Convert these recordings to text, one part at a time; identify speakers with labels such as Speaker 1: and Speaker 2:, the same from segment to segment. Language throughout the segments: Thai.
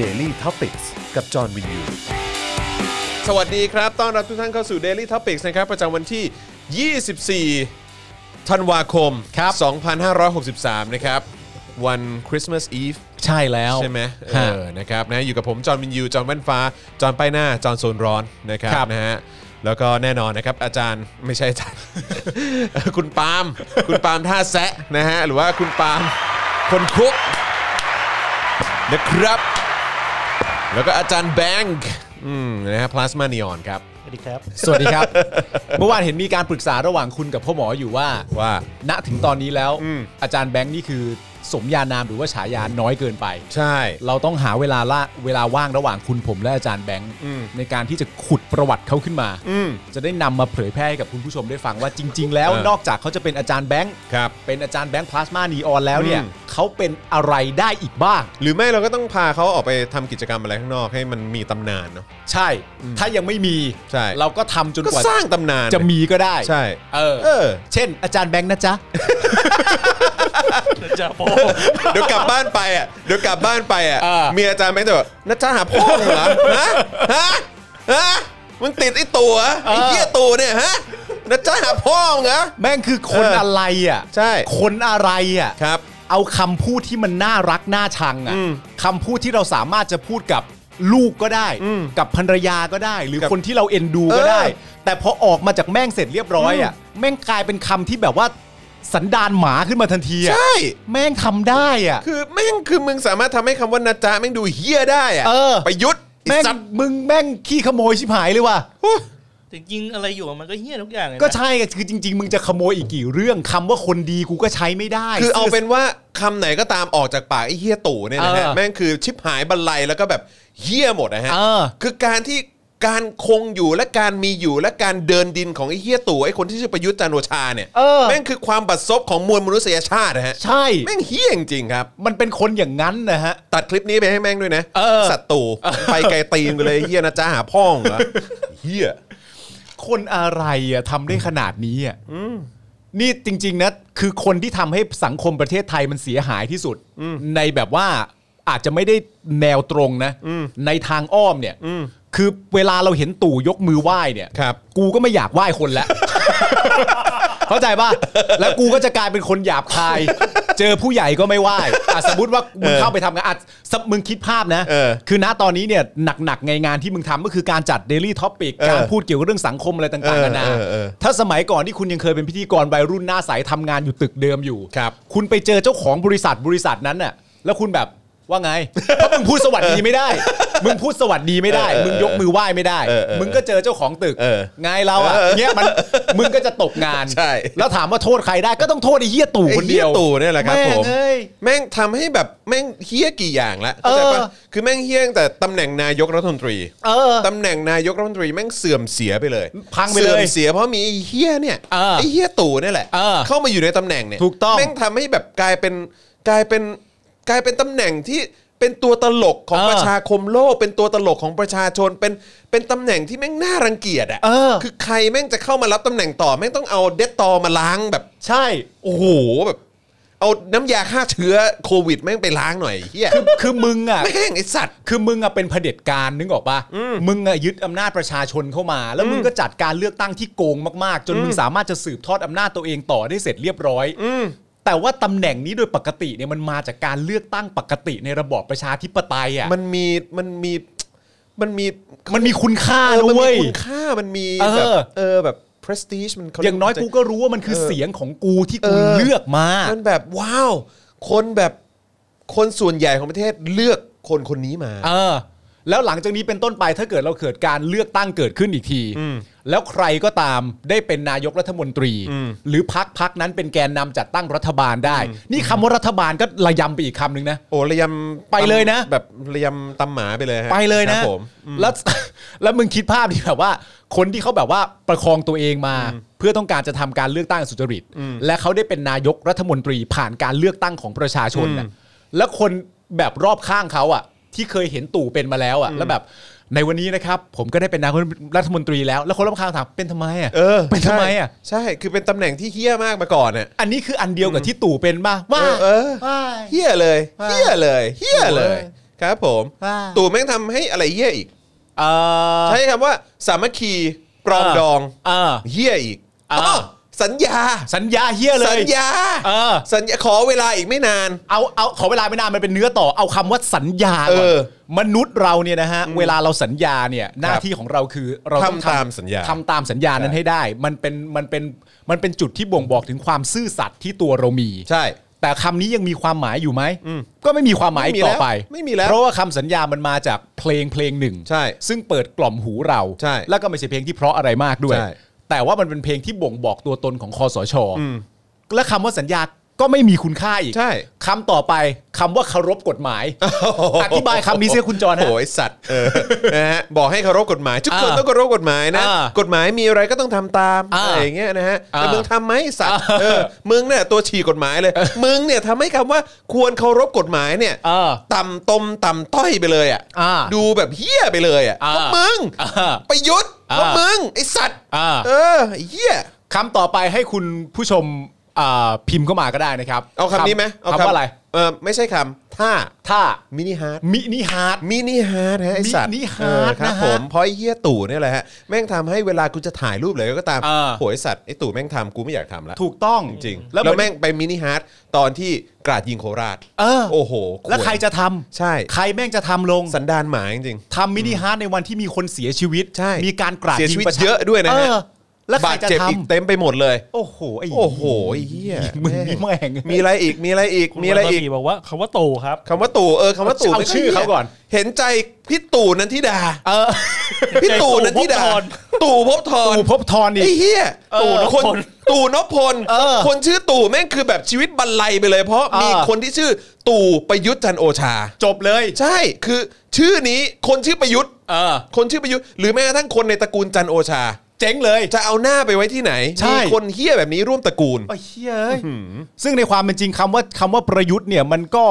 Speaker 1: Daily t o p i c กกับจอห์นวินยู
Speaker 2: สวัสดีครับ ต้อนรับทุกท่านเข้าสู่ Daily Topics นะครับ ประจำวันที่ 24 ธันวาคม 2563 นะครับ วัน Christmas Eve
Speaker 3: ใช่แล้ว
Speaker 2: ใช่ไหมเอ
Speaker 3: ฮะ
Speaker 2: อ นะครับ นะ อยู่กับผม จอห์นวินยู จอห์นแว่นฟ้า จอห์นป้ายหน้า จอห์นโซนร้อน นะครับ
Speaker 3: ครับ
Speaker 2: นะฮะ แล้วก็แน่นอนนะครับ อาจารย์ ไม่ใช่อาจารย์ คุณปาล์ม คุณปาล์มท่าแซะนะฮะ หรือว่าคุณปาล์มคนคุก นะครับ แล้วก็อาจารย์แบงค์ อืม นะฮะ พลาสมานีออนครับ
Speaker 4: สวัสดีครับ
Speaker 3: สวัสดีครับ เมื่อวานเห็นมีการปรึกษาระหว่างคุณกับพ่อหมออยู่ว่า
Speaker 2: ว่า
Speaker 3: ณถึงตอนนี้แล้ว
Speaker 2: อืม
Speaker 3: อาจารย์แบงค์นี่คือสมญานามหรือว่าฉายาน้อยเกินไป
Speaker 2: ใช่
Speaker 3: เราต้องหาเวลาละเวลาว่างระหว่างคุณผมและอาจารย์แบงค์
Speaker 2: อืม
Speaker 3: ในการที่จะขุดประวัติเขาขึ้นมา
Speaker 2: อืม
Speaker 3: จะได้นำมาเผยแพร่ให้กับคุณผู้ชมได้ฟังว่าจริง ๆ แล้ว
Speaker 2: เออ
Speaker 3: นอกจากเขาจะเป็นอาจารย์แบงค์
Speaker 2: ครับ
Speaker 3: เป็นอาจารย์แบงค์พลาสมานีออนแล้วเนี่ย
Speaker 2: อืม
Speaker 3: เขาเป็นอะไรได้อีกบ้าง
Speaker 2: หรือไม่เราก็ต้องพาเขาออกไปทำกิจกรรมอะไรข้างนอกให้มันมีตำนานเนาะ
Speaker 3: ใช่ ถ้ายังไม่มี
Speaker 2: ใช่
Speaker 3: เราก็ทำจน
Speaker 2: ก็
Speaker 3: กว่า
Speaker 2: สร้างตำนาน
Speaker 3: จะมีก็ได้
Speaker 2: ใช่
Speaker 3: เออ
Speaker 2: เออ
Speaker 3: เช่น อาจารย์แบงค์นะจ๊ะ
Speaker 4: จะโป
Speaker 2: เดี๋ยวกลับบ้านไปอ่ะ เดี๋ยวกลับบ้านไปอ่ะ
Speaker 3: เออ
Speaker 2: เมียอาจารย์แม่งจะแบบนัชชาหาพ่อมึงเหรอ ฮะ ฮะ ฮะ มึงติดไอ้ตัวไอ้เหี้ยตัวเนี่ยฮะนัชชาหาพ่อมึงเหรอ
Speaker 3: แม่งคือคน
Speaker 2: เอออ
Speaker 3: อะไรอ่ะ
Speaker 2: ใช่
Speaker 3: คนอะไรอ่ะ
Speaker 2: ครับ
Speaker 3: เอาคำพูดที่มันน่ารักน่าชังอ่ะ
Speaker 2: อืม
Speaker 3: คำพูดที่เราสามารถจะพูดกับลูกก็ได้
Speaker 2: อืม
Speaker 3: กับภรรยาก็ได้ หรือ
Speaker 2: กับ
Speaker 3: คนที่เราเอ็นดูก็ได้
Speaker 2: เออ
Speaker 3: แต่พอออกมาจากแม่งเสร็จเรียบร้อยอ่ะแม่งกลายเป็นคำที่แบบว่าสันดานหมาขึ้นมาทันทีอ่ะ
Speaker 2: ใช่
Speaker 3: แม่งทำได้อ่ะ
Speaker 2: คือแม่งคือมึงสามารถทำให้คำว่านัชชาแม่งดูเหี้ยได้อ่ะ
Speaker 3: เออ
Speaker 2: ประยุทธ์
Speaker 3: แม่ง
Speaker 2: ไอ้สัตว์
Speaker 3: มึงแม่งขี้ขโมยชิบหายเลยว่ะ
Speaker 4: จริงๆอะไรอยู่อะมันก็เฮี้ยทุกอย่างเลยนะ
Speaker 3: ก็ใช่ไงคือจริง ๆ มึงจะขโมยอีกกี่เรื่องคำว่าคนดีกูก็ใช้ไม่ได้
Speaker 2: คือเอาเป็นว่าคำไหนก็ตามออกจากปากไอ้เหี้ยตู่เนี่ยนะฮะ
Speaker 3: เออ
Speaker 2: แม่งคือชิบหายบรรลัยแล้วก็แบบเหี้ยหมดนะฮะ
Speaker 3: เออ
Speaker 2: คือการที่การคงอยู่และการมีอยู่และการเดินดินของไอ้เฮียตู่ไอ้คนที่ชื่อประยุทธ์จันทร์โอชาเนี่ย
Speaker 3: เออ
Speaker 2: แม่งคือความบัดซบของมวลมนุษยชาตินะฮะ
Speaker 3: ใช่
Speaker 2: แม่งเฮี้ยจริงๆครับ
Speaker 3: มันเป็นคนอย่างนั้นนะฮะ
Speaker 2: ตัดคลิปนี้ไปให้แม่งด้วยนะ
Speaker 3: เออ
Speaker 2: สัตว์ตู่ไปไกลตีนไปเลยไอ้เฮียนะจ้าหาพ่องเหรอเฮีย
Speaker 3: คนอะไรอะทำได้ขนาดนี้อะนี่จริง ๆนะคือคนที่ทำให้สังคมประเทศไทยมันเสียหายที่สุด ในแบบว่าอาจจะไม่ได้แนวตรงนะ ในทางอ้อมเนี่ยคือเวลาเราเห็นตู่ยกมือไหว้เนี่ย
Speaker 2: ครับ
Speaker 3: กูก็ไม่อยากไหว้คนแล้ว เข้าใจป่ะ แล้วกูก็จะกลายเป็นคนหยาบคาย เจอผู้ใหญ่ก็ไม่ไหว้อ่ะสมมติว่ามึงเข้าไปทำงานอ่ะสมมึงคิดภาพนะ
Speaker 2: เออ
Speaker 3: คือณตอนนี้เนี่ยหนักๆไงงานที่มึงทำก็คือการจัด Daily Topic
Speaker 2: เออ
Speaker 3: การพูดเกี่ยวกับเรื่องสังคมอะไรต่างๆ
Speaker 2: เออ
Speaker 3: นานา
Speaker 2: เออเออ
Speaker 3: ถ้าสมัยก่อนที่คุณยังเคยเป็นพิธีกรวัยรุ่นหน้าใสทำงานอยู่ตึกเดิมอยู่
Speaker 2: ครับ
Speaker 3: คุณไปเจอเจ้าของบริษัทบริษัทนั้นน่ะ แล้วคุณแบบว่าไง เพราะมึงพูดสวัสดีไม่ได้ มึงพูดสวัสดีไม่ได้ มึงยกมือไหว้ไม่ได้
Speaker 2: เออเออเออ
Speaker 3: มึงก็เจอเจ้าของตึก
Speaker 2: เออ
Speaker 3: ไงเราอ่ะเงี้ยมัน มึงก็จะตกงาน
Speaker 2: ใช่
Speaker 3: แล้วถามว่าโทษใครได้ก็ต้องโทษไอ้เหี้ยตู่
Speaker 2: ไอ้
Speaker 3: คน
Speaker 2: เฮี
Speaker 3: เดี
Speaker 2: ย
Speaker 3: ยว
Speaker 2: ตู่เนี่ยแหละครับ
Speaker 3: แม่
Speaker 2: ผ
Speaker 3: ง
Speaker 2: ม
Speaker 3: เอ้ย
Speaker 2: แม่งทำให้แบบแม่งเฮี้ยกี่อย่างละเข้าใจปะ
Speaker 3: เออ
Speaker 2: คือแม่งเฮี้ยตั้งแต่ตำแหน่งนายกรัฐมนตรี
Speaker 3: เออ
Speaker 2: ตำแหน่งนายกรัฐมนตรีแม่งเสื่อมเสียไปเลย
Speaker 3: พังไปเลย
Speaker 2: สื่อมเสียเพราะมีไอ้เฮี้ยเนี่ย
Speaker 3: เออ
Speaker 2: ไอ้เฮี้ยตู่เนี่ยแหละ
Speaker 3: เออ
Speaker 2: เข้ามาอยู่ในตำแหน่งเนี่ย
Speaker 3: ถูกต้อง
Speaker 2: แม่งทำให้แบบกลายเป็นกลายเป็นกลายเป็นตำแหน่งที่เป็นตัวตลกของ
Speaker 3: เออ
Speaker 2: ประชาคมโลก เป็นตัวตลกของประชาชนเป็นเป็นตำแหน่งที่แม่งน่ารังเกียจอะ
Speaker 3: เออ
Speaker 2: คือใครแม่งจะเข้ามารับตำแหน่งต่อแม่งต้องเอาเดตตอมาล้างแบบ
Speaker 3: ใช่
Speaker 2: โอ้โหแบบ เอาน้ำยาฆ่าเชื้อโควิดแม่งไปล้างหน่อยไอ้เฮีย
Speaker 3: คือคือมึงอ่ะ
Speaker 2: แม่งไอสัตว์
Speaker 3: คือมึงอ่ะเป็นเผด็จการนึกออกปะมึงอ่ะยึดอำนาจประชาชนเข้ามา แล้วมึงก็จัดการเลือกตั้งที่โกงมากๆ จนมึงสามารถจะสืบทอดอำนาจตัวเองต่อได้เสร็จเรียบร้อย แต่ว่าตำแหน่งนี้โดยปกติเนี่ยมันมาจากการเลือกตั้งปกติในระบอบประชาธิปไตยอ่ะ
Speaker 2: มันมีมันมีมันมี
Speaker 3: มันมีคุณค่า
Speaker 2: เออ
Speaker 3: นะ
Speaker 2: มัน
Speaker 3: เว้
Speaker 2: มี
Speaker 3: ย
Speaker 2: คุณค่ามันมี
Speaker 3: เออ
Speaker 2: แบบเออแบบ prestige มันเข
Speaker 3: อย่างน้อยกู
Speaker 2: เรี
Speaker 3: ก็รู้ว่ามันคือเสียงของกูที่กูเลือกมา
Speaker 2: ว่ามันแบบว้าว คนแบบคนส่วนใหญ่ของประเทศเลือกคนคนนี้มา
Speaker 3: เออแล้วหลังจากนี้เป็นต้นไปถ้าเกิดเราเกิดการเลือกตั้งเกิดขึ้นอีกที แล้วใครก็ตามได้เป็นนายกรัฐมนตรี หรือพักพักนั้นเป็นแกนนำจัดตั้งรัฐบาลได้ นี่คำว่ารัฐบาลก็ระยำไปอีกคำหนึ่งนะ
Speaker 2: โอ้ระยำ
Speaker 3: ไปเลยนะ
Speaker 2: แบบระยำตำหมาไปเลยฮ
Speaker 3: ไปเลยนะครับ
Speaker 2: ผม
Speaker 3: แล้ว แล้วมึงคิดภาพที่แบบว่า คนที่เขาแบบว่าประคองตัวเองมา เพื่อต้องการจะทำการเลือกตั้งสุจริต และเขาได้เป็นนายกรัฐมนตรีผ่านการเลือกตั้งของประชาชนนะและคนแบบรอบข้างเขาอ่ะ ที่เคยเห็นตู่เป็นมาแล้วอ่ะ แล้วแบบในวันนี้นะครับ ผมก็ได้เป็นนายกรัฐมนตรีแล้ว แล้วคนรอบข้างถามเป็นทำไมอ่ะ
Speaker 2: เออ
Speaker 3: เป็นทำไมอ่ะ
Speaker 2: ใช่ คือเป็นตำแหน่งที่เฮี้ยมากมาก่อนเนี่ย
Speaker 3: อันนี้คืออันเดียวกับที่ตู่เป็นป่ะว่า
Speaker 2: เออเออ
Speaker 3: ว่า
Speaker 2: เฮี้ยเลยเฮี้ยเลยเฮี้ยเลย ครับผม
Speaker 3: อ่า
Speaker 2: ตู่แม่งทำให้อะไรเหี้ยอีก
Speaker 3: เออ
Speaker 2: ใช้คำว่าสามัคคีปรองดอง
Speaker 3: เออ
Speaker 2: เหี้ยอีก
Speaker 3: อ่า
Speaker 2: อ๋อสัญญา
Speaker 3: สัญญาเฮียเลย
Speaker 2: สัญญา
Speaker 3: เออ
Speaker 2: สัญญาขอเวลาอีกไม่นาน
Speaker 3: เอาเอาขอเวลาไม่นานมันเป็นเนื้อต่อเอาคำว่าสัญญาก่น
Speaker 2: เออ
Speaker 3: มนุษย์เราเนี่ยนะฮะเวลาเราสัญญาเนี่ยหน้าที่ของเราคือเราอง
Speaker 2: ทำตามสัญญา
Speaker 3: ทำตามสัญญานั้นให้ได้ มันเป็นมันเป็นมันเป็นจุดที่บ่งบอกถึงความซื่อสัตย์ที่ตัวเรามี
Speaker 2: ใช่
Speaker 3: แต่คำนี้ยังมีความหมายอยู่ไหม ก็ไม่มีความหมายอี
Speaker 2: ไม่
Speaker 3: ก
Speaker 2: มี
Speaker 3: ต่อไป
Speaker 2: แล้วไม่มีแล้ว
Speaker 3: เพราะว่าคำสัญญามันมาจากเพลงเพลงหนึ่ง
Speaker 2: ใช่
Speaker 3: ซึ่งเปิดกล่อมหูเรา
Speaker 2: ใช่
Speaker 3: แล้วก็ไม่ใช่เพลงที่เพราะอะไรมากด้วย
Speaker 2: ใช่
Speaker 3: แต่ว่ามันเป็นเพลงที่บ่งบอกตัวตนของคอสช และคำว่าสัญญาก็ไม่มีคุณค่าอีก
Speaker 2: ใช่
Speaker 3: คำต่อไปคำว่าเคารพกฎหมาย อธิบายคำนี้เสียคุณจรฮะ
Speaker 2: โอ้ยสัตว์เออนะฮะบอกให้เคารพกฎหมายทุกคน
Speaker 3: อ่า
Speaker 2: ต้องเคารพกฎหมายนะ
Speaker 3: อ่าก
Speaker 2: ฎหมายมีอะไรก็ต้องทำตาม
Speaker 3: อ่า
Speaker 2: อะไรอย่างเงี้ยนะฮะแต่
Speaker 3: อ่า
Speaker 2: มึงทำไหมสัตว์เออมึงเนี่ยตัวฉีกกฎหมายเลย มึงเนี่ยทำให้คำว่าควรเคารพกฎหมายเนี่ย
Speaker 3: อ่า
Speaker 2: ต่ำตมต่ำต้อยไปเลยอ่ะ
Speaker 3: อ่า
Speaker 2: ดูแบบเฮี้ยไปเลยอ่ะ
Speaker 3: อ่า
Speaker 2: เพราะมึง
Speaker 3: อ่า
Speaker 2: ประยุทธ์
Speaker 3: อ่า
Speaker 2: เพราะมึงไอสัตว์
Speaker 3: อ่า
Speaker 2: เออไอ้เฮี้ย
Speaker 3: คำต่อไปให้คุณผู้ชมอ่าพิมพ์เข้ามาก็ได้นะครับ
Speaker 2: เอาคำนี้ไหมเอา
Speaker 3: คำว่าอะไร
Speaker 2: เออไม่ใช่คำท่า
Speaker 3: ถ้า
Speaker 2: มินิฮาร์ด
Speaker 3: มินิฮาร์ด
Speaker 2: มินิฮาร์ดฮะไอสัตว์
Speaker 3: มินิฮาร์ท
Speaker 2: เออครับ
Speaker 3: นะฮะ
Speaker 2: ผมเพราะไอ้เหี้ยตู่เนี่ยแหละฮะแม่งทำให้เวลากูจะถ่ายรูปเลยก็ตาม
Speaker 3: เออ
Speaker 2: โหยสัตว์ไอ้ตู่แม่งทำกูไม่อยากทำละ
Speaker 3: ถูกต้อง
Speaker 2: จริงๆ
Speaker 3: แล้
Speaker 2: แล้ว ว
Speaker 3: เหมือน
Speaker 2: แม่งไปมินิฮาร์ดตอนที่กราดยิงโคราช
Speaker 3: เออ
Speaker 2: โอ้โห
Speaker 3: แล้วใครจะทำ
Speaker 2: ใช่
Speaker 3: ใครแม่งจะทำลง
Speaker 2: สันดานหมาจริง
Speaker 3: ทำมินิฮาร์ดในวันที่มีคนเสียชีวิต
Speaker 2: ใช่
Speaker 3: มีการกราด
Speaker 2: เสียชีวิต
Speaker 3: งปรชา
Speaker 2: เยอะด้วยนะ
Speaker 3: เอ
Speaker 2: ฮะ
Speaker 3: อแล้ว
Speaker 2: ๆ
Speaker 3: ใคร
Speaker 2: บาด
Speaker 3: จะ
Speaker 2: เจ็บ
Speaker 3: ท
Speaker 2: อีกเต็มไปหมดเลย
Speaker 3: ำโอ้โหไอ้
Speaker 2: โอ้โหไอ้เหี้ย
Speaker 3: มึงนี่แม่ง
Speaker 2: มีอะไรอีกมีอะไรอีกมีอะไรอีก
Speaker 4: คุณบะหบอกว่าคำว่าตู่ครับ
Speaker 2: คำว่าตู่เออคำว่าตู่
Speaker 3: เอา
Speaker 2: ไม่ใช่
Speaker 3: ชื่อเขาก่อน
Speaker 2: เห็นใจพี่ตู่นันทิดา
Speaker 3: เออ
Speaker 2: พี่ตู่นันทิดา
Speaker 4: ตู่พบธร
Speaker 2: ตู่พบทร
Speaker 3: ตู่พบทรอี
Speaker 2: ไอ้
Speaker 3: ก
Speaker 2: เหี้ย
Speaker 4: เออ
Speaker 2: ตู่นพ
Speaker 4: นพพ
Speaker 2: ล
Speaker 4: ล
Speaker 2: ตู่นพพล
Speaker 3: เออ
Speaker 2: คนชื่อตู่แม่งคือแบบชีวิตบรรลัยไปเลย เพราะ
Speaker 3: เออ
Speaker 2: มีคนที่ชื่อตู่ประยุทธ์จันทร์โอชา
Speaker 3: จบเลย
Speaker 2: ใช่คือชื่อนี้คนชื่อประยุทธ์
Speaker 3: เออ
Speaker 2: คนชื่อประยุทธ์หรือแม้กระทั่งคนในตระกูลจันทร์โอชา
Speaker 3: เจ๊งเลย
Speaker 2: จะเอาหน้าไปไว้ที่ไหน
Speaker 3: ใช่
Speaker 2: มีคนเหี้ยแบบนี้ร่วมตระกูล
Speaker 3: โอ้ยเฮ้ยซึ่งในความเป็นจริงคำว่าคำว่าประยุทธ์เนี่ยมันก็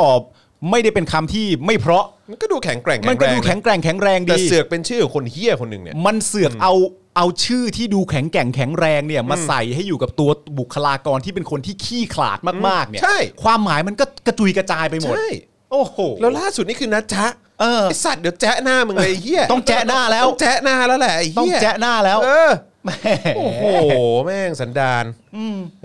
Speaker 3: ไม่ได้เป็นคำที่ไม่เพราะ
Speaker 2: มันก็ดูแข็งแกร่ง
Speaker 3: มันก็ดู
Speaker 2: แข็
Speaker 3: แข็
Speaker 2: ง
Speaker 3: ง
Speaker 2: แรง
Speaker 3: แกร่งแข็งแรง
Speaker 2: แต่
Speaker 3: ดี
Speaker 2: เสือกเป็นชื่อของคนเหี้ยคนหนึ่งเนี่ย
Speaker 3: มันเสือกเอาเอาชื่อที่ดูแข็งแกร่งแข็งแรงเนี่ยมาใส่ให้อยู่กับตัวบุคลากรที่เป็นคนที่ขี้ขลาดมากๆเนี่ย
Speaker 2: ใช่
Speaker 3: ความหมายมันก็กระจุยกระจายไปหมด
Speaker 2: ใช่
Speaker 3: โอ้โห
Speaker 2: แล้วล่าสุดนี่คือนัดจ๊ะ
Speaker 3: เออ
Speaker 2: ไอสัตว์เดี๋ยวแจ๊ะหน้ามึง เลยไอ้เหี้ย
Speaker 3: ต้องแจ๊ะหน้าแล้ว
Speaker 2: ต้องแจ๊ะหน้าแล้วแหละไอ้
Speaker 3: ต้อง
Speaker 2: เหี้ย
Speaker 3: แจ้หน้าแล้ว
Speaker 2: เออ
Speaker 3: แหม
Speaker 2: โอ้โห แม่งสันดาน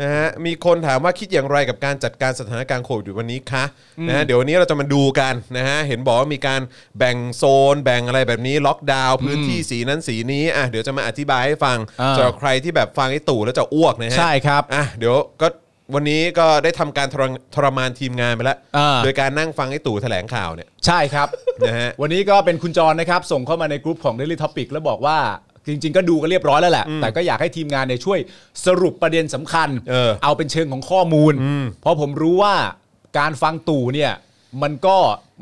Speaker 2: นะฮะมีคนถามว่าคิดอย่างไรกับการจัดการสถานการณ์โควิดอยู่วันนี้คะนะฮะเดี๋ยววันนี้เราจะมาดูกันนะฮะเห็นบอกว่ามีการแบ่งโซน แบ่งอะไรแบบนี้ล็อกดาวน์พื้นที่สีนั้นสีนี้อ่ะเดี๋ยวจะมาอธิบายให้ฟัง
Speaker 3: อ่า
Speaker 2: สำหรับใครที่แบบฟังไอ้ตู่แล้วจะอ้วกนะฮะ
Speaker 3: ใช่ครับ
Speaker 2: อ่ะเดี๋ยวก็วันนี้ก็ได้ทำการทรทรมานทีมงานไปแล้ว
Speaker 3: อ่า
Speaker 2: โดยการนั่งฟังไอ้ตู่แถลงข่าวเนี่ย
Speaker 3: ใช่ครับ
Speaker 2: นะฮะ
Speaker 3: วันนี้ก็เป็นคุณจรนะครับ ส่งเข้ามาในกลุ่มของ Daily Topic แล้วบอกว่าจริง ๆ ก็ดูกันเรียบร้อยแล้วแหละ แต่ก็อยากให้ทีมงานเนี่ยช่วยสรุปประเด็นสำคัญ
Speaker 2: เออ
Speaker 3: เป็นเชิงของข้อมูล เพราะผมรู้ว่าการฟังตู่เนี่ยมันก็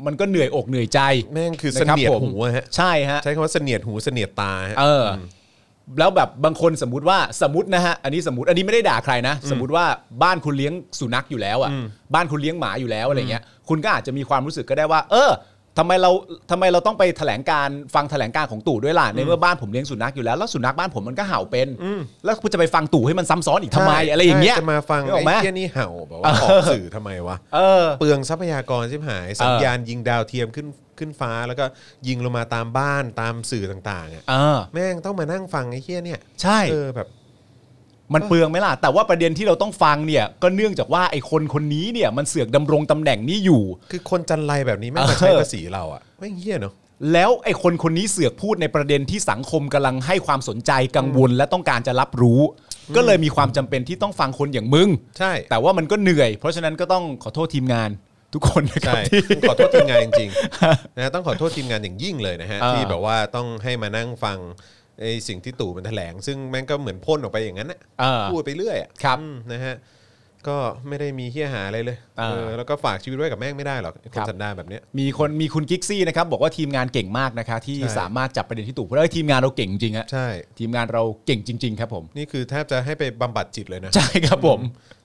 Speaker 3: มันก็เหนื่อยอกเหนื่อยใจ
Speaker 2: แม่งคือ
Speaker 3: นะครับ
Speaker 2: เสนียด
Speaker 3: ผม
Speaker 2: หูอะฮะ
Speaker 3: ใช่ฮะ
Speaker 2: ใช้คำว่าเสนียดหูเสนียดตาฮะ
Speaker 3: เอออแล้วแบบบางคนสมมติว่าสมมตินะฮะอันนี้สมมติอันนี้ไม่ได้ด่าใครนะ สมมติว่าบ้านคุณเลี้ยงสุนัขอยู่แล้วอ่ะบ้านคุณเลี้ยงหมาอยู่แล้วอะไรเงี้ยคุณก็อาจจะมีความรู้สึกก็ได้ว่า เออทำไมเราทำไมเราต้องไปแถลงการฟังแถลงการของตู่ด้วยล่ะในเมื่อบ้านผมเลี้ยงสุนัขอยู่แล้วแล้วสุนัขบ้านผมมันก็เห่าเป็นแล้วคุณจะไปฟังตู่ให้มันซ้ำซ้อนอีกทำไม
Speaker 2: ใช่
Speaker 3: อะไรอย่างเงี้ย
Speaker 2: ใช่จะมาฟัง
Speaker 3: นึกอ
Speaker 2: ไอ้
Speaker 3: อกไหม
Speaker 2: เที่ยนี่เห่าแบบว่าออกสื่อทำไมวะ
Speaker 3: เออ
Speaker 2: เปลืองทรัพยากรชิบหาย สัญญาณยิงดาวเทียมขึ้นขึ้นฟ้าแล้วก็ยิงลงมาตามบ้านตามสื่อต่างๆอะ
Speaker 3: เออ
Speaker 2: แม่งต้องมานั่งฟังไอ้เที่ยเนี่ย
Speaker 3: ใช่
Speaker 2: เออแบบ
Speaker 3: มันเปลืองไหมล่ะ แต่ว่าประเด็นที่เราต้องฟังเนี่ยก็เนื่องจากว่าไอ้คนคนนี้เนี่ยมันเสือกดำรงตำแหน่งนี้อยู่
Speaker 2: คือคนจันไรแบบนี้แม่งมาใช้ภาษีเราอ่ะแม่งเหี้ยเนาะ
Speaker 3: แล้วไอ้คนคนนี้เสือกพูดในประเด็นที่สังคมกำลังให้ความสนใจกังวลและต้องการจะรับรู้ ก็เลยมีความจำเป็นที่ต้องฟังคนอย่างมึง
Speaker 2: ใช่
Speaker 3: แต่ว่ามันก็เหนื่อย เพราะฉะนั้นก็ต้องขอโทษทีมงานทุกคนนะครับ
Speaker 2: ใช่
Speaker 3: ที่
Speaker 2: ต้องขอโทษทีมงานจริงๆ นะต้องขอโทษทีมงานอย่างยิ่งเลยนะฮะ
Speaker 3: อ่า
Speaker 2: ที่แบบว่าต้องให้มานั่งฟังไอ้สิ่งที่ตู่มันแถลง ซึ่งแม่งก็เหมือนพ่นออกไปอย่างนั้นน่ะ
Speaker 3: อ่า
Speaker 2: พูดไปเรื่อยอะ
Speaker 3: ครับ
Speaker 2: อืมนะฮะก็ไม่ได้มีเฮี้ยหาอะไรเลย
Speaker 3: อ่า
Speaker 2: เออแล้วก็ฝากชีวิตไว้กับแม่งไม่ได้หรอกไอ้ค
Speaker 3: ครั
Speaker 2: น
Speaker 3: บ
Speaker 2: สันดานแบบเนี้ย
Speaker 3: มีคนมีคุณกิกซี่นะครับบอกว่าทีมงานเก่งมากนะคะ ที่
Speaker 2: ใช่
Speaker 3: สามารถจับประเด็นที่ถูกเพราะว่าทีมงานเราเก่งจริงฮะ
Speaker 2: ใช่
Speaker 3: ทีมงานเราเก่งจริง ๆ ครับผม
Speaker 2: นี่คือแทบจะให้ไปบำบัดจิตเลยนะ
Speaker 3: ใช่ครับผม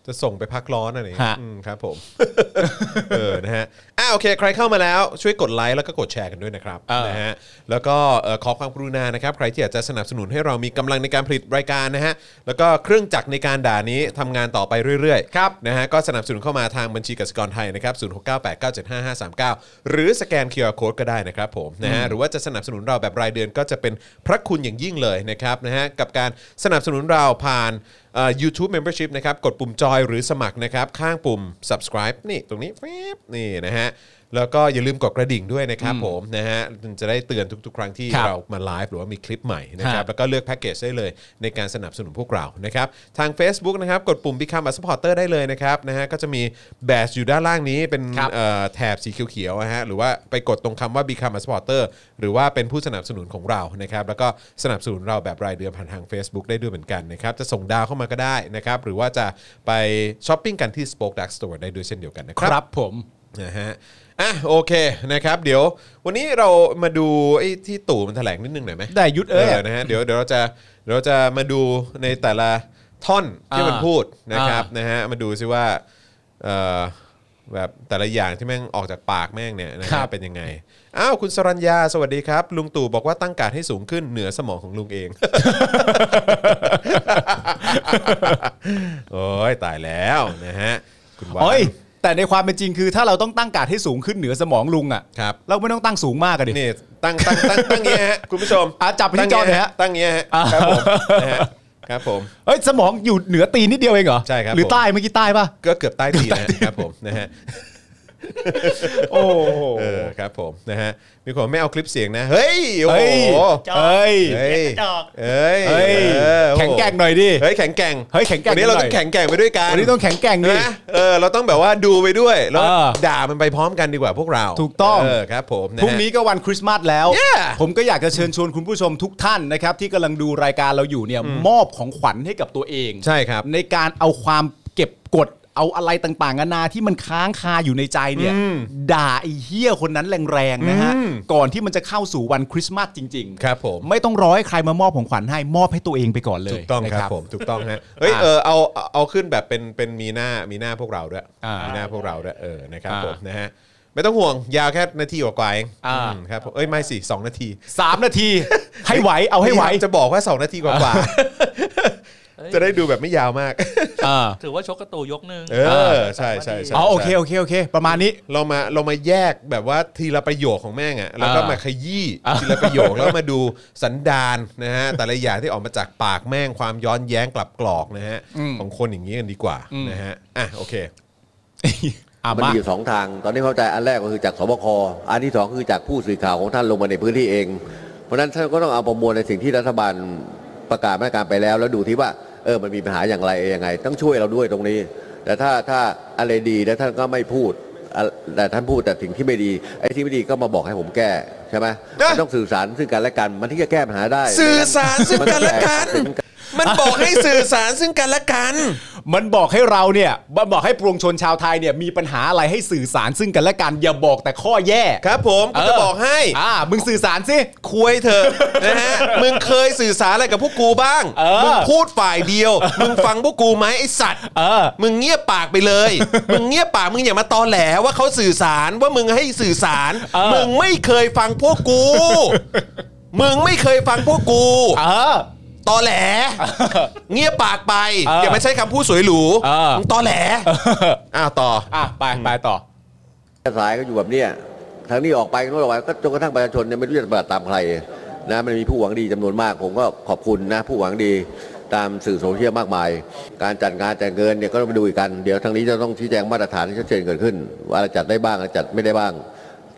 Speaker 2: จะส่งไปพักร้อนอะไรอย่างเงี้ย
Speaker 3: ฮะ
Speaker 2: อืมครับผม เออนะฮะอ่ะ โอเค ใครเข้ามาแล้วช่วยกดไลค์แล้วก็กดแชร์กันด้วยนะครับ
Speaker 3: เออ
Speaker 2: นะฮะแล้วก็เอ่อขอความกรุณานะครับ ใครที่อยากจะสนับสนุนให้เรามีกำลังในการผลิตรายการนะฮะแล้วก็เครื่องจักรในการด่านี้ทำงานต่อไปเรื่อยๆครับนะฮะก็สนับสนุนเข้ามาทางบัญชีกสิกรไทยนะครับศูนย์หกเก้าแปดเก้าเจ็ดห้าห้าสามเก้าหรือสแกน QR Code ก็ได้นะครับผมนะฮะหรือว่าจะสนับสนุนเราแบบรายเดือนก็จะเป็นพระคุณอย่างยิ่งเลยนะครับนะฮะกับการสนับสนุนเราผ่าน ยูทูบเมมเบอร์ชิพนะครับกดปุ่มจอยหรือสมัครนะครับ ข้างปุ่ม subscribe นี่ตรงนี้ฟีบนี่นะฮะ แล้วก็อย่าลืมกดกระดิ่งด้วยนะครับผมนะฮะจะได้เตือนทุกๆ ครั้งที่
Speaker 3: ครับ
Speaker 2: เรามาไลฟ์หรือว่ามีคลิปใหม่นะค
Speaker 3: ค
Speaker 2: รั
Speaker 3: รับ บ
Speaker 2: แล้วก็เลือกแพ็กเกจได้เลยในการสนับสนุนพวกเรานะครับ ทาง Facebook นะครับกดปุ่ม Become a supporter ได้เลยนะครับนะฮะก็จะมีแบชอยู่ด้านล่างนี้เป็น
Speaker 3: ครับ
Speaker 2: เอ่อแถบสีเขียวๆนะฮะหรือว่าไปกดตรงคำว่า Become a supporter หรือว่าเป็นผู้สนับสนุนของเรานะครับแล้วก็สนับสนุนเราแบบรายเดือนผ่านทาง Facebook ได้ด้วยเหมือนกันนะครับจะส่งดาวเข้ามาก็ได้นะครับหรือว่าจะไปช้อปปิ้งกันที่ Spoke Dark Store ได้ด้วยเช่นเดียวกันนะค
Speaker 3: ครับ รับผม
Speaker 2: นะฮะ อ่ะโอเคนะครับ เดี๋ยววันนี้เรามาดูไอ้ที่ตู่มันแถลงนิดนึงหน่อยไหม
Speaker 3: ได้ยุทธเอ้ย
Speaker 2: นะฮะเดี๋ยวเดี๋ยวเราจะเดี๋ยวเราจะมาดูในแต่ละท่อนที่
Speaker 3: อ่ามั
Speaker 2: มันพูดนะครับ
Speaker 3: อ่าน
Speaker 2: นะฮะมาดูซิว่าเอ่อแบบแต่ละอย่างที่แม่งออกจากปากแม่งเนี่ยนะ
Speaker 3: ครั
Speaker 2: ฮะ
Speaker 3: บ
Speaker 2: เป็นยังไง อ้าวคุณสรัญญาสวัสดีครับ ลุงตู่บอกว่าตั้งการดให้สูงขึ้นเหนือสมองของลุงเอง โอ้ยตายแล้วนะฮะคุณวา
Speaker 3: เอ้ย
Speaker 2: น
Speaker 3: แต่ในความเป็นจริงคือ ถ้าเราต้องตั้งการดให้สูงขึ้นเหนือสมองลุงอ่ะ
Speaker 2: ครับ
Speaker 3: เราไม่ต้องตั้งสูงมากอะดิ
Speaker 2: นี่ตั้งตั้งตั้งตั้งเงี้ยฮะคุณผู้ชม
Speaker 3: อ่ะจับไปที่จอหน่อยฮะ
Speaker 2: ตั้งเงี้ยฮะครับผมนะฮะครับผม
Speaker 3: เอ้ยสมองอยู่เหนือตีนนิดเดียวเองเหรอ
Speaker 2: ใช่ครับ
Speaker 3: หรือ
Speaker 2: ผม
Speaker 3: ใต้เมื่อกี้ใต้ป่ะ
Speaker 2: ก็เกือบใต้ตีนนะฮะครับผมนะฮะ
Speaker 3: โอ้
Speaker 2: เออครับผมนะฮะมีคนไม่เอาคลิปเสียงนะ เฮ้ยโอ้
Speaker 3: เฮ้ย
Speaker 2: โห
Speaker 3: เฮ้ย
Speaker 2: เฮ้ย
Speaker 4: กระจอก
Speaker 2: เฮ้ย
Speaker 3: เฮ้ย
Speaker 2: เออโอ้โห
Speaker 3: แข็งแกร่งหน่อยดิ
Speaker 2: เฮ้ยแข็งแกร่ง
Speaker 3: เฮ้ยแข็งแกร่
Speaker 2: วั
Speaker 3: ง
Speaker 2: นนี้เรา
Speaker 3: หน่
Speaker 2: ต้
Speaker 3: อ
Speaker 2: อย งแข็งแกร่งไปด้วยกัน
Speaker 3: วันนี้ต้องแข็งแกร่งดิ
Speaker 2: นะเออเราต้องแบบว่าดูไปด้วยแล้ว
Speaker 3: เออ
Speaker 2: ด่ามันไปพร้อมกันดีกว่าพวกเรา
Speaker 3: ถูกต้อง
Speaker 2: เออครับผมะ
Speaker 3: พ
Speaker 2: ฮะ
Speaker 3: รุ่งนี้ก็วันคริสต์มาสแล้ว
Speaker 2: Yeah
Speaker 3: ผมก็อยากจะเชิญชวนคุณผู้ชมทุกท่านนะครับ ที่กำลังดูรายการเราอยู่เนี่ยมอบของขวัญให้กับตัวเอง
Speaker 2: ใช่ครับ
Speaker 3: ในการเอาความเก็บกดเอาอะไรต่างๆนานาที่มันค้างคาอยู่ในใจเนี่ย ด่าไอ้เฮี้ยคนนั้นแรงๆนะฮะก่อนที่มันจะเข้าสู่วันคริสต์มาสจริง ๆ
Speaker 2: ครับผม
Speaker 3: ไม่ต้องรอให้ใครมามอบของขวัญให้มอบให้ตัวเองไปก่อนเลย
Speaker 2: ถูกต้อง
Speaker 3: นะครับ
Speaker 2: ผมถูกต้องฮะเฮ้ยเออเอาเอาเอาขึ้นแบบเป็นเป็นมีหน้ามีหน้าพวกเราด้วย
Speaker 3: อ่า
Speaker 2: มีหน้าพวกเราด้วยเออนะครับ
Speaker 3: อ่า
Speaker 2: ผมนะฮะไม่ต้องห่วงยาวแค่นาทีกว่าๆเอง
Speaker 3: อ่า
Speaker 2: อืมครับผมเอ้ยไม่สิสองนาที
Speaker 3: สามนาที ให้ไหวเอาให้ไหว
Speaker 2: นี่จะบอกว่าสองนาทีกว่า
Speaker 4: เอ้ย
Speaker 2: ๆจะได้ดูแบบไม่ยาวมาก
Speaker 3: อ่า
Speaker 4: ถือว่าชกกระตูยกหนึง
Speaker 2: เออใช่ใช่ใช่
Speaker 3: อ๋อโอเคโอเคโอเค ประมาณนี้
Speaker 2: เรามาเรามาแยกแบบว่าทีละประโยคของแม่งอ่ะแล้วก็
Speaker 3: อ่าม
Speaker 2: มาขยี้ทีละประโยคแล้วมาดูสันดานนะฮะแต่ละอย่างที่ออกมาจากปากแม่งความย้อนแย้งกลับกรอกนะฮะ
Speaker 3: อืม
Speaker 2: ของคนอย่างนี้กันดีกว่านะฮะอ่ะโอเค
Speaker 3: อ่ะ
Speaker 5: มัน
Speaker 3: มา
Speaker 5: มีอยู่สองทาง ตอนนี้เข้าใจอันแรกก็คือจากสบค อันที่สองคือจากผู้สื่อข่าวของท่านลงมาในพื้นที่เอง เพราะฉะนั้นท่านก็ต้องเอาประมวลในสิ่งที่รัฐบาลประกาศมาตรการไปแล้ว แล้วดูที่ว่าเออมันมีปัญหาอย่างไรยังไง ต้องช่วยเราด้วยตรงนี้ แต่ถ้าถ้าอะไรดีแล้วท่านก็ไม่พูดอะแต่ท่านพูดแต่สิ่งที่ไม่ดีไอ้ที่ไม่ดีก็มาบอกให้ผมแก้ใช่ไหม
Speaker 2: นะ
Speaker 5: มันต้องสื่อสารซึ่งกันและกันมันที่จะแก้ปัญหาได้
Speaker 2: สื่อสารซึ่งกันและกัน มันบอกให้สื่อสารซึ่งกันและกัน
Speaker 3: มันบอกให้เราเนี่ยมันบอกให้ปวงชนชาวไทยเนี่ยมีปัญหาอะไรให้สื่อสารซึ่งกันและกัน อย่าบอกแต่ข้อแย่
Speaker 2: ครับผมกูจะ
Speaker 3: เ
Speaker 2: บอกให้
Speaker 3: อ่ามึงสื่อสารสิ
Speaker 2: คุยเถอะนะฮะ มึงเคยสื่อสารอะไรกับพวกกูบ้าง
Speaker 3: เออ
Speaker 2: มึงพูดฝ่ายเดียว มึงฟังพวกกูไหมไอสัตว์
Speaker 3: เออ
Speaker 2: มึงเงียบปากไปเลย มึงเงียบปากมึงอย่ามาตอแหลว่าเขาสื่อสารว่ามึงให้สื่อสาร
Speaker 3: เออ
Speaker 2: มึงไม่เคยฟังพวกกู มึงไม่เคยฟังพวกกู
Speaker 3: เออ
Speaker 2: ตอแหล เงียบปากไป
Speaker 3: เอออย่
Speaker 2: อามาใช้คำพูดสวยหรู
Speaker 3: เออ
Speaker 2: มึงตอแหลอ้าวต่อ
Speaker 3: อ่ะไปไปต่อ
Speaker 5: สายก็อยู่แบบเนี้ยทางนี้ออกไปทางโน้นออกไปก็จนกระทั่งประชาชนเนี่ยไม่รู้จะปฏิบัติตามใครนะมันมีผู้หวังดีจำนวนมาก ผมก็ขอบคุณนะผู้หวังดีตามสื่อโซเชียลมากมาย การจัดงานจัดเงินเนี่ยก็ต้องไปดูอีกกัน เดี๋ยวทางนี้จะต้องชี้แจงมาตรฐานที่ชัดเจนเกิดขึ้น ว่าอะไรจัดได้บ้างอะไรจัดไม่ได้บ้าง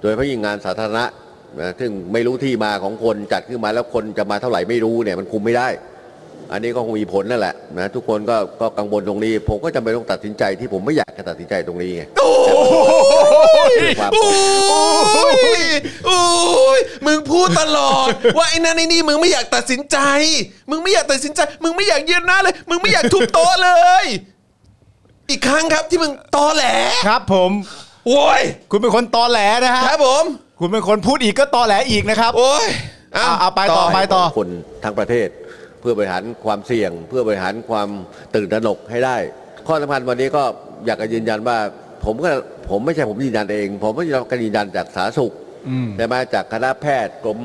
Speaker 5: โดยเฉพาะยิ่งงานสาธารณะนะซึ่งไม่รู้ที่มาของคนจัดขึ้นมาแล้วคนจะมาเท่าไหร่ไม่รู้เนี่ยมันคุมไม่ได้ อันนี้ก็คงมีผลนั่นแหละนะทุกคนก็ก็กังวลตรงนี้ ผมก็จำเป็นต้องตัดสินใจที่ผมไม่อยากจะตัดสินใจตรงนี้ไง
Speaker 2: โอ้ยโอ้ยมึงพูดตลอด ว่าไอ้นั่นไอ้นี่มึงไม่อยากตัดสินใจ มึงไม่อยากตัดสินใจ มึงไม่อยากยืนหน้าเลย มึงไม่อยากทุบโต๊ะเลย อีกครั้งครับที่มึงตอแหล
Speaker 3: ครับผม
Speaker 2: โว้ย
Speaker 3: คุณเป็นคนตอแหลนะฮะ
Speaker 2: ครับผม
Speaker 3: คุณเป็นคนพูดอีกก็ตอแหลอีกนะครับ
Speaker 2: โอ้ย
Speaker 3: อ่ะเอาไปต่อไปต่อ
Speaker 5: ของคนทั้งประเทศเพื่อบริหารความเสี่ยง เพื่อบริหารความตื่นตระหนกให้ได้ ข้อสำคัญวันนี้ก็อยากจะยืนยันว่า ผมก็ผมไม่ใช่ผมยืนยันเอง ผมก็ยืนยันการยืนยันจากสาธารณสุข
Speaker 3: อืม
Speaker 5: แต่มาจากคณะแพทย์กรม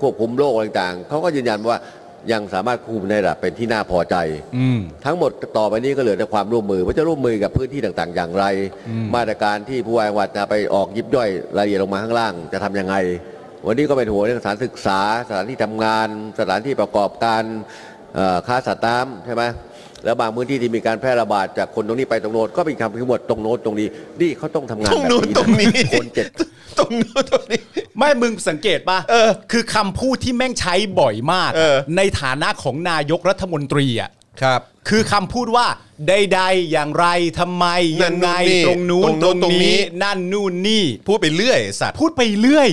Speaker 5: ควบคุมโรคอะไรต่างๆเขาก็ยืนยันว่ายังสามารถควบคุมในระดับเป็นที่น่าพอใจ
Speaker 3: อืม
Speaker 5: ทั้งหมดต่อไปนี้ก็เหลือแต่ความร่วมมือว่าจะร่วมมือกับพื้นที่ต่างๆ อย่างไร
Speaker 3: อืม
Speaker 5: มาตรการที่ผู้ว่าจังหวัดจะไปออกยิบย่อยรายละเอียดลงมาข้างล่างจะทำยังไง วันนี้ก็เป็นหัวงเรื่องสถานศึกษา สถานที่ทำงาน สถานที่ประกอบการเอ่อค้าสัตว์น้ำใช่ไหมแล้วบางพื้นที่ที่มีการแพร่ระบาดจากคนตรงนี้ไปตรงโน้นก็มีคำพิมพ์ตรงโน้นตรงนี้นี่เขาต้องทำงาน
Speaker 2: ตรง
Speaker 5: แบบ
Speaker 2: นู้น
Speaker 5: นี้
Speaker 2: ตรงนี้
Speaker 5: คนเจ็ด
Speaker 2: ตรงนู้นตรงนี้
Speaker 3: ไม่มึงสังเกตป่ะ
Speaker 2: เออ
Speaker 3: คือคำพูดที่แม่งใช้บ่อยมาก
Speaker 2: เออ
Speaker 3: ในฐานะของนายกรัฐมนตรีอ่ะ
Speaker 2: ครับ
Speaker 3: คือคำพูดว่าใดๆอย่างไรทำไม
Speaker 2: นั่
Speaker 3: ยั
Speaker 2: น
Speaker 3: งไง ต
Speaker 2: นู่นนี่
Speaker 3: รง
Speaker 2: ตร
Speaker 3: นู้นตรง ง
Speaker 2: นู้นตรงนี้
Speaker 3: นี้ นั่นนู่นนี่
Speaker 2: พูดไปเรื่อยไอ้สัตว์
Speaker 3: พูดไปเรื่อย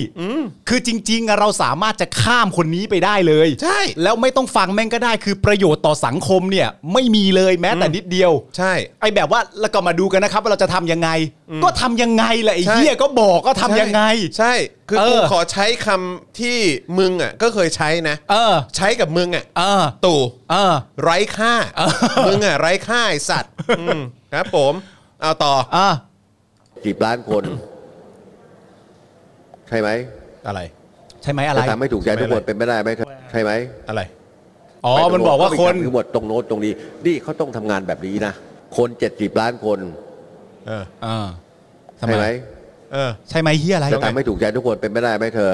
Speaker 3: คือจริงๆอะเราสามารถจะข้ามคนนี้ไปได้เลย
Speaker 2: ใช่
Speaker 3: แล้วไม่ต้องฟังแม่งก็ได้คือประโยชน์ต่อสังคมเนี่ย ไม่มีเลยแม้แต่
Speaker 2: อืม
Speaker 3: นิดเดียว
Speaker 2: ใช่
Speaker 3: ไอแบบว่าแล้วก็มาดูกันนะครับว่าเราจะทำยังไง ก็ทำยังไงแหละไอ้
Speaker 2: ใช่
Speaker 3: เหี้ยก็บอกก็ทำยังไง
Speaker 2: ใช่ คือ
Speaker 3: เออ
Speaker 2: กูขอใช้คำที่มึงอ่ะ ก็เคยใช้นะ
Speaker 3: เออ
Speaker 2: ใช้กับมึงอ่ะ
Speaker 3: เออ
Speaker 2: ตู่
Speaker 3: เออ
Speaker 2: ไร้ค่า มึงอ่ะ ไร้ค่าไอ้สัตว์อืมครับผม เอาต่อ
Speaker 3: อ่ะ
Speaker 5: กี่ล้านคน ใช่ไหม
Speaker 2: อะไร
Speaker 3: ใช่ไหมอะไร
Speaker 5: จะทำให้ถูกใจทุกคนเป็นไม่ได้ไหมครับใช่ไหม
Speaker 2: อะไร
Speaker 3: อ๋อมันบอกว่าคน
Speaker 5: ทั้งหมดตรงโน้นตรงนี้ นี่เขาต้องทำงานแบบนี้นะ คนเจ็ดสิบล้านคน
Speaker 2: เออ
Speaker 3: เออทำ
Speaker 5: ใช่
Speaker 3: ไม
Speaker 5: ไหม
Speaker 2: เออ
Speaker 3: ใช่ไหมเหี้ยอะไร
Speaker 5: จะทำให้ถูกใจทุกคนเป็นไม่ได้ไหมเธอ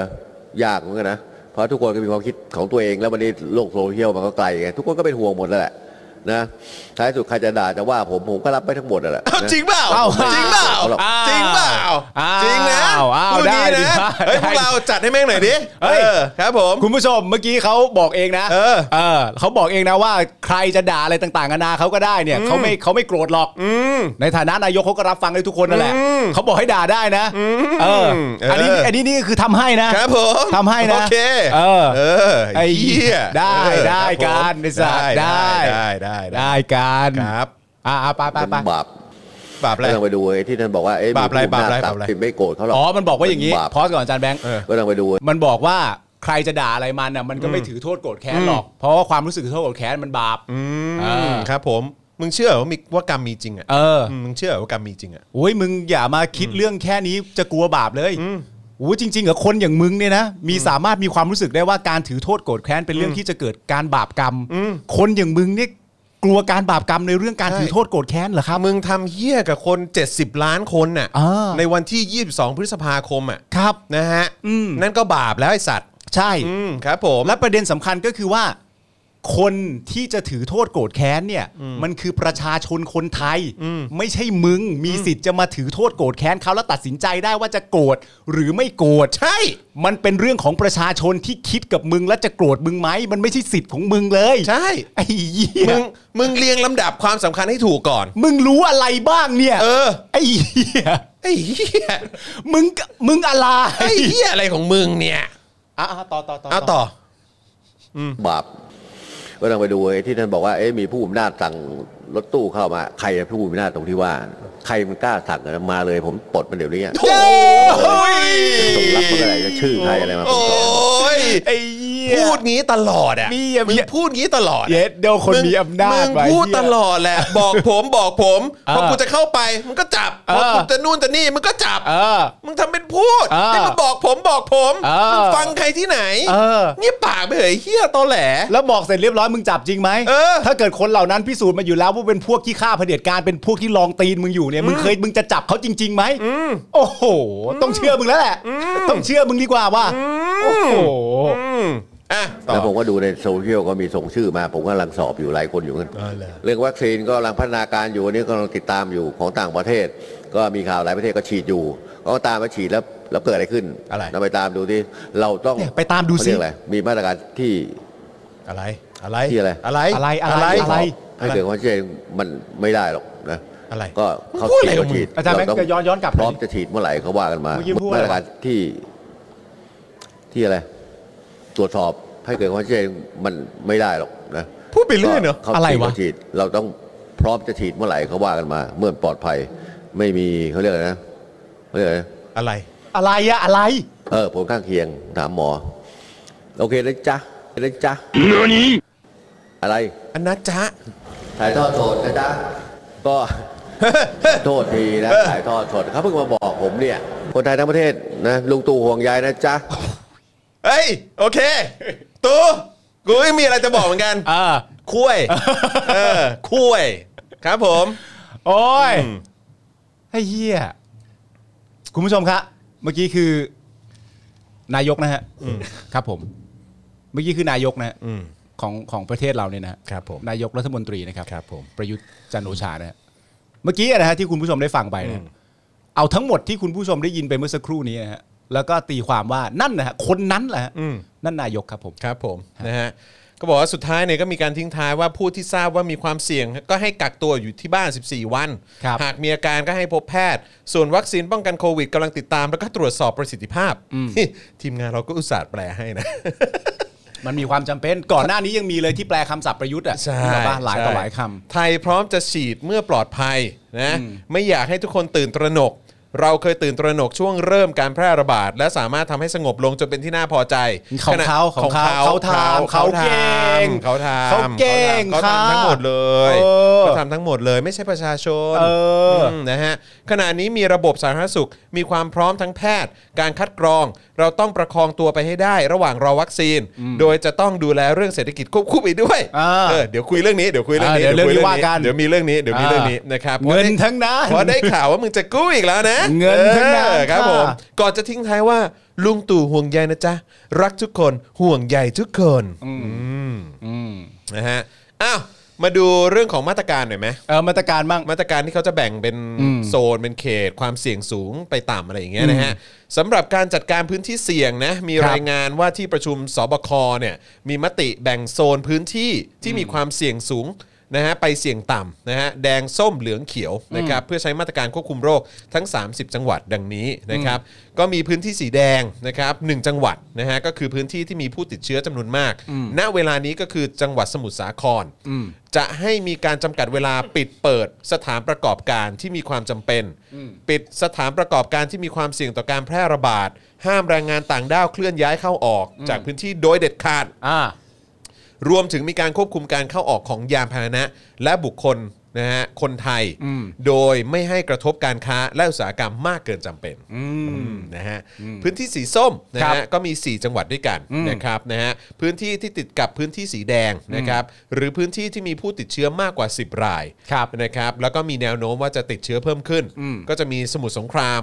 Speaker 5: ยากเหมือนกันนะ เพราะทุกคนก็มีความคิดของตัวเองแล้ววันนี้โลกโซเชียลมันก็ไกลไงทุกคนก็เป็นห่วงหมดแล้วแหละนะท้ายสุดใครจะด่าจะว่าผมผมก็รับไปทั้งหมดนั่นแหละนะ
Speaker 2: จริงเปล่า
Speaker 3: อ้ว
Speaker 2: จริงเปล่า
Speaker 3: อ้ว
Speaker 2: จริงเปล่า
Speaker 3: อ้ว
Speaker 2: จริงนะ
Speaker 3: อ้าวอ้าว
Speaker 2: พูด
Speaker 3: ได้
Speaker 2: งี้
Speaker 3: ดิ
Speaker 2: นะ
Speaker 3: ได้
Speaker 2: เฮ้ยพวกเราจัดให้แม่งหน่อยดิ
Speaker 3: เฮ้ย
Speaker 2: เออครับผม
Speaker 3: คุณผู้ชมเมื่อกี้เขาบอกเองนะ
Speaker 2: เออ
Speaker 3: เขาบอกเองนะว่าใครจะด่าอะไรต่างๆนานาเขาก็ได้เนี่ยเขาไม่เขาไม่โกรธหรอก
Speaker 2: อืม
Speaker 3: ในฐานะนายกเขาก็รับฟังได้ทุกคนนั่นแหละ
Speaker 2: อืม
Speaker 3: เขาบอกให้ด่าได้นะเออ
Speaker 2: เอออั
Speaker 3: อันนี้อันนี้นี่คือทำให้นะ
Speaker 2: ครับผม
Speaker 3: ทำให้นะ
Speaker 2: โอเค
Speaker 3: เออ
Speaker 2: เออ
Speaker 3: ไอ้เหี้ย
Speaker 2: เหี้ย
Speaker 3: ได้
Speaker 2: เออ
Speaker 3: ได้การไอ้สัตว์
Speaker 2: ได้
Speaker 3: ได้
Speaker 2: ได้ได้ได้
Speaker 3: ได้กัน
Speaker 2: ครับ
Speaker 3: อ่าไปไป
Speaker 5: มัน
Speaker 3: ไป
Speaker 5: บาป
Speaker 2: บาปอะไร
Speaker 5: ก็ต้องไปดูไอ้ที่ท่านบอกว่าเอ๊ะ
Speaker 2: บาปอะไร
Speaker 5: มีผู้หน้
Speaker 2: บาปอะไร
Speaker 5: ตัด
Speaker 2: บาปอะไร
Speaker 5: สินไม่โกรธเขาหรอก
Speaker 3: อ๋อ มันบอกว่าอย่างนี้
Speaker 5: มับป
Speaker 3: พอสก่อนอาจารย์แบงค์
Speaker 2: เออ
Speaker 5: ก็ต้องไปดู
Speaker 3: มันบอกว่าใครจะด่าอะไรมันน่ะมันก็ไม่ถือโทษโกรธแค้นหรอก เพราะว่าความรู้สึกโทษโกรธแค้นมันบาป
Speaker 2: อื
Speaker 3: เอ
Speaker 2: ม
Speaker 3: อ
Speaker 2: ครับผมมึงเชื่อว่ามีว่ากรรมมีจริงอ่ะ
Speaker 3: เอออ
Speaker 2: มมึงเชื่อว่ากรรมมีจริงอ่ะ
Speaker 3: โอ้ยมึงอย่ามาคิดเรื่องแค่นี้จะกลัวบาปเลยโอ้ยจริงๆเหรอคนอย่างมึงเนี่ยนะมีสามารถมีความรู้สึกได้ว่าการถือโทษโกรธแค้นเป็นเรื่องที่จะเกิดการบาปกรรม
Speaker 2: อืม
Speaker 3: คนอย่างมึงเนี่ยกลัวการบาปกรรมในเรื่องการ
Speaker 2: ใช่
Speaker 3: ถือโทษโกรธแค้นเหรอครับ
Speaker 2: มึงทำเหี้ยกับคน 70 ล้านคนน่ะ
Speaker 3: อ่า
Speaker 2: ในวันที่ 22 พฤษภาคมอ่ะ
Speaker 3: ครับ
Speaker 2: นะฮะ
Speaker 3: อืม
Speaker 2: นั่นก็บาปแล้วไอสัตว์
Speaker 3: ใช่
Speaker 2: อืมครับผม
Speaker 3: และประเด็นสำคัญก็คือว่า คนที่จะถือโทษโกรธแค้นเนี่ย มันคือประชาชนคนไทย ไม่ใช่มึงมีสิทธิ์จะมาถือโทษโกรธแค้นเขาแล้วตัดสินใจได้ว่าจะโกรธหรือไม่โกรธ
Speaker 2: ใช่
Speaker 3: มันเป็นเรื่องของประชาชนที่คิดกับมึงและจะโกรธมึงไหมมันไม่ใช่สิทธิ์ของมึงเลย
Speaker 2: ใช่
Speaker 3: ไอ้เหี้ย
Speaker 2: มึงมึงเรียงลำดับความสำคัญให้ถูกก่อน
Speaker 3: มึงรู้อะไรบ้างเนี่ย
Speaker 2: เออ
Speaker 3: ไอ้เหี้ย
Speaker 2: ไอ้เหี้ย
Speaker 3: มึงมึงอะไร
Speaker 2: ไอ้เหี้ยอะไรของมึงเนี่ย
Speaker 3: อ่ะอ่ะต่อต่อต่อ
Speaker 2: เอาต่อ
Speaker 5: บาป ก็ต้องไปดูไอ้ที่ท่านบอกว่าเอ๊ะมีผู้มีอำนาจสั่งรถตู้เข้ามา ใครผู้มีอำนาจตรงที่ว่า ใครมันกล้าสั่งกันมาเลย ผมปลดมันเดี๋ยวนี้อะ
Speaker 2: โอ้ย
Speaker 5: สมรักมันอะไรจะชื่อใครอะไรมาผ
Speaker 2: โอ
Speaker 5: มก็
Speaker 2: ้ย
Speaker 3: ไอ้เหี้ย
Speaker 2: พูดงี้ตลอดอ่ะ
Speaker 3: มีอ่ะมี
Speaker 2: มึง
Speaker 3: อ่ะ
Speaker 2: พูดงี้ตลอดอะ
Speaker 3: เย็ดเดี๋ยวคนมีอำนาจ
Speaker 2: มึง
Speaker 3: ว่ะ
Speaker 2: พูด
Speaker 3: เหี้ย
Speaker 2: ตลอดแหละ บอกผมบอกผม
Speaker 3: เออ
Speaker 2: พอกูจะเข้าไปมึงก็จับ
Speaker 3: เอ
Speaker 2: พ
Speaker 3: อ
Speaker 2: อกูจะนู่นจะนี่มึงก็จับ
Speaker 3: เออ
Speaker 2: มึงทำเป็นพูด
Speaker 3: เออ
Speaker 2: นี่มึงบอกผมบอกผม
Speaker 3: เออ
Speaker 2: มึงฟังใครที่ไหน
Speaker 3: เออ
Speaker 2: นี่ปากไปเหยเฮียตอแหล
Speaker 3: แล้วบอกเสร็จเรียบร้อยมึงจับจริงไหม
Speaker 2: เออ
Speaker 3: ถ้าเกิดคนเหล่านั้นพิสูจน์มาอยู่แล้วว่าเป็นพวกที่ฆ่าเผด็จการเป็นพวกที่ลองตีนมึงอยู่เนี่ยมึงเคยมึงจะจับเขาจริงๆไหมโอ้โห ต้องเชื่อมึงแล้วแหละต้องเชื่อมึงดีกว่าว่าโอ้โห
Speaker 2: อืมอ่ะต่อ
Speaker 5: แล้วผมก็ดูในโซเชียลก็มีส่งชื่อมา ผมก็กำลังสอบอยู่หลายคนอยู่เหมือนกันเรื่องวัคซีนก็กำลังพัฒนาการอยู่อันนี้ก็กำลังติดตามอยู่ของต่างประเทศ ก็มีข่าวหลายประเทศก็ฉีดอยู่ ก็ตามมาฉีดแล้วแล้วเกิดอะไรขึ้น
Speaker 2: อะไร
Speaker 5: เราไปตามดูที่เราต้อง
Speaker 3: เนี่ยไปตามดูสิ
Speaker 5: เขเรียกอะไรมีมาตรการที่
Speaker 2: อะไร อะไร
Speaker 5: ที่อะไร
Speaker 2: อะไร
Speaker 3: อะไรอะไรอะไร
Speaker 5: ให้เกิดความชัดเจนมันไม่ได้หรอกนะ
Speaker 2: อะไร
Speaker 5: ก็
Speaker 2: มึงพูดอะไรของมึง
Speaker 5: ฉีด
Speaker 3: อาจารย์แบงค์
Speaker 5: เต้
Speaker 3: จะย้อนย้อนกลับ
Speaker 5: พร้อ
Speaker 3: ห
Speaker 5: ม
Speaker 3: น่อยดิ
Speaker 5: จะฉีดเมื่อไหร่เขาว่ากันมา
Speaker 3: เมื่อกี้พูดอะไร
Speaker 5: มาตรการที่ที่อะไร ตรวจสอบให้เกิดความชัดเจนมันไม่ได้หรอกนะ
Speaker 2: พูดไปเรื่อยเนอะ
Speaker 5: ก็เขา
Speaker 3: อะไรวะ
Speaker 5: ฉีดเขาฉีดเราต้องพร้อมจะฉีดเมื่อไหร่เขาว่ากันมา เมื่อปลอดภัย ไม่มีเขาเรียกอะไรนะเขาเรียกอะไรนะ
Speaker 2: อะไร
Speaker 3: อะไรอะอะไร
Speaker 5: เออผลข้างเคียงถามหมอ โอเคนะจ๊ะนะจ๊ะอะไร
Speaker 2: อันนะจ๊ะ
Speaker 5: ถ่ายทอดสดนะจ๊ะก็ โทษทีนะถ่ายทอดสดเขาเพิ่งมาบอกผมเนี่ย คนไทยทั้งประเทศนะลุงตู่ห่วงใยนะจ๊ะ
Speaker 2: เฮ้ย โอเค ตูกูไม่มีอะไรจะบอกเหมือนกัน
Speaker 3: เออ
Speaker 2: คุยเออคุยครับผม
Speaker 3: โอ้ยไอ้เหี้ยคุณผู้ชมครับเมื่อกี้คือ นายกนะฮะครับผม เมื่อกี้คือนายกนะฮะ
Speaker 2: อืม
Speaker 3: ของของประเทศเราเนี่ยนะฮะ
Speaker 2: ครับผม
Speaker 3: นายกรัฐมนตรีนะครับ
Speaker 2: ครับผม
Speaker 3: ประยุทธ์จันทร์โอชานะฮะเมื่อกี้นะฮะที่คุณผู้ชมได้ฟังไปนะฮะเอาทั้งหมดที่คุณผู้ชมได้ยินไปเมื่อสักครู่นี้นะฮะแล้วก็ตีความว่านั่นนะฮะคนนั้นแหละฮะ
Speaker 2: อืม
Speaker 3: นั่นนายกครับผม
Speaker 2: ครับผมนะฮะก็บอกว่าสุดท้ายเนี่ยก็มีการทิ้งท้ายว่าผู้ที่ทราบว่ามีความเสี่ยง ก็ให้กักตัวอยู่ที่บ้าน 14 วัน
Speaker 3: ครับ
Speaker 2: หากมีอาการก็ให้พบแพทย์ ส่วนวัคซีนป้องกันโควิดกำลังติดตาม แล้วก็ตรวจสอบประสิทธิภาพ ทีมงานเราก็อุตส่าห์แปลให้นะ
Speaker 3: มันมีความจำเป็นก่อนหน้านี้ยังมีเลยที่แปลคำศัพท์ประยุทธ์อ่ะ
Speaker 2: ใช่
Speaker 3: นึกออกปะหลายต่อ
Speaker 2: ใช่
Speaker 3: หลายคำ
Speaker 2: ไทยพร้อมจะฉีดเมื่อปลอดภัยนะไม่อยากให้ทุกคนตื่นตระหนก เราเคยตื่นตระหนกช่วงเริ่มการแพร่ระบาด และสามารถทำให้สงบลงจนเป็นที่น่าพอใจ
Speaker 3: ของ
Speaker 2: ขณะ
Speaker 3: เขาของเขา
Speaker 2: ข
Speaker 3: เขา
Speaker 2: อง
Speaker 3: ทำเขาเก่ง
Speaker 2: เขาทำ
Speaker 3: เขาเก่ง
Speaker 2: เขาทำ
Speaker 3: ครับ
Speaker 2: ทั้งหมดเลย
Speaker 3: เออ
Speaker 2: เขาทำทั้งหมดเลยไม่ใช่ประชาชน
Speaker 3: เอออื
Speaker 2: มนะฮะขณะนี้มีระบบสาธารณสุข มีความพร้อมทั้งแพทย์ การคัดกรอง เราต้องประคองตัวไปให้ได้ ระหว่างรอวัคซีน โดยจะต้องดูแลเรื่องเศรษฐกิจควบคู่ไปด้วย
Speaker 3: อ่า
Speaker 2: เออเดี๋ยวคุยเรื่องนี้เดี๋ยวคุยเรื่องนี้
Speaker 3: อ่าเดี๋ยว
Speaker 2: คุ
Speaker 3: เรื่องนี้ว่ากัน
Speaker 2: เดี๋ยวมีเรื่องนี้เดี๋ยวมีเรื่องนี้
Speaker 3: อ่าน
Speaker 2: นะครับ
Speaker 3: เงินทั้งนั้น
Speaker 2: เพราะได้ข่าวว่ามึงจะกู้อีกแล้วนะ
Speaker 3: เงินทั้งนั้น
Speaker 2: เออครับ
Speaker 3: ค่ะ
Speaker 2: ผมก่อนจะทิ้งท้ายว่า ลุงตู่ห่วงใยนะจ๊ะ รักทุกคนห่วงใยทุกคนอืมนะฮะอ้าวมาดูเรื่องของมาตรการหน่อยไหม
Speaker 3: เออมาตรการบ้าง
Speaker 2: มาตรการที่เขาจะแบ่งเป็น
Speaker 3: อืม
Speaker 2: โซนเป็นเขต ความเสี่ยงสูงไปต่ำอะไรอย่างเงี้ยนะฮะสำหรับการจัดการพื้นที่เสี่ยงนะมีรายงานว่าที่ประชุมสบคเนี่ยมีมติแบ่งโซนพื้นที่ที่มีความเสี่ยงสูงนะฮะไปเสี่ยงต่ำนะฮะแดงส้มเหลืองเขียวนะครับเพื่อใช้มาตรการควบคุมโรคทั้ง 30 จังหวัดดังนี้นะครับก็มีพื้นที่สีแดงนะครับหนึ่งจังหวัดนะฮะก็คือพื้นที่ที่มีผู้ติดเชื้อจำนวนมาก ณเวลานี้ก็คือจังหวัดสมุทรสาคร จะให้มีการจำกัดเวลาปิดเปิดสถานประกอบการที่มีความจำเป็น ปิดสถานประกอบการที่มีความเสี่ยงต่อการแพร่ระบาด ห้ามแรงงานต่างด้าวเคลื่อนย้ายเข้าออก จากพื้นที่โดยเด็ดขาด
Speaker 3: อ่า
Speaker 2: รวมถึงมีการควบคุมการเข้าออกของยานพาหนะ และบุคคลนะฮะคนไทย
Speaker 3: อืม
Speaker 2: โดยไม่ให้กระทบการค้าและอุตสาหกรรมมากเกินจำเป็น
Speaker 3: อืม
Speaker 2: นะฮะพื้นที่สีส้มนะครับ ฮะก็มี 4 จังหวัดด้วยกัน
Speaker 3: อืม
Speaker 2: นะครับนะฮะพื้นที่ที่ติดกับพื้นที่สีแดงนะครับหรือพื้นที่ที่มีผู้ติดเชื้อมากกว่า 10 ราย
Speaker 3: ครับ
Speaker 2: นะครับแล้วก็มีแนวโน้มว่าจะติดเชื้อเพิ่มขึ้น
Speaker 3: อืม
Speaker 2: ก็จะมีสมุทรสงคราม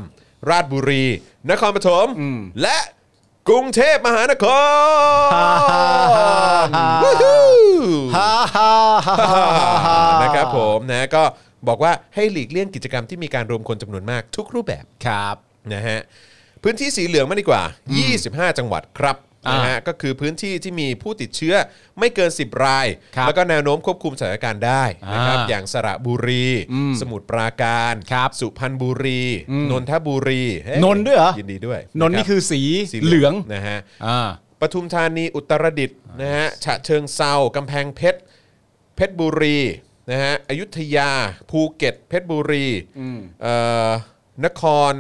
Speaker 2: ราชบุรี นครปฐม
Speaker 3: อืม
Speaker 2: และกรุงเทพมหานค
Speaker 3: ฮ่าฮ่าฮ่าร ฮ่า
Speaker 2: วู้ฮู้
Speaker 3: ฮ่าฮ่าฮ่าฮ่าฮ่า
Speaker 2: นะครับผมนะก็บอกว่าให้หลีกเลี่ยงกิจกรรมที่มีการรวมคนจำนวนมากทุกรูปแบบ
Speaker 3: ครับ
Speaker 2: นะฮะพื้นที่สีเหลืองมาดีกว่า 25 จังหวัดครับ
Speaker 3: อ่าน
Speaker 2: นะฮะก็คือพื้นที่ที่มีผู้ติดเชื้อไม่เกิน 10 ราย
Speaker 3: ครับ
Speaker 2: แล้วก็แนวโน้มควบคุมสถานการณ์ได้นะครับ
Speaker 3: อ่า
Speaker 2: อย่างสระบุรี
Speaker 3: อืม
Speaker 2: สมุทรปราการ
Speaker 3: ครับ
Speaker 2: สุพรรณบุรี
Speaker 3: อืม
Speaker 2: นนทบุรีเฮ้
Speaker 3: นนท์ด้วยเหรอ
Speaker 2: ยินดีด้วย
Speaker 3: นนท์นี่คือสี
Speaker 2: สี
Speaker 3: เหลือง
Speaker 2: นะฮะ
Speaker 3: อ่า
Speaker 2: ปทุมธานีอุตรดิตถ์นะฮะฉะเชิงเซากำแพงเพชรเพชรบุรีนะฮะอยุธยา ภูเก็ต เพชรบุรี
Speaker 3: อืม
Speaker 2: เอ่อนคร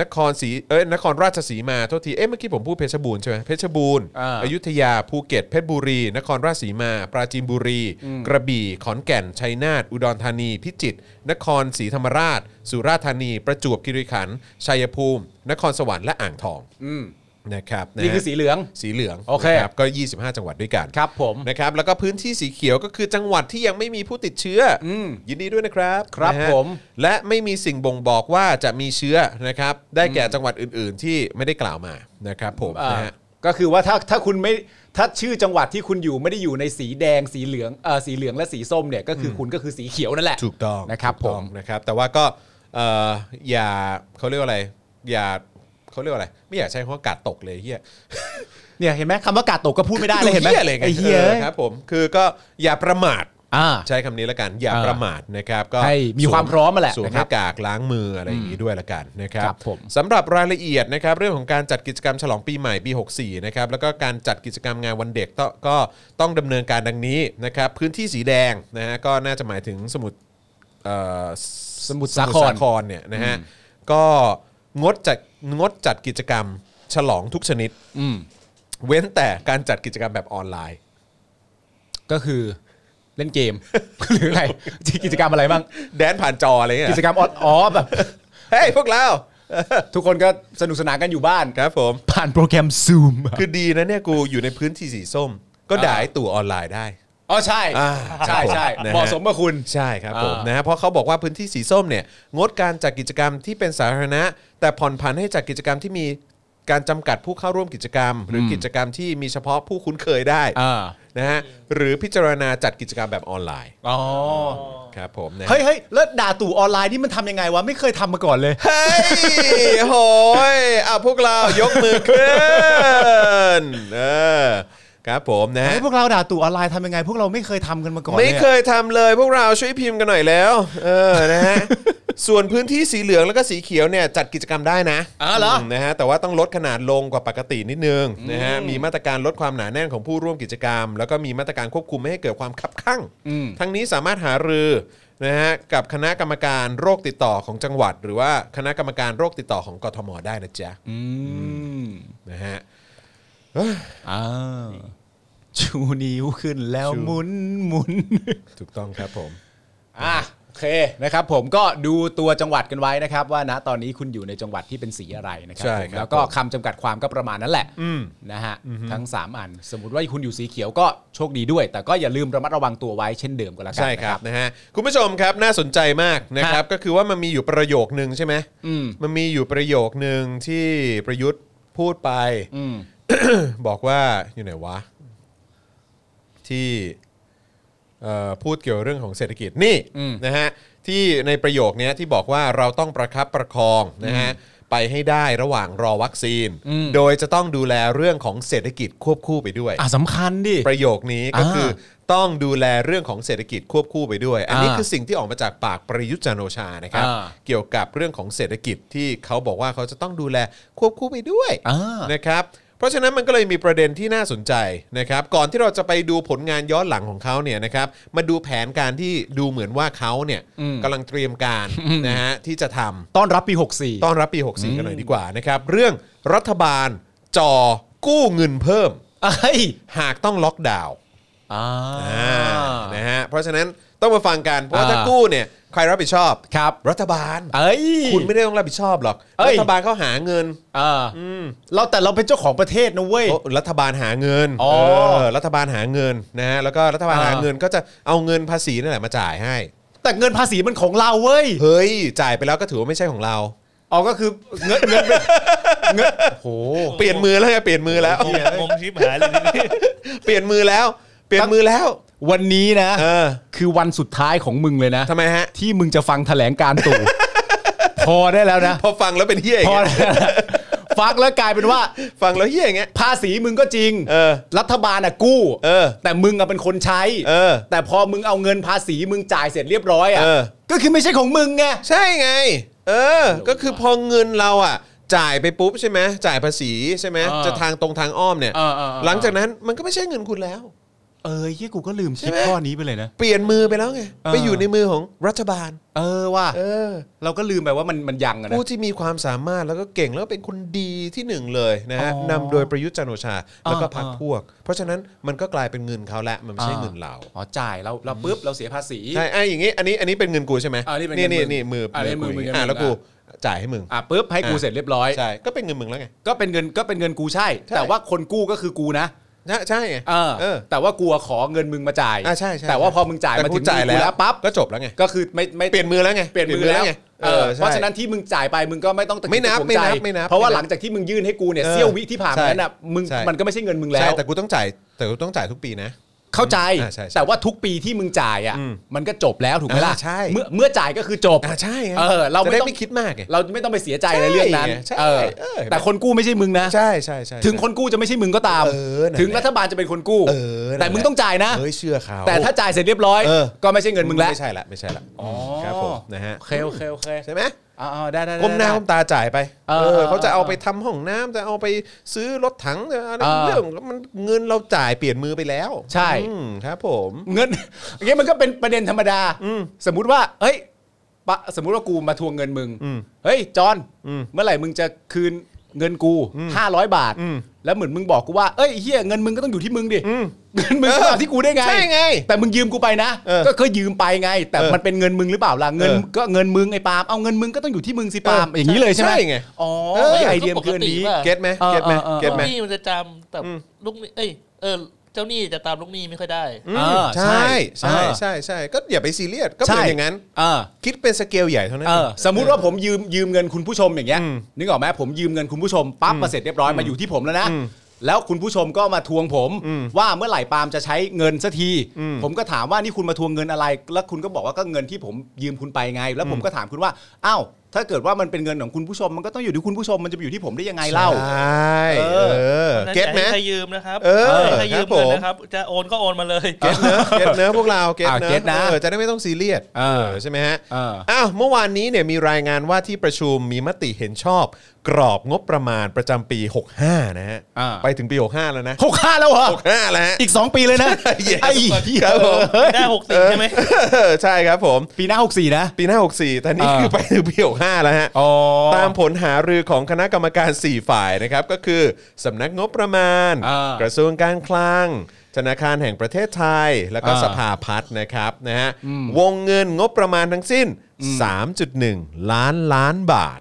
Speaker 2: นครศรีเอ้ยนครราชสีมาโทษทีเอ้ยเมื่อกี้ผมพูดเพชรบูรณ์ใช่ไหมเพชรบูรณ์
Speaker 3: อ่า
Speaker 2: อยุธยาภูเก็ตเพชรบุรี นครราชสีมา ปราจีนบุรี กระบี่ขอนแก่นชัยนาทอุดรธานี พิจิตรนครศรีธรรมราช สุราษฎร์ธานี ประจวบคีรีขันธ์ชัยภูมิ นครสวรรค์และอ่างทอง
Speaker 3: อืม
Speaker 2: นะครับะฮะ
Speaker 3: นี่คือสีเหลือง
Speaker 2: สีเหลือง
Speaker 3: โอเค
Speaker 2: นะรับก็ 25 จังหวัดด้วยกัน
Speaker 3: ครับผม
Speaker 2: นะครับ แล้วก็พื้นที่สีเขียวก็คือจังหวัดที่ยังไม่มีผู้ติดเชื้ออ
Speaker 3: ม
Speaker 2: ยินดีด้วยนะครับ
Speaker 3: ครับ
Speaker 2: นะฮะ
Speaker 3: ผม
Speaker 2: และไม่มีสิ่งบ่งบอกว่าจะมีเชื้อนะครับ ได้แก่จังหวัดอื่น ๆ ที่ไม่ได้กล่าวมานะครับผม
Speaker 3: อ่า
Speaker 2: นะฮะ
Speaker 3: ก็คือว่าถ้าถ้าคุณไม่ถ้าชื่อจังหวัดที่คุณอยู่ไม่ได้อยู่ในสีแดงสีเหลืองเออสีเหลืองและสีส้มเนี่ยก็คืออคุณก็คือสีเขียวนั่นแหละ
Speaker 2: ถูกต้อง
Speaker 3: นะครับ
Speaker 2: ถูกต้อง
Speaker 3: ผม
Speaker 2: นะครับ แต่ว่าก็เอ่ออย่าเขาเรียกว่าอะไร อย่าเขาเรียกว่าอะไร ไม่อยากใช้คำว่ากาดตกเลยเฮีย
Speaker 3: เนี่ยเห็นไหมคำว่ากาดตกก็พูดไม่ได้เลยเห็นไหม
Speaker 2: หี้ยเลยง
Speaker 3: ไอ้เหี้ย
Speaker 2: ออครับผมคือก็อย่าประมาท
Speaker 3: อ่า
Speaker 2: ใช้คำนี้ละกันอย่า
Speaker 3: เออ
Speaker 2: ประมาทนะครับก็
Speaker 3: ให้มีความพร้อมมาแหละ
Speaker 2: สวม
Speaker 3: นะ
Speaker 2: ห
Speaker 3: ครั
Speaker 2: น้า
Speaker 3: บ
Speaker 2: กากล้างมืออะไรอย่างนี้ด้วยละกันนะครับ
Speaker 3: ครับผม
Speaker 2: สำหรับรายละเอียดนะครับเรื่องของการจัดกิจกรรมฉลองปีใหม่ปี 64นะครับแล้วก็การจัดกิจกรรมงานวันเด็กก็ก็ต้องดำเนินการดังนี้นะครับพื้นที่สีแดงนะฮะก็น่าจะหมายถึงสมุทรเอ่อ
Speaker 3: สมุทรสาคร
Speaker 2: ครเนี่ยนะฮะก็งดจัดงดจัดกิจกรรมฉลองทุกชนิด
Speaker 3: อืม
Speaker 2: เว้นแต่การจัดกิจกรรมแบบออนไลน์
Speaker 3: ก็คือ เล่นเกม หรืออะไรกิจกรรมอะไรบ้าง
Speaker 2: แดนผ่านจออะไรเงี้ย
Speaker 3: กิจกรรมออดอ๋อแบบ
Speaker 2: เฮ้ยพวกเรา
Speaker 3: ทุกคนก็สนุกสนานกันอยู่บ้าน
Speaker 2: ครับผม
Speaker 3: ผ่านโปรแกรม Zoom อะ
Speaker 2: คือดีนะเนี่ยกูอยู่ในพื้นที่สีส้ม ก็ด่าไอ้ตู่ออนไลน์ได้
Speaker 3: อ๋อใช่
Speaker 2: อ่า
Speaker 3: ใช่ใช่
Speaker 2: ครับผมนะฮะ
Speaker 3: เหมาะสมกับคุณ
Speaker 2: ใช่ครับผม
Speaker 3: อ่าน
Speaker 2: นะฮะเพราะเขาบอกว่าพื้นที่สีส้มเนี่ยงดการจัดกิจกรรมที่เป็นสาธารณะ แต่ผ่อนผันให้จัดกิจกรรมที่มีการจำกัดผู้เข้าร่วมกิจกรรม หรือกิจกรรมที่มีเฉพาะผู้คุ้นเคยได้
Speaker 3: อ่า
Speaker 2: นะฮะหรือพิจารณาจัดกิจกรรมแบบออนไลน์
Speaker 3: อ๋อ
Speaker 2: ครับผมนะฮะ
Speaker 3: เฮ้ยเฮ้ยแล้วด่าตู่ออนไลน์นี่มันทำยังไงวะ ไม่เคยทำมาก่อนเลย
Speaker 2: เฮ้ยโหยอ่ะพวกเรายกมือขึ้นเออครับผมนะฮะ
Speaker 3: เฮ้ยพวกเราด่าตู่ออนไลน์ทำยังไง พวกเราไม่เคยทำกันมาก่อนล
Speaker 2: ไม่
Speaker 3: อะ
Speaker 2: เคยทำเลยพวกเราช่วยพิมพ์กันหน่อยแล้วเออนะ ฮะ ส่วนพื้นที่สีเหลืองแล้วก็สีเขียวเนี่ยจัดกิจกรรมได้นะ
Speaker 3: อ๋อเหรอ
Speaker 2: มนะฮะแต่ว่าต้องลดขนาดลงกว่าปกตินิดนึงนะฮะมีมาตรการลดความหนาแน่นของผู้ร่วมกิจกรรม แล้วก็มีมาตรการควบคุมไม่ให้เกิดความขับข้าง
Speaker 3: อืม
Speaker 2: ทั้งนี้สามารถหารือนะฮะกับคณะกรรมการโรคติดต่อของจังหวัด หรือว่าคณะกรรมการโรคติดต่อของกทมได้นะจ๊ะ
Speaker 3: อืม
Speaker 2: นะฮะ
Speaker 3: อ้าวชูนิ้วขึ้นแล้วหมุนหมุน
Speaker 2: ถูกต้องครับผม
Speaker 3: อ่ะโอเคนะครับผมก็ดูตัวจังหวัดกันไว้นะครับ ว่าณตอนนี้คุณอยู่ในจังหวัดที่เป็นสีอะไรนะครัผมแล้วก็คำจำกัดความก็ประมาณนั้นแหละนะฮะทั้ง 3 อัน สมมติว่าคุณอยู่สีเขียวก็โชคดีด้วย แต่ก็อย่าลืมระมัดระวังตัวไว้เช่นเดิมก็แล้วกัน
Speaker 2: ใช่
Speaker 3: นะ
Speaker 2: ค
Speaker 3: ค
Speaker 2: รั
Speaker 3: รั
Speaker 2: บบ นะฮะคุณผู้ชมครับน่าสนใจมากนะครับก็คือว่ามันมีอยู่ประโยคนึงใช่ไหม
Speaker 3: อืม
Speaker 2: มันมีอยู่ประโยคนึงที่ประยุทธ์พูดไป
Speaker 3: อืม
Speaker 2: บอกว่าอยู่ไหนวะ ที่เอ่อพูดเกี่ยวเรื่องของเศรษฐกิจนี่นะฮะที่ในประโยคเนี้ยที่บอกว่าเราต้องประคับประคองนะฮะไปให้ได้ระหว่างรอวัคซีน โดยจะต้องดูแลเรื่องของเศรษฐกิจควบคู่ไปด้วย
Speaker 3: อ่ะสำคัญดิ
Speaker 2: ประโยคนี้ก็
Speaker 3: อ่า
Speaker 2: คือต้องดูแลเรื่องของเศรษฐกิจควบคู่ไปด้วย อันนี้
Speaker 3: อ่า
Speaker 2: คือสิ่งที่ออกมาจากปากประยุทธ์จันทร์โอชานะครับ
Speaker 3: อ่า
Speaker 2: เกี่ยวกับเรื่องของเศรษฐกิจที่เขาบอกว่าเขาจะต้องดูแลควบคู่ไปด้วย
Speaker 3: อ่า
Speaker 2: นะครับ เพราะฉะนั้นมันก็เลยมีประเด็นที่น่าสนใจนะครับ ก่อนที่เราจะไปดูผลงานย้อนหลังของเขาเนี่ยนะครับ มาดูแผนการที่ดูเหมือนว่าเขาเนี่ยกำลังเตรียมการนะฮะที่จะทำ
Speaker 3: ต้อนรับปี 64
Speaker 2: ต้อนรับปี 64 กันหน่อยดีกว่านะครับ เรื่องรัฐบาลจ่อกู้เงินเพิ่ม
Speaker 3: เอ้ย
Speaker 2: หากต้องล็อกดาวน์
Speaker 3: อ่า
Speaker 2: อ่านะฮะ เพราะฉะนั้นต้องมาฟังกัน เพราะว่า
Speaker 3: อ่า
Speaker 2: ถ้ากู้เนี่ยใครรับผิดชอบ
Speaker 3: ครับ
Speaker 2: รัฐบาล
Speaker 3: เอ้ย
Speaker 2: คุณไม่ได้ต้องรับผิดชอบหรอก
Speaker 3: เอ้ย
Speaker 2: รัฐบาลเขาหาเงิน
Speaker 3: เอออเราแต่เราเป็นเจ้าของประเทศนะเว้ย
Speaker 2: โอ้รัฐบาลหาเงิน
Speaker 3: อ๋อ
Speaker 2: เออรัฐบาลหาเงินนะฮะ แล้วก็รัฐบาล
Speaker 3: อ่า
Speaker 2: หาเงินก็จะเอาเงินภาษีนั่นแหละมาจ่ายให้
Speaker 3: แต่เงินภาษีมันของเราเว้ย
Speaker 2: เฮ้ย จ่ายไปแล้วก็ถือว่าไม่ใช่ของเรา
Speaker 3: อ๋อก็คือเงินเงินเป็นเงินโอ้โห
Speaker 2: เปลี่ยนมือแล้วไง เปลี่ยนมือแล้ว
Speaker 4: งงงชิบหายเลยทีนี้
Speaker 2: เปลี่ยนมือแล้ว เปลี่ยนมือแล้ว
Speaker 3: วันนี้นะ
Speaker 2: เออ
Speaker 3: คือวันสุดท้ายของมึงเลยนะ
Speaker 2: ทำไมฮะ
Speaker 3: ที่มึงจะฟังแถลงการตู่ พอได้แล้วนะ
Speaker 2: พอฟังแล้วเป็นเฮี้ยอ
Speaker 3: พ
Speaker 2: ย่า
Speaker 3: อง
Speaker 2: เงี้ย
Speaker 3: ได้แล้วนะฟังแล้วกลายเป็นว่า
Speaker 2: ฟังแล้วเฮี้ยอย่างเงี้ย
Speaker 3: ภาษีมึงก็จริง
Speaker 2: เออ
Speaker 3: รัฐบาลอ่ะกู้
Speaker 2: เออ
Speaker 3: แต่มึงอ่ะเป็นคนใช้
Speaker 2: เออ
Speaker 3: แต่พอมึงเอาเงินภาษีมึงจ่ายเสร็จเรียบร้อยอ่ะ
Speaker 2: เออ
Speaker 3: ก็คือไม่ใช่ของมึงไง
Speaker 2: ใช่ไง เออ ก็คือพอเงินเราอ่ะ จ่ายไปปุ๊บใช่ไหมจ่ายภาษีใช่ไหม
Speaker 3: อ่า
Speaker 2: จะทางตรงทางอ้อมเนี่ย
Speaker 3: อ่าอ่าอ่า
Speaker 2: หลังจากนั้นมันก็ไม่ใช่เงินคุณแล้ว
Speaker 3: เออเฮียกูก็ลืมคิด
Speaker 2: ใช่ไหม
Speaker 3: ข้อนี้ไปเลยนะ
Speaker 2: เปลี่ยนมือไปแล้วไง
Speaker 3: อ่า
Speaker 2: ไปอยู่ในมือของรัฐบาล
Speaker 3: เออว่ะ
Speaker 2: เออ
Speaker 3: เราก็ลืมไปว่ามันมันยังอะนะ
Speaker 2: ผู้ที่มีความสามารถแล้วก็เก่งแล้วก็เป็นคนดีที่หนึ่งเลยนะฮะ
Speaker 3: อ๋อน
Speaker 2: ำโดยประยุทธ์จันทร์โอชา แล้วก็
Speaker 3: อ่า
Speaker 2: พรรค
Speaker 3: อ่า
Speaker 2: พวก เพราะฉะนั้นมันก็กลายเป็นเงินเขาและมันไม่ใช่เงินเรา
Speaker 3: อ๋อจ่ายเราเราปุ๊บเราเสียภาษี
Speaker 2: ใช่ไอ้อย่างงี้อันนี้อันนี้เป็นเงินกูใช่ไหม
Speaker 3: อ่านี่เป็นเงิ
Speaker 2: นี่
Speaker 3: น
Speaker 2: นี่นี่
Speaker 3: มึง
Speaker 2: มือ
Speaker 3: อ่านี่มือ
Speaker 2: กู
Speaker 3: มึง
Speaker 2: ย่างงี้อ่ะ
Speaker 3: เงินมึง
Speaker 2: แล้วกูจ่ายให้มึง
Speaker 3: อ่ะปุ๊บให้กูเสร็จเรียบร้อย
Speaker 2: ใช่ก็เป็นเงินมึงแล้วไง
Speaker 3: ก็เป็นเงินก็เป็นเงินกูใช่
Speaker 2: ใช่
Speaker 3: แต่ว่าคนกู้ก็คือกูนะ
Speaker 2: ใช่ใช่ไง
Speaker 3: เออ
Speaker 2: เออ
Speaker 3: แต่ว่ากูอะขอเงินมึงมาจ่าย
Speaker 2: อ่ะใช่ใช่
Speaker 3: แต่ว่าพอมึงจ่าย
Speaker 2: แต่
Speaker 3: มาถึง
Speaker 2: กูจ่าย
Speaker 3: มือกู
Speaker 2: แล้
Speaker 3: แล้ว วปั๊บ
Speaker 2: ก็จบแล้วไง
Speaker 3: ก็คือไม่ไม่
Speaker 2: เปลี่ยนมือแล้วไง
Speaker 3: เปลี่ยนมือแล้ว
Speaker 2: ไง
Speaker 3: เออ
Speaker 2: ใช่
Speaker 3: เพราะฉะนั้นที่มึงจ่ายไปมึงก็ไม่ต้องตะกิ
Speaker 2: ไม่นับ
Speaker 3: ตะก
Speaker 2: ไม่
Speaker 3: ใจ
Speaker 2: นับไม่นับ
Speaker 3: เพราะว่า
Speaker 2: ไม่นับ
Speaker 3: หลังจากที่มึงยื่นให้กูเนี่ย
Speaker 2: เออ
Speaker 3: เสี้ยววิที่ผ่านมานั้นอ่ะ
Speaker 2: ใช่
Speaker 3: มึง
Speaker 2: ใช่
Speaker 3: มันก็ไม่ใช่เงินมึงแล้
Speaker 2: ใช่
Speaker 3: ว
Speaker 2: แต่กูต้องจ่ายแต่กูต้องจ่ายทุกปีนะ
Speaker 3: เข้าใจ
Speaker 2: อ่าใช่ใช่
Speaker 3: แต่ว่าทุกปีที่มึงจ่ายอ่ะ
Speaker 2: อืม
Speaker 3: มันก็จบแล้วถูกไหมล่ะ
Speaker 2: อ่าใช่
Speaker 3: เมื่อเมื่อจ่ายก็คือจบ
Speaker 2: อ่าใช่ไง
Speaker 3: เออเรา
Speaker 2: จะ
Speaker 3: ไม่
Speaker 2: ได้
Speaker 3: ต้อง
Speaker 2: ไม่คิดมากไง
Speaker 3: เราไม่ต้องไปเสียใจในเรื่องนั้น
Speaker 2: ใช่ไงใช่
Speaker 3: เออ
Speaker 2: เออ
Speaker 3: แต่คนกู้ไม่ใช่มึงนะ
Speaker 2: ใช่ใช่ใช่
Speaker 3: ถึงคนกู้จะไม่ใช่มึงก็ตาม
Speaker 2: เออนั่นแหละ
Speaker 3: ถึงรัฐบาลจะเป็นคนกู้
Speaker 2: เออนั่นแหละ
Speaker 3: แต่มึงต้องจ่ายนะ
Speaker 2: เฮ้ยเชื่อเขา
Speaker 3: แต่ถ้าจ่ายเสร็จเรียบร้อย
Speaker 2: เออ
Speaker 3: ก็ไม่ใช่เงินมึงแล้ว
Speaker 2: ไม่ใช่ละไม่ใช่ละ
Speaker 3: อ๋อ
Speaker 2: ครับผมนะฮะ
Speaker 3: โอเคโอเคโอเค
Speaker 2: ใช่ไหม
Speaker 3: อ๋อาได้ได้ได้
Speaker 2: ก้มหน้าก้มตาจ่ายไป
Speaker 3: เออ
Speaker 2: เขาจะเอาไปทำห้องน้ำจะเอาไปซื้อรถถังจะอะไร
Speaker 3: เออ
Speaker 2: เรื่องมันเงินเราจ่ายเปลี่ยนมือไปแล้ว
Speaker 3: ใช่
Speaker 2: อืมครับผม
Speaker 3: เงิน อย่างเงี้ยมันก็เป็นประเด็นธรรมดา สมมุติว่า เฮ้ยปะสมมุติว่ากูมาทวงเงินมึง เฮ้ยจอนเมื่อไหร่มึงจะคืนเงินกู 500 บาท แล้วเหมือนมึงบอกกูว่าเอ้ยไอ้เฮียเงินมึงก็ต้องอยู่ที่มึงดิ
Speaker 2: อืม
Speaker 3: เงินมึงก็มาที่กูได้ไง
Speaker 2: ใช่ไง
Speaker 3: แต่มึงยืมกูไปนะ
Speaker 2: เออ
Speaker 3: ก็ก็ยืมไปไง แต่
Speaker 2: เออ
Speaker 3: มันเป็นเงินมึงหรือเปล่าล่ะเงิน
Speaker 2: เออ
Speaker 3: ก็เงินมึงไอ้ปาล์มเอาเงินมึงก็ต้องอยู่ที่มึงสิปาล์ม
Speaker 2: เออ
Speaker 3: อย่างนี้เลยใช่ไหม
Speaker 2: ใช่ไง
Speaker 3: อ๋อ
Speaker 4: เออ
Speaker 3: ไอเดียมันคืออันนี้
Speaker 4: ก็ปกติป่ะ
Speaker 2: เก็ตไหม
Speaker 3: เออ
Speaker 2: เก็ตไหม
Speaker 3: เออเออ
Speaker 2: เก็ต
Speaker 4: ลูก
Speaker 2: ไหม
Speaker 4: หนี้มันจะจำแต่
Speaker 2: อืม
Speaker 4: ลูกหนี้เอ้ยเออเจ้าหนี้จะตามลูกหนี้ไม่ค่อยได้
Speaker 2: อืม
Speaker 3: เออใช่
Speaker 2: ใช่ใช่
Speaker 3: เออ
Speaker 2: ใช่ใช่ก็อย่าไปซีเรียสก็เป็นอย่างนั้น
Speaker 3: เออ
Speaker 2: คิดเป็นสเกลใหญ่เท่านั้น
Speaker 3: เออสมมุติว่าผมยืมยืมเงินคุณผู้ชมอย่างเงี้ย
Speaker 2: อืม
Speaker 3: นึกออกไหมผมยืมเงินคุณผู้ชมปั๊บมาเสร็จเรียบร้อยมาอยู่ที่ผมแล้วนะ
Speaker 2: อืม
Speaker 3: แล้วคุณผู้ชมก็มาทวงผม
Speaker 2: อืม
Speaker 3: ว่าเมื่อไหร่ปาล์มจะใช้เงินสักที
Speaker 2: อืม
Speaker 3: ผมก็ถามว่านี่คุณมาทวงเงินอะไร แล้วคุณก็บอกว่าก็เงินที่ผมยืมคุณไปไง แล้วผมก็ถามคุณว่าอ้าวถ้าเกิดว่ามันเป็นเงินของคุณผู้ชม มันก็ต้องอยู่ที่คุณผู้ชมมันจะไปอยู่ที่ผมได้ยังไงเล่า
Speaker 2: ใช่
Speaker 3: เออ
Speaker 2: เออ
Speaker 4: นั้น
Speaker 2: เก็ต
Speaker 4: อย่า
Speaker 2: ไหม
Speaker 4: ให้ใครยืมนะครับ
Speaker 2: เออ
Speaker 4: อย่าให้ใคร
Speaker 2: ครับผ
Speaker 4: ยืมเงิน
Speaker 2: ม
Speaker 4: นะครับ จะโอนก็โอนมาเลย
Speaker 2: เก็ตเนอะเก็ตเนอะพวกเราเก็ต
Speaker 3: อ่ะ
Speaker 2: เน
Speaker 3: เก็
Speaker 2: อะ
Speaker 3: ตนะ
Speaker 2: เออจะได้ไม่ต้องซีเรียส
Speaker 3: เออ
Speaker 2: เออใช่ไหมฮะ
Speaker 3: เออ
Speaker 2: อ้าว เมื่อวานนี้เนี่ยมีรายงานว่าที่ประชุมมีมติเห็นชอบ กรอบงบประมาณประจำปี 65 นะฮะ
Speaker 3: อ่า
Speaker 2: ไปถึงปี 65 แล้วนะ
Speaker 3: หกห้าแล้วเหรอ
Speaker 2: 65 แล้วฮะ
Speaker 3: อีกสองปี เลยนะ
Speaker 2: Yes
Speaker 3: ไอ้เหี้ย
Speaker 2: ครับผม
Speaker 4: หน้าหกสิบใช่ไหม
Speaker 2: เออใช่ครับผม
Speaker 3: ปีหน้าหกสี่นะ
Speaker 2: ปีหน้า 64 แต่นี่
Speaker 3: อ่า
Speaker 2: คือไปถึงปี 65 แล้วฮะ
Speaker 3: อ๋อ
Speaker 2: ตามผลหารือของคณะกรรมการ 4 ฝ่ายนะครับ ก็คือสำนักงบประมาณ
Speaker 3: อ่าก
Speaker 2: ระทรวงการคลัง ธนาคารแห่งประเทศไทย แล้วก็
Speaker 3: อ่า
Speaker 2: สภาพัฒน์นะครับนะฮะวงเงินงบประมาณทั้งสิ้น 3.1 ล้านล้านบาท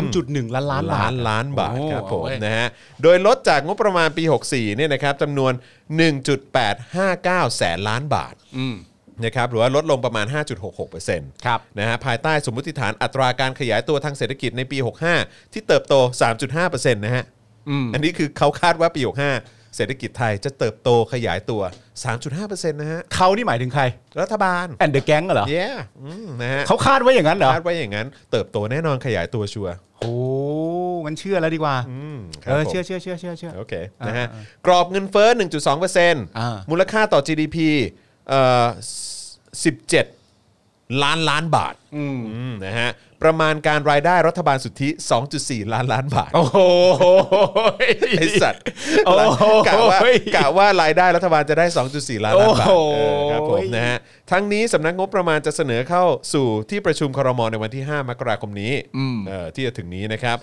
Speaker 3: 3.1ล้านล้านบาท
Speaker 2: ล้านล้านบาท
Speaker 3: โอ้
Speaker 2: ครับผม
Speaker 3: เอาเว้ย
Speaker 2: นะฮะโดยลดจากงบประมาณปี 64เนี่ยนะครับจำนวน 1.859 แสนล้านบาท
Speaker 3: อืม
Speaker 2: นะครับหรือว่าลดลงประมาณ 5.66%
Speaker 3: ครับ
Speaker 2: นะฮะภายใต้สมมติฐานอัตราการขยายตัวทางเศรษฐกิจในปี 65 ที่เติบโต 3.5%นะฮะ
Speaker 3: อืม
Speaker 2: อันนี้คือเขาคาดว่าปี 65 เศรษฐกิจไทยจะเติบโตขยายตัว 3.5%นะฮะ
Speaker 3: เขานี่หมายถึงใคร
Speaker 2: รัฐบาล
Speaker 3: แอนเดอร์แก๊งเหรอ
Speaker 2: เย้อืมนะฮะ
Speaker 3: เขาคาดไว้อย่างนั้นเหรอ
Speaker 2: คาดไว้อย่างนั้น เติบโตแน่นอนขยายตัวชัวร์
Speaker 3: โอ้งั้นเชื่อแล้วดีกว่า
Speaker 2: อืมค
Speaker 3: เอ
Speaker 2: รับ
Speaker 3: อ
Speaker 2: ผม
Speaker 3: เชื่อเชื่อเชื่อเชื่อเชื่อ
Speaker 2: โอเคนะฮะกรอบเงินเฟ้อ 1.2%มูลค่าต่อ GDP เอ่อ17 ล้านล้านบาท
Speaker 3: อืม
Speaker 2: อืมนะฮะประมาณการรายได้รัฐบาลสุทธิ 2.4 ล้านล้านบาท
Speaker 3: โอ้โห
Speaker 2: ไอสัตว์
Speaker 3: โอ้โห
Speaker 2: กะว่ากะว่ารายได้รัฐบาลจะได้ 2.4 ล้านล้านบาท
Speaker 3: โอ้โห
Speaker 2: เออครับผมนะฮะทั้งนี้สำนักงบประมาณจะเสนอเข้าสู่ที่ประชุมครมในวันที่ 5 มกราคมนี้เอ่อที่จะถึงนี้นะครับ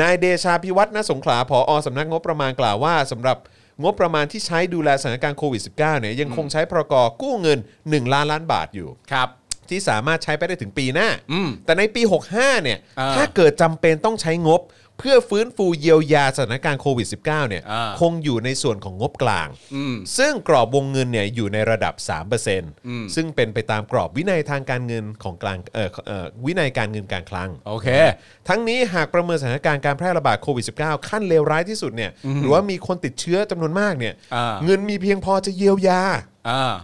Speaker 2: นายเดชาพิวัตรณสงขลาผอสำนักงบประมาณกล่าวว่าสำหรับงบประมาณที่ใช้ดูแลสถานการณ์โควิด -19 เนี่ยยังคงใช้พรกกู้เงิน 1 ล้านล้านบาทอยู่
Speaker 3: ครับ
Speaker 2: ที่สามารถใช้ไปได้ถึงปีหน้า
Speaker 3: อืม
Speaker 2: แต่ในปี 65 เนี่ย
Speaker 3: อ่า
Speaker 2: ถ้าเกิดจำเป็นต้องใช้งบ เพื่อฟื้นฟูเยียวยาสถานการณ์โควิด -19 เนี่ย
Speaker 3: อ่า
Speaker 2: คงอยู่ในส่วนของงบกลาง
Speaker 3: อืม
Speaker 2: ซึ่งกรอบวงเงินเนี่ยอยู่ในระดับ 3%ซึ่งเป็นไปตามกรอบวินัยทางการเงินของกลางเอ่อเอ่อวินัยการเงินการคลัง
Speaker 3: โอเค
Speaker 2: ทั้งนี้หากประเมินสถานการณ์การแพร่ระบาดโควิด -19 ขั้นเลวร้ายที่สุดเนี่ย หรือว่ามีคนติดเชื้อจำนวนมากเนี่ย
Speaker 3: อ่า
Speaker 2: เงินมีเพียงพอจะเยียวยา
Speaker 3: อ่า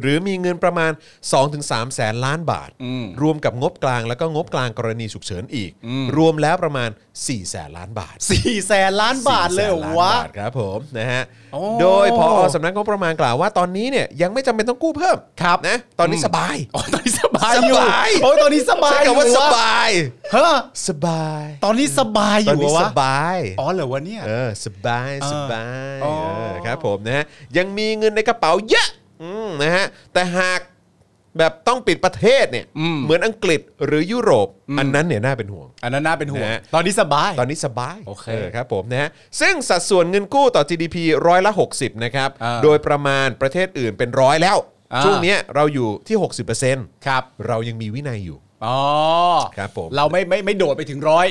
Speaker 2: หรือมีเงินประมาณ 2-3 แสนล้านบาท
Speaker 3: อืม
Speaker 2: รวมกับงบกลางแล้วก็งบกลางกรณีฉุกเฉินอีก
Speaker 3: อืม
Speaker 2: รวมแล้วประมาณ 4 แสนล้านบาท
Speaker 3: สี่แสนล้านบาทเลยเหรอ
Speaker 2: สี่แสนน
Speaker 3: วะ
Speaker 2: บาทครับผมนะฮะ
Speaker 3: โอ้
Speaker 2: โดยพอสำนักงบประมาณกล่าวว่าตอนนี้เนี่ยยังไม่จำเป็นต้องกู้เพิ่ม
Speaker 3: ครับ
Speaker 2: นะตอนนี้
Speaker 3: อืม
Speaker 2: สบาย
Speaker 3: อ๋อตอนนี้สบายอยู่
Speaker 2: สบาย
Speaker 3: โอ้ยตอนนี้สบาย
Speaker 2: ใช้
Speaker 3: อยู่
Speaker 2: คำว่าส
Speaker 3: วะ
Speaker 2: บาย
Speaker 3: เฮ้อ
Speaker 2: สบาย
Speaker 3: ตอนนี้สบายอ
Speaker 2: ตอน
Speaker 3: ยู่
Speaker 2: นี้
Speaker 3: วะ
Speaker 2: สบาย
Speaker 3: อ๋อเหรอวะเนี่ย
Speaker 2: เออสบาย
Speaker 3: เออ
Speaker 2: สบาย
Speaker 3: อ๋อ
Speaker 2: เออครับผมนะฮะยังมีเงินในกระเป๋าเยอะอืมนะฮะแต่หากแบบต้องปิดประเทศเนี่ยเหมือนอังกฤษหรือยุโรป อันนั้นเนี่ยน่าเป็นห่วง
Speaker 3: อันนั้นน่าเป็นห่วง
Speaker 2: นะฮะ
Speaker 3: ตอนนี้สบาย
Speaker 2: ตอนนี้สบาย
Speaker 3: โอเค
Speaker 2: ครับผมนะฮะซึ่งสัดส่วนเงินกู้ต่อ GDP ร้อยละ 60 นะครับ
Speaker 3: อ่า
Speaker 2: โดยประมาณประเทศอื่นเป็นร้อยแล้ว
Speaker 3: อ่า
Speaker 2: ช่วงเนี้ยเราอยู่ที่ 60%
Speaker 3: ครับ
Speaker 2: เรายังมีวินัยอยู่
Speaker 3: อ๋อ
Speaker 2: ครับผม
Speaker 3: เราไม่ไม่ไม่โดดไปถึงร้อย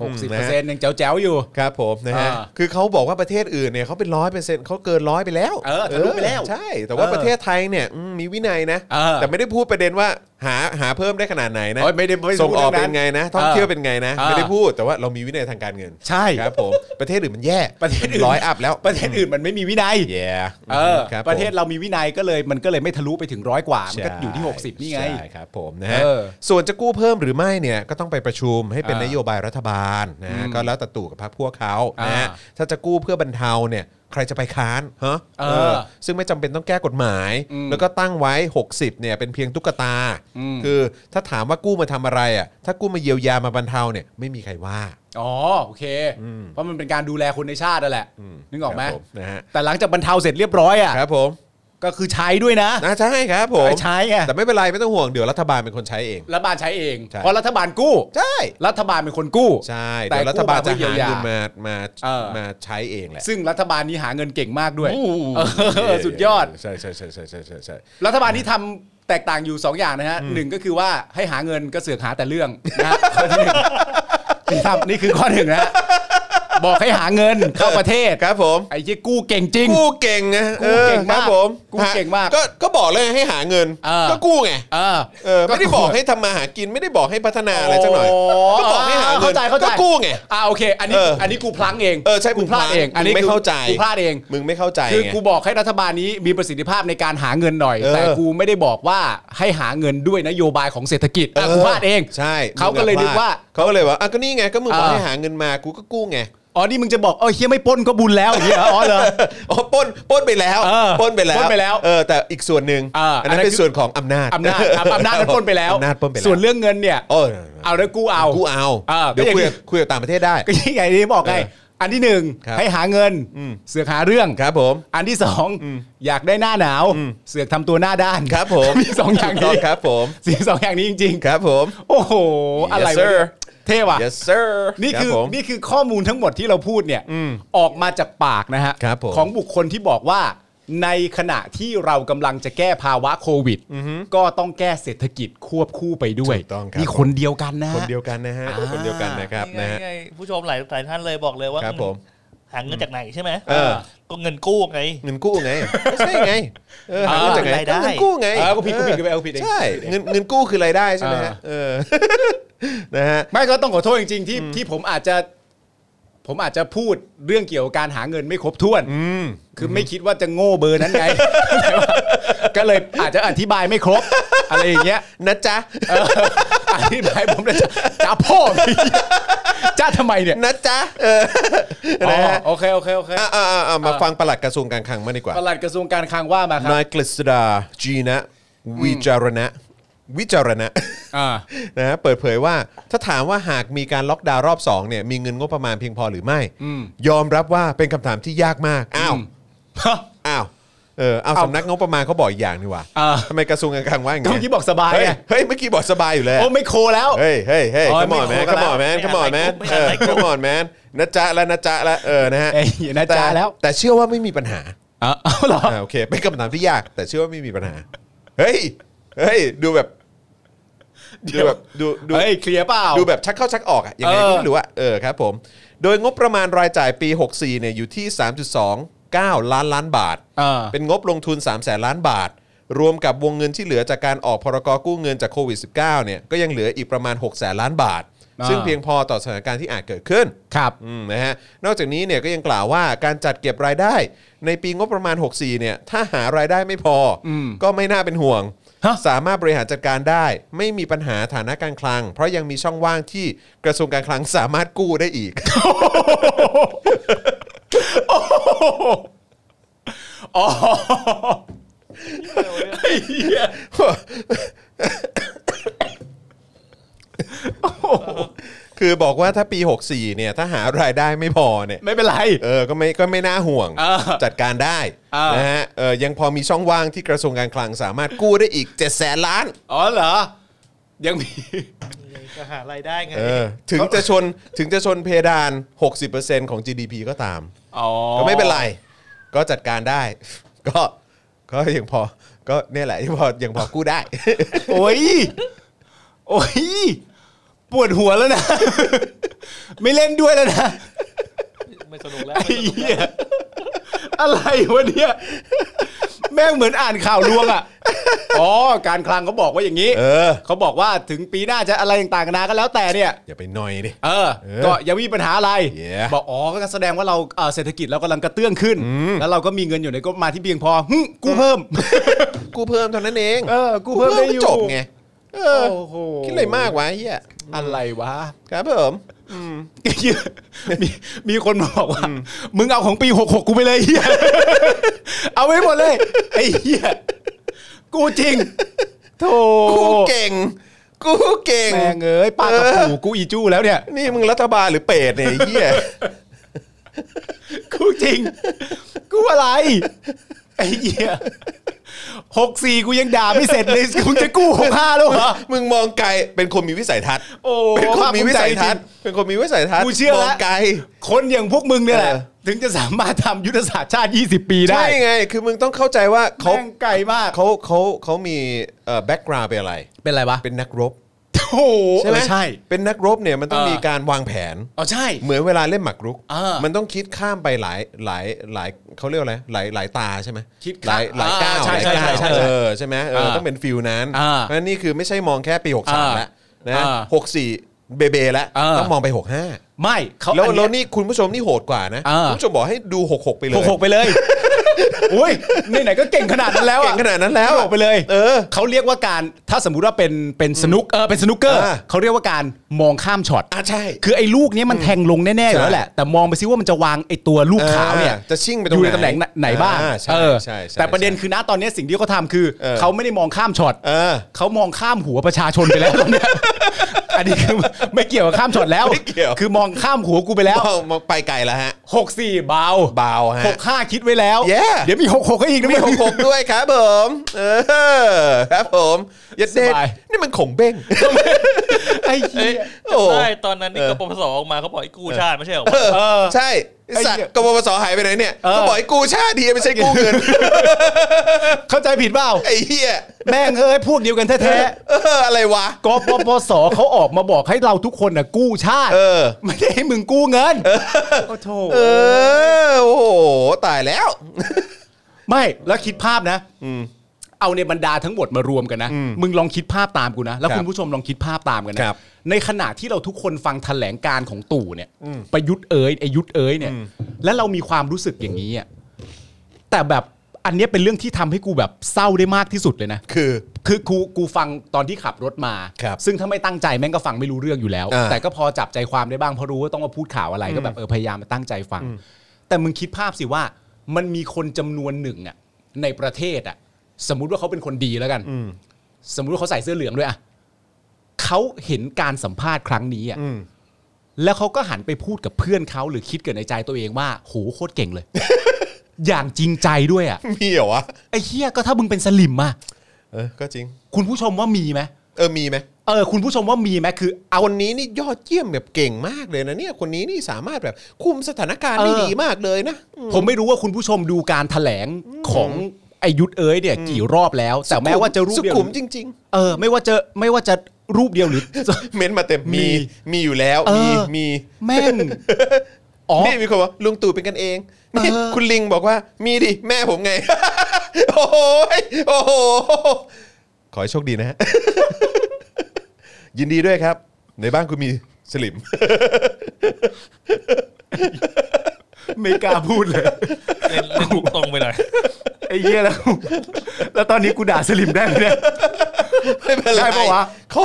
Speaker 3: หกสิบเปอร์เซ็นต์ยังแจ๋วๆอยู่
Speaker 2: ครับผมนะฮะ
Speaker 3: อ่า
Speaker 2: คือเขาบอกว่าประเทศอื่นเนี่ยเขาเป็นร้อยเปอร์เซ็นต์เขาเกินร้อยไปแล้ว
Speaker 3: เออทะลุไปแล้ว
Speaker 2: เออใช่ แต่ว่า
Speaker 3: เออ
Speaker 2: ประเทศไทยเนี่ยอืมมีวินัยนะ
Speaker 3: เออ
Speaker 2: แต่ไม่ได้พูดประเด็นว่าหาหาเพิ่มได้ขนาดไหนนะ
Speaker 3: โอ้ยไม่ได้ไม่ได้พูด
Speaker 2: ส่งออก
Speaker 3: เรื่
Speaker 2: เป็
Speaker 3: องนั้น
Speaker 2: นไงนะท่องเที่ยวเป็นไงนะ
Speaker 3: เออ
Speaker 2: ไม่ได้พูดแต่ว่าเรามีวินัยทางการเงิน
Speaker 3: ใช่
Speaker 2: ครับผมประเทศอื่นมันแย่
Speaker 3: ประเทศอื่น
Speaker 2: ร้อยอัพแล้ว
Speaker 3: ประเทศอื่นมันไม่มีวินัย
Speaker 2: แย่
Speaker 3: เออ
Speaker 2: ครับผม
Speaker 3: ประเทศเรามีวินัยก็เลยมันก็เลยไม่ทะลุไปถึงร้อยกว่า มัน
Speaker 2: ใช่
Speaker 3: ก็อยู่ที่ 60 นี่ไง
Speaker 2: ใช่ครับผมนะฮะ
Speaker 3: เออ
Speaker 2: ส่วนจะกู้เพิ่มหรือไม่เนี่ยก็ต้องไปประชุมให้เป็น
Speaker 3: อ่าน
Speaker 2: นโยบายรัฐบาลนะฮะก็แล้วแต่ตู่กับพรรคพวกเขานะฮะ
Speaker 3: อ่า
Speaker 2: ถ้าจะกู้เพื่อบรรเทาเนี่ยใครจะไปค้านฮะ
Speaker 3: เออ
Speaker 2: เออซึ่งไม่จำเป็นต้องแก้กฎหมาย
Speaker 3: อืม
Speaker 2: แล้วก็ตั้งไว้ 60เนี่ยเป็นเพียงตุ๊กตา
Speaker 3: อืม
Speaker 2: คือถ้าถามว่ากู้มาทำอะไรอ่ะถ้ากู้มาเยียวยามาบรรเทาเนี่ยไม่มีใครว่า
Speaker 3: อ๋อโอเค เพราะมันเป็นการดูแลคนในชาตินั่นแหละ นึกออกไหม
Speaker 2: ครับผมนะฮะ
Speaker 3: แต่หลังจากบรรเทาเสร็จเรียบร้อยอ่ะ
Speaker 2: ครับผม
Speaker 3: ก็คือใช้ด้วยนะ
Speaker 2: นะใช่ครับผม
Speaker 3: ใช้ไง
Speaker 2: แต่ไม่เป็นไรไม่ต้องห่วงเดี๋ยวรัฐบาลเป็นคนใช้เอง
Speaker 3: รัฐบาลใช้เอง
Speaker 2: ใช่
Speaker 3: เพราะรัฐบาลกู้
Speaker 2: ใช่
Speaker 3: รัฐบาลเป็นคนกู้
Speaker 2: ใช่
Speaker 3: แต่
Speaker 2: เดี๋ยวรัฐบาลจะหาเงิน
Speaker 3: กู้มาเพื่อเยียวยา
Speaker 2: มามา
Speaker 3: เออ
Speaker 2: มาใช้เองแหละ
Speaker 3: ซึ่งรัฐบาลนี้หาเงินเก่งมากด้วย
Speaker 4: อู้
Speaker 3: เออสุดยอด
Speaker 2: ใช่ใช่ใช่ใช่ใช่ใช่ใช่
Speaker 3: รัฐบาลที่ทำแตกต่างอยู่ 2 อย่างนะฮะหนึ่งก็คือว่าให้หาเงินก็เสือกหาแต่เรื่องนะฮะข้อที่หนึ่งที่ทำนี่คือข้อหนึ่งนะฮะบอกให้หาเงินเข้าประเทศ
Speaker 2: ครับผม
Speaker 3: ไอ้ที่กู้เก่งจริง
Speaker 2: กู้เก่งนะ
Speaker 3: กู้เก่ง
Speaker 2: ออค
Speaker 3: มา
Speaker 2: รั
Speaker 3: ก
Speaker 2: บผม
Speaker 3: กู้เก่งมาก
Speaker 2: ก็ก็บอกเลยให้หาเงิน
Speaker 3: เออ
Speaker 2: ก็กู้ไง
Speaker 3: เออ
Speaker 2: เออไม่ได้บอกให้ทำมาหากินไม่ได้บอกให้พัฒนาอะไรสักหน่อย ก็บอกให้หาเงิน
Speaker 3: เข้าใจเข้าใจ
Speaker 2: ก็กู้ไง
Speaker 3: อ่าโอเคอันนี้
Speaker 2: เอออั
Speaker 3: อันนี้กูพลั้งเอง
Speaker 2: เออใช่
Speaker 3: กูพลาดเอง
Speaker 2: มึ
Speaker 3: อันนี้
Speaker 2: งไม่
Speaker 3: กู
Speaker 2: เข้าใจ
Speaker 3: กูพลาดเอง
Speaker 2: มึงไม่เข้าใจ
Speaker 3: คือ
Speaker 2: ไง
Speaker 3: กูบอกให้รัฐบาลนี้มีประสิทธิภาพในการหาเงินหน่อย
Speaker 2: เออ
Speaker 3: แต่กูไม่ได้บอกว่าให้หาเงินด้วยนโยบายของเศรษฐกิจอ่ะกูพลาดเอง
Speaker 2: ใช่
Speaker 3: เขาก็เลยนึกว่า
Speaker 2: เขาก็เลยว่าอ่ะก็นี่ไงก็มึงบอก
Speaker 3: เออ
Speaker 2: ให้หาเงินมากูก็กู้ไง
Speaker 3: อ๋อนี่มึงจะบอกเออเฮียไม่ปล้นก็บุญแล้วอย่างเงี้ยเหรออ๋อเหรอ
Speaker 2: อ๋อปล้นปล้นไปแล้ว
Speaker 3: เออ
Speaker 2: ปล้นไปแล้ว
Speaker 3: ปล้นไปแล้ว
Speaker 2: เออแต่อีกส่วนหนึ่ง
Speaker 3: เอออั
Speaker 2: อันนั้น
Speaker 3: นนั้น
Speaker 2: เป็น
Speaker 3: คือ
Speaker 2: ส่วนของอำนาจ
Speaker 3: อำนาจครับอำนาจมันปล้นไปแล้ว
Speaker 2: อำนาจปล้นไปแล้ว
Speaker 3: ส่วนเรื่องเงินเนี่ย
Speaker 2: เออ
Speaker 3: เอาแล้วกูเอา
Speaker 2: กูเอา
Speaker 3: เออก็
Speaker 2: เดี๋ยว
Speaker 3: อย่าง
Speaker 2: คุยกับ
Speaker 3: ที่
Speaker 2: คุยกับต่างประเทศได้
Speaker 3: ก็ยังไงที่บอกไง
Speaker 2: เออ
Speaker 3: อันที่หนึ่ง
Speaker 2: ครับ
Speaker 3: ให้หาเงิน
Speaker 2: อืม
Speaker 3: เสือกหาเรื่อง
Speaker 2: ครับผม
Speaker 3: อันที่สองอยากได้หน้าหนาว เสือกทำตัวหน้าด้าน
Speaker 2: ครับผม
Speaker 3: มีสองอย่าง
Speaker 2: ถูกต้
Speaker 3: นี้
Speaker 2: ครับผม
Speaker 3: สิ่งสองอย่างนี้จริง
Speaker 2: ครับผม
Speaker 3: ๆ โอ้โหอะไร
Speaker 2: Yes, sir
Speaker 3: วะเนี่ยเท่ว่ะ
Speaker 2: yes sir
Speaker 3: นี่คือ
Speaker 2: รับผม
Speaker 3: นี่คือข้อมูลทั้งหมดที่เราพูดเนี่ยออกมาจากปากนะฮะ
Speaker 2: ครับผม
Speaker 3: ของบุคคลที่บอกว่า ในขณะที่เรากำลังจะแก้ภาวะโควิด ก็ต้องแก้เศรษฐกิจควบคู่ไปด้วย
Speaker 2: ถูกต้องครับ
Speaker 3: นี่คนเดียวกันนะฮะ
Speaker 2: คนเดียวกันนะฮะคนเดียวกันนะครับ
Speaker 4: ไง
Speaker 2: นะฮะ
Speaker 4: ไงผู้ชมหลายหลายท่านเลยบอกเลยว่า
Speaker 2: ครับผม
Speaker 4: หาเงินจากไหนใช่ไหม
Speaker 2: เออ
Speaker 4: ก็เงินกู้ไง
Speaker 2: เงินกู้ไงไม่ใช่ไงเออหาเงินจากไหน
Speaker 4: รายได้
Speaker 2: ก็เงินกู้ไง
Speaker 3: เออกูผิดกูผิดกูไปเอาผิดเอง
Speaker 2: ใช่เงินเงินกู้คือรายได้ใช่ไหมฮะเออนะฮะ
Speaker 3: ไม่ก็ต้องขอโทษจริงๆที่ที่ผมอาจจะ ผมอาจจะพูดเรื่องเกี่ยวกับการหาเงินไม่ครบถ้วน
Speaker 2: อืม
Speaker 3: คือไม่คิดว่าจะโง่เบอร์นั้นไง แต่ว่าก็เลยอาจจะอธิบายไม่ครบ อะไรอย่างเงี้ย
Speaker 2: นะจ๊ะ
Speaker 3: เอออธิบายผมเลยจ้ะจ้าพ่อจ้าทำไมเนี่ย
Speaker 2: นะจ๊ะ เออ
Speaker 3: อ๋
Speaker 2: นะ
Speaker 3: อ
Speaker 2: ฮะ
Speaker 3: โอเคโอเคโอเค
Speaker 2: อ่ะอ่ะอ่ะอ่ะมาฟังปลัดกระทรวงการคลังมางดีกว่า
Speaker 3: ประหลัดกระทรวงการคลังว่ามาครับ
Speaker 2: นายกฤษดาจีนะ วิจารณะ วิจารณะ
Speaker 3: อ่า
Speaker 2: นะฮะเปิดเผยว่าถ้าถามว่าหากมีการล็อกดาวน์รอบ 2 เนี่ย มีเงินงบประมาณเพียงพอหรือไม่ ยอมรับว่าเป็นคำถามที่ยากมาก อ้าว อ้าว เออ เอาสำนักงบประมาณเขาบอกอีกอย่างนี่หว่า
Speaker 3: อ่า
Speaker 2: ทำไมกระทรวงการคลังว่าอย่าง
Speaker 3: ก็
Speaker 2: งี้
Speaker 3: เมื่อกี้บอกสบาย
Speaker 2: เฮ้ย
Speaker 3: ไง
Speaker 2: เฮ้ย เมื่อกี้บอกสบายอยู่แล้ว
Speaker 3: โอ้ไม่โคแล้ว
Speaker 2: เฮ้ย เฮ้ย เฮ้ย
Speaker 3: อ๋อ
Speaker 2: ขมอนแม
Speaker 3: ไม่
Speaker 2: นข
Speaker 3: โคกั
Speaker 2: ม
Speaker 3: นแล้
Speaker 2: อ
Speaker 3: วน
Speaker 2: แมนขมอนแมน
Speaker 4: ไม่
Speaker 2: เอ
Speaker 4: อ่าน
Speaker 2: อ
Speaker 4: ไลฟ์ก
Speaker 2: ข
Speaker 4: รุ๊ป
Speaker 2: มอนแมนนะจ๊ะแล้วนะจ๊ะแล้วเออ นะฮะ
Speaker 3: เอ้ยนะจ๊ะ
Speaker 2: ต่
Speaker 3: แล้ว
Speaker 2: แต่เชื่อว่าไม่มีปัญหา
Speaker 3: อ๋อาเหรอ
Speaker 2: อ่าโอเค เป็นคำถามที่ยาก แต่เชื่อว่าไม่มีปัญหา เฮ้ย เฮ้ย ดูแบบ ดูแบบ ดู ดู
Speaker 3: เฮ้ยเคลียร์เปล่า
Speaker 2: ดูแบบชักเข้าชักออกอะยังไง
Speaker 3: เอ
Speaker 2: ก็
Speaker 3: อ
Speaker 2: ไม่รู้อะเออครับผม โดยงบประมาณรายจ่ายปี 64เนี่ยอยู่ที่ 3.29 ล้านล้านบาท
Speaker 3: อ่า
Speaker 2: เป็นงบลงทุน 3 0 0แสนล้านบาท รวมกับวงเงินที่เหลือจากการออกพรกกู้เงินจากโควิด -19 เนี่ยก็ยังเหลืออีกประมาณ 6 0แสนล้านบาท
Speaker 3: อ่า
Speaker 2: ซึ่งเพียงพอต่อสถานการณ์ที่อาจเกิดขึ้น
Speaker 3: ครับ
Speaker 2: อืมนะฮะนอกจากนี้เนี่ยก็ยังกล่าวว่าการจัดเก็บรายได้ ในปีงบประมาณ 64เนี่ยถ้าหารายได้ไม่พออ
Speaker 3: ม
Speaker 2: ก็ไม่น่าเป็นห่วง
Speaker 3: ฮะ
Speaker 2: สามารถบริหารจัดการได้ ไม่มีปัญหาฐานะการคลัง เพราะยังมีช่องว่างที่กระทรวงการคลังสามารถกู้ได้ อีก
Speaker 3: อ๋อ
Speaker 2: คือบอกว่าถ้าปี 64เนี่ยถ้าหารายได้ไม่พอเนี่ย
Speaker 3: ไม่เป็นไร
Speaker 2: เออก็ไม่ก็ไม่น่าห่วง
Speaker 3: เออ
Speaker 2: จัดการได้
Speaker 3: เออ
Speaker 2: นะฮะเออยังพอมีช่องว่างที่กระทรวงการคลังสามารถกู้ได้อีก 7 0 0 0 0 0ล้าน
Speaker 3: อ๋อเหรอ ยังมี
Speaker 4: จะหารายได้ไง
Speaker 2: เออถึงจะชนถึงจะชนเพดาน 60%ของ GDP ก็ตาม
Speaker 3: อ๋อ
Speaker 2: ก็ไม่เป็นไร ก็จัดการได้ ก็ก็ยังพอก็เนี่ยแหละ ยังพอยังพอกู้ได้
Speaker 3: โอ้ย โอ้ย ปวดหัวแล้วนะ ไม่เล่นด้วยแล้วนะ
Speaker 4: ไม่สนุกแล้ว
Speaker 3: ไอ้
Speaker 4: ไม่สนุก
Speaker 3: เหี้ยอะไรวะเนี่ย แม่งเหมือนอ่านข่าวลวงอ่ะ อ๋อ การคลังเขาบอกว่าอย่างนี้
Speaker 2: เออ
Speaker 3: เขาบอกว่าถึงปีหน้าจะอะไรต่างๆกันานาก็แล้วแต่เนี่ย
Speaker 2: อย่าไปหน่อยดิ
Speaker 3: เออ
Speaker 2: เออ
Speaker 3: ก็ยังมีปัญหาอะไร
Speaker 2: Yeah
Speaker 3: บอกอ๋อก็แสดงว่าเราเอ่อเศรษฐกิจเรากำลังกระเตื้องขึ้น แล้วเราก็มีเงินอยู่ในก็มาที่เพียงพอหึกู้เพิ่ม
Speaker 2: กู้เพิ่มเท่านั้นเอง
Speaker 3: เออกู้เพิ่มได้อยู่
Speaker 2: จบไงเออ
Speaker 3: โอ้โห
Speaker 2: คิดอะไรมากวะเฮีย
Speaker 3: อะไรวะ
Speaker 2: ครับผม
Speaker 3: มีมีคนมาบอกว่า มึงเอาของปีหกหกกูไปเลยเฮีย เอาไว้หมดเลย ไอ้เฮียกูจริงโธ่
Speaker 2: กู้เก่งกู้เก่ง
Speaker 3: แม่งเอ้ยป้ากับ
Speaker 2: เออ
Speaker 3: ปู่กูอีจู้แล้วเนี่ย
Speaker 2: นี่มึงรัฐบาลหรือเปรตเนี่ยไอ้เฮีย
Speaker 3: กูจริง กูอะไร ไอ้เหี้ย หกสี่กูยังด่าไม่เสร็จเลยกูจะกู้หกห้าแล้วเหรอ
Speaker 2: มึงมองไกลเป็นคนมีวิสัยทัศน์
Speaker 3: โอ้
Speaker 2: เป็นคนมีวิสัยทัศน์
Speaker 3: ภาคภูมิใจจริ
Speaker 2: เป็นคนมีวิสัยทัศน์
Speaker 3: กูเชื่อ
Speaker 2: มอง
Speaker 3: แล้ว
Speaker 2: ไกล
Speaker 3: คนอย่างพวกมึงเนี่ยแหละ
Speaker 2: เออ
Speaker 3: ถึงจะสามารถทำยุทธศาสตร์ชาติ 20 ปีได้
Speaker 2: ใช่ไง คือมึงต้องเข้าใจว่าเขา
Speaker 3: แม่งไกลมาก
Speaker 2: เขาเขาเขามีเอ่อแบ็กกราวเป็นอะไร
Speaker 3: เป็นอะไรวะ
Speaker 2: เป็นนักรบ
Speaker 3: โอ้โห
Speaker 2: ใช่ไหม
Speaker 3: เออใช่
Speaker 2: เป็นนักรบเนี่ยมันต้อง
Speaker 3: เออ
Speaker 2: มีการวางแผน
Speaker 3: อ๋อใช่
Speaker 2: เหมือนเวลาเล่นหมากรุก
Speaker 3: เออ
Speaker 2: มันต้องคิดข้ามไปหลายหลายหลายเขาเรียกว่าอะไรหลายหลายตาใช่ไหม
Speaker 3: คิด
Speaker 2: หลายห
Speaker 3: ข้าม
Speaker 2: ลายก้าว
Speaker 3: อ่าใช่
Speaker 2: หลายก้าว
Speaker 3: ใช่ใช่ใช่
Speaker 2: เออใช่ไหมเออ
Speaker 3: เออ
Speaker 2: ต้องเป็นฟิลนั้น
Speaker 3: อ่า
Speaker 2: เพราะฉะนั้นนี่คือไม่ใช่มองแค่ปี 63
Speaker 3: อ่า
Speaker 2: แล้วนะ
Speaker 3: อ่า
Speaker 2: หกสี่เบเบแล้ว
Speaker 3: เออ
Speaker 2: ต้องมองไป 65
Speaker 3: ไม่เขา
Speaker 2: แล้ว
Speaker 3: อัเย
Speaker 2: แล้วนี่คุณผู้ชมนี่โหดกว่านะ
Speaker 3: เออ
Speaker 2: คุณผู้ชมบอกให้ดู 66 ไปเล
Speaker 3: ห
Speaker 2: ย
Speaker 3: กหกไป เลยอุ้ยไหนๆก็เก่งขนาดนั้นแล้ว
Speaker 2: เก่
Speaker 3: อะ
Speaker 2: งขนาดนั้นแล้ว
Speaker 3: ออกไปเลย
Speaker 2: เออ
Speaker 3: เขาเรียกว่าการถ้าสมมุติว่าเป็นเป็นสนุกเออเป็นสนุกเกอร์
Speaker 2: อ่า
Speaker 3: เขาเรียกว่าการมองข้ามช็อต
Speaker 2: อ่ะใช่
Speaker 3: คือไอ้ลูกเนี้ยมันแทงลงแน่ๆอยู่แล้วแหละ แต่มองไปซิว่ามันจะวางไอ้ตัวลูกขาวเนี่ย
Speaker 2: อ่าจะชิ่งไปตรงไหน
Speaker 3: อยู่ในตำแหน่งไหนบ้าง
Speaker 2: อ่าใช่
Speaker 3: เออ
Speaker 2: ใช่ใช่
Speaker 3: แต่ประเด็นคือณตอนเนี้ยสิ่งที่เขาทำคือ
Speaker 2: เออ
Speaker 3: เขาไม่ได้มองข้ามช็อต
Speaker 2: เออ
Speaker 3: เขามองข้ามหัวประชาชนไปแล้วตอนเนี้ยอันนี้คือไม่เกี่ยวกับข้ามช็อตแล้ว
Speaker 2: ไม่เกี่ยว
Speaker 3: คือมองข้ามหัวกูไปแล้ว
Speaker 2: มองมองไปไกลแล้วฮะ
Speaker 3: หกสี่เบา
Speaker 2: เบาฮะ
Speaker 3: หกห้าคิดไว้แล้ว
Speaker 2: Yeah
Speaker 3: เดี๋ยวมีหกหกให้อีกนะ
Speaker 2: มีห
Speaker 3: มีห
Speaker 2: ก
Speaker 3: ก
Speaker 2: ห
Speaker 3: ห
Speaker 2: ก
Speaker 3: ก
Speaker 2: ด้วยครับผมเออครับผมยัดเด็ด
Speaker 3: สบาย
Speaker 2: นี่มันของเบ้ง
Speaker 3: ไอ้เหี้ย
Speaker 2: โอ้โห
Speaker 4: จำได้ตอนนั้นนี่
Speaker 2: เออ
Speaker 4: กปปสออกมาเขาบอกไอ้กู้ชาติไม่ใช่เหรอ
Speaker 2: เอ
Speaker 3: เอ
Speaker 2: อ
Speaker 3: อ
Speaker 2: ใช่ไอ้สัตว์
Speaker 3: ไอ้เหี้ย
Speaker 2: กบพศหายไปไหนเนี่ย
Speaker 3: เออ
Speaker 2: ก็บอกไอ้กูชาติดีไม่ใช่กูเงิน
Speaker 3: เข้าใจผิดเปล่า
Speaker 2: ไอ้เหี้ย
Speaker 3: แม่งเอ้ยพวกเดียวกัน
Speaker 2: เอ
Speaker 3: แท้
Speaker 2: อเอออะไรวะ
Speaker 3: ๆกปปสเขาออกมาบอกให้เราทุกคนน่ะกู้ชาติ
Speaker 2: เออ
Speaker 3: ไม่ได้ให้มึงกู้เงินโอ้โถ
Speaker 2: เออโอ้โหตายแล้ว
Speaker 3: ไม่แล้วคิดภาพนะเอาในบรรดาทั้งหมดมารวมกันนะ มึงลองคิดภาพตามกูนะ แล้ว
Speaker 2: ครับ
Speaker 3: คุณผู้ชมลองคิดภาพตามกันนะครับ ในขณะที่เราทุกคนฟังแถลงการของตู่เนี่ยประยุทธ์เอ๋ยไอยุทธ์เอ๋ยเนี่ย แล้วเรามีความรู้สึกอย่างนี้อ่ะแต่แบบอันเนี้ยเป็นเรื่องที่ทำให้กูแบบเศร้าได้มากที่สุดเลยนะ
Speaker 2: คือ
Speaker 3: คือกูกูฟังตอนที่ขับรถมา
Speaker 2: ครับ
Speaker 3: ซึ่งถ้าไม่ตั้งใจแม่งก็ฟังไม่รู้เรื่องอยู่แล้ว
Speaker 2: อ่า
Speaker 3: แต่ก็พอจับใจความได้บ้างเพราะรู้ว่าต้องมาพูดข่าวอะไรก็แบบเออพยายามมาตั้งใจฟัง แต่มึงคิดภาพสิว่ามันมีคนจำนวนหนึ่งอะในประเทศอะสมมุติว่าเขาเป็นคนดีแล้วกัน สมมุติว่าเขาใส่เสื้อเหลืองด้วยอะเขาเห็นการสัมภาษณ์ครั้งนี้อะแล้วเขาก็หันไปพูดกับเพื่อนเขาหรือคิดเกิดในใจตัวเองว่าโหโคตรเก่งเลย อย่างจริงใจด้วยอะ
Speaker 2: มีเหรอวะ
Speaker 3: ไอ้เฮียก็ถ้ามึงเป็นสลิมอะ
Speaker 2: เออก็จริง
Speaker 3: คุณผู้ชมว่ามีไหม
Speaker 2: เออมีไหม
Speaker 3: เออคุณผู้ชมว่ามีไหมคือเอา
Speaker 2: คนนี้นี่ยอดเยี่ยมแบบเก่งมากเลยนะเนี่ยคนนี้นี่สามารถแบบคุมสถานการณ์ได้
Speaker 3: เออ
Speaker 2: ดีมากเลยนะ
Speaker 3: ผมไม่รู้ว่าคุณผู้ชมดูการแถลงของไอยุทธเอ้ยเนี่ยกี่รอบแล้ว แต่แม้ว่าจะรูป
Speaker 2: สุ
Speaker 3: เดียว
Speaker 2: ขุมจริง ๆ
Speaker 3: เออไม่ว่าจะไม่ว่าจะรูปเดียวหรือ
Speaker 2: เม้นต์มาเต็มมี
Speaker 3: มี
Speaker 2: มีอยู่แล้ว
Speaker 3: เอ
Speaker 2: มี
Speaker 3: อ
Speaker 2: มี
Speaker 3: แม่งอ๋อ
Speaker 2: นี่มีคนบอกลุงตู่เป็นกันเองนี่
Speaker 3: เออ
Speaker 2: คุณลิงบอกว่ามีดิแม่ผมไง โอ้โหโอ้โหขอให้โชคดีนะฮะ ยินดีด้วยครับ ในบ้านคุณมีสลิม
Speaker 3: ไม่กล้าพูด เลย
Speaker 4: เล่นเล่นมุกตรงไปหน่อย
Speaker 3: ไอ้เหี้ยแล้ว แล้วตอนนี้กูด่าสลิมได้ไหมเนี่ย
Speaker 2: ไม่เป็นไร
Speaker 3: ได้ปะวะ
Speaker 2: เขา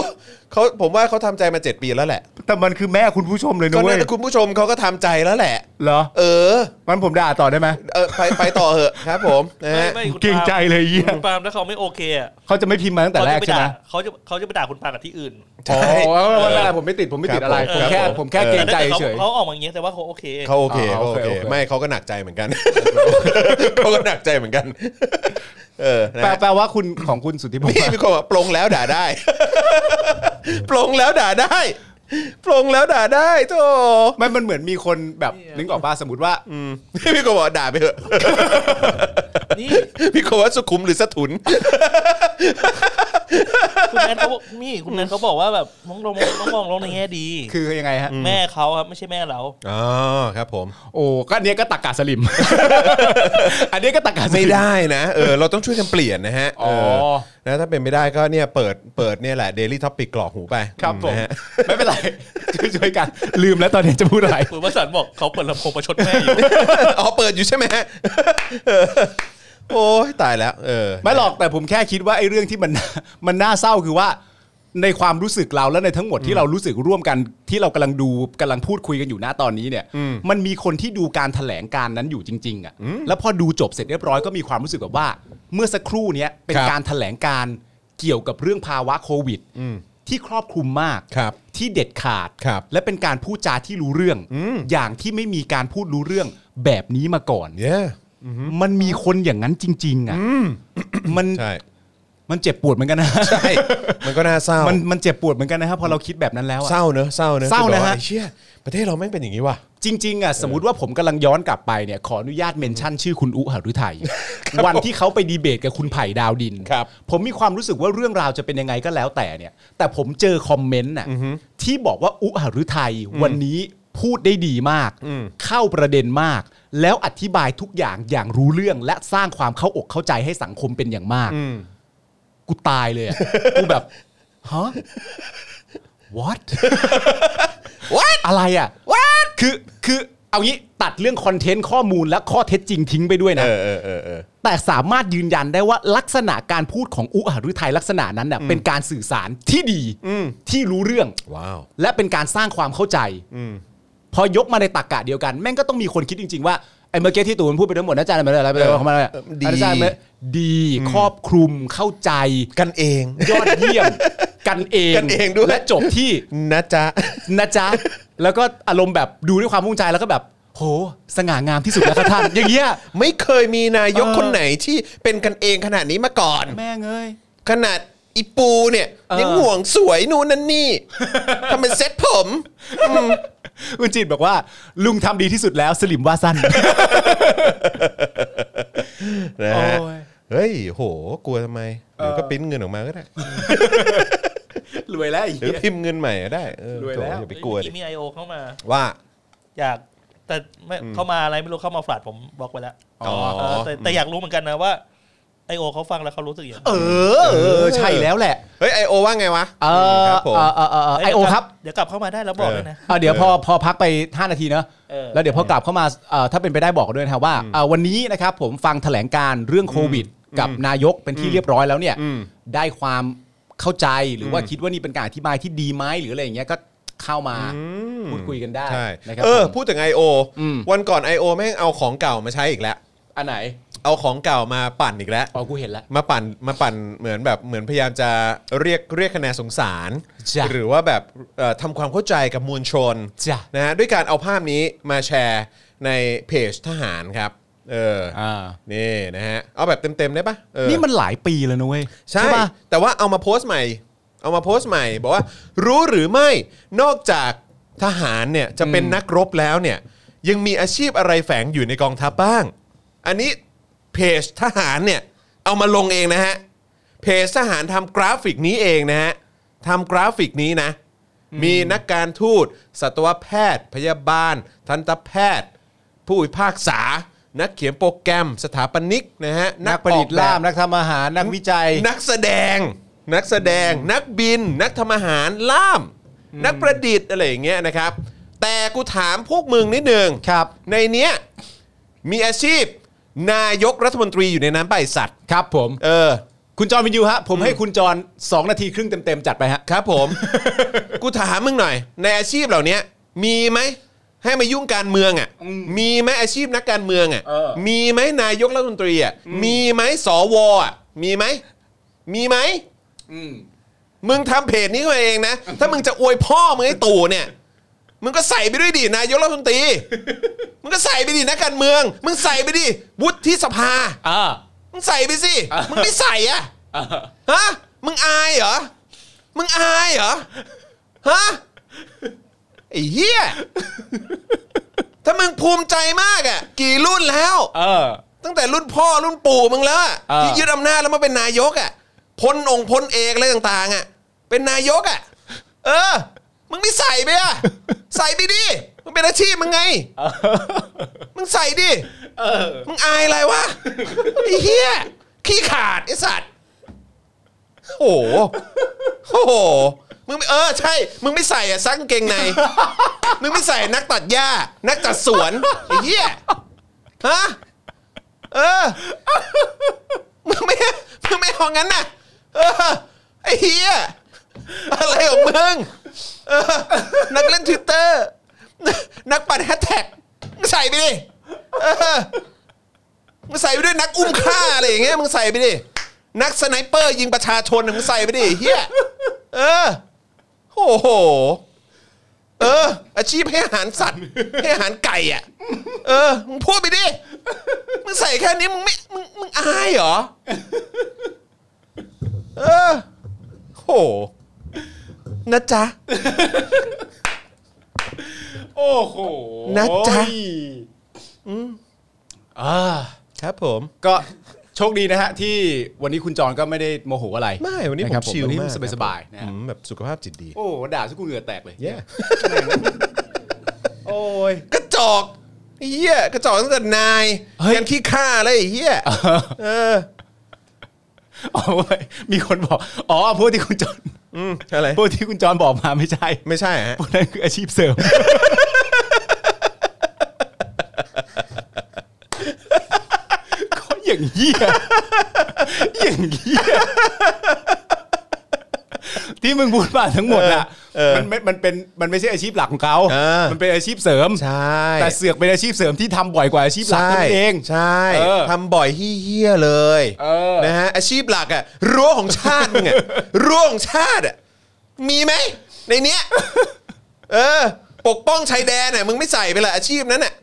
Speaker 2: เขาผมว่าเขาทำใจมาเจ็ดปีแล้วแหละ
Speaker 3: แต่มันคือแม่คุณผู้ชมเลย
Speaker 2: ก็
Speaker 3: นะเว้
Speaker 2: น่าย จะคุณผู้ชมเขาก็ทำใจแล้วแหละ
Speaker 3: เหรอ
Speaker 2: เออ
Speaker 3: มันผมด่าต่อได้ไหม
Speaker 2: เออไปไปต่อเหอะครับ ผมนะฮะ
Speaker 4: ไม่คุณ
Speaker 3: เก่งใจเลยไอ้เหี้ย
Speaker 4: คุณปาล์มถ้าเขาไม่โอเคอะ
Speaker 3: เขาจะไม่พิมพ์มาตั้งแต่
Speaker 4: เขา
Speaker 3: แรก
Speaker 4: จะไป
Speaker 3: ใช่ไหม
Speaker 4: ด่าเขาจะเขาจะไปด่าคุณปาล์มกับที่อื่น
Speaker 2: ใช่
Speaker 3: อ๋อไม่เป็นไรผมไม่ติดผมไม่ติดอะไร ผมแค่
Speaker 2: ครับผม
Speaker 3: ผมแค่เกรงใจ
Speaker 4: แต่ถ้า
Speaker 3: เฉ
Speaker 4: กิด
Speaker 3: ย
Speaker 4: เขาออกมาอย่างเงี้ยแต่ว่าเขาโอเค
Speaker 2: เขาโอเค
Speaker 3: อ่า
Speaker 2: เขา
Speaker 3: โอ
Speaker 2: โอ
Speaker 3: เค
Speaker 2: เค
Speaker 3: โอเค
Speaker 2: ไม่เขาก็หนักใจเหมื อนกัน เขาก็หนักใจเหมือนกัน เออนะ
Speaker 3: แปล
Speaker 2: ฮะ
Speaker 3: แปลว่าคุณของคุณสุทธิพงศ์
Speaker 2: นี่มีคนบอกปลงแล้วด่าได้ ปลงแล้วด่าได้ ปลงแล้วด่าได้โธ่
Speaker 3: มันมันเหมือนมีคนแบบนึกออกป่ะสมมติว่า
Speaker 2: นี่พี่กบอกด่าไปเถอะ
Speaker 4: นี่
Speaker 2: พี่กว่าสุขุมหรือสถุน
Speaker 4: คุณแอนเขาบอกนี่คุณแอนเขาบอกว่าแบบมองลงต้องมองลงในแง่ดี
Speaker 3: คือยังไงฮะ
Speaker 4: แม่เขาครับไม่ใช่แม่เรา
Speaker 2: อ๋อครับผม
Speaker 3: โอ้ก็อันเนี้ยก็ตักกาสลิม อันเนี้ยก็ตักกาสลิม
Speaker 2: ไม่ได้นะ เออเราต้องช่วยกันเปลี่ยนนะฮะ
Speaker 3: อ๋อ
Speaker 2: เนะถ้าเป็นไม่ได้ก็เนี่ยเปิดเปิดเนี่ยแหละ Daily Topic กรอกหูไป
Speaker 3: ครับผม
Speaker 2: นะฮะ
Speaker 3: ไม่เป็นไร ช่วยๆกัน ลืมแล้วตอนนี้จะพูดอะไร
Speaker 4: คุณวสันต์บอกเขาเปิดลำโพงประชดแม่อยู่
Speaker 2: อ๋อเปิดอยู่ใช่ไหมฮะ เออโอ้ยตายแล้ว เออ
Speaker 3: ไม่หรอกแต่ผมแค่คิดว่าไอ้เรื่องที่มัน มันน่าเศร้าคือว่า ในความรู้สึกเราและในทั้งหมดที่เรารู้สึกร่วมกันที่เรากำลังดูกำลังพูดคุยกันอยู่หน้าตอนนี้เนี่ย มันมีคนที่ดูการแถลงการนั้นอยู่จริง ๆ อ่ะ แล้วพอดูจบเสร็จเรียบร้อยก็มีความรู้สึกแบบว่า เมื่อสักครู่เนี้ยเป็น
Speaker 2: ครับ
Speaker 3: การแถลงการเกี่ยวกับเรื่องภาวะโควิดที่ครอบคลุมมาก
Speaker 2: ครับ
Speaker 3: ที่เด็ดขาด
Speaker 2: ครับ
Speaker 3: และเป็นการพูดจาที่รู้เรื่อง อย่างที่ไม่มีการพูดรู้เรื่องแบบนี้มาก่อน
Speaker 2: เนี่ย
Speaker 3: มันมีคนอย่างนั้นจริง ๆ อ่ะมัน
Speaker 2: ใช่
Speaker 3: มันเจ็บปวดเหมือนกันนะ
Speaker 2: ใช่ มันก็น่าเศร้า
Speaker 3: มันมันเจ็บปวดเหมือนกันนะครับพอเราคิดแบบนั้นแล้วอะ
Speaker 2: เศร้าเนอะเศร้าเนอะ
Speaker 3: เศร้า
Speaker 2: คื
Speaker 3: นะ
Speaker 2: อแบบว่
Speaker 3: ฮะ
Speaker 2: ไอ้เชี่ยประเทศเราแม่งเป็นอย่างนี้ว่ะ
Speaker 3: จริงๆอ่ะสมมติว่าผมกำลังย้อนกลับไปเนี่ยขออนุญาตเมนชั่นชื่อคุณอุหฤ ทัยวันที่เขาไปดีเบตกับคุณไผ่ดาวดิน
Speaker 2: ครับ
Speaker 3: ผมมีความรู้สึกว่าเรื่องราวจะเป็นยังไงก็แล้วแต่เนี่ย แต่ผมเจอคอมเมนต์น่ะที่บอกว่าอุหฤทัยวันนี้พูดได้ดีมาก เข้าประเด็นมาก แล้วอธิบายทุกอย่างอย่างรู้เรื่องและสร้างความเข้าอกเข้าใจให้สังคมเป็นอย่างมาก
Speaker 2: อืม
Speaker 3: กูตายเลยอะกูแบบฮะ what what อะไรอ่ะ what คือคือเอางี้ตัดเรื่องคอนเทนต์ข้อมูลและข้อเท็จจริงทิ้งไปด้วยนะ
Speaker 2: เออเออเออเออ
Speaker 3: แต่สามารถยืนยันได้ว่าลักษณะการพูดของอุหฤทัยลักษณะนั้นน่ะเป็นการสื่อสารที่ดีที่รู้เรื่อง
Speaker 2: ว้าว
Speaker 3: และเป็นการสร้างความเข้าใจ พอยกมาในตรกกะเดียวกัน แม่งก็ต้องมีคนคิดจริง ๆ ว่าไอ้เมื่อกี้ที่ตูนพูดไปทั้งหมดนะอาจารย์มันอะไรไปเลยของมันอะไร
Speaker 2: เออดี
Speaker 3: อาจารย์มันดีครอบคลุมเข้าใจ
Speaker 2: กันเอง
Speaker 3: ยอดเยี่ยม กันเอง
Speaker 2: กันเองด้วย
Speaker 3: และจบที่
Speaker 2: นะจ๊ะ
Speaker 3: นะจ๊ะ แล้วก็อารมณ์แบบดูด้วยความภูมิใจแล้วก็แบบ โห สง่างามที่สุดแล้วครับท่าน อย่างเงี้ย
Speaker 2: ไม่เคยมีนายก
Speaker 3: เออ
Speaker 2: คนไหนที่เป็นกันเองขนาดนี้มาก่อน
Speaker 3: แม่งเอ้ย
Speaker 2: ขนาดอีปูเนี่ย
Speaker 3: เออ
Speaker 2: ยังห่วงสวยนู่นนั่น นี่ ทำเป็นเซ็ตผมอืม
Speaker 3: คุณจิตบอกว่า ลุงทำดีที่สุดแล้วสลิมว่าสั้น
Speaker 2: นะฮะ
Speaker 3: โอ้ย
Speaker 2: เฮ้ยโหกลัวทำไม เดี๋ยวก็ปริ้นเงินออกมาก็ได้
Speaker 3: รวยแล้วไอ้
Speaker 2: หรือ
Speaker 3: เหี้ย
Speaker 2: พิมพ์เงินใหม่ก็ได้เออ
Speaker 3: รวย
Speaker 2: โถ
Speaker 3: แล้ว
Speaker 2: อย่าไปกลัวดิ
Speaker 4: เมื่อมีไอโอเข้ามา
Speaker 2: ว่า
Speaker 4: อยากแต่ไม่เข้ามาอะไรไม่รู้เข้ามาฝาดผมบล็อกไปแล้ว
Speaker 2: อ๋อ
Speaker 4: เออแต่แต่อยากรู้เหมือนกันนะว่าไอโอเขาฟังแล้วเขารู้สึกยังไง
Speaker 3: เออเออ ใช่แล้วแหละ
Speaker 2: เฮ้ยไอโอว่าไงวะ
Speaker 3: เอ
Speaker 2: ม
Speaker 3: อ
Speaker 2: ครับผม
Speaker 3: เออเออเออเออไอโอครับ
Speaker 4: เดี๋ยวกลับเข้ามาได้แล้วบอกด้วยนะ
Speaker 3: เออเดี๋ยวพอพอพักไป 5 นาทีเนอะ
Speaker 4: เออ
Speaker 3: แล้วเดี๋ยวพอกลับเข้ามาเอ่อถ้าเป็นไปได้บอกด้วยนะครับว่าเอ่อวันนี้นะครับผมฟังแถลงการณ์เรื่องโควิด กับนายกเป็นที่เรียบร้อยแล้วเนี่ย
Speaker 2: อืม
Speaker 3: ได้ความเข้าใจหรือว่าคิดว่านี่เป็นการอธิบายที่ดีไหมหรืออะไรอย่างเงี้ยก็เข้ามาพูดคุยกันได้
Speaker 2: ใช่
Speaker 3: นะครับ
Speaker 2: เออ
Speaker 3: ผม
Speaker 2: พูดถึง I.O.
Speaker 3: อืม
Speaker 2: วันก่อน I.O. แม่งเอาของเก่ามาใช้อีกแล้ว
Speaker 3: อันไหน
Speaker 2: เอาของเก่ามาปั่นอีกแล้ว
Speaker 3: อ๋อกูเห็นแล้ว
Speaker 2: มาปั่นมาปั่นเหมือนแบบเหมือนพยายามจะเรียกเรียกคะแนนสงสาร
Speaker 3: จ้ะ
Speaker 2: หรือว่าแบบเอ่อทำความเข้าใจกับมวลชน
Speaker 3: จ้ะ
Speaker 2: นะฮะด้วยการเอาภาพนี้มาแชร์ในเพจทหารครับเอออา นี่นะฮะเอาแบบเต็มๆได้ปะเออ
Speaker 3: นี่มันหลายปีแล้วนะเว้ย
Speaker 2: ใช่
Speaker 3: ป่ะ
Speaker 2: แต่ว่าเอามาโพสต์ใหม่ เอามาโพสต์ใหม่ บอกว่า รู้หรือไม่นอกจากทหารเนี่ยจะเป็นนักรบแล้วเนี่ยยังมีอาชีพอะไรแฝงอยู่ในกองทัพบ้าง อันนี้เพจทหารเนี่ยเอามาลงเองนะฮะ เพจทหารทำกราฟิกนี้เองนะฮะทำกราฟิกนี้นะ มีนักการทูตสัตวแพทย์ พยาบาล ทันตแพทย์ ผู้พิพากษา นักเขียนโปรแกรม สถาปนิกนะฮะ
Speaker 3: นักประดิษฐ์ล่า
Speaker 2: อ
Speaker 3: ม
Speaker 2: อกแบบ
Speaker 3: นักทำอาหารนักวิจัย
Speaker 2: นักแสดง นักแสดง นักบิน นักทำอาหารล่าม นักประดิษฐ์อะไรอย่างเงี้ยนะครับ แต่กูถามพวกมึงนิดนึง
Speaker 3: ครับ
Speaker 2: ในเนี้ยมีอาชีพ นายกรัฐมนตรีอยู่ในนั้นไปะไอ้สัตว์
Speaker 3: ครับผม
Speaker 2: เออ
Speaker 3: คุณจอห์นวินยูฮะผมให้คุณจอห์นสองนาทีครึ่งเต็มๆจัดไปฮะ
Speaker 2: ครับผม กูถามมึงหน่อย ในอาชีพเหล่านี้มีไหมให้มายุ่งการเมืองอ่ะ มีไหมอาชีพนักการเมืองอ่ะ
Speaker 3: เออ
Speaker 2: มีไหมนายกรัฐมนตรีอ่ะ มีไหมสวอ่ะ มีไหม มีไหม มึงทำเพจนี้ขึ้นมาเองนะ ถ้ามึงจะอวยพ่อมึงให้ตู่เนี่ย มึงก็ใส่ไปด้วยดินายกรัฐมนตรี มึงก็ใส่ไปดินักการเมือง มึงใส่ไปดิวุฒิสภา
Speaker 3: อ่า
Speaker 2: มึงใส่ไปสิ
Speaker 3: อ่ะ
Speaker 2: มึงไม่ใส่อะฮะ มึงอายเหรอ มึงอายเหรอ ฮะ ไอ้เหี้ย ถ้ามึงภูมิใจมากอะกี่รุ่นแล้ว
Speaker 3: เออ
Speaker 2: ตั้งแต่รุ่นพ่อรุ่นปู่มึงแล้วอะ
Speaker 3: เออ
Speaker 2: ที่ยึดอำนาจแล้วมาเป็นนายกอะพ้นองค์พ้นเอกอะไรต่างๆอะเป็นนายกอะเออ มึงไม่ใส่ไปอะใส่ไปดิมันเป็นอาชีพมึงไง มึงใส่ดิ มึงอายอะไรวะ ไอ้เหี้ย ขี้ขาดไอ้สัตว์ โอ้โห โอ้โห มึงไม่เออใช่ มึงไม่ใส่อะซักกางเกงใน มึงไม่ใส่นักตัดหญ้า นักจัดสวน ไอ้เหี้ย ฮะ เออ มึงไม่ มึงไม่เอางั้นน่ะ เออ ไอ้เหี้ย อะไรของมึง เออ นักเล่นทวิตเตอร์ นักปั่นแฮชแท็กมึงใส่ไปดิ เออ มึงใส่ไปด้วยนักอุ้มฆ่าอะไรอย่างเงี้ยมึงใส่ไปดิ นักสไนเปอร์ยิงประชาชนน่ะมึงใส่ไปดิเฮียเออโอ้โห เออ อาชีพให้อาหารสัตว์ให้อาหารไก่อ่ะ เออ มึงพูดไปดิ มึงใส่แค่นี้มึงไม่มึงมึงอายเหรอ เออโหนะจ๊ะ
Speaker 3: โอ้โห
Speaker 2: นะจ๊ะ
Speaker 3: อืมอ่า
Speaker 2: ครับผม
Speaker 3: ก็โชคดีนะฮะ ที่วันนี้คุณจอนก็ไม่ได้โมโหอะไร
Speaker 2: ไม่วันนี้ผม
Speaker 3: ะครับ
Speaker 2: ชิล
Speaker 3: วันนี้
Speaker 2: มาก
Speaker 3: สบายสบายๆนะ
Speaker 2: อื
Speaker 3: ฮะ
Speaker 2: มแบบสุขภาพจิตดี
Speaker 3: โอ้ด่าซะกูเหงื่อแตกเลย
Speaker 2: เย้
Speaker 3: โอ้ย
Speaker 2: กระจอกไอ้เฮียกระจอกตั้งแต่นาย
Speaker 3: เฮ้ย
Speaker 2: ยันขี้ข้าเลยไอ้เฮียเออ
Speaker 3: โอ้ยมีคนบอก อ๋อพวกที่คุณจอน
Speaker 2: อืมอะไร
Speaker 3: พวกที่คุณจอนบอกมาไม่ใช่
Speaker 2: ไม่ใช่ฮะ
Speaker 3: พวกนั้นคืออาชีพเสริม ก็อย่างเหี้ยอย่างเหี้ยที่มึงพูดมาทั้งหมดอ่ะมันไม่มันเป็นมันไม่ใช่อาชีพหลักของเขา
Speaker 2: ามั
Speaker 3: มันเป็นอาชีพเสริม
Speaker 2: ใช่
Speaker 3: แต่เสือกเป็นอาชีพเสริมที่ทำบ่อยกว่าอาชีพหลัก
Speaker 2: ใช่
Speaker 3: นั่นเอง
Speaker 2: ใช่
Speaker 3: เออ
Speaker 2: ทำบ่อยเฮี้ยๆเลย
Speaker 3: เออ
Speaker 2: นะฮะอาชีพหลักอะรั้วของชาติไงอะ รั้วของชาติอะมีไหมในเนี้ยเออ ปกป้องชายแดนน่ะมึงไม่ใส่ไปละอาชีพนั้นน่ะ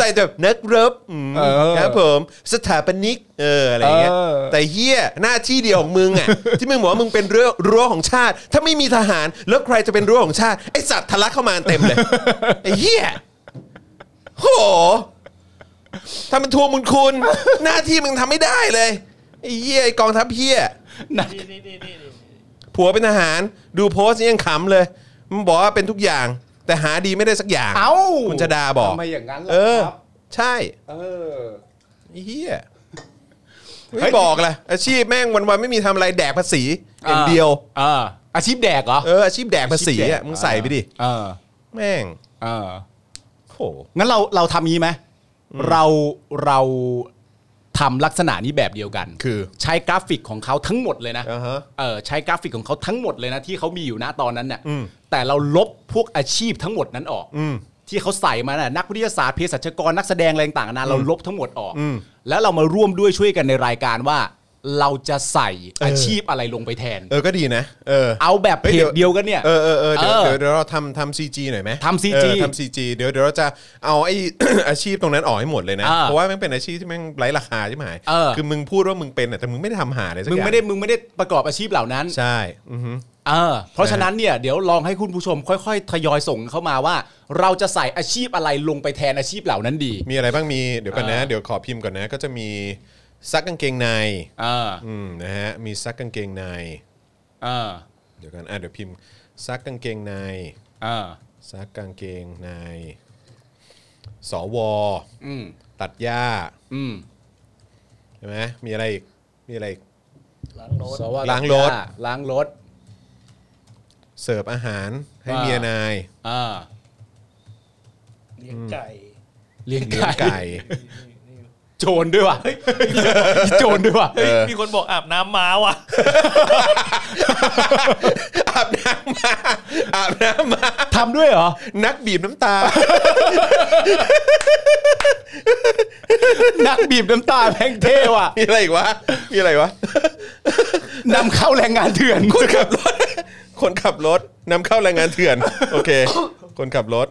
Speaker 2: ใส่แต่นักรบอืม
Speaker 3: เออ
Speaker 2: ครับผมสถาปนิกเอออะไรอย่างเงี้ย
Speaker 3: เออ
Speaker 2: แต่เฮี้ยหน้าที่เดียวของมึงอ่ะ ที่มึงบอกว่ามึงเป็นเรือรั้วของชาติ ถ้าไม่มีทหารแล้วใครจะเป็นรั้วของชาติไอสัตว์ทะลักเข้ามาเต็ม เลยไอเฮี้ย โหทำเป็นทัวร์มุนคุณ หน้าที่มึงทำไม่ได้เลยไอ้เหี้ยไอ้กองทัพเหี้ย
Speaker 3: นะ
Speaker 4: นี่นี่นี่นี่นี่
Speaker 2: ผัวเป็นทหาร ดูโพสต์นี้ยังขำเลย มันบอกว่าเป็นทุกอย่าง แต่หาดีไม่ได้สักอย่าง
Speaker 3: เอ้า
Speaker 2: คุณจะดาบอก
Speaker 3: ทำไมอย่างนั้นล่ะ
Speaker 2: เออ
Speaker 3: ครับ
Speaker 2: ใช่
Speaker 3: เออ
Speaker 2: ไอ้เหี้ย
Speaker 3: เฮ้
Speaker 2: ไม่
Speaker 3: ย
Speaker 2: บอกละอาชีพแม่งวันๆไม่มีทำอะไรแดกภาษีอย่างเดียว
Speaker 3: อ่าอาชีพแดกเหรอ
Speaker 2: เอออาชีพแดกภาษีอ่ะมึงใส่ไปดิ
Speaker 3: เออ
Speaker 2: แม่ง
Speaker 3: เออ
Speaker 2: โห
Speaker 3: งั้นเราเราทำงี้ไหมเราเราทำลักษณะนี้แบบเดียวกัน
Speaker 2: คือ
Speaker 3: ใช้กราฟิกของเขาทั้งหมดเลยนะ
Speaker 2: อ่าฮะ
Speaker 3: เออใช้กราฟิกของเขาทั้งหมดเลยนะที่เขามีอยู่ณตอนนั้นเนี่ย
Speaker 2: อืม
Speaker 3: แต่เราลบพวกอาชีพทั้งหมดนั้นออก
Speaker 2: อืม
Speaker 3: ที่เขาใส่มาน่ะนักวิทยาศาสตร์เภสัชกรนักแสดงอะไรต่างๆนานาเราลบทั้งหมดออก
Speaker 2: อืม
Speaker 3: แล้วเรามาร่วมด้วยช่วยกันในรายการว่า เราจะใส่อาชีพอะไรลงไปแทน
Speaker 2: เออก็ดีนะ เออ
Speaker 3: เอาแบบเพจเดียวกันเนี่ย
Speaker 2: เออเออเออเดี๋ยว
Speaker 3: เออ
Speaker 2: เดี๋ยวเดี๋ยวเราทำทำซีจีหน่อยไหม
Speaker 3: ทำ CG
Speaker 2: เออทำซีจีเดี๋ยวเดี๋ยวเราจะเอาไอ้ อาชีพตรงนั้นออกให้หมดเลยนะ
Speaker 3: อ่า
Speaker 2: เพราะว่ามันเป็นอาชีพที่แม่งไร้ราคาใช่ไหม
Speaker 3: เออ
Speaker 2: คือมึงพูดว่ามึงเป็นน่ะแต่มึงไม่ได้ทำหาเลยสัก
Speaker 3: มึง
Speaker 2: อย่าง
Speaker 3: ไม่ได้มึงไม่ได้ประกอบอาชีพเหล่านั้น
Speaker 2: ใช่อือฮึ
Speaker 3: เออ เพราะฉะนั้นเนี่ยเดี๋ยวลองให้คุณผู้ชมค่อยๆ ทยอยส่งเข้ามาว่า เราจะใส่อาชีพอะไรลงไปแทนอาชีพเหล่านั้นดี
Speaker 2: มีอะไรบ้างมีเดี๋ยวก่อนนะ
Speaker 3: เออ
Speaker 2: เดี๋ยวขอพิมพ์ก่อนนะ ก็จะมีซักกางเกงใน
Speaker 3: เออ
Speaker 2: อืมนะฮะมีซักกางเกงใน
Speaker 3: เออ
Speaker 2: เดี๋ยวกันอ่ะเดี๋ยวพิมพ์ซักกางเกงใน
Speaker 3: เออ
Speaker 2: ซักกางเกงใน สว
Speaker 3: อืม
Speaker 2: ตัดหญ้า
Speaker 3: อืม
Speaker 2: ใช่ไหมมีอะไรอีกมีอะไรอีก
Speaker 4: หลังโน้ต
Speaker 3: สว
Speaker 2: ล้างรถ
Speaker 3: ล้างรถ
Speaker 2: เสิร์ฟอาหารให้
Speaker 3: อ่า
Speaker 2: เมียนาย
Speaker 3: เออ
Speaker 4: เลี้ยงไก่
Speaker 3: เลี้ยง
Speaker 2: เลี้ยง
Speaker 3: ไก่
Speaker 2: ไก่
Speaker 3: โจรด้วย ว่ะโจรด้วยว่ะ
Speaker 2: เออ
Speaker 4: มีคนบอกอาบน้ำม้าว่ะ
Speaker 2: อาบน้ำมาอาบน้ำมา
Speaker 3: ทำด้วยเหรอ
Speaker 2: นักบีบน้ำตา
Speaker 3: นักบีบน้ำตาแพงเท่ว่ะ
Speaker 2: มีอะไรอีกวะ มีอะไรวะ
Speaker 3: นำเข้าแรงงานเถื่อน
Speaker 2: คนขับรถ คนขับรถนำเข้าแรงงานเถื่อน โอเค คนขับรถ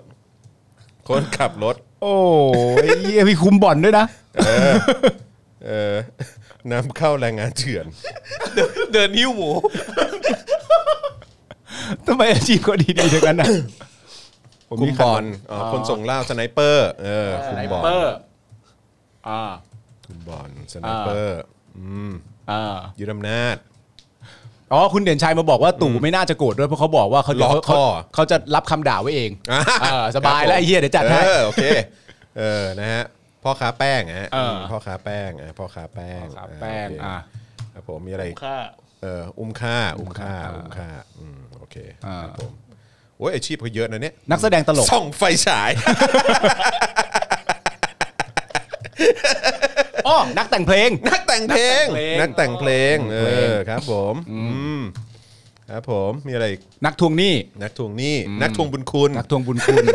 Speaker 2: คนขับรถ
Speaker 3: โอ้ยเหี้ยมีคุมบ่อนด้วยนะ
Speaker 2: เออ เออนำเข้าแรงงานเถื่อน
Speaker 4: เดินนิ้วหมู
Speaker 3: ทำไมอาชีพเขาดีๆทั้งนั้นน่ะ ผม
Speaker 2: คุ
Speaker 3: มี
Speaker 2: ม
Speaker 3: ขั
Speaker 2: บอ
Speaker 3: น
Speaker 2: ลอ๋อคนส่งเหล่าสไนเปอร์ เออ คุมบอล
Speaker 3: เปอร์อ่า
Speaker 2: คุมบอลสไนเปอร์ อืม
Speaker 3: อ่า
Speaker 2: ยึดอำนาจ
Speaker 3: อ๋อ คุณเด่นชัยมาบอกว่าตู่ไม่น่าจะโกรธด้วยเพราะเขาบอกว่าเขา
Speaker 2: ล็อกคอ
Speaker 3: เขาเขาจะรับคำด่าไว้เอง
Speaker 2: อ่า
Speaker 3: เออสบาย
Speaker 2: ครั
Speaker 3: แล้วไอ้เหี้ยเดี๋ยวจัดให้
Speaker 2: เออโอเคเออนะฮะพ่อค้าแป้งฮะ
Speaker 3: เออ
Speaker 2: มพ่อค้าแป้งอ่ะพ่อค้าแป้ง
Speaker 3: พ่อค้าแป้ง
Speaker 2: เโเค
Speaker 3: อ่ะ
Speaker 2: ครับผมมีอะไรอีก
Speaker 4: ค่า
Speaker 2: เอออุ้มค่าอุ้มค่าอุ้มค่าอืมโอเค
Speaker 3: อ่า
Speaker 2: ครับผมโอ้ยอาชีพเขาเยอะนะเนี่ย
Speaker 3: นักแสดงตลก
Speaker 2: ส่องไฟฉาย
Speaker 3: อ๋อ นักแต่งเพลง
Speaker 2: นักแต่งเพลง
Speaker 3: นั
Speaker 2: นัก
Speaker 3: กแต่
Speaker 2: แต่ง
Speaker 3: ง
Speaker 2: เพ
Speaker 3: เพ
Speaker 2: ล
Speaker 3: ล
Speaker 2: ง
Speaker 3: ง
Speaker 2: เออครับผมอืมครับผมมีอะไรอีก
Speaker 3: นักทวงหนี้
Speaker 2: นักทวงหนี้นักทวงบุญคุณ
Speaker 3: นักทวงบุญคุณ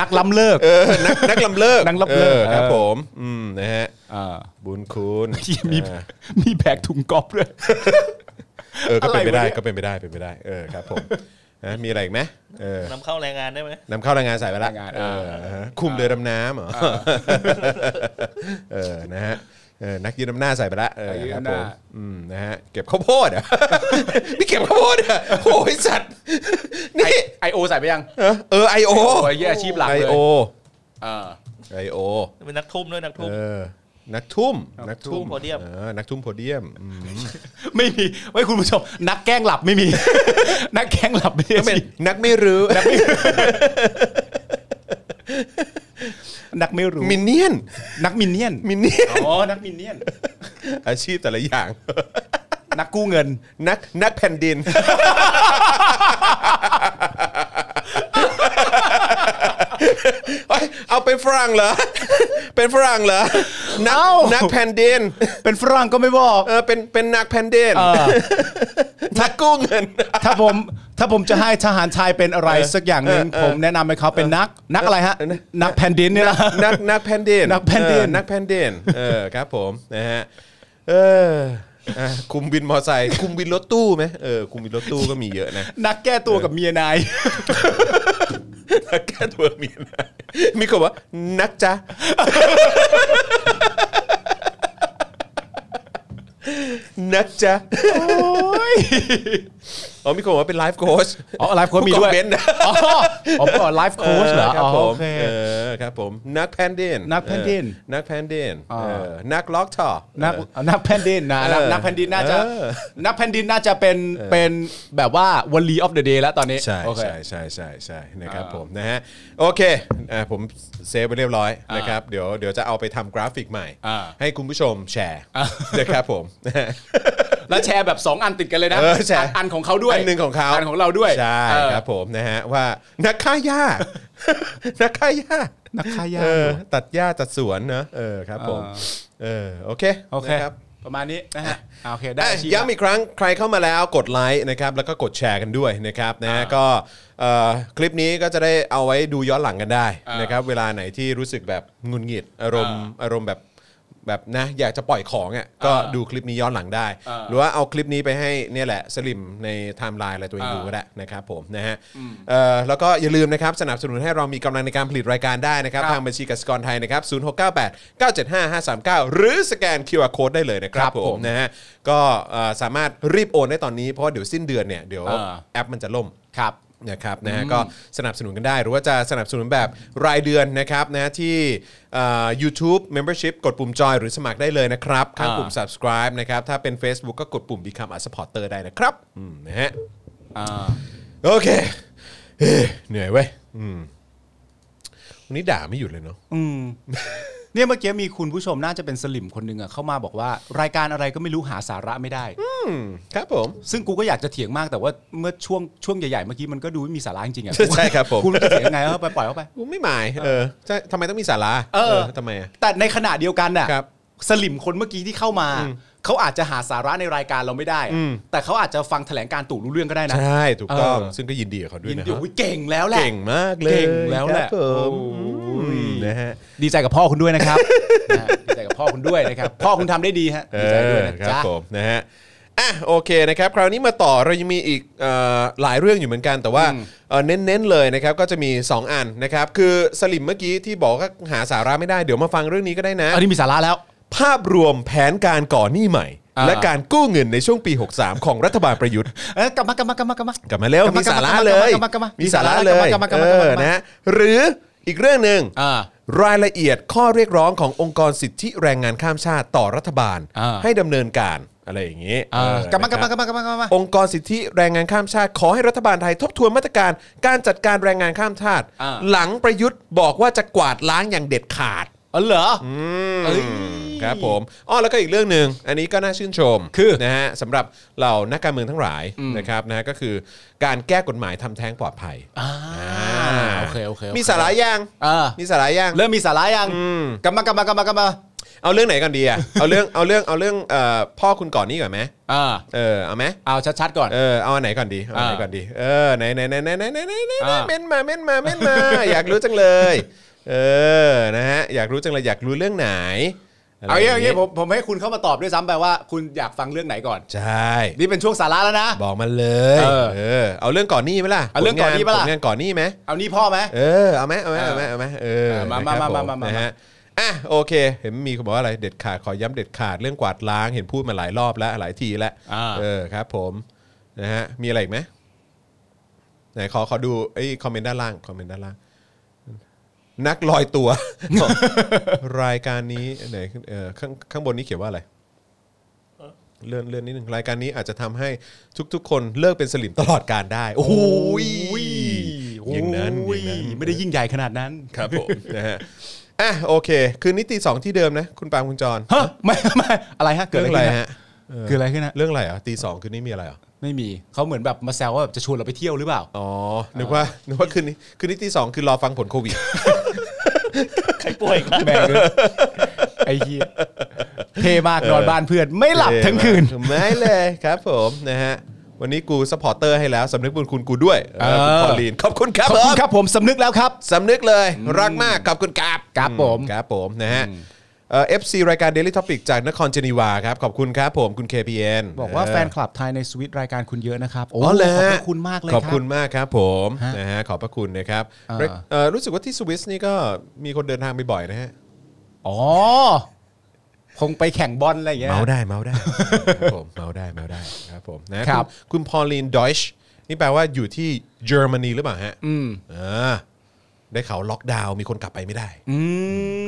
Speaker 3: นักล้ำเลิก
Speaker 2: เออนักนักลำเลิก
Speaker 3: นักลำเลิก
Speaker 2: ออครับ
Speaker 3: เออ
Speaker 2: ผมอืมนะฮะ
Speaker 3: อ่า
Speaker 2: บุญคุณ
Speaker 3: ที่มี
Speaker 2: อ่า
Speaker 3: มีแบกถุงกอล์ฟด้วย
Speaker 2: เออ ก็เป็นไปได้
Speaker 3: อะไรวะเนี่ย
Speaker 2: ก็เป็นไปได้ เป็นไปได้ เออ ครับผม นะมีอะไรอีกไหมเออน
Speaker 4: ำเข้าแรงงานได้ไหม
Speaker 2: นำเข้าแรงงานสายไปละ
Speaker 3: แรงงาน
Speaker 2: เอ
Speaker 3: เออ
Speaker 2: อคุมเรือดำน้ำเหรอเออนะฮะเออนักยืนอำนาจใส่ไปละเออครับผมอืมนะฮะเก็บข้าวโพดเหรอ่ะ นี่เก็บข้าวโพดเหรอ่ะโอ้ยสัตว์นี่
Speaker 3: ไอโอใส่ไปยัง
Speaker 2: เออเออไอโอ
Speaker 3: โอ้ยเหี้ยอาชีพหลัก
Speaker 2: ไอ
Speaker 3: เลย
Speaker 2: โอ
Speaker 3: เออ
Speaker 2: ไอโอ
Speaker 4: เป็นนักทุ่มด้วยนักทุ่ม
Speaker 2: เออ นักทุ่ม
Speaker 4: นั
Speaker 2: นัก
Speaker 4: กทุ่
Speaker 2: ทุ่ม
Speaker 4: มโพเดียม
Speaker 2: ออนักทุ่มโพเดียมอืม
Speaker 3: ไม่มีไว้คุณผู้ชม นักแกล้งหลับไม่ มี นักแกล้งหลับไม่ใช่
Speaker 2: เป็นนักไม่รู้
Speaker 3: นักไม่รู้
Speaker 2: มินเนี่ยน
Speaker 3: นักมินเนี่ยน
Speaker 2: มินเนี่ยน
Speaker 3: อ๋อนักมินเนี่ยน
Speaker 2: อาชีพแต่ละอย่าง
Speaker 3: นักกู้เงิน
Speaker 2: นักนักแผ่นดิน เอ้ยเอาเป็นฝรั่งเหรอ เป็นฝรั่งเหรอ นัก
Speaker 3: เอ้า
Speaker 2: นักแผ่นดิน
Speaker 3: เป็นฝรั่งก็ไม่บอก
Speaker 2: เออ เป็น เป็นนักแผ่นดินนักกู้เงิน
Speaker 3: ถ้าผมถ้าผมจะให้ทหารชายเป็นอะไรสักอย่างหนึ่ง
Speaker 2: เออเออ
Speaker 3: ผมแนะนำให้เขาเป็นนัก นักอะไรฮะ นักแผ่นดินเนี่ยนะ
Speaker 2: นักนักแพนเดน
Speaker 3: นักแพนเดน
Speaker 2: เออนักแพนเดนเออครับผมนะฮะเอออ่ะคุมวินมอไซค์คุมวินรถตู้ไหมเออคุมวินรถตู้ก็มีเยอะนะ
Speaker 3: นักแก้ตัวกับเมียนาย
Speaker 2: แก้ตัวมีนะมีคนว่านักจ๊ะ นักจ๊ะอ๋อมีคนบอกว่าเป็นไลฟ์โค้ช
Speaker 3: อ๋อไลฟ์โค้ชมีด้วย
Speaker 2: เบนซ์นะ
Speaker 3: อ๋ออ๋อไลฟ์โค้ชเหรอ
Speaker 2: ครับ
Speaker 3: อ๋อ
Speaker 2: ผ
Speaker 3: โอ
Speaker 2: ม
Speaker 3: เค
Speaker 2: เออครับผมนักแพนเดน
Speaker 3: นักแพนเดน
Speaker 2: เออนักแพนเดนเออนักล็อกท่อ
Speaker 3: นักนักแผ่นดินนะ
Speaker 2: เออ
Speaker 3: นักนักแผ่นดินน่าจะ
Speaker 2: เออ
Speaker 3: นักแผ่นดินน่าจะเป็นเป็นแบบว่าวลีออฟเดอะเดย์แล้วตอนนี้
Speaker 2: ใช่
Speaker 3: โอเค
Speaker 2: ใช่ใช่ใช่ใช่นะครับผมนะฮะโอเคอ่าผมเซฟไปเรียบร้อยนะครับเดี๋ยวเดี๋ยวจะเอาไปทำกราฟิกใหม่
Speaker 3: อ่า
Speaker 2: ให้คุณผู้ชมแชร์นะครับผม
Speaker 3: แล้วแชร์แบบ 2 อันติดกันเลยนะ
Speaker 2: เออแชร์
Speaker 3: นอันของเขาด้วย
Speaker 2: อันหนึ่งของเขา
Speaker 3: อันของเราด้วย
Speaker 2: ใช่
Speaker 3: เออ
Speaker 2: ครับผมนะฮะว่านักฆ่าห ญ้า นักฆ่าหญ้า
Speaker 3: นักฆ่าหญ้า
Speaker 2: เออตัดหญ้าจัดสวนเนอะเออครับผม
Speaker 3: อ่า
Speaker 2: เออโอเค
Speaker 3: โอเค
Speaker 2: นะรับ
Speaker 3: ประมาณนี้นะฮะอ่าโอเคได้
Speaker 2: อ่ะ
Speaker 3: อาชีพ
Speaker 2: ย้ำอีกครั้งใครเข้ามาแล้วกดไลค์นะครับแล้วก็กดแชร์กันด้วยนะครับนะฮะก็เอ่อคลิปนี้ก็จะได้เอาไว้ดูย้อนหลังกันได้
Speaker 3: อ่าน
Speaker 2: นะครับเวลาไหนที่รู้สึกแบบงุนงิดอารมณ์อารมณ์แบบแบบนะอยากจะปล่อยของอ่ะก็ดูคลิปนี้ย้อนหลังได้
Speaker 3: อ่า
Speaker 2: หรือว่าเอาคลิปนี้ไปให้เนี่ยแหละสลิมในไทม์ไลน์อะไรตัวเอง
Speaker 3: อ่า
Speaker 2: ดูก็ได้นะครับผมนะฮะเอ่อแล้วก็อย่าลืมนะครับสนับสนุนให้เรามีกำลังในการผลิตรายการได้นะครับทางบัญชีกสิกรไทยนะครับ0698 975 539 หรือสแกน QR Code ได้เลยนะครับ
Speaker 3: ครับ
Speaker 2: ผ
Speaker 3: ผม ม
Speaker 2: นะฮะก็เอ่อสามารถรีบโอนได้ตอนนี้เพราะว่าเดี๋ยวสิ้นเดือนเนี่ยเดี๋ยว
Speaker 3: อ่า
Speaker 2: แอปมันจะล่ม
Speaker 3: ครับ
Speaker 2: นะครับนะฮะก็สนับสนุนกันได้ หรือว่าจะสนับสนุนแบบรายเดือนนะครับนะที่เอ่อ YouTube Membership กดปุ่มจอยหรือสมัครได้เลยนะครับ ข้างปุ่ม subscribe นะครับถ้าเป็น Facebook ก็กดปุ่ม Become a supporter ได้นะครับอืมนะฮะ
Speaker 3: อ่า
Speaker 2: โอเคเฮ้ยเหนื่อยเว้ยอืมวันนี้ด่าไม่หยุดเลยเนาะ
Speaker 3: อืมเนี่ยเมื่อกี้มีคุณผู้ชมน่าจะเป็นสลิมคนหนึ่งอ่ะเข้ามาบอกว่ารายการอะไรก็ไม่รู้หาสาระไม่ได้
Speaker 2: อืมครับผม
Speaker 3: ซึ่งกูก็อยากจะเถียงมากแต่ว่าเมื่อช่วงช่วงใหญ่ๆเมื่อกี้มันก็ดูไม่มีสาระจริงๆอ่ะ
Speaker 2: ใช่ครับผม
Speaker 3: คุณจะเถียงยังไงเอาไปปล่อยเอาไป
Speaker 2: กูไม่หมายเออใช่ทำไมต้องมีสาระ
Speaker 3: เออ
Speaker 2: ทำไมอ่ะ
Speaker 3: แต่ในขณะเดียวกันน่ะ
Speaker 2: ครับ
Speaker 3: สลิมคนเมื่อกี้ที่เข้ามา เขาอาจจะหาสาระในรายการเราไม่ได้
Speaker 2: อืม
Speaker 3: แต่เขาอาจจะฟังแถลงการณ์ตู่รู้เรื่องก็ได้นะ
Speaker 2: ใช่ถูกต้อง
Speaker 3: เออ
Speaker 2: ซึ่งก็ยินดีกับเขาด้วย
Speaker 3: ยิน
Speaker 2: นะ
Speaker 3: ดี
Speaker 2: ฮะ
Speaker 3: โอ้ยเก่งแล้วแหละ
Speaker 2: เก่งมากเลย
Speaker 3: เก่งแล้วแห
Speaker 2: ครั
Speaker 3: ละ
Speaker 2: บผม
Speaker 3: โอ้ย
Speaker 2: อืมนะฮะ
Speaker 3: ดีใจกับพ่อคุณด้วยนะครับ นะฮะดีใจกับพ่อคุณด้วยนะครับพ่อคุณทำได้ดีฮะ
Speaker 2: เอ
Speaker 3: ดีใจด้วย
Speaker 2: อ
Speaker 3: นะครับ จ๊ะ
Speaker 2: ผมนะฮะอ่ะโอเคนะครับคราวนี้มาต่อเรายังมีอีกเอ่อหลายเรื่องอยู่เหมือนกันแต่ว่าเอ่อเน้นๆเลยนะครับก็จะมี 2 อันนะครับคือสลิมเมื่อกี้ที่บอกว่าหาสาระไม่ได้เดี๋ยวมาฟังเรื่องนี้ก็ได้นะ
Speaker 3: อันนี้มีสาระแล้ว
Speaker 2: ภาพรวมแผนการก่อหนี้ใหม่
Speaker 3: อ่า
Speaker 2: และการกู้เงินในช่วงปี 63 ของรัฐบาลประยุทธ์
Speaker 3: เอ้ยกลับมากลับมากลับมากลับมา
Speaker 2: กลับมาเร็ว
Speaker 3: กลับมา
Speaker 2: มีสาระ
Speaker 3: กลับมา
Speaker 2: เลย
Speaker 3: กลับมากลับมามี
Speaker 2: สาระเลย
Speaker 3: กลับมากลับ
Speaker 2: เอ
Speaker 3: มากลับมา
Speaker 2: อนะฮะหรืออีกเรื่องหนึ่ง
Speaker 3: อ่าร
Speaker 2: ายละเอียดข้อเรียกร้องขององค์กรสิทธิแรงงานข้ามชาติต่อรัฐบาล
Speaker 3: อ่า
Speaker 2: ให้ดำเนินการอะไรอย่างนี้
Speaker 3: เออ
Speaker 2: เออก
Speaker 3: ลับมา
Speaker 2: นะ
Speaker 3: กลั
Speaker 2: ค
Speaker 3: บ
Speaker 2: รับ
Speaker 3: มากลับมากลับมากลับมา
Speaker 2: องค์กรสิทธิแรงงานข้ามชาติขอให้รัฐบาลไทยทบทวนมาตรการการจัดการแรงงานข้ามชาติ
Speaker 3: อ่า
Speaker 2: หลังประยุทธ์บอกว่าจะกวาดล้างอย่างเด็ดขาด
Speaker 3: อ๋อเหรออ
Speaker 2: อืมครับผมอ้อแล้วก็อีกเรื่องหนึ่งอันนี้ก็น่าชื่นชม
Speaker 3: คือ
Speaker 2: นะฮะสำหรับเหล่านักการเมืองทั้งหลายนะครับนะฮะก็คือการแก้กฎหมายทำแท้งปลอดภัย
Speaker 3: อ่าโอเคโอเคโอเค
Speaker 2: มีสาระยัง
Speaker 3: เออ
Speaker 2: มีสาระยัง
Speaker 3: เริ่มมีสาระยังกลับมากลับมากลับมากลับมา
Speaker 2: เอาเรื่องไหนก่อนดีอ่ะ เอาเรื่องเอาเรื่องเอาเรื่องเอ่อพ่อคุณก่อนนี่ก่อนไหม
Speaker 3: อ่า
Speaker 2: เออเอาไหม
Speaker 3: เอาชัดๆก่อน
Speaker 2: เออเอาอันไหนก่อนดีเอาอันไหนก่อนดีเออไหนไหนไหนไหนไหนไหนไหนไหน
Speaker 3: อ่า
Speaker 2: เม้นมาเม้นมาเม้นมา อยากรู้จังเลย เออนะฮะอยากรู้จังเลยอยากรู้เรื่องไหน ะไร
Speaker 3: เอาอย่าง
Speaker 2: นี้
Speaker 3: นี้ผมผมให้คุณเข้ามาตอบด้วยซ้ำไปว่า คุณอยากฟังเรื่องไหนก่อน
Speaker 2: ใช่
Speaker 3: นี่เป็นช่วงสาระแล้วนะ
Speaker 2: บอกมาเลย
Speaker 3: เออ
Speaker 2: เออเอาเรื่องก่อนหนี้ไหมล่ะ
Speaker 3: เอาเรื่องก่อนหนี้ปะล่ะ
Speaker 2: ผงานก่อนหนี้ไหม
Speaker 3: เอานี่พ่อไหม
Speaker 2: เออเอาไหมเอาไหมเอาไหมเอาไหมเออ
Speaker 3: เอามา
Speaker 2: นะค
Speaker 3: มา
Speaker 2: รับผ
Speaker 3: มามามา
Speaker 2: นะฮะอ่ะโอเค เห็นมีคนบอกว่าอะไรเด็ดขาดขอย้ำเด็ดขาดเรื่องกวาดล้างเห็นพูดมาหลายรอบแล้วหลายทีแล้วเออครับ ผมนะฮะมีอะไรอีกไหมไหนขอขอดูไอ้คอมเมนต์ด้านล่างคอมเมนต์ด้านล่าง นักลอย ตัว รายการนี้ไหนเออข้างข้างบนนี้เขียนว่าอะไรเลื่อนเลื่อนนิดนึงรายการนี้อาจจะทำให้ทุก ๆ คนเลิกเป็นสลิมตลอดการได้ โอ้โหอย่างนั้นอย่างนั้น
Speaker 3: ไม่ได้ยิ่งใหญ่ขนาดนั้น
Speaker 2: ครับผม นะฮะอ่ะโอเค คืนนี้ตีสองที่เดิมนะ คุณปาล์มคุณจร
Speaker 3: ฮะไม่ไม่อะไรฮะเกิด
Speaker 2: เรื่อง
Speaker 3: อะ
Speaker 2: อะไร ไร
Speaker 3: ขึ้นฮะ
Speaker 2: ฮะเออ
Speaker 3: เกิดอะไรขึ้นฮะ
Speaker 2: เรื่องอะไรเหรอ่ะตีสองคืนนี้มีอะไรเหรอ่ะ
Speaker 3: ไม่มีเขาเหมือนแบบมาแซวว่าแบบจะชวนเราไปเที่ยวหรือเปล่า
Speaker 2: อ๋อนึกว่านึกว่าคืนนี้คืนนี้ตีสองคือรอฟังผลโควิด
Speaker 4: ใครป่วยอีกแล้ว
Speaker 3: แม่งเลยไอ้เหี้ยเทมากนอนบ้านเพื่อนไม่หลับทั้งคืน
Speaker 2: ไม่เลยครับผมนะฮะวันนี้กูสปอร์เตอร์ให้แล้วสำนึกบุญคุณกูด้วยเออคุณ
Speaker 3: เออ
Speaker 2: พอลีนขอบคุณครับ
Speaker 3: ขอบ
Speaker 2: ผ
Speaker 3: คุณ
Speaker 2: ม
Speaker 3: ครับผมสำนึกแล้วครับ
Speaker 2: สำนึกเลยรักมากขอบคุณครับ
Speaker 3: ครับผม
Speaker 2: ครับผมนะฮะเอ่อฟซีรายการ Daily Topic จากนครเจนีวาครับขอบคุณครับผมคุณ KPN
Speaker 3: บอกว่า
Speaker 2: เ
Speaker 3: แฟนคลับไทยในสวิตรายการคุณเยอะนะครับ โอ้
Speaker 2: อ๋อเหร
Speaker 3: ข
Speaker 2: อ
Speaker 3: อบ
Speaker 2: ฮะ
Speaker 3: พระคุณมากเลย
Speaker 2: ข
Speaker 3: ค
Speaker 2: อบคุ
Speaker 3: รับ
Speaker 2: ณมากครับผม
Speaker 3: ฮะ
Speaker 2: นะฮะขอบพระคุณนะครับ
Speaker 3: อ่า
Speaker 2: เอ่อรู้สึกว่าที่สวิสนี่ก็มีคนเดินทางไปบ่อยนะฮะ
Speaker 3: อ๋อคงไปแข่งบอลอะไรอย่างเงี้ย
Speaker 2: เมาได้เมาได้ ครับผมเมาได้เมาได้ครับผมนะคุ
Speaker 3: ครั
Speaker 2: ณ
Speaker 3: บ
Speaker 2: คุณพอลีนดอยช์นี่แปลว่าอยู่ที่เยอรมนีหรือเปล่าฮะ
Speaker 3: อืม
Speaker 2: อ่าได้ข่าวล็อกดาวน์มีคนกลับไปไม่ได้
Speaker 3: อื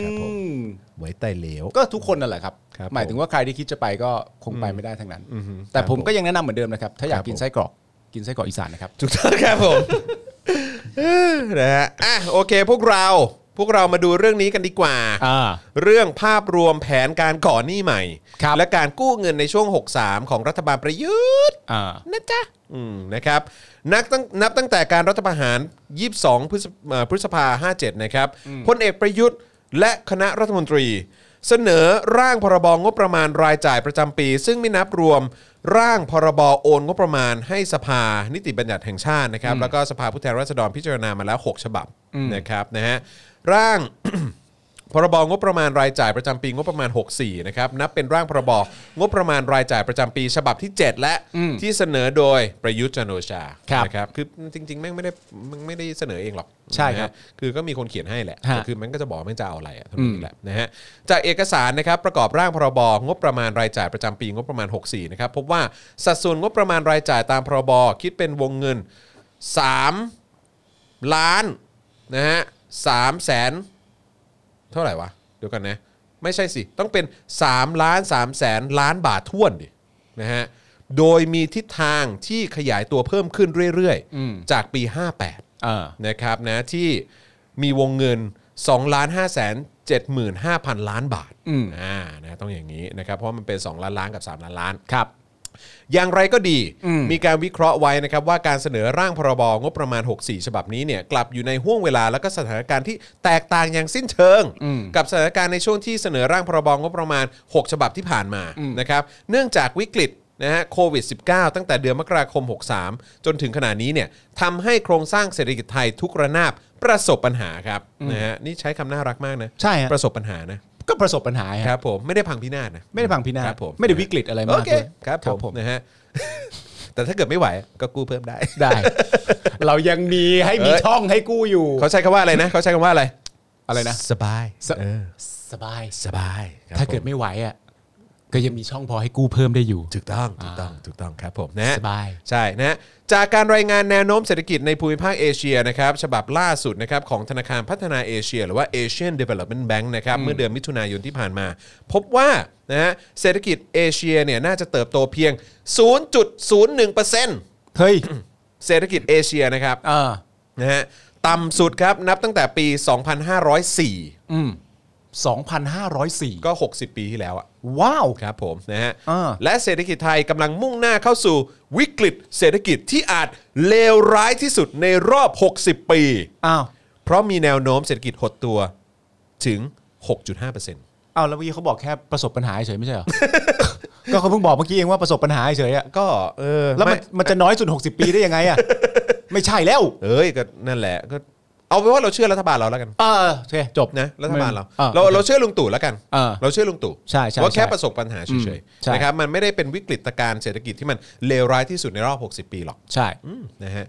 Speaker 2: ครับผม
Speaker 3: ม
Speaker 2: ไว้ใต้เหลว
Speaker 3: ก็ทุกคนนั่นแหละครับ
Speaker 2: ครับ
Speaker 3: หมายถึงว่าใครที่คิดจะไปก็คงไปไม่ได้ทั้งนั้น
Speaker 2: อือฮึ
Speaker 3: แต่ผม
Speaker 2: ครับผม
Speaker 3: ก็ยังแนะนำเหมือนเดิมนะครับ ถ้าอ
Speaker 2: ค
Speaker 3: ยาก
Speaker 2: รับ
Speaker 3: กิน
Speaker 2: ผม
Speaker 3: ไส้กรอกกินไส้กรอกอีสานนะครับ
Speaker 2: ถูกต้องครับผม เออนะฮะอ่ะโอเค พวกเราพวกเรามาดูเรื่องนี้กันดีกว่า
Speaker 3: อ่า
Speaker 2: เรื่องภาพรวมแผนการก่อหนี้ใหม่
Speaker 3: ครับ
Speaker 2: และการกู้เงินในช่วง 63 ของรัฐบาลประยุทธ์
Speaker 3: อ่า
Speaker 2: นะจ๊ะอืมนะครับนับตั้งนับตั้งแต่การรัฐประหาร 22 พฤษเอ่อพฤษภา 57 นะครับพลเอกประยุทธ์และคณะรัฐมนตรี เสนอร่างพรบงบประมาณรายจ่ายประจำปี ซึ่งไม่นับรวมร่างพรบโอนงบประมาณให้สภานิติบัญญัติแห่งชาตินะครับ แล้วก็สภาผู้แทนราษฎรพิจารณามาแล้ว 6 ฉบับนะครับนะฮะร่าง พรบงบประมาณรายจ่ายประจำปีงบประมาณ 64 นะครับ นับเป็นร่างพรบงบประมาณรายจ่ายประจำปี ฉบับที่ 7 และที่เสนอโดยประยุทธ์จันทร์โอชา
Speaker 3: ครับ
Speaker 2: นะครับคือจริงๆแม่งไม่ได้แม่งไม่ได้เสนอเองหรอก
Speaker 3: ใช่ครับ
Speaker 2: นะฮะคือก็มีคนเขียนให้แหละ
Speaker 3: ฮะ
Speaker 2: แต่คือมันก็จะบอกแม่งจะเอาอะไรอะเท่านั้นเองแหละนะฮะจากเอกสารนะครับประกอบร่างพรบงบประมาณรายจ่ายประจำปีงบประมาณ 64 นะครับพบว่าสัดส่วนงบประมาณรายจ่ายตามพรบคิดเป็นวงเงิน 3 ล้านนะฮะสามแสน เท่าไหร่วะ เดี๋ยวกันนะ ไม่ใช่สิ ต้องเป็น3ล้าน3แสนล้านบาทท่วนดินะฮะโดยมีทิศทางที่ขยายตัวเพิ่มขึ้นเรื่อย
Speaker 3: อืม
Speaker 2: จากปี
Speaker 3: อ่า
Speaker 2: 58นะครับนะที่มีวงเงิน2ล้าน5แสน75,000 ล้านบาท
Speaker 3: อืม
Speaker 2: อ่านะต้องอย่างนี้นะครับ เพราะมันเป็น 2 ล้านล้านกับ 3 ล้านล้าน
Speaker 3: ครับ
Speaker 2: อย่างไรก็ดี
Speaker 3: อืม
Speaker 2: มีการวิเคราะห์ไว้นะครับว่าการเสนอร่างพรบงบประมาณ 64 ฉบับนี้เนี่ยกลับอยู่ในห่วงเวลาและก็สถานการณ์ที่แตกต่างอย่างสิ้นเชิง
Speaker 3: อืม
Speaker 2: กับสถานการณ์ในช่วงที่เสนอร่างพรบงบประมาณ 6 ฉบับที่ผ่านมานะครับเนื่องจากวิกฤตนะฮะโควิด -19 ตั้งแต่เดือนมกราคม 63 จนถึงขณะนี้เนี่ยทำให้โครงสร้างเศรษฐกิจไทยทุกระนาบประสบปัญหาครับนะฮะนี่ใช้คำน่ารักมากนะ
Speaker 3: ใช่ฮะ
Speaker 2: ประสบปัญหานะ
Speaker 3: ก็ประสบปัญหา
Speaker 2: ค
Speaker 3: ครับ
Speaker 2: รับผมไม่ได้พังพินาศนะ
Speaker 3: ไม่ได้พังพินาศ
Speaker 2: ครับผม
Speaker 3: ไม่ได้วิกฤตอะไรมาก
Speaker 2: โอเค
Speaker 3: ด้วย
Speaker 2: ครับผมนะฮะ แต่ถ้าเกิดไม่ไหวก็กู้เพิ่มได้
Speaker 3: ได้ เรายังมีให้มี
Speaker 2: เอ้ย
Speaker 3: ช่องให้กู้อยู่
Speaker 2: เขาใช้คำว่าอะไรนะ เขาใช้คำว่าอะไร
Speaker 3: อะไรนะ
Speaker 2: สบาย
Speaker 3: ส
Speaker 2: เออ
Speaker 3: สบาย
Speaker 2: สบายครับ
Speaker 3: ถ้าเกิด
Speaker 2: ผ
Speaker 3: ไม่ไหวอ่ะก็ยังมีช่องพอให้กู้เพิ่มได้อยู่
Speaker 2: ถูกต้องถูกต้องถูกต้องครับผมนะฮะ
Speaker 3: สบาย
Speaker 2: ใช่นะฮะจากการรายงานแนวโน้มเศรษฐกิจในภูมิภาคเอเชียนะครับฉบับล่าสุดนะครับของธนาคารพัฒนาเอเชีย หรือว่า Asian Development Bank นะครับเมื่อเดือนมิถุนายนที่ผ่านมา พบว่านะฮะเศรษฐกิจเอเชียเนี่ยน่าจะเติบโตเพียง 0.01%
Speaker 3: เฮ้ย
Speaker 2: เศรษฐกิจเอเชียนะครับ
Speaker 3: อ่า
Speaker 2: นะฮะต่ำสุดครับ นับตั้งแต่ปี 2504
Speaker 3: อืมสองพันห้าร้อยสี่
Speaker 2: ก็ 60 ปีที่แล้วอะ
Speaker 3: ว้าว
Speaker 2: ครับผมนะฮะ
Speaker 3: อ่า
Speaker 2: และเศรษฐกิจไทยกำลังมุ่งหน้าเข้าสู่วิกฤตเศรษฐกิจที่อาจเลวร้ายที่สุดในรอบ 60 ปี
Speaker 3: อ้าว
Speaker 2: เพราะมีแนวโน้มเศรษฐกิจหดตัวถึง 6.5%
Speaker 3: อ้าวแล้วเมื่อกี้เขาบอกแค่ประสบปัญหาเฉยไม่ใช่เหรอ ก็เขาเพิ่งบอกเมื่อกี้เองว่าประสบปัญหาเฉยอ่ะ
Speaker 2: ก็เออ
Speaker 3: แล้วมัน
Speaker 2: ไ
Speaker 3: มันจะน้อยสุด 60 ปีได้ยังไงอ่ะ ไม่ใช่แล้ว
Speaker 2: เอ้ยก็นั่นแหละก็ เอาเป็นว่าเราเชื่อรัฐบาลเราแล้วกัน
Speaker 3: เออโอเคจบ
Speaker 2: นะรัฐบาลเรา
Speaker 3: อ่า
Speaker 2: เรา
Speaker 3: โอเค
Speaker 2: เราเชื่อลุงตู่แล้วกัน
Speaker 3: อ่า
Speaker 2: เราเชื่อลุงตู่
Speaker 3: ใช่ใช่
Speaker 2: ว่าแค่
Speaker 3: ใช่
Speaker 2: ประสบปัญหาเฉย
Speaker 3: ใช่
Speaker 2: ๆนะครับมันไม่ได้เป็นวิกฤตการณ์เศรษฐกิจที่มันเลวร้ายที่สุดในรอบ 60 ปีหรอก
Speaker 3: ใช่
Speaker 2: อืมนะฮะ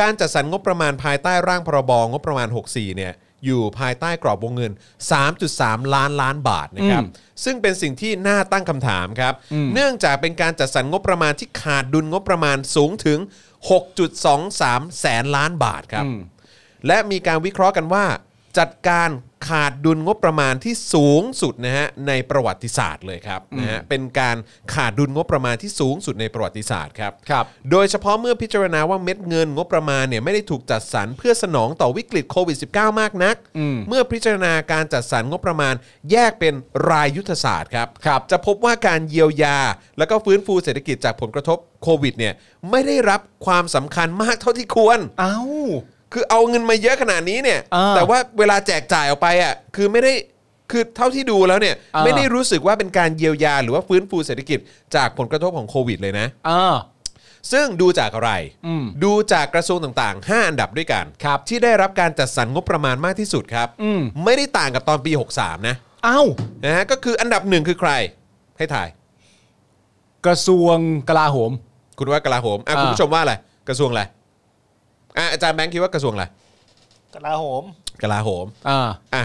Speaker 2: การจัดสรรงบประมาณภายใต้ร่างพรบงบประมาณ 64 เนี่ยอยู่ภายใต้กรอบวงเงิน 3.3 ล้านล้านบาทนะครับ
Speaker 3: อืม
Speaker 2: ซึ่งเป็นสิ่งที่น่าตั้งคำถามครับ
Speaker 3: อืม
Speaker 2: เนื่องจากเป็นการจัดสรรงบประมาณที่ขาดดุลงบประมาณสูงถึง 6.23 แสนล้านบาทครับ และมีการวิเคราะห์กันว่า จัดการขาดดุลงบประมาณที่สูงสุดนะฮะในประวัติศาสตร์เลยครับนะฮะเป็นการขาดดุลงบประมาณที่สูงสุดในประวัติศาสตร์ครับ
Speaker 3: ครับ
Speaker 2: โดยเฉพาะเมื่อพิจารณาว่าเม็ดเงินงบประมาณเนี่ยไม่ได้ถูกจัดสรรเพื่อสนองต่อวิกฤตโควิด -19 มากนัก
Speaker 3: อืม
Speaker 2: เมื่อพิจารณาการจัดสรรงบประมาณแยกเป็นรายยุทธศาสตร์ครับ
Speaker 3: ครับ
Speaker 2: จะพบว่าการเยียวยา และก็ฟื้นฟูเศรษฐกิจจากผลกระทบโควิดเนี่ยไม่ได้รับความสำคัญมากเท่าที่ควร
Speaker 3: เอ้า
Speaker 2: คือเอาเงินมาเยอะขนาดนี้เนี่ย
Speaker 3: อ่า
Speaker 2: แต่ว่าเวลาแจกจ่ายออกไปอ่ะคือไม่ได้คือเท่าที่ดูแล้วเนี่ย
Speaker 3: อ่า
Speaker 2: ไม่ได้รู้สึกว่าเป็นการเยียวยา หรือว่าฟื้นฟูเศรษฐกิจจากผลกระทบของโควิดเลยนะ
Speaker 3: เออ
Speaker 2: ซึ่งดูจากอะไร
Speaker 3: อืม
Speaker 2: ดูจากกระทรวงต่างๆ 5 อันดับด้วยกัน
Speaker 3: ครับ
Speaker 2: ที่ได้รับการจัดสรรงบประมาณมากที่สุดครับ
Speaker 3: อืม
Speaker 2: ไม่ได้ต่างกับตอนปี 63 นะ
Speaker 3: เอ้า
Speaker 2: นะฮะก็คืออันดับหนึ่งคือใคร ให้ถ่าย
Speaker 3: กระทรวงกลาโหม
Speaker 2: คุณว่ากลาโหมอ่ะ
Speaker 3: อ่า
Speaker 2: คุณผู้ชมว่าอะไร กระทรวงอะไรอ่ะอาจารย์แบงค์คิดว่ากระทรวงอะไร
Speaker 4: กลาโหม
Speaker 2: กลาโหม
Speaker 3: อ่า
Speaker 2: อ่ะ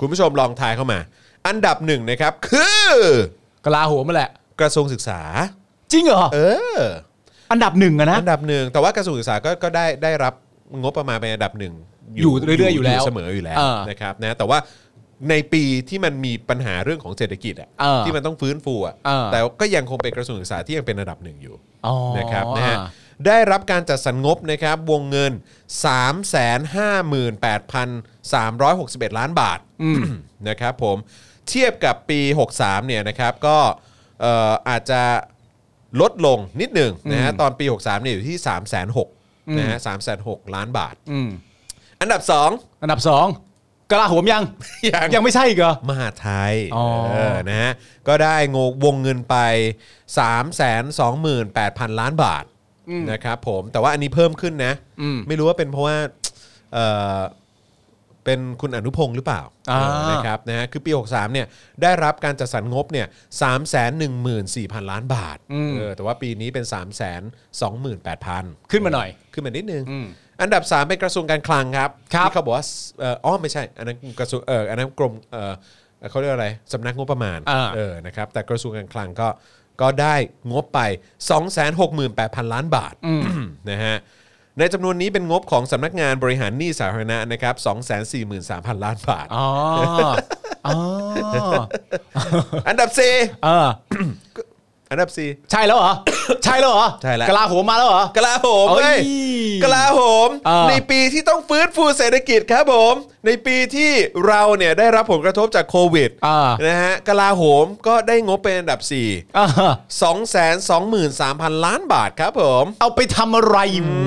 Speaker 2: คุณผู้ชมลองทายเข้ามา อันดับหนึ่งนะครับ คือ
Speaker 3: กลาโหมมาแหละ
Speaker 2: กระทรวงศึกษา
Speaker 3: จริงเหรอ
Speaker 2: เออ
Speaker 3: อันดับหนึ่งอะนะ
Speaker 2: อันดับหนึ่งแต่ว่ากระทรวงศึกษาก็ก็ได้ได้รับงบประมาณเป็นอันดับหนึ่ง
Speaker 3: อยู่เรื่อยๆอยู่แล้ว
Speaker 2: เสมออยู่แล้ว
Speaker 3: เออ
Speaker 2: นะครับนะแต่ว่าในปีที่มันมีปัญหาเรื่องของเศรษฐกิจอ่ะ
Speaker 3: เออ
Speaker 2: ที่มันต้องฟื้นฟูอ่ะ
Speaker 3: เออ
Speaker 2: แต่ก็ยังคงเป็นกระทรวงศึกษาที่ยังเป็นอันดับหนึ่งอยู่
Speaker 3: อ๋อ
Speaker 2: นะครับนะฮะ
Speaker 3: อ่า
Speaker 2: ได้รับการจัดสรรงบนะครับวงเงิน 358,361 ล้านบาทนะครับผมเทียบกับปี 63เนี่ยนะครับก็เอ่ออาจจะลดลงนิดหนึ่งนะฮะตอนปี 63เนี่ยอยู่ที่ 3 6 0 0 0นะฮะ3 6 0 0 0 ล้านบาท
Speaker 3: อืม
Speaker 2: อันดับ 2
Speaker 3: อันดับสองกลาโหมยัง
Speaker 2: ยัง
Speaker 3: ยังไม่ใช่อีกเหรอ
Speaker 2: มหาดไทย
Speaker 3: อ๋อ
Speaker 2: เออนะฮะก็ได้งบวงเงินไป 328,000 ล้านบาทนะครับผมแต่ว่าอันนี้เพิ่มขึ้นนะ
Speaker 3: อืม
Speaker 2: ไม่รู้ว่าเป็นเพราะว่าเอ่อเป็นคุณอนุพงศ์หรือเปล่า
Speaker 3: อ่า
Speaker 2: เออนะครับนะฮะคือปี 63เนี่ยได้รับการจัดสรรงบเนี่ย3 1 4 0 0 0 ล้านบาทเออแต่ว่าปีนี้เป็น 3 2 8 0 0 0
Speaker 3: ขึ้นมาหน่อย
Speaker 2: ขึ้นมานิดนึง
Speaker 3: อืม
Speaker 2: อันดับ 3 เป็นกระทรวงการคลังครับ
Speaker 3: ครับ
Speaker 2: ที่เขาบอกว่าเอ่ออ๋อไม่ใช่ อันนั้นกระทรวงเอออันนั้นกรมเออเขาเรียกอะไรสำนักงบประมาณ
Speaker 3: อ่า
Speaker 2: เออนะครับแต่กระทรวงการคลังก็ก็ได้งบไป 268,000 ล้านบาท นะฮะในจำนวนนี้เป็นงบของสำนักงานบริหารหนี้สาธารณะนะครับ243,000 ล้านบาท
Speaker 3: อ๋ออ๋อ
Speaker 2: อันดับ
Speaker 3: เออ
Speaker 2: 4 อันดับ 4
Speaker 3: ใช่แล้วเหรอ ใช่แล้วเหรอ
Speaker 2: ใช่แล้ว
Speaker 3: กลาโหมมาแล้วเหรอ
Speaker 2: กลาโหมเว้ย
Speaker 3: เอ้ย
Speaker 2: กลาโหม
Speaker 3: เออ
Speaker 2: ในปีที่ต้องฟื้นฟูเศรษฐกิจครับผม ในปีที่เราเนี่ยได้รับผลกระทบจากโควิด
Speaker 3: เออ
Speaker 2: นะฮะกลาโหมก็ได้งบเป็นอันดับ 4
Speaker 3: อ่า
Speaker 2: 223,000 ล้านบาทครับผม
Speaker 3: เอาไปทำอะไร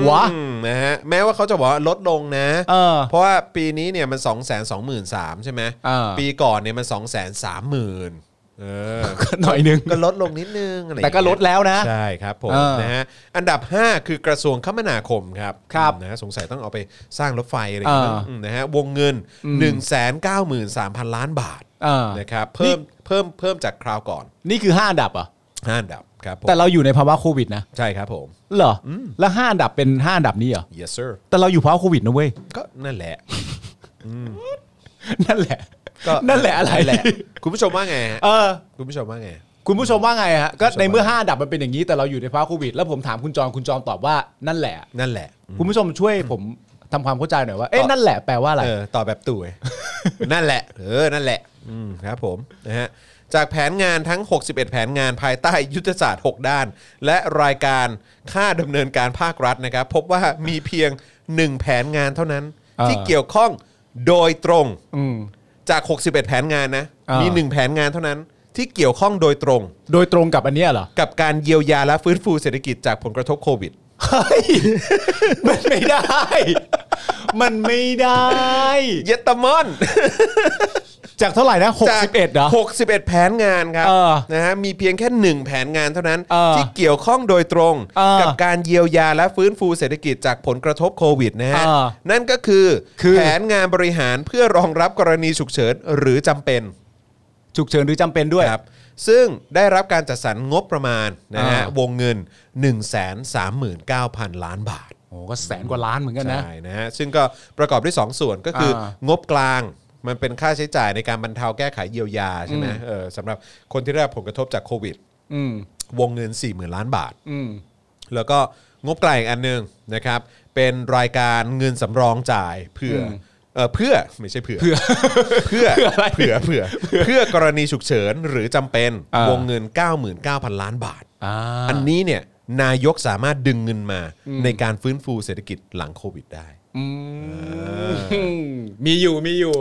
Speaker 3: วะ
Speaker 2: อืมนะฮะแม้ว่าเขาจะบอกว่าลดลงนะ
Speaker 3: เออ
Speaker 2: ราะว่าปีนี้เนี่ยมัน 2 2 3 0 0 0ใช่ไหม
Speaker 3: เออ
Speaker 2: ปีก่อนเนี่ยมัน 2 3 0 0 0 0เอ อ
Speaker 3: ก็หน่อยนึง
Speaker 2: ก็ลดลงนิดนึงอะไรอย่าง
Speaker 3: แต่
Speaker 2: เงี้ย
Speaker 3: ก็ลดแล้วนะ
Speaker 2: ใช่ครับผม
Speaker 3: อ่าน
Speaker 2: นะฮะอันดับ 5 คือกระทรวงคมนาคมครับ
Speaker 3: ครับ
Speaker 2: นะฮะสงสัยต้องเอาไปสร้างรถไฟอะไรอย่างเงี้ย
Speaker 3: อ่า
Speaker 2: อืมนะฮะวงเงิน 1 9 3 0 0 0 ล้านบาท
Speaker 3: เออ
Speaker 2: นะครับเพิ่มเพิ่มเพิ่มจากคราวก่อน
Speaker 3: นี่คือห้าอันดับเหรอ่ะ
Speaker 2: ห้าอันดับครับผม
Speaker 3: แต่เราอยู่ในภาวะโควิดนะ
Speaker 2: ใช่ครับผม
Speaker 3: เหรออแล้วห้าอันดับเป็นห้าอันดับนี้เหรอ
Speaker 2: yes sir
Speaker 3: แต่เราอยู่ภาวะโควิดนะเว้ย
Speaker 2: ก็นั่นแหละ
Speaker 3: นั่นแหละ
Speaker 2: ก็
Speaker 3: นั่นแหละอะไร
Speaker 2: แหละ คุณผู้ชมว่าไงฮะ
Speaker 3: เออ
Speaker 2: คุณผู้ชมว่าไง
Speaker 3: คุณผู้ชมว่าไงฮะ ก็
Speaker 2: คุณผู้ชม
Speaker 3: ในเมื่อ
Speaker 2: ว่า
Speaker 3: ห้าอันดับมันเป็นอย่างนี้ แต่เราอยู่ในภาวะโควิด แล้วผมถามคุณจรคุณจรตอบว่า นั่นแหละ
Speaker 2: นั่นแหละ
Speaker 3: คุณผู้ชมช่วยผมทำความเข้าใจหน่อยว่า เอ๊ะ นั่นแหละแปลว่าอะไร
Speaker 2: เออต่อบแบบ ตู่ไง นั่นแหละ เออนั่นแหละอืมครับผมนะฮะจากแผนงานทั้ง 61 แผนงานภายใต้ยุทธศาสตร์ 6 ด้าน และรายการค่าดำเนินการภาครัฐนะครับ พบว่ามีเพียง 1 แผนงานเท่านั้น
Speaker 3: อ่า
Speaker 2: ที่เกี่ยวข้องโดยตรง
Speaker 3: อืม
Speaker 2: จาก 61 แผนงานนะ
Speaker 3: อ่ามี
Speaker 2: มี 1 แผนงานเท่านั้น ที่เกี่ยวข้องโดยตรง
Speaker 3: โดยตรงกับอันเนี้ยเหรอ
Speaker 2: กับการเยียวยาและฟื้นฟูเศรษฐกิจจากผลกระทบโควิด
Speaker 3: เฮ้ย มันไม่ ได้ มันไม่ได้
Speaker 2: เยตามอน
Speaker 3: จากเท่าไหร่นะหก
Speaker 2: จาก
Speaker 3: สิบเอ็ดเหรอ
Speaker 2: 61 แผนงานครับ
Speaker 3: เออ
Speaker 2: นะฮะมีเพียงแค่หนึ่งแผนงานเท่านั้น
Speaker 3: เออ
Speaker 2: ที่เกี่ยวข้องโดยตรง
Speaker 3: เออ
Speaker 2: กับการเยียวยาและฟื้นฟูเศรษฐกิจจากผลกระทบโควิดนะฮะ
Speaker 3: เออ
Speaker 2: นั่นก็คือ
Speaker 3: คือ
Speaker 2: แผนงานบริหารเพื่อรองรับกรณีฉุกเฉินหรือจำเป็น
Speaker 3: ฉุกเฉินหรือจำเป็นด้วย
Speaker 2: ครับซึ่งได้รับการจัดสรรงบประมาณนะฮะ
Speaker 3: อ่า
Speaker 2: วงเงิน 139,000 ล้านบาท
Speaker 3: โอ้ก็แสนกว่าล้านเหมือนกันนะ
Speaker 2: ใช่นะฮะซึ่งก็ประกอบด้วย 2 ส่วนก็คืออา งบกลางมันเป็นค่าใช้จ่ายในการบรรเทาแก้ไขเยียวยาใช่ไหมเออสำหรับคนที่ได้รับผลกระทบจากโควิด
Speaker 3: อืม
Speaker 2: วงเงิน 40,000 ล้านบาท
Speaker 3: อืม
Speaker 2: แล้วก็งบกลางอีกอันหนึ่งนะครับ เป็นรายการเงินสำรองจ่ายเพื่ออ
Speaker 3: ม
Speaker 2: เออเพื่อไม่ใช่เผื่อ
Speaker 3: เพื่อ
Speaker 2: เพื่อ
Speaker 3: เพื่ออะไร
Speaker 2: เผื่อเผื่อเพื่อกรณีฉุกเฉินหรือจำเป็น
Speaker 3: อ่าว
Speaker 2: งเงิน 99,000 ล้านบาท
Speaker 3: อ่า
Speaker 2: อันนี้เนี่ยนายกสามารถดึงเงินมาในการฟื้นฟูเศรษฐกิจหลังโควิดได้
Speaker 3: อืมมีอยู่มีอยู่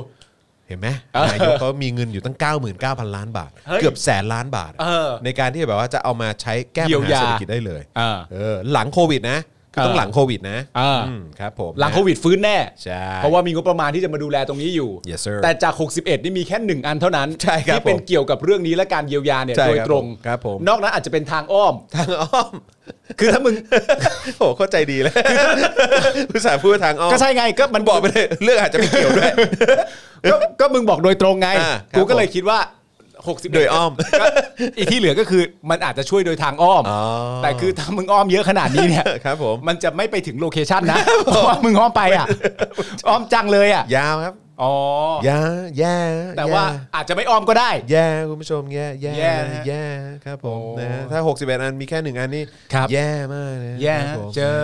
Speaker 2: เห็นไหมนายกเขามีเงินอยู่ตั้ง 99,000 ล้านบาท
Speaker 3: เฮ้ย
Speaker 2: เกือบแสนล้านบาท
Speaker 3: เออ
Speaker 2: ในการที่แบบว่าจะเอามาใช้แก้
Speaker 3: เยี
Speaker 2: ปัญ
Speaker 3: ย
Speaker 2: หาย
Speaker 3: วา
Speaker 2: เศรษฐกิจได้เลย
Speaker 3: อ่า
Speaker 2: เออหลังโควิดนะคือต้อง
Speaker 3: อ่า
Speaker 2: หลังโควิดนะ
Speaker 3: อ่า
Speaker 2: มครับผม
Speaker 3: หลังโควิดฟื้นแน่
Speaker 2: ใช่
Speaker 3: เพราะว่ามีงบประมาณที่จะมาดูแลตรงนี้อยู่
Speaker 2: Yes sir
Speaker 3: แต่จาก 61 นี่มีแค่ 1 อันเท่านั้น
Speaker 2: ใช่ครับ
Speaker 3: ที่เป็น
Speaker 2: ผม
Speaker 3: เกี่ยวกับเรื่องนี้และการเยียวยาเนี่ย
Speaker 2: ใช่ครับ
Speaker 3: โดยตรง
Speaker 2: ครับผม
Speaker 3: นอกนั้นอาจจะเป็นทางอ้อม
Speaker 2: ทางอ้อม
Speaker 3: คือถ้ามึง
Speaker 2: โอ้โหเข้าใจดีเลยผู้สาห์พูดทางอ้อม
Speaker 3: ก็ใช่ไงก็มัน
Speaker 2: บอกไปเลยเรื่องอาจจะไม่เกี่ยวด้วย
Speaker 3: ก็ก็มึงบอกโดยตรงไง
Speaker 2: อ่าครับ
Speaker 3: กูก็เลย
Speaker 2: ผม
Speaker 3: คิดว่า 61
Speaker 2: โดยอ้อม
Speaker 3: ก็อีกที่เหลือก็คือมันอาจจะช่วยโดยทางอ้อม
Speaker 2: อ๋อ
Speaker 3: แต่คือถ้ามึงอ้อมเยอะขนาดนี้เนี่ย
Speaker 2: ครับผม
Speaker 3: มันจะไม่ไปถึงโลเคชันนะเพราะว่ามึงอ้อมไปอ่ะ อ้อมจังเลยอ่ะ
Speaker 2: ยาวครับ
Speaker 3: อ๋อ
Speaker 2: ยาวแย่
Speaker 3: แต่ว่า
Speaker 2: ย่
Speaker 3: อาจจะไม่อ้อมก็ได้
Speaker 2: แย่คุณผู้ชมแย่แย่
Speaker 3: แย่นะฮะ
Speaker 2: แย่ครับผม
Speaker 3: โอ้
Speaker 2: นะฮะถ้า 61 อันมีแค่หนึ่งอันนี่
Speaker 3: ครับ
Speaker 2: แย่มากนะ
Speaker 3: แย่
Speaker 2: ครับผม
Speaker 3: เจอ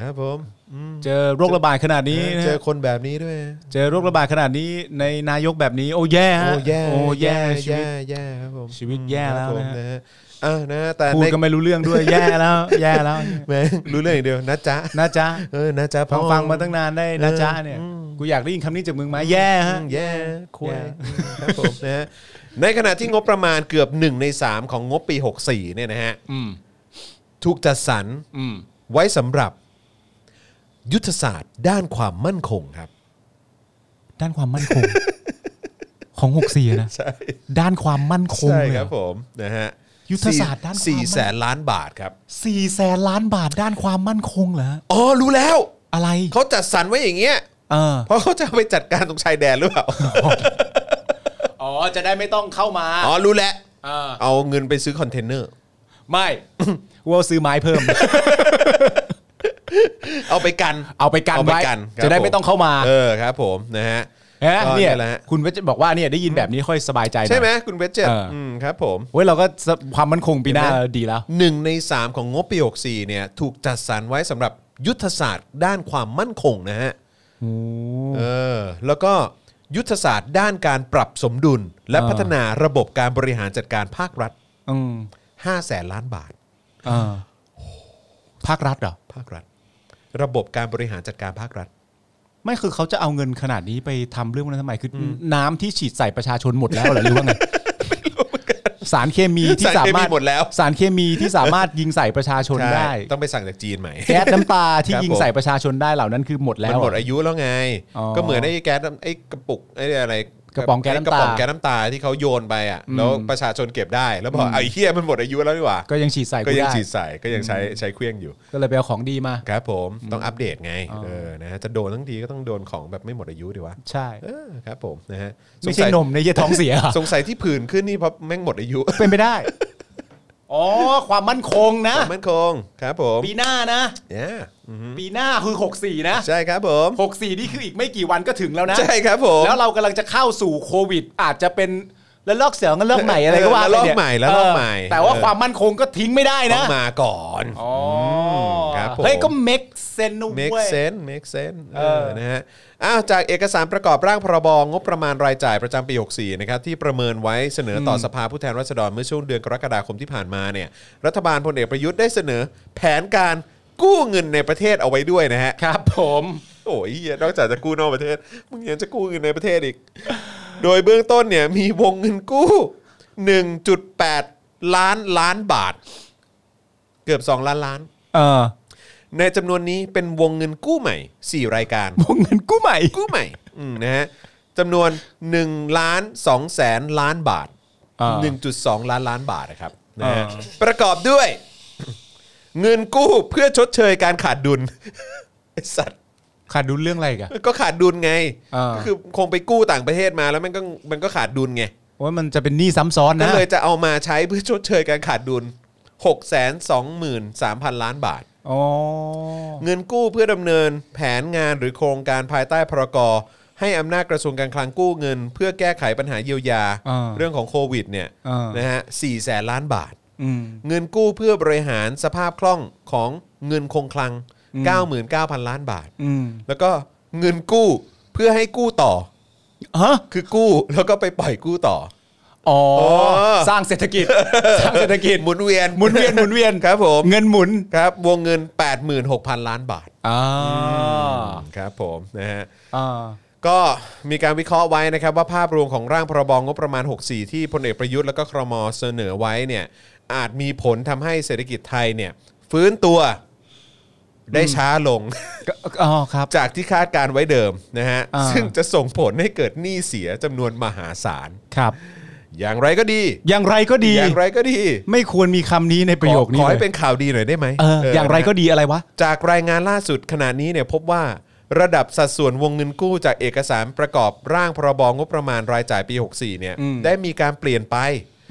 Speaker 2: ครับผมอืม
Speaker 3: เจอโรคระบาดขนาดนี้นะ
Speaker 2: เจอคนแบบนี้ด้วย
Speaker 3: เจอโรคระบาดขนาดนี้ในนายกแบบนี้ โอ้แย่ฮะ
Speaker 2: โอ้แย่
Speaker 3: โอ้แย่ชีวิ
Speaker 2: แย่
Speaker 3: ต
Speaker 2: แย่ครับผม
Speaker 3: ชีวิตแย่แล้ว
Speaker 2: ครับผม
Speaker 3: นะ
Speaker 2: นะ
Speaker 3: ฮะ
Speaker 2: ฮะอ่านะฮะแต่
Speaker 3: พูด
Speaker 2: ใน
Speaker 3: ก็ไม่รู้เรื่องด้วย แย่แล้ว แย่แล้ว
Speaker 2: แม่งรู้เรื่องอย่างเดียวนะจ๊ะ
Speaker 3: นะจ๊ะ
Speaker 2: เออนะจ๊ะพ่
Speaker 3: ฟั
Speaker 2: อ
Speaker 3: งฟังมาตั้งนานได้นะจ๊ะเนี่ย
Speaker 2: อืม
Speaker 3: กูอยากได้ยินคำนี้จากมึงไหมแย่ฮะ
Speaker 2: แย่คุย
Speaker 3: แย่
Speaker 2: ครับผม นะฮะในขณะที่งบประมาณเกือบ 1 ใน 3 ของงบปี 64เนี่ยนะฮะ
Speaker 3: อืม
Speaker 2: ถูกจัดสรร
Speaker 3: อืม
Speaker 2: ไว้สำหรับ ยุทธศาสตร์ด้านความมั่นคงครับ
Speaker 3: ด้านความมั่นคง ของหกสี่นะ
Speaker 2: ใช่
Speaker 3: ด้านความมั่นคง
Speaker 2: ใช่
Speaker 3: เลย
Speaker 2: ค
Speaker 3: เหร
Speaker 2: รั
Speaker 3: อ
Speaker 2: บผมนะฮะ
Speaker 3: ยุทธศาสตร์ด้านความมั่น
Speaker 2: สี่แสนล้านบาทครับ
Speaker 3: สี่แสนล้านบาทด้านความมั่นคงเหรอ
Speaker 2: อ๋อรู้แล้ว
Speaker 3: อะไร
Speaker 2: เขาจัดสรรไว้อย่างเงี้ย
Speaker 3: เออ
Speaker 2: เพราะเขาจะเอาไปจัดการตรงชายแดนหรือเปล่า
Speaker 3: อ๋อ จะได้ไม่ต้องเข้ามา
Speaker 2: อ๋อรู้แล้ว
Speaker 3: เออ
Speaker 2: เอาเงินไปซื้อคอนเทนเนอร์
Speaker 3: ไม่ ว่าซื้อไม้เพิ่ม
Speaker 2: เอาไปกัน
Speaker 3: เอาไปกัน
Speaker 2: เอาไป
Speaker 3: ไว้
Speaker 2: กันครับ
Speaker 3: จะได้ไม่
Speaker 2: ผ
Speaker 3: ต้องเข้ามา
Speaker 2: เออครับผมนะฮะ
Speaker 3: ฮะ
Speaker 2: ก็
Speaker 3: เนี่ย
Speaker 2: แหละฮะ
Speaker 3: คุณเวชบอกว่าเนี่ยได้ยินแบบนี้ค่อยสบายใจน่อย
Speaker 2: ใช่ไหมคุณเวจเจต
Speaker 3: เอออื
Speaker 2: มครับผม
Speaker 3: เว้ยเราก็สความมั่นคงปีหน้าดีแล้ว
Speaker 2: หนึ่งใน 3 ของงบปี64เนี่ยถูกจัดสรรไว้สำหรับยุทธศาสตร์ด้านความมั่นคงนะฮะเออแล้วก็ยุทธศาสตร์ด้านการปรับสมดุล และ
Speaker 3: เออ
Speaker 2: พัฒนาระบบการบริหารจัดการภาครัฐ
Speaker 3: อืม
Speaker 2: 5แสนล้านบาท
Speaker 3: เออภาครัฐเหรอ
Speaker 2: ภาครัฐ ระบบการบริหารจัดการภาครัฐ
Speaker 3: ไม่คือเขาจะเอาเงินขนาดนี้ไปทำเรื่องพวกนั้นทำไมคือน้ำที่ฉีดใส่ประชาชนหมดแล้วเหรอหรือว่าไง สารเคมีที่
Speaker 2: สา
Speaker 3: สาร
Speaker 2: เคมี
Speaker 3: มารถ
Speaker 2: หมดแล้ว
Speaker 3: สารเคมีที่สามารถยิงใส่ประชาชนได้
Speaker 2: ใช่ต้องไปสั่งจากจีนใหม่
Speaker 3: แก๊สน้ำตาที่
Speaker 2: ครับ
Speaker 3: ยิง
Speaker 2: ผม
Speaker 3: ใส่ประชาชนได้เหล่านั้นคือหมดแล้
Speaker 2: มัน
Speaker 3: ว
Speaker 2: หมดอายุแล้วไง
Speaker 3: อ๋อ
Speaker 2: ก็เหมือนไอ้แก๊สน้ำไอ้กระปุกไอ้อะไร
Speaker 3: กระป๋องแก๊สน้ำตา
Speaker 2: ระป๋องแก๊สน้ำตาที่เขาโยนไปอ่ะแล้วประชาชนเก็บได้แล้วบอกไอ้เฮียมันหมดอายุแล้วนี่หว่า
Speaker 3: ก็ยังฉีดใส่
Speaker 2: ก็ยัง
Speaker 3: กูได้
Speaker 2: ฉีดใส่ก็ยังใช้ใช้เครื่องอยู่
Speaker 3: ก็เลยไปเอาของดีมา
Speaker 2: ครับผมต้องอัปเดตไงเออนะฮะจะโดนทั้งทีก็ต้องโดนของแบบไม่หมดอายุดีวะ
Speaker 3: ใช่
Speaker 2: เออครับผมนะฮะส
Speaker 3: ไม่
Speaker 2: ง
Speaker 3: ใช่
Speaker 2: สัย
Speaker 3: นมในเหี้ยท้องเสีย
Speaker 2: สงสัยที่ผื่นขึ้นนี่เพราะแม่งหมดอา ยุ
Speaker 3: เป็นไปได้ อ๋อ ความมั่นคงนะ
Speaker 2: มั่นคงครับผม
Speaker 3: ปีหน้านะ
Speaker 2: เนี่ยอืม
Speaker 3: ปีหน้าคือ 64 นะ
Speaker 2: ใช่ครับผม
Speaker 3: 64 นี่คืออีกไม่กี่วันก็ถึงแล้วนะ
Speaker 2: ใช่ครับผม
Speaker 3: แล้วเรากำลังจะเข้าสู่โควิด อาจจะเป็นละลอกเสียงละลอกใหม่อะไรก็ว่า
Speaker 2: เออแล้วลอก
Speaker 3: ไปเนี่ย
Speaker 2: ใหม่แล้วลอกใหม่
Speaker 3: เออแต่ว่าความมั่นคงก็ทิ้งไม่ได้
Speaker 2: ต้อ
Speaker 3: นะ
Speaker 2: งมาก่อน
Speaker 3: อ๋อ
Speaker 2: มครับผม
Speaker 3: เฮ้ยก็ make sense นะ
Speaker 2: make
Speaker 3: เว้ย
Speaker 2: sense make sense เอ
Speaker 3: เอ
Speaker 2: อ
Speaker 3: อ
Speaker 2: นะฮะอ้าวจากเอกสารประกอบร่างพรบงบประมาณรายจ่ายประจำปี 64 นะครับ ที่ประเมินไว้เสนอต่อสภาผู้แทนราษฎรเมื่อช่วงเดือนกรกฎาคมที่ผ่านมาเนี่ย รัฐบาลพลเอกประยุทธ์ได้เสนอแผนการกู้เงินในประเทศเอาไว้ด้วยนะฮะ
Speaker 3: ครับผม
Speaker 2: โอ้ยเหี้ยนอกจากจะกู้นอกประเทศ มึงยังจะกู้เงินในประเทศอีก โดยเบื้องต้นเนี่ยมีวงเงินกู้ 1.8 ล้านล้านบาท เกือบ 2 ล้านล้าน
Speaker 3: เออ
Speaker 2: ในจำนวนนี้เป็นวงเงินกู้ใหม่ 4 รายการ
Speaker 3: วงเงินกู้ใหม่
Speaker 2: กู้ใหม่อืมนะฮะ จำนวน1ล้าน2แสนล้านบาท
Speaker 3: อ่า
Speaker 2: 1.2 ล้านล้านบาทนะครับนะฮะประกอบด้วย เงินกู้เพื่อชดเชยการขาดดุล ไอ้สัตว์
Speaker 3: ขาดดุลเรื่องอะไรอีกัน
Speaker 2: ก็ขาดดุลไง
Speaker 3: อ่า
Speaker 2: ก็คือคงไปกู้ต่างประเทศมาแล้วมันก็มันก็ขาดดุลไง
Speaker 3: ว่ามันจะเป็นหนี้ซ้ำซ้อน
Speaker 2: ก็
Speaker 3: นะ
Speaker 2: เลยจะเอามาใช้เพื่อชดเชยการขาดดุล 6 2 3 0 0 0 ล้านบาท
Speaker 3: อ๋อ
Speaker 2: เงินกู้เพื่อดำเนินแผนงานหรือโครงการภายใต้พรกรให้อำนาจกระทรวงการคลังกู้เงิน เพื่อแก้ไขปัญหาเยียวยา
Speaker 3: า
Speaker 2: เรื่องของโควิดเนี่ย
Speaker 3: อ่าน
Speaker 2: นะฮะสี่แสนล้านบาท
Speaker 3: อืม
Speaker 2: เงินกู้เพื่อบริหารสภาพคล่องของเงินคงคลัง
Speaker 3: อืม
Speaker 2: 99,000 ล้านบาท
Speaker 3: อืม
Speaker 2: แล้วก็เงินกู้เพื่อให้กู้ต่อ
Speaker 3: ฮะ
Speaker 2: คือกู้แล้วก็ไปปล่อยกู้ต่อ
Speaker 3: อ๋อ
Speaker 2: อ๋อ
Speaker 3: สร้างเศรษฐกิจ สร้างเศรษฐกิจ
Speaker 2: หมุนเวียน
Speaker 3: หมุนเวียนหมุนเวียน
Speaker 2: ครับผม
Speaker 3: เงินหมุน
Speaker 2: ครับวงเงิน 86,000 ล้านบาท
Speaker 3: อ่า
Speaker 2: ครับผมนะฮะ
Speaker 3: อ่า
Speaker 2: ก็มีการวิเคราะห์ไว้นะครับ ว่าภาพรวมของร่างพรบงบประมาณ 64 ที่พลเอกประยุทธ์และก็ครมเสนอไว้เนี่ยอาจมีผลทำให้เศรษฐกิจไทยเนี่ยฟื้นตัวได้ช้าลง
Speaker 3: ก็อ๋อครับ
Speaker 2: จากที่คาดการไว้เดิมนะฮะ
Speaker 3: อ่า
Speaker 2: ซึ่งจะส่งผลให้เกิดหนี้เสียจำนวนมหาศาล
Speaker 3: ครับ
Speaker 2: อย่างไรก็ดี
Speaker 3: อย่างไรก็ดี
Speaker 2: อย่างไรก็ดี
Speaker 3: ไม่ควรมีคำนี้ในประโยคนี้
Speaker 2: ขอขอให้
Speaker 3: ลย
Speaker 2: เป็นข่าวดีหน่อยได้ไหม
Speaker 3: เออ
Speaker 2: เ
Speaker 3: อย่างไรก็ดีอะไรวะ
Speaker 2: จากรายงานล่าสุดขณะนี้เนี่ยพบว่าระดับสัดส่วนวงเงินกู้จากเอกสารประกอบร่างพรบงบประมาณรายจ่ายปี 64 เนี่ย
Speaker 3: อืม
Speaker 2: ได้มีการเปลี่ยนไป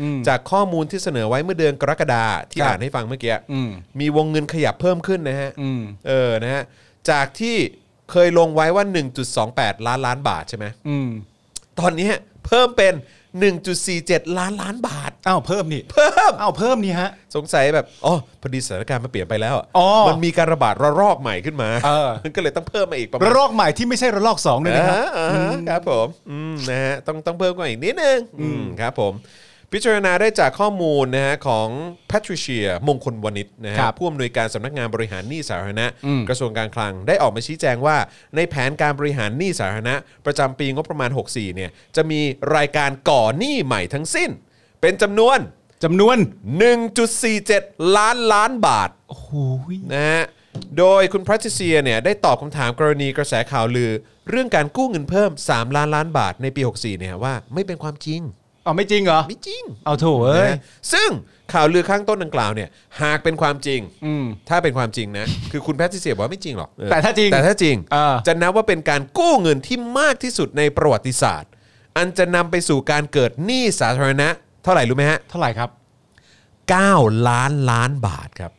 Speaker 3: อืม
Speaker 2: จากข้อมูลที่เสนอไว้เมื่อเดือนกรกฎาที่
Speaker 3: ครับ
Speaker 2: อ่านให้ฟังเมื่อกี้
Speaker 3: อืม
Speaker 2: มีวงเงินขยับเพิ่มขึ้นนะฮะ
Speaker 3: อืม
Speaker 2: เออนะฮะจากที่เคยลงไว้ว่า 1.28 ล้านล้านบาทใช่ไหม
Speaker 3: อืม
Speaker 2: ตอนเนี้ยเพิ่มเป็น 1.47 ล้านล้านบาท
Speaker 3: อ้าวเพิ่มนี่
Speaker 2: เพิ่ม
Speaker 3: อ้าวเพิ่มนี่ฮะ
Speaker 2: สงสัยแบบอ๋อพอดีสถานการณ์มันเปลี่ยนไปแล้วะ
Speaker 3: อ๋อ
Speaker 2: มันมีการระบาดระลอกใหม่ขึ้นมา
Speaker 3: เออ
Speaker 2: มันก็เลยต้องเพิ่มมาอีกประมาณ
Speaker 3: ระลอกใหม่ที่ไม่ใช่ระลอกสองเลยนะครับ
Speaker 2: อ่าอ่าครับผมอืมนะฮะต้องต้องเพิ่มกันอีกนิดนึงอืมครับผม พิจารณาได้จากข้อมูลนะฮะของ p a t r i c i a มงคลวณิชนะฮะ
Speaker 3: ครับ
Speaker 2: ผู้อำนวยการสำนักงานบริหารหนี้สาธารณะ
Speaker 3: อืม
Speaker 2: กระทรวงการคลังได้ออกมาชี้แจงว่า ในแผนการบริหารหนี้สาธารณะ ประจำปีงบประมาณ 64เนี่ยจะมีรายการก่อหนี้ใหม่ทั้งสิ้น เป็นจำนวน
Speaker 3: จำนวน
Speaker 2: 1.47 ล้านล้านบาท
Speaker 3: โอ้โห
Speaker 2: นะฮะ โดยคุณพรัชเซียเนี่ยได้ตอบคำถามกรณีกระแสข่าวลือ เรื่องการกู้เงินเพิ่ม 3 ล้านล้านบาทในปี 64 เนี่ยว่าไม่เป็นความจริง
Speaker 3: เอาไม่จริงเหรอ
Speaker 2: ไม่จริง
Speaker 3: เอาโถเอ้
Speaker 2: นะ
Speaker 3: ย
Speaker 2: ฮะซึ่งข่าวลือข้างต้นดังกล่าวเนี่ยหากเป็นความจริง
Speaker 3: อืม
Speaker 2: ถ้าเป็นความจริงนะ คือคุณแพทริเซียบอกว่าไม่จริงหรอกเออ
Speaker 3: แต่ถ้าจริง
Speaker 2: แต่ถ้าจริง
Speaker 3: เออ
Speaker 2: จะนับว่าเป็นการกู้เงินที่มากที่สุดในประวัติศาสตร์ อันจะนำไปสู่การเกิดหนี้สาธารณะ เท่าไหร่รู้ไหมฮะ
Speaker 3: เท่าไหร่ครับ
Speaker 2: 9 ล้านล้านบาทครับ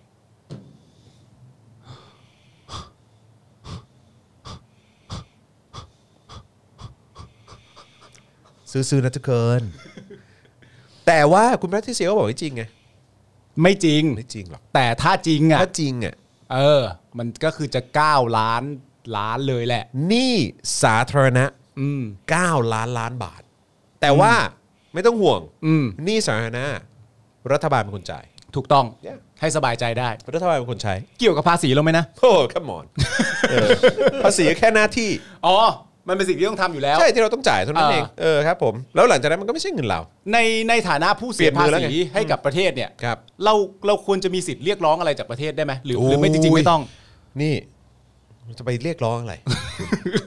Speaker 2: ซื้อๆนะทุกคนแต่ว่าคุณแพทริเซียก็บอกไม่จริงไง
Speaker 3: ไม่จริง
Speaker 2: ไม่จริงหรอก
Speaker 3: แต่ถ้าจริงอ่ะ
Speaker 2: ถ้าจริงอ่ะ
Speaker 3: เออ มันก็คือจะเก้าล้านล้านเลยแหละ
Speaker 2: หนี้สาธารณะ
Speaker 3: อืม
Speaker 2: 9 ล้านล้านบาท แต่ว่าไม่ต้องห่วง
Speaker 3: อืม
Speaker 2: หนี้สาธารณะ รัฐบาลเป็นคนจ่าย
Speaker 3: ถูกต้อง
Speaker 2: Yeah
Speaker 3: ให้สบายใจได้
Speaker 2: รัฐบาลเป็นคนใช้
Speaker 3: เกี่ยวกับภาษีเราไหมนะ
Speaker 2: โอ้ขมอนภาษีแค่หน้าที่
Speaker 3: อ๋อ มันเป็นสิ่งที่ต้องทำอยู่แล้ว
Speaker 2: ใช่ที่เราต้องจ่ายเท่านั้น
Speaker 3: อ่า
Speaker 2: เองเออครับผมแล้วหลังจากนั้นมันก็ไม่ใช่เงินเรา
Speaker 3: ในในฐานะผู้เสีย
Speaker 2: เปลี่ยนมื
Speaker 3: ภา
Speaker 2: อแล้วไง
Speaker 3: ษีให้กับประเทศเนี่ย
Speaker 2: ครับ
Speaker 3: เราเราควรจะมีสิทธิ์เรียกร้องอะไรจากประเทศได้ไหมหรือหรือไม่
Speaker 2: โอ้
Speaker 3: จ
Speaker 2: ย
Speaker 3: ริงๆไม่ต้อง
Speaker 2: นี่จะไปเรียกร้องอะไร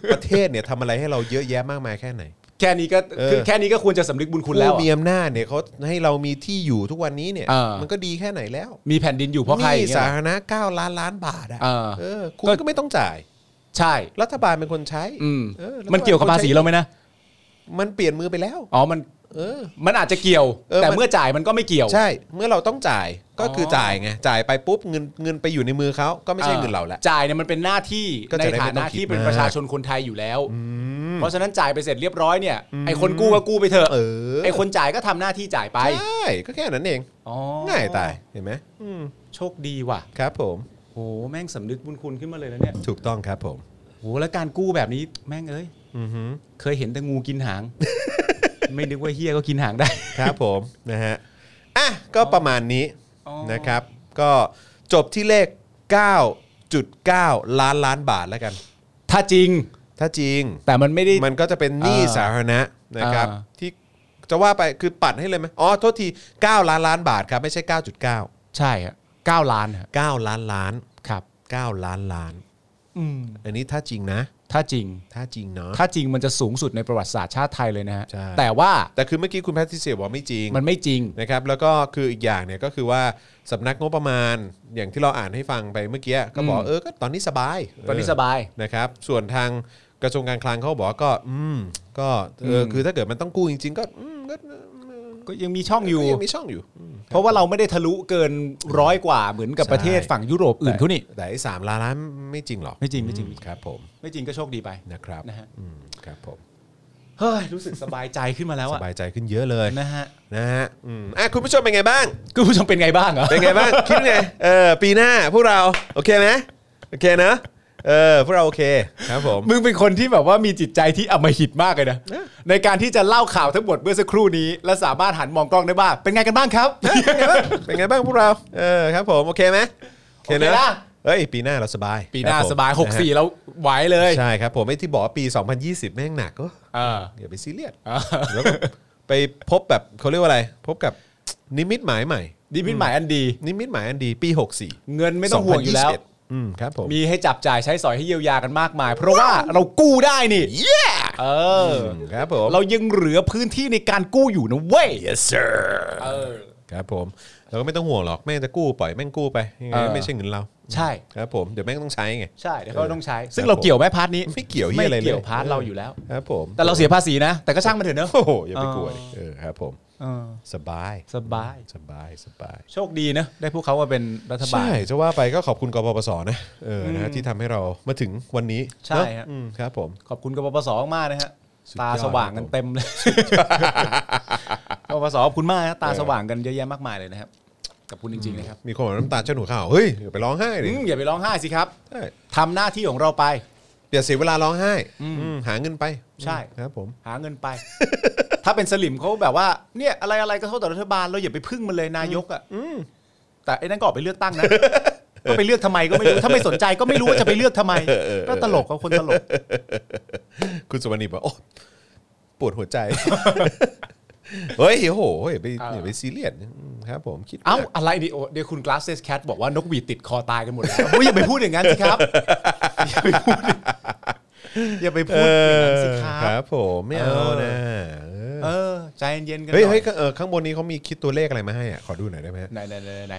Speaker 2: ประเทศเนี่ยทำอะไรให้เราเยอะแยะมากมายแค่ไหน
Speaker 3: แค่นี้ก็
Speaker 2: เออ
Speaker 3: คือแค่นี้ก็ควรจะสำนึกบุญคุณแล้ว
Speaker 2: ผู้
Speaker 3: อะ
Speaker 2: มีอำนาจเนี่ยเขาให้เรามีที่อยู่ทุกวันนี้เนี่ย
Speaker 3: เออ
Speaker 2: มันก็ดีแค่ไหนแล้ว
Speaker 3: มีแผ่นดินอยู่เพราะ
Speaker 2: ห
Speaker 3: ใครอ
Speaker 2: นี่
Speaker 3: ย่างเงี้
Speaker 2: สาย ธารณะ9ล้านล้านบาทอะ
Speaker 3: เออ
Speaker 2: เออคุณก็ไม่ต้องจ่าย
Speaker 3: ใช่
Speaker 2: รัฐบาลเป็นคนใช้
Speaker 3: อืม
Speaker 2: ออฐบล
Speaker 3: มันเกี่ยวกับภาษีเราไหมนะ
Speaker 2: มันเปลี่ยนมือไปแล้ว
Speaker 3: อ๋อมัน
Speaker 2: เออ
Speaker 3: มันอาจจะเกี่ยว
Speaker 2: เออ
Speaker 3: แต่
Speaker 2: มัน
Speaker 3: เมื่อจ่ายมันก็ไม่เกี่ยว
Speaker 2: ใช่ เมื่อเราต้องจ่ายก็คืออ
Speaker 3: อ
Speaker 2: จ่ายไงจ่ายไปปุ๊บเงินเงินไปอยู่ในมือเขาก็ไม่ใช่เงินเราแล้ว
Speaker 3: จ่ายเนี่ยมันเป็นหน้าที่
Speaker 2: ก็
Speaker 3: ใน
Speaker 2: จะได้
Speaker 3: ฐา
Speaker 2: ไม่ต้
Speaker 3: นะ
Speaker 2: องคิด
Speaker 3: ที่เป็น
Speaker 2: มาก
Speaker 3: ประชาชนคนไทยอยู่แล้ว เพราะฉะนั้นจ่ายไปเสร็จเรียบร้อยเนี่ยไอ้คนกู้ก็กู้ไปเถอะ
Speaker 2: เออ
Speaker 3: ไอ้คนจ่ายก็ทำหน้าที่จ่ายไป
Speaker 2: ใช่ก็แค่นั้นเอง
Speaker 3: อ๋อ
Speaker 2: ง่ายตายเห็นไหมอืม
Speaker 3: โชคดีว่ะ
Speaker 2: ครับผม
Speaker 3: โหแม่งสำนึกบุญคุณขึ้นมาเลยนะเนี่ย
Speaker 2: ถูกต้องครับผม
Speaker 3: โหแล้วการกู้แบบนี้แม่งเอ้ย
Speaker 2: อือฮึ
Speaker 3: เคยเห็นแต่งูกินหาง ไม่นึกว่าเฮียก็กินหางได้
Speaker 2: ครับผม นะฮะอ่ะก็ประมาณนี้
Speaker 3: อ๋อ
Speaker 2: นะครับ ก็จบที่เลข 9.9 ล้านล้านบาทแล้วกัน
Speaker 3: ถ้าจริง
Speaker 2: ถ้าจริง
Speaker 3: แต่มันไม่ได้
Speaker 2: มันก็จะเป็นหนี้
Speaker 3: อ่า
Speaker 2: สาธารณะนะครับ
Speaker 3: อ่า
Speaker 2: ที่จะว่าไปคือปัดให้เลยไหมอ๋อโทษที 9 ล้านล้านบาทครับ ไม่ใช่ 9.9
Speaker 3: ใช่ฮะเก้าล้านฮะ
Speaker 2: 9 ล้านล้าน
Speaker 3: ครับ
Speaker 2: 9 ล้านล้าน
Speaker 3: อืม
Speaker 2: อันนี้ถ้าจริงนะ
Speaker 3: ถ้าจริง
Speaker 2: ถ้าจริงเนาะ
Speaker 3: ถ้าจริงมันจะสูงสุดในประวัติศาสตร์ชาติไทยเลยนะฮะ
Speaker 2: ใช่
Speaker 3: แต่ว่า
Speaker 2: แต่คือเมื่อกี้คุณแพทริเซียบอกไม่จริง
Speaker 3: มันไม่จริง
Speaker 2: นะครับแล้วก็คืออีกอย่างเนี่ยก็คือว่าสำนักงบประมาณอย่างที่เราอ่านให้ฟังไปเมื่อกี้ก็บอก
Speaker 3: อืม
Speaker 2: เออก็ตอนนี้สบาย
Speaker 3: ตอนนี้สบาย
Speaker 2: เออนะครับส่วนทางกระทรวงการคลังเขาบอกว่าก็ อืมก็เอออ
Speaker 3: ม
Speaker 2: คือถ้าเกิดมันต้องกู้จริง ๆ ก็อืมก็
Speaker 3: ก็ยังมีช่องอยู่
Speaker 2: ก็ยังมีช่องอยู่อืม
Speaker 3: เพราะว่าเราไม่ได้ทะลุเกินร้อยกว่าเหมือนกับประเทศฝั่งยุโรปอื่นเขานี่
Speaker 2: แต่ไอ้สามล้านล้านไม่จริงหรอก
Speaker 3: ไม่จริงไม่จริง
Speaker 2: อืครับผม
Speaker 3: ไม่จริงก็โชคดีไป
Speaker 2: นะครับ
Speaker 3: นะฮะ
Speaker 2: อืมครับผม
Speaker 3: เฮ้ยรู้สึกสบายใจขึ้นมาแล้ว
Speaker 2: ส
Speaker 3: อะ
Speaker 2: บายใจขึ้นเยอะเลย
Speaker 3: นะฮะ
Speaker 2: นะฮะอืมอ่ะคุณผู้ชมเป็นไงบ้าง
Speaker 3: คุณผู้ชมเป็นไงบ้างเหรอ
Speaker 2: เป็นไงบ้าง คิดไงเออปีหน้าพวกเราโอเคไหมโอเคนะเออพวกเราโอเคครับผม
Speaker 3: มึงเป็นคนที่แบบว่ามีจิตใจที่อำมหิตมากเลยนะ ในการที่จะเล่าข่าวทั้งหมดเมื่อสักครู่นี้ และสามารถหันมองกล้องได้บ้างเป็นไงกันบ้างครับ
Speaker 2: เป็นไงบ้างพวกเรา เออครับผมโอเคไหม
Speaker 3: โอเคนะ
Speaker 2: เฮ้ยปีหน้าเราสบาย
Speaker 3: ปีหน้า
Speaker 2: ครับผม
Speaker 3: สบาย
Speaker 2: นะฮะ
Speaker 3: 64 แล้วไหวเลย
Speaker 2: ใช่ครับผมไอ้ที่บอกว่าปี 2020 แม่งหนักก็
Speaker 3: เออ
Speaker 2: อย่าไปซีเรียสแล้วก็ไปพบแบบเขาเรียกว่าอะไร พบกับนิมิตหมายใหม่
Speaker 3: ดีมิตหมายอันดี
Speaker 2: นิมิตหมายอันดีปี 64
Speaker 3: เงินไม่ต้องห่วงอยู่แล้ว
Speaker 2: 2021อืมครับผม
Speaker 3: มีให้จับจ่ายใช้สอยให้เยียวยากันมากมาย เพราะว่าเรากู้ได้นี่เอออ
Speaker 2: มครับผม
Speaker 3: เรายังเหลือพื้นที่ในการกู้อยู่นะเว้ย yes sir เออ
Speaker 2: ครับผมเราก็ไม่ต้องห่วงหรอกแม่งจะกู้ปล่อยแม่งกู้ไปยังไง
Speaker 3: เออ
Speaker 2: ไม่ใช่เงินเรา
Speaker 3: ใช่
Speaker 2: ครับผมเดี๋ยวแม่งต้องใช้ไง
Speaker 3: ใช่เดี๋ยวเขาต้องใช้ ซึ่
Speaker 2: ครับ
Speaker 3: งเราเกี่ยวไหมพาร์ทนี้
Speaker 2: ไม่เกี่ยวเหี้ยอะไรเลย
Speaker 3: ม่เกี่ยวพาร์ทเราอยู่แล้ว
Speaker 2: ครับผม
Speaker 3: แต่เราเสียภาษีนะ แต่ก็ช่างมันเถอะเนอะ
Speaker 2: โอ้โหอย่าไปกลัวดิเออครับผม
Speaker 3: เออ
Speaker 2: สบาย
Speaker 3: สบาย
Speaker 2: สบายสบาย
Speaker 3: โชคดีนะ ได้พวกเขามาเป็นรัฐบา
Speaker 2: ใช่
Speaker 3: ล
Speaker 2: จะว่าไปก็ขอบคุณกปปสนะเออนะฮะที่ทำให้เรามาถึงวันนี้
Speaker 3: ใช่ฮะ
Speaker 2: เนออืมครับผม
Speaker 3: ขอบคุณกปปสมากๆนะฮะ
Speaker 2: สุดยอด
Speaker 3: ตาสว่างกันเต็มเลยกปปสขอบคุณมากนะตา
Speaker 2: เออ
Speaker 3: สว่างกันเยอะแยะมากมายเลยนะครับขอบคุณจริงๆนะครับ
Speaker 2: มีคนบอกน้ำตาเจ้าหนูข่าวเฮ้ยอย่าไปร้องไห้ดิ
Speaker 3: อืมอย่าไปร้องไห้สิครับ
Speaker 2: ใช่
Speaker 3: ทำหน้าที่ของเราไป
Speaker 2: เดี๋ยวเสียเวลาร้องไห้อืมหาเงินไป
Speaker 3: ใช่
Speaker 2: ครับผม
Speaker 3: หาเงินไป ถ้าเป็นสลิมเขาแบบว่าเนี่ยอะไรอะไรก็โทษต่อรัฐบาลเราอย่าไปพึ่งมันเลยนายกอ่ะแต่ไอ้นั่นก็ออกไปเลือกตั้งนะ ก็ไปเลือกทำไมก็ไม่รู้ถ้าไม่สนใจก็ไม่รู้ว่าจะไปเลือกทำไมก็ตลกเขาคนตลก
Speaker 2: คุณสุวรรณีบอกโอ้ปวดหัวใจ เฮ้ยโอ้โหอย่าไป
Speaker 3: เอออ
Speaker 2: อย่าไปซีเรียสอืมครับ ผมคิด
Speaker 3: เอ้า
Speaker 2: ว่
Speaker 3: อะไรดิโอเดี๋ยวคุณกลาสเซสแคทบอกว่านกหวีดติดคอตายกันหมดแล้วอุ๊ยอย่าไปพูดอย่างนั้นสิครับ อย่าไปพูดอย่างนั้นสิค
Speaker 2: เออค
Speaker 3: รั
Speaker 2: รับ บผมไม่เอา
Speaker 3: เออ
Speaker 2: นะเออ
Speaker 3: เออใจเย็นๆกันหน่
Speaker 2: เฮ้ย
Speaker 3: อ
Speaker 2: เฮ้ยเออข้างบนนี้เขามีคิดตัวเลขอะไรมาให้อ่ะขอดูหน่อยได้ไหมฮะ
Speaker 3: ไหนไหนไหนไหน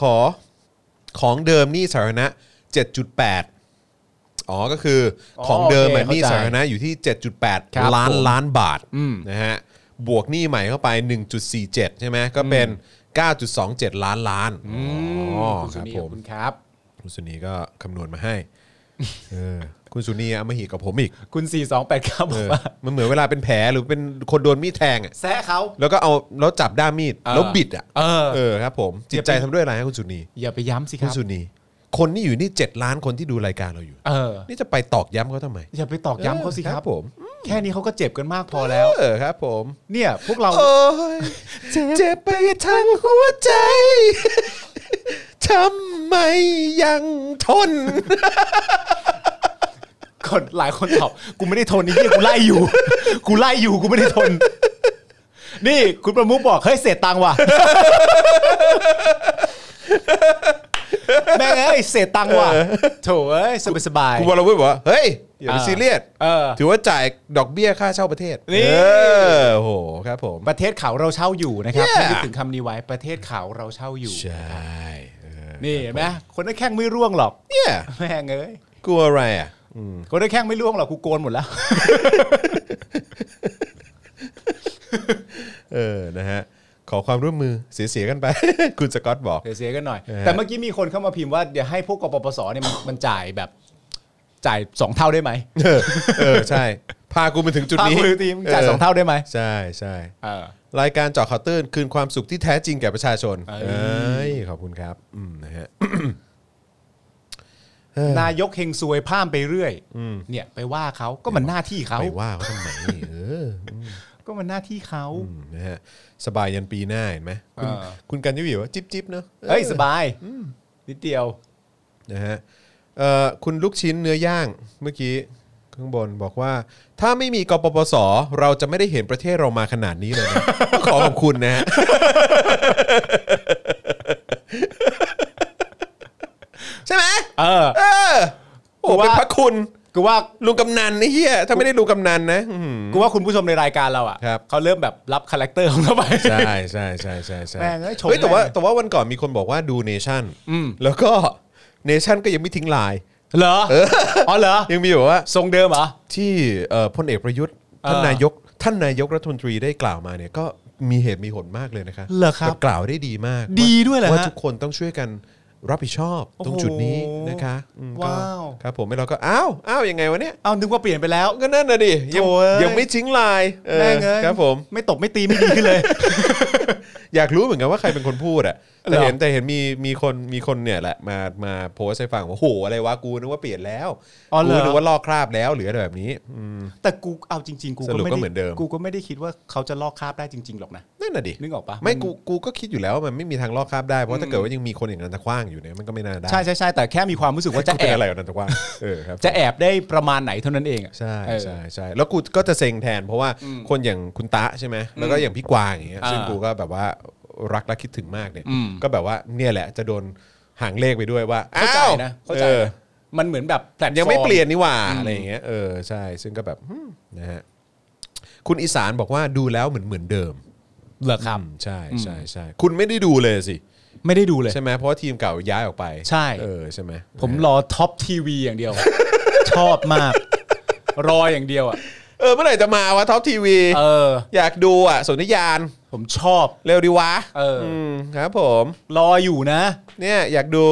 Speaker 2: ขอของเดิมหนี่สาธารณะ 7.8 อ๋อ ก็คือของเดิมอะหนี่สาธารณะอยู่ที่
Speaker 3: ครับ
Speaker 2: 7.8 ล้าน
Speaker 3: ผม
Speaker 2: ล้านบาท
Speaker 3: อืม
Speaker 2: นะฮะ บวกหนี้ใหม่เข้าไป 1.47 ใช่ไหม ก็เป็น 9.27 ล้านล้าน อ๋อ
Speaker 3: คุณ
Speaker 2: ค
Speaker 3: สุ
Speaker 2: รับ
Speaker 3: นี
Speaker 2: ผ
Speaker 3: ขอบ
Speaker 2: ม
Speaker 3: คุณครับ
Speaker 2: คุณสุนีก็คำนวณมาให้ เออ คุณสุนีเอามาหีกับผมอีก
Speaker 3: คุณ 4289บ
Speaker 2: เอ
Speaker 3: อ
Speaker 2: อ
Speaker 3: กว่า
Speaker 2: มันเหมือนเวลาเป็นแผลหรือเป็นคนโดนมีดแทงอ่ะ
Speaker 3: แซะเขา
Speaker 2: แล้วก็เอาแล้วจับด้ามมีด
Speaker 3: เออ
Speaker 2: แล้วบิดอ่ะ
Speaker 3: เออ
Speaker 2: เออครับผม จิตใจทำด้วยอะไรฮะคุณสุนี
Speaker 3: อย่าไปย้ำสิค
Speaker 2: คุณ
Speaker 3: รับ
Speaker 2: สุนีคนที่อยู่นี่ 7 ล้านคนที่ดูรายการเราอยู่
Speaker 3: เออ
Speaker 2: นี่จะไปตอกย้ำเขาทำไม
Speaker 3: อย่าไปตอกย้ำเขาสิค
Speaker 2: ค
Speaker 3: รั
Speaker 2: รั
Speaker 3: บบ
Speaker 2: ผม
Speaker 3: แค่นี้เขาก็เจ็บกันมากพอแล้ว
Speaker 2: เออครับผม
Speaker 3: เนี่ย พวกเรา
Speaker 2: โอ้ยเจ็บไปทั้งหัวใจทำไมยังทน
Speaker 3: คนหลายคนตอบกูไม่ได้ทนนี่เหี้ยกูไล่อยู่ กูไล่อยู่กูไม่ได้ทน นี่คุณประมุขบอกเฮ้ยเศษตังค์ว่ะแม่งเอ้ยเศษตังค์ว่ะโถเอ้ยสบายสบาย
Speaker 2: คุณวรวุฒิบอกว่าเฮ้ย อย่าไป
Speaker 3: อ่า
Speaker 2: ซีเรียส
Speaker 3: เออ
Speaker 2: ถือว่าจ่ายดอกเบี้ยค่าเช่าประเทศ
Speaker 3: นี่
Speaker 2: เออโอ้โหครับผม
Speaker 3: ประเทศเขาเราเช่าอยู่นะครับ
Speaker 2: Yeah
Speaker 3: ให้นึกถึงคำนี้ไว้ประเทศเขาเราเช่าอยู่
Speaker 2: ใช่เออ
Speaker 3: นี่เห็นไหมคนนั้นแข้งไม่ร่วงหรอก
Speaker 2: เนี่ย
Speaker 3: แม่งเอ้ย
Speaker 2: กลัวอะไรอ่ะอืม
Speaker 3: คนนั้นแข้งไม่ร่วงหรอกกูโกนหมดแล้ว
Speaker 2: เออนะฮะขอความร่วมมือเสียๆกันไป คุณสกอตบอก
Speaker 3: เดี๋ยวเสียกันหน่อย
Speaker 2: เออ
Speaker 3: แต่เมื่อกี้มีคนเข้ามาพิมพ์ว่าเดี๋ยวให้พวกกปปสเนี่ยมันมันจ่ายแบบ จ่ายสองเท่าได้ไหม
Speaker 2: เออเออใช่ พากูมาถึงจุดนี้
Speaker 3: ภาคมือทีมจ่ายสองเท่าได้ไหม
Speaker 2: ใช่ใช่
Speaker 3: เออ
Speaker 2: รายการเจาะข่าวตื้นคืนความสุขที่แท้จริงแก่ประชาชน
Speaker 3: เอ้ย
Speaker 2: เอ้ยขอบคุณครับอืมนะฮะ
Speaker 3: นายกเฮงซวยพร่ามไปเรื่อยเนี่ยไปว่าเขาก็มันหน้าที่เขา
Speaker 2: ไปว่าเขาทำไมเออ
Speaker 3: ก็มันหน้าที่เขา
Speaker 2: อืมนะฮะสบายยันปีหน้าเห็นไหมคุณ
Speaker 3: อ่า
Speaker 2: คุณกันยุวิว่าจิ๊บจิ๊บเนอะ
Speaker 3: เอ้ยสบายนิดเดียว
Speaker 2: นะฮะเอ่อคุณลูกชิ้นเนื้อย่างเมื่อกี้ข้างบนบอกว่า ถ้าไม่มีกปปส เราจะไม่ได้เห็นประเทศเรามาขนาดนี้เลย นะ ขอขอบคุณนะฮะ ใช่ไหม
Speaker 3: เออ
Speaker 2: เออโอ้
Speaker 3: กูว่า
Speaker 2: เป็นพระคุณ
Speaker 3: กูว่า
Speaker 2: ลุงกำนันไอ้เหี้ยถ้าไม่ได้ลุงกำนันนะอื้อหือ
Speaker 3: กูว่าคุณผู้ชมในรายการเราอ่ะ
Speaker 2: ครับ
Speaker 3: เขาเริ่มแบบรับคาแรคเตอร์ของเราไป
Speaker 2: ใช่ใช่ใช่ใช่ใช่
Speaker 3: แม่งเอ้ยชม
Speaker 2: เฮ้ยแต่ว่า
Speaker 3: แม่ง
Speaker 2: แต่ว่าวันก่อนมีคนบอกว่าดูเนชั่น
Speaker 3: อืม
Speaker 2: แล้วก็เนชั่นก็ยังไม่ทิ้งลาย
Speaker 3: เหรออ๋อเหรอ
Speaker 2: ยังมีแบบว่า
Speaker 3: ทรงเดิมเหรอ
Speaker 2: ที่เอ่อพลเอกประยุทธ์
Speaker 3: เออ
Speaker 2: ท่านนายกท่านนายกรัฐมนตรีได้กล่าวมาเนี่ยก็มีเหตุมีผลมากเลยนะคะ
Speaker 3: เหรอครับ
Speaker 2: แต่กล่าวได้ดีมาก
Speaker 3: ดีด้วยเหรอฮะ
Speaker 2: ว่าทุกคนต้องช่วยกันรับผิดชอบตรงจุดนี้
Speaker 3: โอ้โห
Speaker 2: นะคะอืมก็
Speaker 3: ว้าว
Speaker 2: ครับผมไม่เราก็อ้าวอ้าวยังไงวะเนี่ย
Speaker 3: เอานึกว่าเปลี่ยนไปแล้ว
Speaker 2: ก็นั่นน่ะดิยัง
Speaker 3: โถ่เอ้ย
Speaker 2: ยังไม่ทิ้งลายเออ
Speaker 3: แม่งเอ้ย
Speaker 2: ครับผม
Speaker 3: ไม่ตบไม่ตีไม่ดีขึ้นเลย
Speaker 2: อยากรู้เหมือนกันว่าใครเป็นคนพูดอ่ะแต่
Speaker 3: เหรอ
Speaker 2: เห็นแต่เห็นมีมีคนมีคนเนี่ยแหละมามาโพสต์ให้ฟังว่าโหอะไรวะกูนึกว่าเปลี่ยนแล้ว
Speaker 3: อ๋อเห
Speaker 2: กู
Speaker 3: รอ
Speaker 2: นึกว่าลอกคราบแล้วหรืออะไรแบบนี้อืม
Speaker 3: แต่กูเอาจริง ๆ กู
Speaker 2: สรุป
Speaker 3: ไม่
Speaker 2: ก็เหมือนเดิม
Speaker 3: กูก็ไม่ได้คิดว่าเขาจะลอกคราบได้จริง ๆ หรอกนะ
Speaker 2: นั่นน่ะดิ
Speaker 3: นึกออกปะ
Speaker 2: ไม่
Speaker 3: มัน
Speaker 2: กูกูก็คิดอยู่แล้วว่ามันไม่มีทางลอกคราบได้เพราะถ้าเกิดว่ายังมีคนอย่างนันทกว้างอยู่เนี่ยมันก็ไม่น่าได้
Speaker 3: ใช่ใช่ใช่แต่แค่มีความรู้สึกว่าจะ
Speaker 2: กู
Speaker 3: แอ
Speaker 2: เป็น
Speaker 3: บ
Speaker 2: อะไรกับนันทกว้างเออครับ
Speaker 3: จะแอบได้ประมาณไหนเท่านั้นเองอะ
Speaker 2: ใช่
Speaker 3: เออ
Speaker 2: ใช่ใช่แล้วกูก็จะเซ็งแทน เพราะว่าคนอย่างคุณตะใช่ไหมแล้วก็อย่างพี่กวางอย่างเงี้ย
Speaker 3: อ่า
Speaker 2: ซึ่งกูก็แบบว่ารักและคิดถึงมากเนี่ย
Speaker 3: อืม
Speaker 2: ก็แบบว่าเนี่ยแหละจะโดนหางเลขไปด้วยว่า
Speaker 3: เข้าใจ
Speaker 2: อ้าว
Speaker 3: นะเข้าใจ
Speaker 2: ออ
Speaker 3: นะมันเหมือนแบบแพลตฟอร์
Speaker 2: ยังไม่เปลี่ยนนี่หว่า
Speaker 3: อืม
Speaker 2: อะไรอย่างเงี้ยเออใช่ซึ่งก็แบบอืมนะฮะคุณอีสานบอกว่าดูแล้วเหมือนเหมือนเดิม
Speaker 3: เหรอครับ
Speaker 2: อืมใช่ใช่ใช่คุณไม่ได้ดูเลยสิ
Speaker 3: ไม่ได้ดูเลย
Speaker 2: ใช่ไหมเพราะว่าทีมเก่าย้ายออกไป
Speaker 3: ใช่
Speaker 2: เออใช่ไหม
Speaker 3: ผมรอท็อปทีวีอย่างเดียว ชอบมาก รออย่างเดียวอ่ะ
Speaker 2: เออเมื่อไหร่จะมาวะท็อปทีวี
Speaker 3: เออ
Speaker 2: อยากดูอ่ะสนธิยาน
Speaker 3: ผมชอบ
Speaker 2: เร็วดีวะ
Speaker 3: เอออื
Speaker 2: มครับผม
Speaker 3: รออยู่นะ
Speaker 2: เนี่ยอยากดู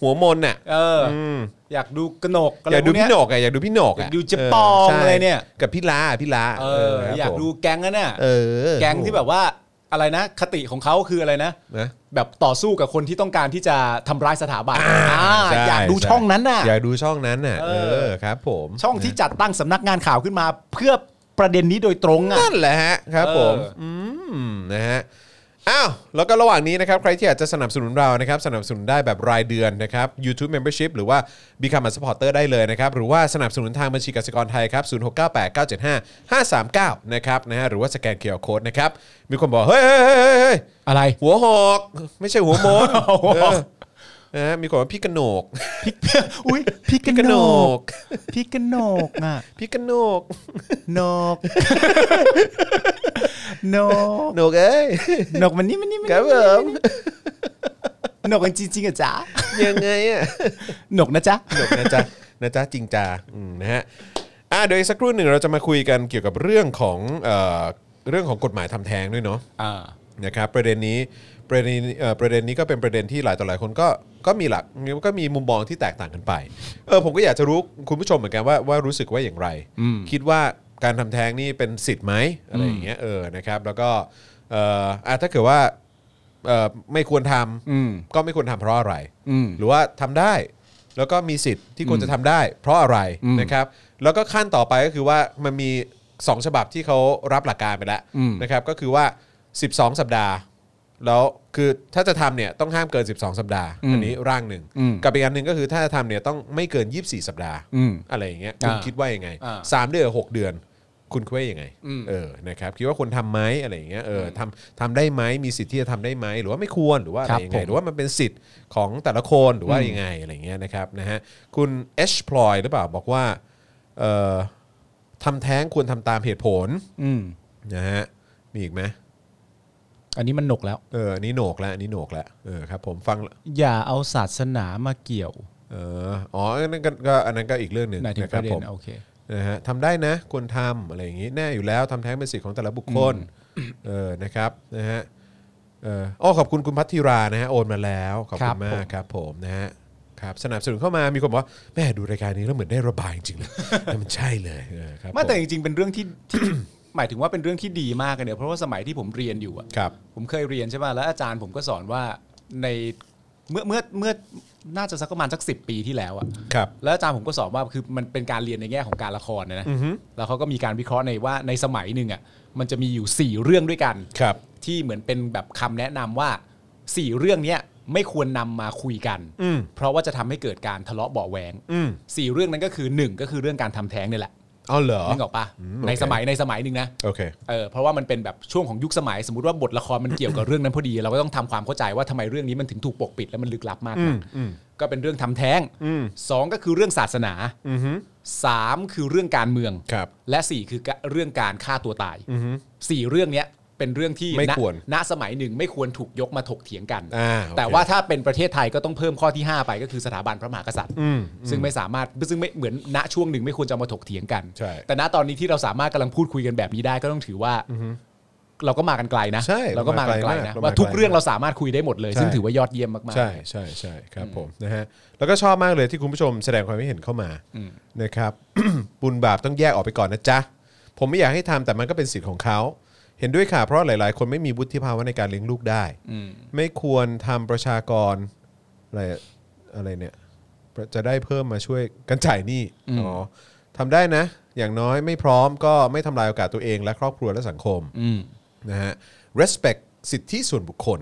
Speaker 2: หัวมนน่ะ
Speaker 3: เอออ
Speaker 2: ม
Speaker 3: อยากดูกระหนกอะไร
Speaker 2: อยาก
Speaker 3: พ
Speaker 2: ดู
Speaker 3: วกเนี้
Speaker 2: พี่
Speaker 3: ย
Speaker 2: หนกอ่ะอยากดูพี่หนก
Speaker 3: อยา
Speaker 2: อ่ะ
Speaker 3: กดูเจ๊ปอง
Speaker 2: ใช่
Speaker 3: อะไรเนี่ย
Speaker 2: กับพี่ลาพี่ลา
Speaker 3: เออ
Speaker 2: ครับ
Speaker 3: อยาก
Speaker 2: ผม
Speaker 3: ดูแก๊งนั้นน่ะ
Speaker 2: เออ
Speaker 3: แก๊งที่แบบว่าอะไรนะ คติของเขาคืออะไรนะ
Speaker 2: นะ
Speaker 3: แบบต่อสู้กับคนที่ต้องการที่จะทำร้ายสถาบันอ่า
Speaker 2: ใช่
Speaker 3: อยากดู
Speaker 2: ใ
Speaker 3: ช่องนั้นน่ะ
Speaker 2: อยากดูช่องนั้นน่ะ
Speaker 3: เอ
Speaker 2: เอ
Speaker 3: อ
Speaker 2: อครับผม
Speaker 3: ช่องที่จัดตั้งสำนักงานข่าวขึ้นมา เพื่อประเด็นนี้โดยตรงอ่ะ
Speaker 2: นั่นแหละฮะครับ
Speaker 3: เออ
Speaker 2: ผมอืมนะฮะอ้าวแล้วก็ระหว่างนี้นะครับ ใครที่อยากจะสนับสนุนเรานะครับ สนับสนุนได้แบบรายเดือนนะครับ YouTube Membership หรือว่า Become a supporter ได้เลยนะครับ หรือว่าสนับสนุนทางบัญชีกสิกรไทยครับ 0698975539 นะครับนะฮะหรือว่าสแกนเคอร์โค้ดนะครับ มีคนบอก เฮ้ยเฮ้ยเฮ้ยเฮ้ยเฮ้ย
Speaker 3: อะไร
Speaker 2: หัวหอกไม่ใช่หัว โมน
Speaker 3: หัวหอก
Speaker 2: เออนะฮะมีคนบอกว่าพี่กระโหนก
Speaker 3: อุ้ยพี่กระ
Speaker 2: กระ
Speaker 3: หน
Speaker 2: โหน
Speaker 3: ก
Speaker 2: ก
Speaker 3: พี่กระหนกอ่ะ
Speaker 2: พี่กระโหนก
Speaker 3: นกนก
Speaker 2: โหนกเอ้ย
Speaker 3: นกมันนี่มันนี่มัน
Speaker 2: ครับผ
Speaker 3: นี่
Speaker 2: ม
Speaker 3: นกมันจริงๆอ่ะจ๊ะ
Speaker 2: ยังไงอ่ะ
Speaker 3: นกนะจ๊ะ
Speaker 2: จบนะจ๊ะ นะจ๊ะจริงจาอืมนะฮะอ่ะเดี๋ยวอีกสักครู่หนึ่งเราจะมาคุยกันเกี่ยวกับเรื่องของเอ่อเรื่องของกฎหมายทำแท้งด้วยเนาะนะครับประเด็นนี้ประเด็นนี้เอ่อประเด็นนี้ก็เป็นประเด็นที่หลายต่อหลายคนก็ก็มีหลักก็มีมุมมองที่แตกต่างกันไปเออผมก็อยากจะรู้คุณผู้ชมเหมือนกันว่าว่ารู้สึกว่าอย่างไร คิดว่าการทำแท้งนี่เป็นสิทธิ์ไหมอะไรอย่างเงี้ยเออนะครับแล้วก็เอ่ออ่ะถ้าเกิดว่าเอ่อไม่ควรทำ
Speaker 3: อืม
Speaker 2: ก็ไม่ควรทำเพราะอะไร
Speaker 3: อืม
Speaker 2: หรือว่าทำได้ แล้วก็มีสิทธิ์ที่ควรจะทำได้ เพราะอะไร
Speaker 3: อืม
Speaker 2: นะครับ แล้วก็ขั้นต่อไปก็คือว่ามันมี 2 ฉบับที่เขารับหลักการไปแล้ว
Speaker 3: อืม
Speaker 2: นะครับ ก็คือว่า 12 สัปดาห์ แล้วคือถ้าจะทำเนี่ยต้องห้ามเกิน 12 สัปดาห์ อันนี้ร่างหนึ่ง กับอีกอันหนึ่งก็คือถ้าจะทำเนี่ยต้องไม่เกิน 24 สัปดาห์
Speaker 3: อืม
Speaker 2: อะไรอย่างเงี้ยคุณ
Speaker 3: อ่า
Speaker 2: คิดว่ายังไง
Speaker 3: อ่า
Speaker 2: สามเดือนหกเดือน คุณคิดว่ายังไง
Speaker 3: อืม
Speaker 2: เออนะครับคิดว่าควรทำไหมอะไรอย่างเงี้ยเอออทำทำได้ไหมมีสิทธิ์ที่จะทำได้ไหมหรือว่าไม่ควรหรือว่าอะ
Speaker 3: ครั
Speaker 2: ไร
Speaker 3: บ
Speaker 2: ยังไง
Speaker 3: ผม
Speaker 2: หรือว่ามันเป็นสิทธิ์ของแต่ละคนหรือว่ายังไงอะไรอย่างเงี้ยนะครับนะฮะคุณ H ploy หรือเปล่าบอกว่าเอ่อทำแท้งควรทำตามเหตุผลนะฮะมีอีกไหม
Speaker 3: อันนี้มันหนกแล้ว
Speaker 2: เอออันนี้โหนกแล้วอันนี้โหนกแล้วเออครับผมฟัง
Speaker 3: อย่าเอาศาสนามาเกี่ยว
Speaker 2: เอออ๋ออันนั้นก็ก็อันนั้นก็อีกเรื่องหนึ่ง
Speaker 3: หมายถึง
Speaker 2: นะค
Speaker 3: ป
Speaker 2: รับ
Speaker 3: ระเด็
Speaker 2: ผม
Speaker 3: นโอเค
Speaker 2: นะฮะทำได้นะควรทำอะไรอย่างนี้แน่อยู่แล้วทำแท้งเป็นสิทธิ์ของแต่ละบุคคลเออนะครับนะฮะเอออ้อขอบคุณคุณพัทธิรานะฮะโอนมาแล้ว ขอบ
Speaker 3: ครั
Speaker 2: คุ
Speaker 3: บ
Speaker 2: ณมา
Speaker 3: ผ
Speaker 2: ก
Speaker 3: ม
Speaker 2: ครับผมนะฮะครับสนับสนุนเข้ามามีคนบอกว่าแม่ดูรายการนี้แล้วเหมือนได้ระบายจริงๆเลย แต่มันใช่เลยเออครับ
Speaker 3: ไม่แต่
Speaker 2: ผ
Speaker 3: จริงๆ เป็นเรื่องที่ที่ หมายถึงว่าเป็นเรื่องที่ดีมากเลยเนี่ยเพราะว่าสมัยที่ผมเรียนอยู่อะ
Speaker 2: ครับ
Speaker 3: ผมเคยเรียนใช่ไหมแล้วอาจารย์ผมก็สอนว่าในเมื่อเมื่อเมื่อน่าจะสักประมาณสักสิปีที่แล้วอะ
Speaker 2: ครับ
Speaker 3: แล้วอาจารย์ผมก็สอนว่าคือมันเป็นการเรียนในแง่ของการละครเนยนะแล้วเขาก็มีการวิเคราะห์ในว่าในสมัยหนึ่งอะมันจะมีอยู่สี่เรื่องด้วยกัน
Speaker 2: ครับ
Speaker 3: ที่เหมือนเป็นแบบคำแนะนำว่าสี่เรื่องเนี้ยไม่ควรนำมาคุยกัน
Speaker 2: อืม
Speaker 3: เพราะว่าจะทำให้เกิดการทะเลาะเบาะแวง
Speaker 2: อืม
Speaker 3: สี่เรื่องนั้นก็คือหนึ่งก็คือเรื่องการทำแท้งเนี่ยแหละ
Speaker 2: เอาเหรอ
Speaker 3: นึกออกปะ
Speaker 2: อืมโอเค
Speaker 3: ในสมัยในสมัยหนึ่งนะ
Speaker 2: โอเค
Speaker 3: เออเพราะว่ามันเป็นแบบช่วงของยุคสมัย สมมติว่าบทละครมันเกี่ยวกับเรื่องนั้นพอดี เราก็ต้องทำความเข้าใจว่าทำไมเรื่องนี้มันถึงถูกปกปิดและมันลึกลับมาก
Speaker 2: อื
Speaker 3: นะ
Speaker 2: มอืม
Speaker 3: ก็เป็นเรื่องทำแท้ง
Speaker 2: อืม
Speaker 3: สองก็คือเรื่องศาสนา
Speaker 2: อืม
Speaker 3: 3 คือเรื่องการเมือง
Speaker 2: ครับ
Speaker 3: และ 4 คือเรื่องการฆ่าตัวตายสี่เรื่องเนี้ยเป็นเรื่องที่
Speaker 2: ไม่
Speaker 3: ณ
Speaker 2: ควร
Speaker 3: ณสมัยหนึ่งไม่ควรถูกยกมาถกเถียงกัน
Speaker 2: อ่าโอเค
Speaker 3: แต่ว่าถ้าเป็นประเทศไทยก็ต้องเพิ่มข้อที่ 5 ไปก็คือสถาบันพระมหากษัตริย์
Speaker 2: อืม
Speaker 3: ซึ่งไม่สามารถซึ่งไม่เหมือนณช่วงหนึ่งไม่ควรจะเอามาถกเถียงกัน
Speaker 2: ใช่
Speaker 3: แต่ณตอนนี้ที่เราสามารถกำลังพูดคุยกันแบบนี้ได้ก็ต้องถือว่าเราก็มากันไกลนะ
Speaker 2: ใช่
Speaker 3: เราก็มากันไกลนะ
Speaker 2: เรามาไกลมาก
Speaker 3: ว่าทุกเรื่องเราสามารถคุยได้หมดเลย
Speaker 2: ใช่
Speaker 3: ซึ่งถือว่ายอดเยี่ยมมากๆ
Speaker 2: ใช่ใช่ใช่ครับผมนะฮะแล้วก็ชอบมากเลยที่คุณผู้ชมแสดงความคิดเห็นเข้ามานะครับ บุญบาปต้องแยกออกไปก่อนนะจ๊ะ ผมไม่อยากให้ทำแต่มันก็เป็นสิทธิ์ของเขาเห็นด้วยค่ะ เพราะหลาย ๆ คนไม่มีวุฒิภาวะในการเลี้ยงลูกได้ ไม่ควรทำประชากรอะไรอะไรเนี่ย จะได้เพิ่มมาช่วยกันจ่ายหนี้อ๋อทำได้นะ อย่างน้อยไม่พร้อมก็ไม่ทำลายโอกาสตัวเอง และครอบครัวและสังคมนะฮะ respect สิทธิส่วนบุคคล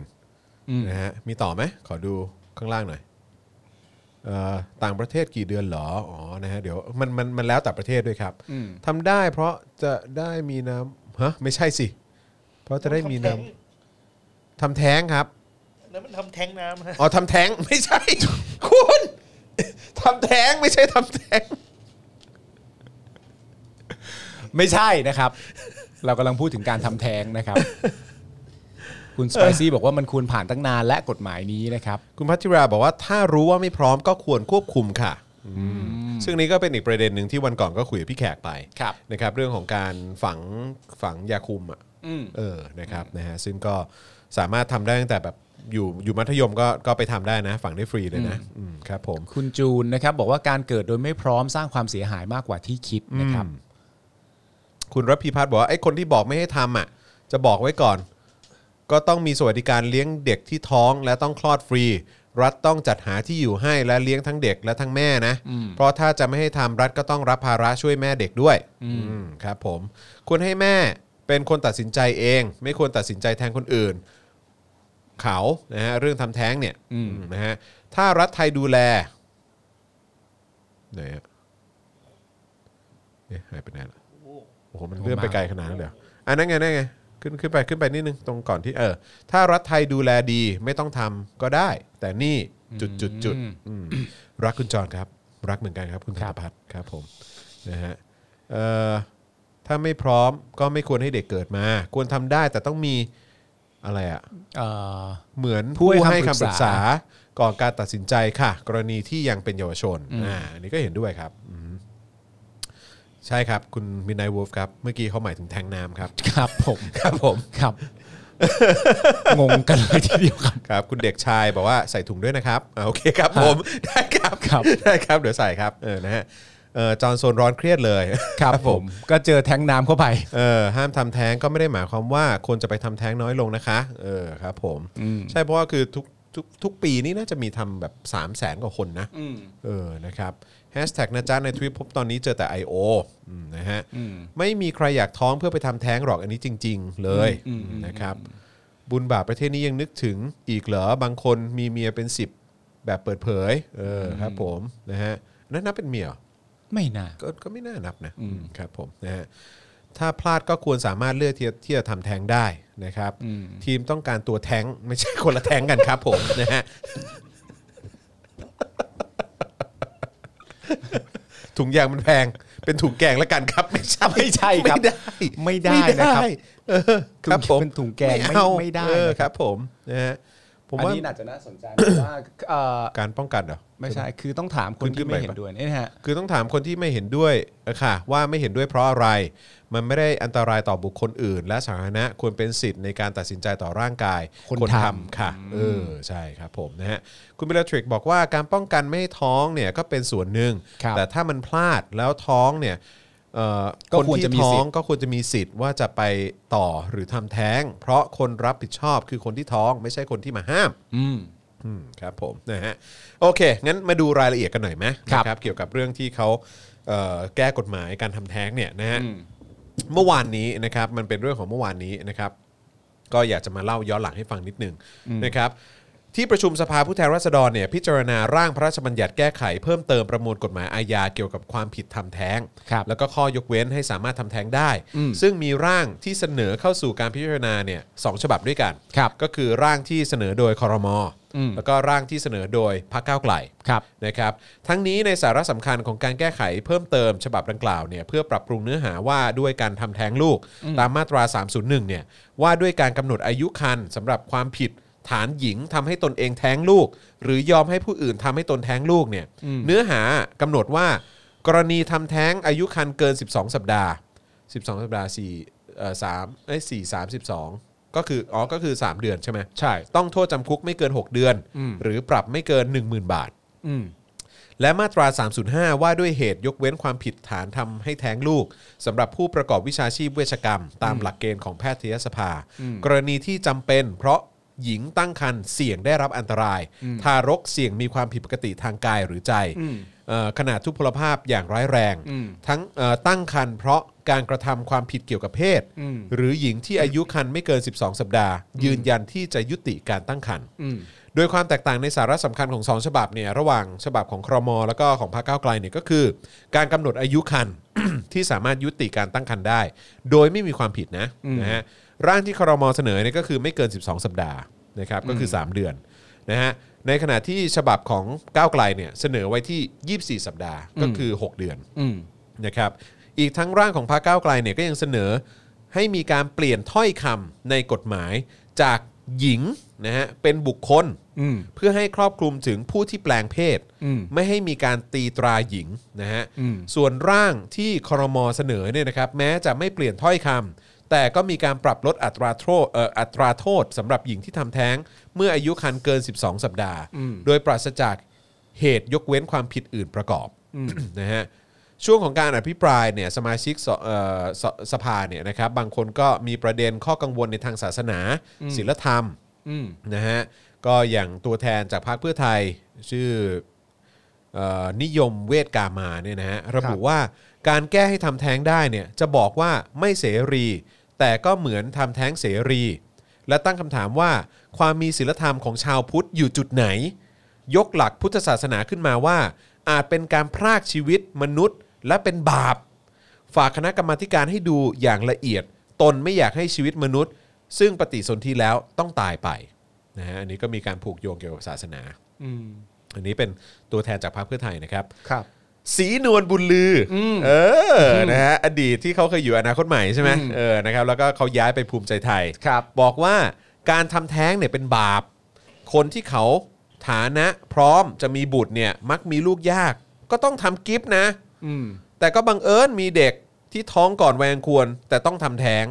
Speaker 2: นะฮะมีต่อไหมขอดูข้างล่างหน่อยเอ่อต่างประเทศกี่เดือนเหรออ๋อนะฮะเดี๋ยวมันมันมันแล้วแต่ประเทศด้วยครับทำได้เพราะจะได้มีน้ำฮะไม่ใช่สิ เพราะจะได้มีน้ำทำแท้งครับ
Speaker 4: แล้วมันทำแท้งน้ำนะ
Speaker 2: อ๋อทำแท้ง ไม่ใช่ คุณทำแท้งไม่ใช่ทำแท้ง
Speaker 3: ไม่ใช่นะครับ เรากำลังพูดถึงการทำแท้งนะครับ คุณสไปซี่บอกว่ามันควรผ่านตั้งนานและกฎหมายนี้นะครับ
Speaker 2: คุณพัทธิราบอกว่าถ้ารู้ว่าไม่พร้อมก็ควรควบคุมค่ะซึ่งนี้ก็เป็นอีกประเด็นหนึ่งที่วันก่อนก็คุยกับพี่แขกไป
Speaker 3: ครับ
Speaker 2: นะครับเรื่องของการฝังฝังยาคุมอ่ะ
Speaker 3: อืม
Speaker 2: เออนะครับนะฮะซึ่งก็สามารถทำได้ตั้งแต่แบบอยู่อยู่มัธยมก็ก็ไปทำได้นะ ฝังได้ฟรีเลยนะอืมครับผม
Speaker 3: คุณจูนนะครับ บอกว่าการเกิดโดยไม่พร้อมสร้างความเสียหายมากกว่าที่คิดนะครับ
Speaker 2: คุณรัฐพีพัฒน์บอกว่าไอ้คนที่บอกไม่ให้ทำอ่ะ จะบอกไว้ก่อน ก็ต้องมีสวัสดิการเลี้ยงเด็กที่ท้องและต้องคลอดฟรี รัฐต้องจัดหาที่อยู่ให้และเลี้ยงทั้งเด็กและทั้งแม่นะ เพราะถ้าจะไม่ให้ทำรัฐก็ต้องรับภาระช่วยแม่เด็กด้วยอืมครับผมควรให้แม่เป็นคนตัดสินใจเอง ไม่ควรตัดสินใจแทนคนอื่น เขานะฮะเรื่องทำแท้งเนี่ยนะฮะถ้ารัฐไทยดูแลไหนฮะเอ๊ะหายไปไหนละ โอ้โหมันเลื่อนไปไกลขนาดนั้นเลยเหรออันนั้นไงนั่นไงขึ้นขึ้นไปขึ้นไปนิดนึงตรงก่อนที่เออ ถ้ารัฐไทยดูแลดีไม่ต้องทำก็ได้ แต่นี่จุดจุดจุดอืมรักคุณจรครับ รักเหมือนกันครับคุณธนพัฒน์ครับผมนะฮะเอ่อถ้าไม่พร้อมก็ไม่ควรให้เด็กเกิดมา ควรทำได้แต่ต้องมีอะไรอะ
Speaker 3: เอ่อ
Speaker 2: เหมือน
Speaker 3: ผู้
Speaker 2: ผู้
Speaker 3: ให้
Speaker 2: ให้
Speaker 3: คำ
Speaker 2: คำ
Speaker 3: ป
Speaker 2: ป
Speaker 3: รึ
Speaker 2: รึ
Speaker 3: ก
Speaker 2: ก
Speaker 3: ษา
Speaker 2: ษาก่อนการตัดสินใจค่ะ กรณีที่ยังเป็นเยาวชนอ่าอันนี้ก็เห็นด้วยครับอืมใช่ครับ คุณมินไนวูฟครับ เมื่อกี้เขาหมายถึงแทงน้ำครับ
Speaker 3: ครับผม
Speaker 2: ครับผม
Speaker 3: ครับ งงกันเลยทีเดียวครับ
Speaker 2: ครับ คุณเด็กชายบอกว่าใส่ถุงด้วยนะครับอ่าโอเคครับผม ได้ครับ
Speaker 3: ครับ
Speaker 2: ได้ครับเดี๋ยวใส่ครับเออนะฮะเออจอห์นโซนร้อนเครียดเลย
Speaker 3: ครับผมก็เจอแท้งน้ำเข้าไป
Speaker 2: เออห้ามทำแท้งก็ไม่ได้หมายความว่าควรจะไปทำแท้งน้อยลงนะคะเออครับผมใช่เพราะว่าคือทุกทุกทุกปีนี่น่าจะมีทำแบบ 3 0 0แสนกว่าคนนะเออนะครับแฮชแท็กนะจ๊ะในทวิตพบตอนนี้เจอแต่ I.O. อืมนะฮะไม่มีใครอยากท้องเพื่อไปทำแท้งหรอกอันนี้จริง ๆ เลยนะครับ บุญบาปประเทศนี้ยังนึกถึงอีกเหรอบางคนมีเมียเป็น 10 แบบเปิดเผยเออครับผมนะฮะนั่นนับเป็นเมียเหรอ
Speaker 3: ไม่น่า
Speaker 2: ก็ก็ไม่น่านับนะครับผมนะฮะถ้าพลาดก็ควรสามารถเลือกที่จะที่จะทำแท้งได้นะครับ ทีมต้องการตัวแท้งไม่ใช่คนละแท้งกันครับผม นะฮะถุงยางมันแพง เป็นถุงแกงแล้วกันครับ ไม่ใช่
Speaker 3: ไม่ใช่ครับ
Speaker 2: ไม่ได้
Speaker 3: ไม่ได้นะครับ
Speaker 2: เออครับผม
Speaker 3: เป็นถุงแกงไม่
Speaker 2: เอา
Speaker 3: ไม่ได้
Speaker 2: เออ
Speaker 3: นะครับ
Speaker 2: ครับผมนะฮะผม
Speaker 3: อัน
Speaker 2: ว่า
Speaker 3: นี้น่าจะน่าสนใจ เพราะว่าเอ่อ
Speaker 2: การป้องกันเหรอ
Speaker 3: ไม่ใช่คือต้องถามคนที่ไม่เห็นด้วยเนี่ยนะฮะ
Speaker 2: คือต้องถามคนที่ไม่เห็นด้วยเออค่ะ ว่าไม่เห็นด้วยเพราะอะไร มันไม่ได้อันตรายต่อบุคคลอื่น และสาธารณะควรเป็นสิทธิ์ในการตัดสินใจต่อร่างกาย
Speaker 3: คน
Speaker 2: ท
Speaker 3: ทำ
Speaker 2: ำค่ะเออใช่ครับผมนะฮะคุณเบลทริกบอกว่าการป้องกันไม่ให้ท้องเนี่ยก็เป็นส่วนหนึ่ง
Speaker 3: ครับ
Speaker 2: แต่ถ้ามันพลาดแล้วท้องเนี่ยเอ่อ
Speaker 3: ก็
Speaker 2: คน
Speaker 3: ควร
Speaker 2: ที่
Speaker 3: จะมี
Speaker 2: ท้อ
Speaker 3: สิท
Speaker 2: ง
Speaker 3: ธิ์
Speaker 2: ก็ควรจะมีสิทธิ์ว่าจะไปต่อหรือทำแท้ง เพราะคนรับผิดชอบคือคนที่ท้องไม่ใช่คนที่มาห้าม
Speaker 3: อืม
Speaker 2: อืมครับผมนะฮะโอเค งั้นมาดูรายละเอียดกันหน่อยไหม
Speaker 3: ครับ
Speaker 2: นะเกี่ยวกับเรื่องที่เขาเอ่อแก้กฎหมายการทำแท้งเนี่ยนะฮะเมื่อวานนี้นะครับมันเป็นเรื่องของเมื่อวานนี้นะครับ ก็อยากจะมาเล่าย้อนหลังให้ฟังนิดหนึงนะครับ ที่ประชุมสภาผู้แทนราษฎรเนี่ยพิจารณาร่างพระราชบัญญัติแก้ไขเพิ่มเติมประมวลกฎหมายอาญาเกี่ยวกับความผิดทำแท้ง
Speaker 3: ครับ
Speaker 2: แล้วก็ข้อยกเว้นให้สามารถทำแท้งได้
Speaker 3: อืม
Speaker 2: ซึ่งมีร่างที่เสนอเข้าสู่การพิจารณาเนี่ยสองฉบับด้วยกัน
Speaker 3: ครับ
Speaker 2: ก็คือร่างที่เสนอโดยคอรมอ
Speaker 3: อืม
Speaker 2: แล้วก็ร่างที่เสนอโดยพรรคก้าวไกล
Speaker 3: ครับ
Speaker 2: นะครับทั้งนี้ในสาระสำคัญของการแก้ไขเพิ่มเติมฉบับดังกล่าวเนี่ยเพื่อปรับปรุงเนื้อหาว่าด้วยการทำแท้งลูกตามมาตรา 301เนี่ยว่าด้วยการกำหนดอายุครรภ์สำหรับความผิดฐานหญิงทำให้ตนเองแท้งลูก หรือยอมให้ผู้อื่นทำให้ตนแท้งลูกเนี่ยเนื้อหากำหนดว่ากรณีทำแท้งอายุครรภ์เกิน 12 สัปดาห์ 12 สัปดาห์4เอ่อ3เอ้ย4 32 ก็คืออ๋อก็คือ 3 เดือนใช่ไหม
Speaker 3: ใช่
Speaker 2: ต้องโทษจำคุกไม่เกิน 6 เดือน หรือปรับไม่เกิน 10,000 บาท
Speaker 3: อืม
Speaker 2: และมาตรา 305 ว่าด้วยเหตุยกเว้นความผิดฐานทำให้แท้งลูกสำหรับผู้ประกอบวิชาชีพเวชกรรม ตามหลักเกณฑ์ของแพทยสภา กรณีที่จำเป็นเพราะหญิงตั้งครรภ์เสี่ยงได้รับอันตราย ทารกเสี่ยงมีความผิดปกติทางกายหรือใจเอ่อขนาดทุพพลภาพอย่างร้ายแรง ทั้งเอ่อตั้งครรภ์เพราะการกระทำความผิดเกี่ยวกับเพศ หรือหญิงที่อายุครรภ์ไม่เกิน 12 สัปดาห์ ยืนยันที่จะยุติการตั้งครรภ์ โดยความแตกต่างในสาระสำคัญของ 2 ฉบับเนี่ยระหว่างฉบับของครม แล้วก็ของพรรคก้าวไกลเนี่ยก็คือ การกำหนดอายุคัน ที่สามารถยุติการตั้งคันได้ โดยไม่มีความผิดนะนะฮะร่างที่ครมเสนอเนี่ยก็คือไม่เกิน 12 สัปดาห์นะครับก็คือ 3 เดือนนะฮะในขณะที่ฉบับของก้าวไกลเนี่ยเสนอไว้ที่ 24 สัปดาห์ก็คือ 6 เดือน
Speaker 3: อืม
Speaker 2: นะครับอีกทั้งร่างของพรรคก้าวไกลเนี่ยก็ยังเสนอให้มีการเปลี่ยนถ้อยคำในกฎหมายจากหญิงนะฮะเป็นบุคคล
Speaker 3: อืม
Speaker 2: เพื่อให้ครอบคลุมถึงผู้ที่แปลงเพศ
Speaker 3: อืม
Speaker 2: ไม่ให้มีการตีตราหญิงนะฮะ
Speaker 3: อืม
Speaker 2: ส่วนร่างที่ครมเสนอเนี่ยนะครับแม้จะไม่เปลี่ยนถ้อยคำแต่ก็มีการปรับลดอัตราโทษเอ่ออัตราโทษสำหรับหญิงที่ทำแท้ง เมื่ออายุครรภ์เกิน 12 สัปดาห์ โดยปราศจากเหตุยกเว้นความผิดอื่นประกอบ นะฮะช่วงของการอภิปรายเนี่ยสมาชิกสเอ่อสสภาเนี่ยนะครับบางคนก็มีประเด็นข้อกังวลในทางศาสนาศีลธรรม
Speaker 3: อืม
Speaker 2: นะฮะก็อย่างตัวแทนจากพรรคเพื่อไทยชื่อเออนิยมเวทกามาเนี่ยนะฮะระบุว่าการแก้ให้ทำแท้งได้เนี่ยจะบอกว่าไม่เสรี แต่ก็เหมือนทำแท้งเสรี และตั้งคำถามว่าความมีศีลธรรมของชาวพุทธอยู่จุดไหน ยกหลักพุทธศาสนาขึ้นมาว่า อาจเป็นการพรากชีวิตมนุษย์ และเป็นบาป ฝากคณะกรรมาธิการให้ดูอย่างละเอียด ตนไม่อยากให้ชีวิตมนุษย์ ซึ่งปฏิสนธิแล้วต้องตายไปนะฮะอันนี้ก็มีการผูกโยงเกี่ยวกับศาสนา
Speaker 3: อืม
Speaker 2: อันนี้เป็นตัวแทนจากพรรคเพื่อไทยนะครับ
Speaker 3: ครับ
Speaker 2: สีนวลบุญลืออเอออนะฮะอดีตที่เขาเคยอยู่อนาคตใหม่ใช่ไหมเออนะครับแล้วก็เขาย้ายไปภูมิใจไทย
Speaker 3: ครับ
Speaker 2: บอกว่าการทำแท้งเนี่ยเป็นบาป คนที่เขาฐานะพร้อมจะมีบุตรเนี่ยมักมีลูกยาก ก็ต้องทำกิฟต์นะ
Speaker 3: อืม
Speaker 2: แต่ก็บังเอิญมีเด็กที่ท้องก่อนวัยอันควร แต่ต้องทำแท้ง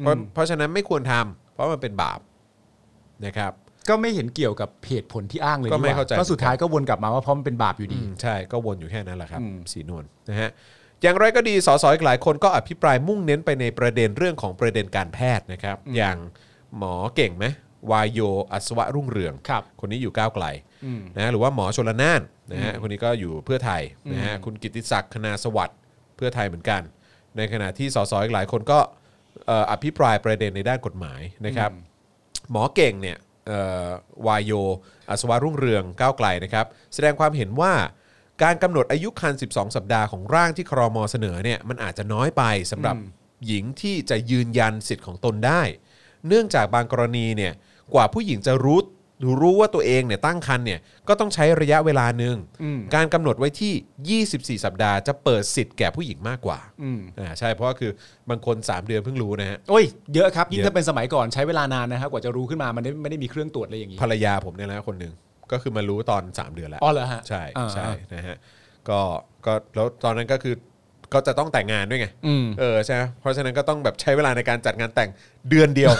Speaker 2: เพราะ
Speaker 3: อืม
Speaker 2: เพราะฉะนั้นไม่ควรทำเพราะมันเป็นบาปนะครับ
Speaker 3: ก็ไม่เห็นเกี่ยวกับเหตุผลที่อ้างเลย
Speaker 2: ก็ไม่
Speaker 3: นี่หว่
Speaker 2: เข้าใจ
Speaker 3: ก็สุดท้ายก็วนกลับมาว่าเพราะมันเป็นบาปอยู่ดี
Speaker 2: อืมใช่ก็วนอยู่แค่นั้นแหละครับ
Speaker 3: อืม
Speaker 2: สีนวลนะฮะอย่างไรก็ดีสสอีกหลายคนก็อภิปรายมุ่งเน้นไปในประเด็นเรื่องของประเด็นการแพทย์นะครับ อย่างหมอเก่งไหมวายโยอัศวะรุ่งเรือง
Speaker 3: ครับ
Speaker 2: คนนี้อยู่ก้าวไกล
Speaker 3: อืม
Speaker 2: นะหรือว่าหมอชลนานนะฮะคนนี้ก็อยู่เพื่อไทยนะฮะคุณกิติศักดิ์คณาสวัสดิ์เพื่อไทยเหมือนกัน ในขณะที่สสอีกหลายคนก็เอ่ออภิปรายประเด็นในด้านกฎหมายนะครับ หมอเก่งเนี่ยเอ่อวายโยอัศวรุ่งเรืองก้าวไกลนะครับ แสดงความเห็นว่าการกำหนดอายุครรภ์12 สัปดาห์ของร่างที่ครมเสนอเนี่ยมันอาจจะน้อยไปสำหรับหญิงที่จะยืนยันสิทธิ์ของตนได้ เนื่องจากบางกรณีเนี่ยกว่าผู้หญิงจะรู้รู้ว่าตัวเองเนี่ยตั้งครรภ์เนี่ยก็ต้องใช้ระยะเวลาหนึ่ง
Speaker 3: อืม
Speaker 2: การกำหนดไว้ที่ 24 สัปดาห์จะเปิดสิทธิ์แก่ผู้หญิงมากกว่า
Speaker 3: อืม
Speaker 2: อ่าใช่เพราะว่าคือบางคน 3 เดือนเพิ่งรู้นะฮะ
Speaker 3: โอ้ย เยอะครับ ยิ่ง
Speaker 2: เยอะ
Speaker 3: ถ้าเป็นสมัยก่อนใช้เวลานานนะครับกว่าจะรู้ขึ้นมา มันไม่ไม่ได้มีเครื่องตรวจอะไรอย่างนี้
Speaker 2: ภรรยาผมเนี่ยนะคนหนึ่งก็คือมารู้ตอน 3 เดือนแล้ว
Speaker 3: อ๋อเหรอฮะ
Speaker 2: ใช่
Speaker 3: อ่า
Speaker 2: ใช่นะฮะก็ก็แล้วตอนนั้นก็คือก็จะต้องแต่งงานด้วยไง
Speaker 3: อืม
Speaker 2: เออใช่ไหมเพราะฉะนั้นก็ต้องแบบใช้เวลาในการจัดงานแต่งเดือน เดียว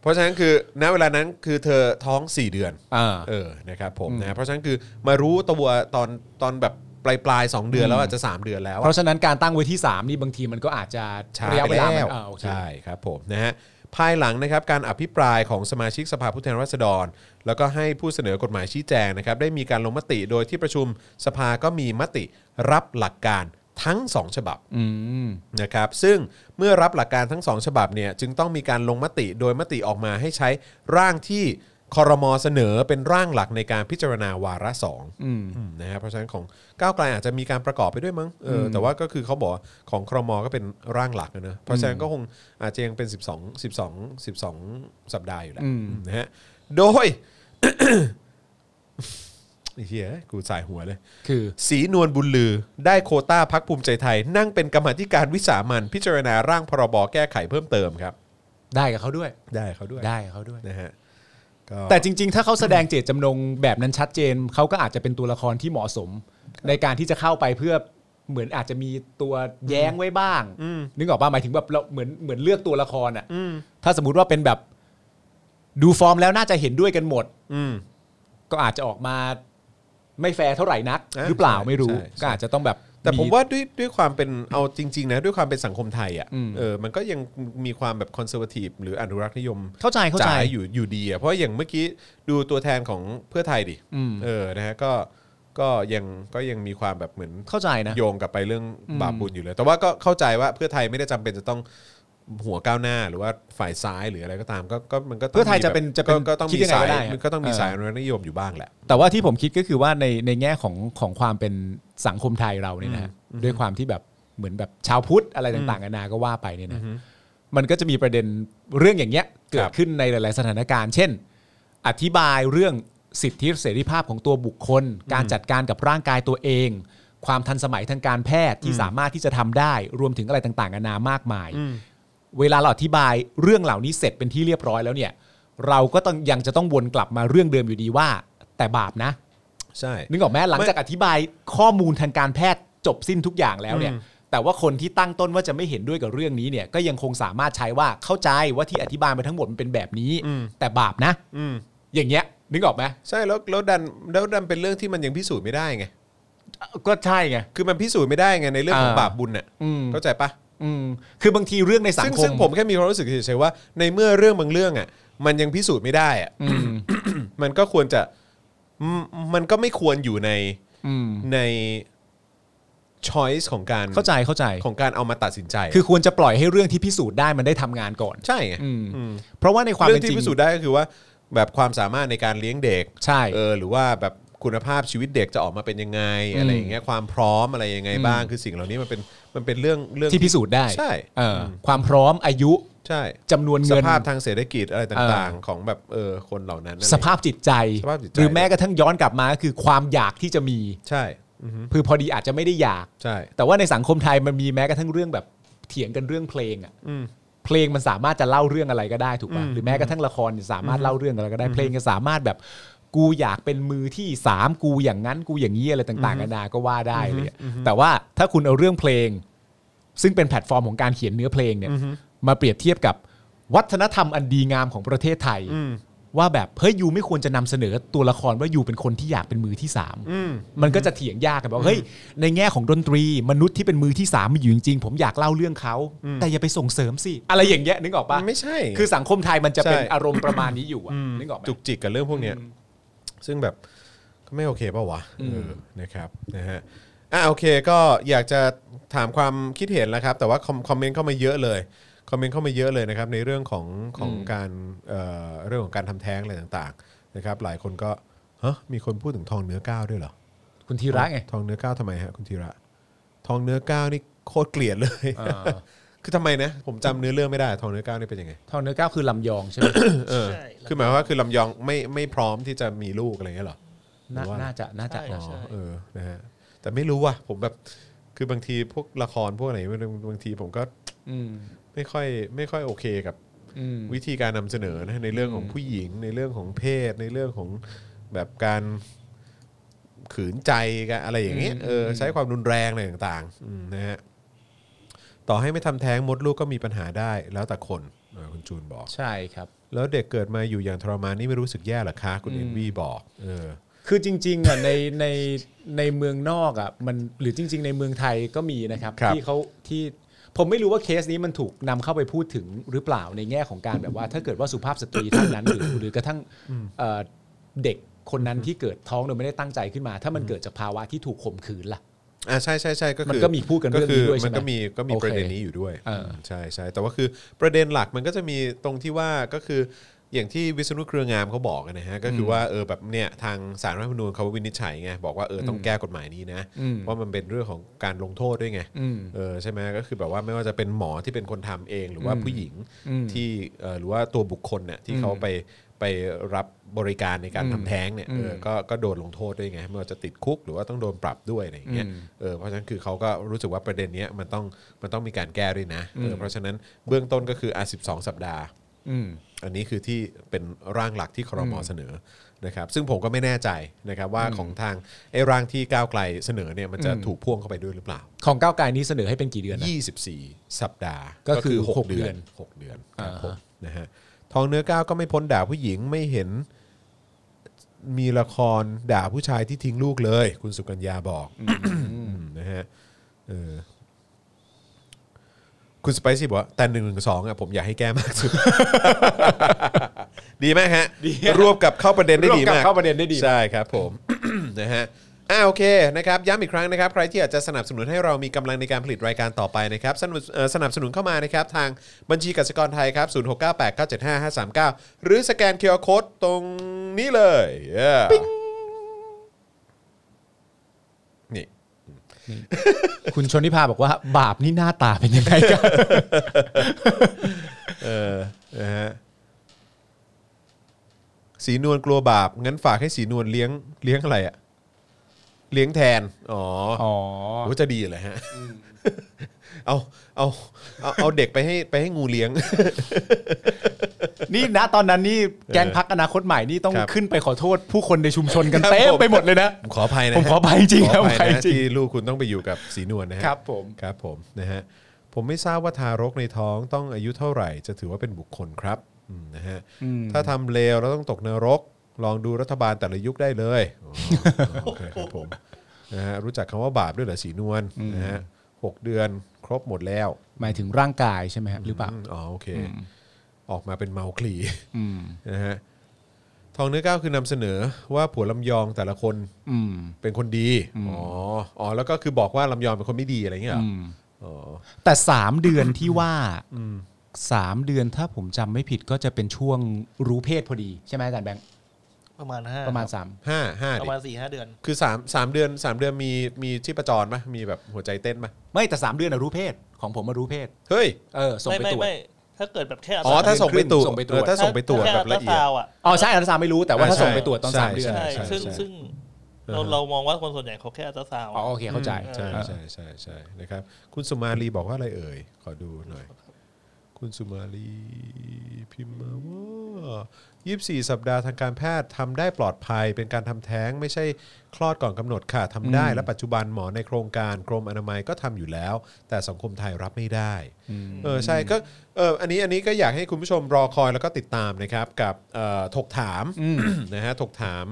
Speaker 2: เพราะฉะนั้นคือณเวลานั้นคือเธอท้อง 4 เดือน
Speaker 3: อ่า
Speaker 2: เออนะครับผมนะเพราะฉะนั้นคือมารู้ตัวตอนตอนแบบปลายปลายๆสองเดือนแล้วอาจจะ 3 เดือนแล้ว
Speaker 3: เพราะฉะนั้นการตั้งไว้ที่ 3 นี่บางทีมันก็อาจจะ
Speaker 2: ช้า
Speaker 3: ระยะ
Speaker 2: ไป
Speaker 3: เวลามั
Speaker 2: แล้
Speaker 3: น
Speaker 2: ว
Speaker 3: อ่าโอเค
Speaker 2: ใช่ครับผมนะฮะภายหลังนะครับการอภิปรายของสมาชิกสภาผู้แทนราษฎร แล้วก็ให้ผู้เสนอกฎหมายชี้แจงนะครับได้มีการลงมติโดยที่ประชุมสภาก็มีมติรับหลักการทั้งสองฉบับ
Speaker 3: อืม
Speaker 2: นะครับซึ่งเมื่อรับหลักการทั้งสองฉบับเนี่ยจึงต้องมีการลงมติโดยมติออกมาให้ใช้ร่างที่ คอรมอเสนอเป็นร่างหลักในการพิจารณาวาระสองอืมนะฮะเพราะฉะนั้นของก้าวไกลอาจจะมีการประกอบไปด้วยมั้งเอออแต่ว่าก็คือเขาบอกว่าของครมก็เป็นร่างหลักอะเนอะเพราะฉะนั้นก็คงอาจจะยังเป็น 12 12 12 สัปดาห์อยู่แหละนะฮะโดย ไอ้เฮียกูสายหัวเลย
Speaker 3: คือ
Speaker 2: สีนวลบุญลือ ได้โควต้าพักภูมิใจไทย นั่งเป็นกรรมาธิการวิสามันพิจารณาร่างพรบแก้ไขเพิ่มเติมครับ
Speaker 3: ได้กับเขาด้วย
Speaker 2: ได้เขาด้วย
Speaker 3: ได้กับเขาด้วย
Speaker 2: นะฮะก็
Speaker 3: แต่จริง ๆ ถ้าเขาแสดงเจตจำนงแบบนั้นชัดเจน เขาก็อาจจะเป็นตัวละครที่เหมาะสม ในการที่จะเข้าไปเพื่อเหมือนอาจจะมีตัวแย้งไว้บ้าง นึกออกป่ะหมายถึงแบบเราเหมือนเหมือนเลือกตัวละครอ่ะถ้าสมมติว่าเป็นแบบดูฟอร์มแล้วน่าจะเห็นด้วยกันหมด
Speaker 2: อืม
Speaker 3: ก็อาจจะออกมาไม่แฟร์เท่าไหร่นัก
Speaker 2: อ่ะ
Speaker 3: หรือเปล่า
Speaker 2: ใช่
Speaker 3: ไม่รู้
Speaker 2: ใช่
Speaker 3: ก็อาจจะต้องแบบ
Speaker 2: แต่ผม
Speaker 3: มี
Speaker 2: ว่าด้วยด้วยความเป็นเอาจริง ๆ นะ ด้วยความเป็นสังคมไทยอ่ะ
Speaker 3: อืม
Speaker 2: เออมันก็ยังมีความแบบคอนเซอร์วทีฟหรืออนุรักษ์นิยม
Speaker 3: เข้าใจเข้าใจ
Speaker 2: จ๋าอยู่อยู่ดีอ่ะเพราะอย่างเมื่อกี้ดูตัวแทนของเพื่อไทยดิ
Speaker 3: อืม
Speaker 2: เออนะฮะก็ก็ยังก็ยังมีความแบบเหมือน
Speaker 3: เข้าใจนะ
Speaker 2: โยงกลับไปเรื่อง
Speaker 3: อืม
Speaker 2: บาปบุญอยู่เลย แต่ว่าก็เข้าใจว่าเพื่อไทยไม่ได้จำเป็นจะต้องหัวก้าวหน้าหรือว่าฝ่ายซ้ายหรืออะไรก็ตามก็ก็มันก็ต้ง
Speaker 3: เพื่อไทย
Speaker 2: มี
Speaker 3: จะเป็น
Speaker 2: แบบ
Speaker 3: จะเป็น
Speaker 2: ก็ก็ต้อง
Speaker 3: คิด
Speaker 2: มี
Speaker 3: ยังไง
Speaker 2: สาย
Speaker 3: ก็ได้อะ
Speaker 2: มันก็ต้องมี
Speaker 3: เออ
Speaker 2: สายอนุรักษ์นิยมอยู่บ้างแหละ
Speaker 3: แต่ว่าที่ผมคิดก็คือว่าในในแง่ของของความเป็นสังคมไทยเราเนี่ยนะฮะด้วยความที่แบบเหมือนแบบชาวพุทธอะไรต่างๆนานาก็ว่าไปเนี่ยนะมันก็จะมีประเด็นเรื่องอย่างเงี้ยเกิดขึ้นในหลาย ๆ สถานการณ์ เช่น อธิบายเรื่องสิทธิเสรีภาพของตัวบุคคล การจัดการกับร่างกายตัวเอง ความทันสมัยทางการแพทย์ที่สามารถที่จะทำได้รวมถึงอะไรต่างๆนานามากมาย เวลาเราอธิบายเรื่องเหล่านี้เสร็จเป็นที่เรียบร้อยแล้วเนี่ย เราก็ต้องยังจะต้องวนกลับมาเรื่องเดิมอยู่ดีว่า แต่บาปนะ
Speaker 2: ใช่
Speaker 3: นึกออกไหมหลังจากอธิบายข้อมูลทางการแพทย์จบสิ้นทุกอย่างแล้วเนี่ย แต่ว่าคนที่ตั้งต้นว่าจะไม่เห็นด้วยกับเรื่องนี้เนี่ย ก็ยังคงสามารถใช้ว่าเข้าใจว่าที่อธิบายมาทั้งหมดมันเป็นแบบนี้
Speaker 2: อืม
Speaker 3: แต่บาปนะ
Speaker 2: อืม
Speaker 3: อย่างเงี้ย นึกออกไหม
Speaker 2: ใช่แล้วแล้วดันแล้วดันเป็นเรื่องที่มันยังพิสูจน์ไม่ได้ไง
Speaker 3: ก็ใช่ไง
Speaker 2: คือมันพิสูจน์ไม่ได้ไงในเรื่องของ
Speaker 3: อ่า
Speaker 2: บาปบุญเนี่ย
Speaker 3: อืม
Speaker 2: เข้าใจปะ
Speaker 3: อืมคือบางทีเรื่องในสั
Speaker 2: ซึ่
Speaker 3: ง
Speaker 2: ง
Speaker 3: คม
Speaker 2: ซึ่งผมแค่มีความรู้สึกเฉยๆว่าในเมื่อเรื่องบางเรื่องอ่ะมันยังพิสูจน์ไม่ได้อ่ะ
Speaker 3: อืม
Speaker 2: มันก็ควรจะมมันก็ไม่ควรอยู่ใน
Speaker 3: อืม
Speaker 2: ในช้อยส์ของการ
Speaker 3: เข้าใจเข้าใจ
Speaker 2: ของการเอามาตัดสินใจอะ
Speaker 3: คือควรจะปล่อยให้เรื่องที่พิสูจน์ได้มันได้ทำงานก่อน
Speaker 2: ใช่ไง
Speaker 3: อืม
Speaker 2: อืม
Speaker 3: เพราะว่าในความ
Speaker 2: เรื่อ
Speaker 3: เป็น
Speaker 2: ง
Speaker 3: จริ
Speaker 2: ที่
Speaker 3: ง
Speaker 2: พิสูจน์ได้ก็คือว่าแบบความสามารถในการเลี้ยงเด็ก
Speaker 3: ใช่
Speaker 2: เออหรือว่าแบบคุณภาพชีวิตเด็กจะออกมาเป็นยังไง
Speaker 3: อืม
Speaker 2: อะไรอย่างเงี้ยความพร้อมอะไรยังไงบ้าง
Speaker 3: อืม
Speaker 2: คือสิ่งเหล่านี้มันเป็นมันเป็นเรื่องเรื่อง
Speaker 3: ที่พิสูจน์ได้
Speaker 2: ใช่
Speaker 3: เอออความพร้อมอายุ
Speaker 2: ใช่
Speaker 3: จำนวน
Speaker 2: ส
Speaker 3: เงิน
Speaker 2: ภาพทางเศรษฐกิจอะไรต่าง
Speaker 3: เออ
Speaker 2: ๆ ของแบบเออคนเหล่านั้นอะไร
Speaker 3: สภาพจิตใจ
Speaker 2: สภาพจิตใจ
Speaker 3: หรือแม้กระทั่งย้อนกลับมาก็คือความอยากที่จะมี
Speaker 2: ใช่อือฮึ
Speaker 3: คือพอดีอาจจะไม่ได้อยาก
Speaker 2: ใช่
Speaker 3: แต่ว่าในสังคมไทยมันมีแม้กระทั่งเรื่องแบบเถียงกันเรื่องเพลงอ่ะ
Speaker 2: อืม
Speaker 3: เพลงมันสามารถจะเล่าเรื่องอะไรก็ได้ถูกป่ะ
Speaker 2: อืม
Speaker 3: หรือแม้กระทั่งละครเนี่ยสามารถเล่าเรื่องอะไรก็ได้เพลงก็สามารถแบบกูอยากเป็นมือที่สามกูอย่างนั้นกูอย่างนี้อะไรต่างๆนานาก็ว่าได้เลยอะแต่ว่าถ้าคุณเอาเรื่องเพลง ซึ่งเป็นแพลตฟอร์มของการเขียนเนื้อเพลงเนี่ยมาเปรียบเทียบกับวัฒนธรรมอันดีงามของประเทศไทย
Speaker 2: อืม
Speaker 3: ว่าแบบเฮ้ยยูไม่ควรจะนำเสนอตัวละครว่ายูเป็นคนที่อยากเป็นมือที่สาม
Speaker 2: อืม
Speaker 3: มันก็จะเถียงยากกันว่าเฮ้ยในแง่ของดนตรี มนุษย์ที่เป็นมือที่สามมีอยู่จริงๆผมอยากเล่าเรื่องเขา แต่อย่าไปส่งเสริมสิอะไรอย่างเงี้ยนึกออกปะ
Speaker 2: มันไม่ใช่
Speaker 3: คือสังคมไทยมันจะเป็น
Speaker 2: ใช่
Speaker 3: อารมณ์ประมาณนี้อยู่อะ
Speaker 2: อืม
Speaker 3: นึกออกไหม
Speaker 2: จุกจิกกับเรื่องพวกเนี้ยซึ่งแบบก็ไม่โอเคเปล่าวะเออนะครับนะฮะอ่ะโอเคก็อยากจะถามความคิดเห็นแล้วครับ แต่ว่าคอมคอมเมนต์เข้ามาเยอะเลยคอมเมนต์เข้ามาเยอะเลยนะครับในเรื่องของของการเอ่อเรื่องของการทำแท้งอะไรต่างๆนะครับหลายคนก็ฮะมีคนพูดถึงทองเนื้อก้าวด้วยเหรอ
Speaker 3: คุณธีระไง
Speaker 2: ทองเนื้อก้าวทำไมฮะคุณธีระ ทองเนื้อก้าวนี่โคตรเกลียดเลย
Speaker 3: อ่า
Speaker 2: คือทำไมนะผมจำเนื้อเรื่องไม่ได้ทองเนื้อก้าวนี่เป็นยังไง
Speaker 3: ทองเนื้อก้าวคือลำยองใช่ไหม
Speaker 2: เออ
Speaker 4: ใช่
Speaker 2: คือหมายความว่าคือลำยองไม่ไม่พร้อมที่จะมีลูกอะไรอย่างเงี้ยเหรอหรื
Speaker 3: น่า
Speaker 2: อว่
Speaker 3: น่าจะน่าจะ
Speaker 4: ใช่
Speaker 2: อ๋อ
Speaker 3: นะ
Speaker 2: เออนะฮะแต่ไม่รู้ว่ะผมแบบคือบางทีพวกละครพวกอะไรไม่รู้บางทีผมก็
Speaker 3: อืม
Speaker 2: ไม่ค่อยไม่ค่อยโอเคกับ
Speaker 3: อืม
Speaker 2: วิธีการนำเสนอนะในเรื่องของผู้หญิงในเรื่องของเพศ ในเรื่องของแบบการขืนใจกันอะไรอย่างเงี้ย
Speaker 3: อืม
Speaker 2: เออใช้ความรุนแรงอะไรต่างๆอืมนะฮะต่อให้ไม่ทำแท้งมดลูกก็มีปัญหาได้แล้วแต่คนเออคุณจูนบอก
Speaker 3: ใช่ครับ
Speaker 2: แล้วเด็กเกิดมาอยู่อย่างทรมานนี่ไม่รู้สึกแย่เหรอคะ คุณ
Speaker 3: อืม
Speaker 2: เอ็นวีบอกเออ
Speaker 3: คือจริงๆอ่ะในในในเมืองนอกอ่ะมันหรือจริง ๆ ในเมืองไทยก็มีนะครับ
Speaker 2: ครับ
Speaker 3: ที่เขาที่ผมไม่รู้ว่าเคสนี้มันถูกนำเข้าไปพูดถึงหรือเปล่าในแง่ของการแบบว่า ถ้าเกิดว่าสุภาพสตรีท่านนั้น หรือหรือกระทั่งเอ่อเด็กคนนั้นที่เกิดท้องโดยไม่ได้ตั้งใจขึ้นมา ถ้ามันเกิดจากภาวะที่ถูกข่มขืนล่ะ
Speaker 2: อ่าใช่ใช่ใช่ก็คือ
Speaker 3: มันก็มีพูดกันเรื่องนี้ด้วยใช่ไหม
Speaker 2: มันก็มีก็มี
Speaker 3: โอเค
Speaker 2: ประเด็นนี้อยู่ด้วย
Speaker 3: เอออื
Speaker 2: มใช่ใช่แต่ว่าคือประเด็นหลักมันก็จะมีตรงที่ว่าก็คือ อย่างที่วิษณุเครืองามเขาบอกนะฮะก็คือว่าเออแบบเนี่ยทางสารรัฐธรรมนูญเขาวินิจฉัยไงบอกว่าเออต้องแก้กฎหมายนี้นะ
Speaker 3: อืม
Speaker 2: เพราะมันเป็นเรื่องของการลงโทษด้วยไง
Speaker 3: อืม
Speaker 2: เออใช่ไหมก็คือแบบว่าไม่ว่าจะเป็นหมอที่เป็นคนทำเองหรือว่า
Speaker 3: อืม
Speaker 2: ผู้หญิง
Speaker 3: อืม
Speaker 2: ที่เอ่อหรือว่าตัวบุคคลเนี่ยที่
Speaker 3: อืม
Speaker 2: เขาไปไปรับบริการในการทำแท้งเนี่ย
Speaker 3: อืม
Speaker 2: เออก็ก็โดนลงโทษด้วยไงไม่ว่าจะติดคุกหรือว่าต้องโดนปรับด้วยอะไรอย่างเงี้ย
Speaker 3: อืม
Speaker 2: เออเพราะฉะนั้นคือเขาก็รู้สึกว่าประเด็นเนี้ยมันต้องมันต้องมีการแก้ด้วยนะเออเพราะฉะนั้นเบื้องต้นก็คืออ่ะ12 สัปดาห์
Speaker 3: อืม
Speaker 2: อันนี้คือที่เป็นร่างหลักที่ครมเสนอนะครับ ซึ่งผมก็ไม่แน่ใจนะครับว่าของทางไอ้ร่างที่ก้าวไกลเสนอเนี่ยมันจะ
Speaker 3: อืม
Speaker 2: ถูกพ่วงเข้าไปด้วยหรือเปล่า
Speaker 3: ของก้าวไกลนี้เสนอให้เป็นกี่เดือนนะ
Speaker 2: 24 สัปดาห์
Speaker 3: ก็คือ
Speaker 2: ห
Speaker 3: หกเดือน
Speaker 2: หกเดือนครับผ
Speaker 3: อ่าฮะ
Speaker 2: มนะฮะทองเนื้อก้าวก็ไม่พ้นด่าผู้หญิงไม่เห็นมีละครด่าผู้ชายที่ทิ้งลูกเลย คุณสุกัญญาบอกอืม นะฮะเออคุณสไปซี่บอกว่าแต่หนึ่งหนึ่งสองอ่ะผมอยากให้แก้มากสุด ดีไหมฮะ รวบกับเข้าประเด็นได้ดี
Speaker 3: รวบกลั
Speaker 2: มา
Speaker 3: บ
Speaker 2: ก
Speaker 3: เข้าประเด็นได้ดี
Speaker 2: ใช่ครับผม นะฮะอ่าโอเคนะครับย้ำอีกครั้งนะครับ ใครที่อยากจะสนับสนุนให้เรามีกำลังในการผลิตรายการต่อไปนะครับสนับเอ่อสนับสนุนเข้ามานะครับ ทางบัญชีกสิกรไทยครับ 0698975539 หรือสแกน QR Code ตรงนี้เลย Yeah นี่
Speaker 3: คุณชนนิพาบอกว่า บาปนี่หน้าตาเป็นยังไงกัน
Speaker 2: เออนะฮะสีนวลกลัวบาป งั้นฝากให้สีนวลเลี้ยงเลี้ยงอะไรอะเลี้ยงแทน อ๋อ
Speaker 3: อ๋อ
Speaker 2: โอ้จะดีเลยฮะ เอาเอาเอาเอาเด็กไปให้ไปให้งูเลี้ยง
Speaker 3: นี่นะตอนนั้นนี่แกงพักอนาคตใหม่นี่ต้อง
Speaker 2: ครับ
Speaker 3: ขึ้นไปขอโทษผู้คนในชุมชนกัน
Speaker 2: ครับ
Speaker 3: เต็ม
Speaker 2: ผม
Speaker 3: ไปหมดเลยนะ
Speaker 2: ผมขออภัยนะ
Speaker 3: ผมขออภัยจริง
Speaker 2: ขออภัย
Speaker 3: ครับผมขออภั
Speaker 2: นะ
Speaker 3: ยจริง
Speaker 2: ที่ลูกคุณต้องไปอยู่กับสีนวลนะฮะ
Speaker 3: ครับผม
Speaker 2: ครับผมนะฮะผมไม่ทราบว่าทารกในท้องต้องอายุเท่าไหร่ จะถือว่าเป็นบุคคลครับอืมนะฮะถ้าทำเลวแล้วต้องตกนรก ลองดูรัฐบาลแต่ละยุคได้เลยอ๋อโอเคครับผมนะฮะรู้จักคำว่าบาปด้วยเหรอสีนวลนะฮะหกเดือนครบหมดแล้ว
Speaker 3: หมายถึงร่างกายใช่ไหมครับหรือเปล่า
Speaker 2: อืมอ๋อโอเค ออกมาเป็นเมาคลีนะฮะทองเนื้อก้าวคือนำเสนอว่าผัวลำยองแต่ละคน
Speaker 3: อืม
Speaker 2: เป็นคนดีอ๋ออ๋อแล้วก็คือบอกว่าลำยองเป็นคนไม่ดีอะไรอย่างเงี้ยเหรอ
Speaker 3: อืม
Speaker 2: อ๋อ
Speaker 3: แต่สามเดือนที่ว่าสามเดือนถ้าผมจำไม่ผิดก็จะเป็นช่วงรู้เพศพอดี ใช่ไหมอาจารย์แบงค์
Speaker 4: ประมาณห้า
Speaker 3: ประมาณสาม
Speaker 2: ห้าห้า
Speaker 4: ป
Speaker 2: ดิ
Speaker 4: ระมาณสี่ห้าเดือน
Speaker 2: คือสามสามเดือนสามเดือนมีมีชีพจรไหมมีแบบหัวใจเต้นไหม
Speaker 3: ไม่แต่สามเดือนอะรู้เพศของผมมารู้เพศ
Speaker 2: เฮ้ย
Speaker 3: เออส่ง
Speaker 4: ไม่
Speaker 3: ไป
Speaker 4: ไม่
Speaker 3: ตรวจ
Speaker 4: ไม่ถ้าเกิดแบบแค่
Speaker 2: อ๋อถ้าส่งไปตรวจ
Speaker 3: ส่งไปตร
Speaker 2: เอ
Speaker 3: วจ
Speaker 2: อถ้าส่งไปตรวจแบบละเอียด
Speaker 4: ถ้าซาวอ่ะ
Speaker 3: อ๋อใช่อันนั้นสามไม่รู้แต่ว่า
Speaker 2: อ่า
Speaker 3: ถ้าส่ง
Speaker 2: ใช่
Speaker 3: ไปตรวจตอน
Speaker 2: ใช่
Speaker 3: สามเดือน
Speaker 4: ใช่
Speaker 2: ใช่
Speaker 4: ซึ่ง
Speaker 2: ใช่
Speaker 4: ซึ่งเราเรามองว่าคนส่วนใหญ่เขาแค่อัลตราซาวด์
Speaker 3: อ๋อโอเคเข้าใจ
Speaker 2: ใช่ใช่ใช่ใช่นะครับคุณสุมาลีบอกว่าอะไรเอ่ย ขอดูหน่อย คุณสุมาลีพิมพ์มาว่า24 สัปดาห์ทางการแพทย์ทำได้ปลอดภัย เป็นการทำแท้งไม่ใช่คลอดก่อนกำหนดค่ะทำได้และปัจจุบันหมอในโครงการกรมอนามัยก็ทำอยู่แล้ว แต่สังคมไทยรับไม่ได้ เออใช่ก็เอออันนี้อันนี้ก็อยากให้คุณผู้ชมรอคอยแล้วก็ติดตามนะครับกับเอ่อถกถาม นะฮะถกถาม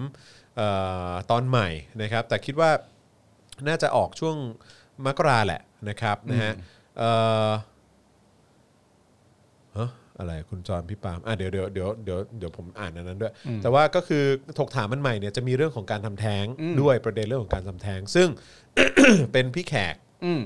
Speaker 2: เอ่อตอนใหม่นะครับ แต่คิดว่าน่าจะออกช่วงมกราแหละนะครับนะฮะเอ่อฮะอะไรคุณจอห์นพี่ปาล์มอ่ะเดี๋ยวเดี๋ยวเดี๋ยวเดี๋ยวเดี๋ยวผมอ่านอันนั้นด้วย แต่ว่าก็คือถกถามมันใหม่เนี่ยจะมีเรื่องของการทำแท้งด้วยประเด็นเรื่องของการทำแท้ง ซึ่ง เป็นพี่แขก
Speaker 3: อืม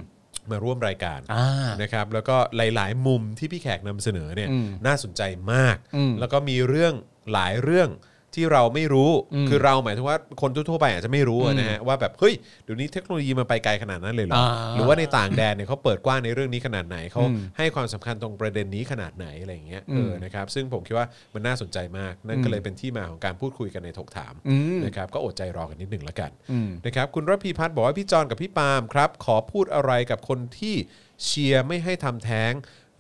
Speaker 2: มาร่วมรายการ
Speaker 3: อ่า
Speaker 2: นะครับแล้วก็หลาย ๆ มุมที่พี่แขกนำเสนอเนี่ย
Speaker 3: อืม
Speaker 2: น่าสนใจมาก
Speaker 3: อืม
Speaker 2: แล้วก็มีเรื่องหลายเรื่องที่เราไม่รู้
Speaker 3: อืม
Speaker 2: คือเราหมายถึงว่าคนทั่วๆไปอาจจะไม่รู้อะนะฮะว่าแบบเฮ้ยเดี๋ยวนี้เทคโนโลยีมันไปไกลขนาดนั้นเลยเหรอ
Speaker 3: อ่า
Speaker 2: หรือว่าในต่างแดนเนี่ยเขาเปิดกว้างในเรื่องนี้ขนาดไหนเขา
Speaker 3: อืม
Speaker 2: ให้ความสำคัญตรงประเด็นนี้ขนาดไหนอะไรอย่างเงี้ย
Speaker 3: อื
Speaker 2: เอ
Speaker 3: ม
Speaker 2: อนะครับซึ่งผมคิดว่ามันน่าสนใจมากนั่นก็เลยเป็นที่มาของการพูดคุยกันในถกถาม
Speaker 3: อืม
Speaker 2: นะครับก็อดใจรอกันนิดหนึ่งละกัน
Speaker 3: อืม
Speaker 2: นะครับคุณระพีพัฒน์บอกว่าพี่จอนกับพี่ปาล์มครับ ขอพูดอะไรกับคนที่เชียร์ไม่ให้ทำแท้ง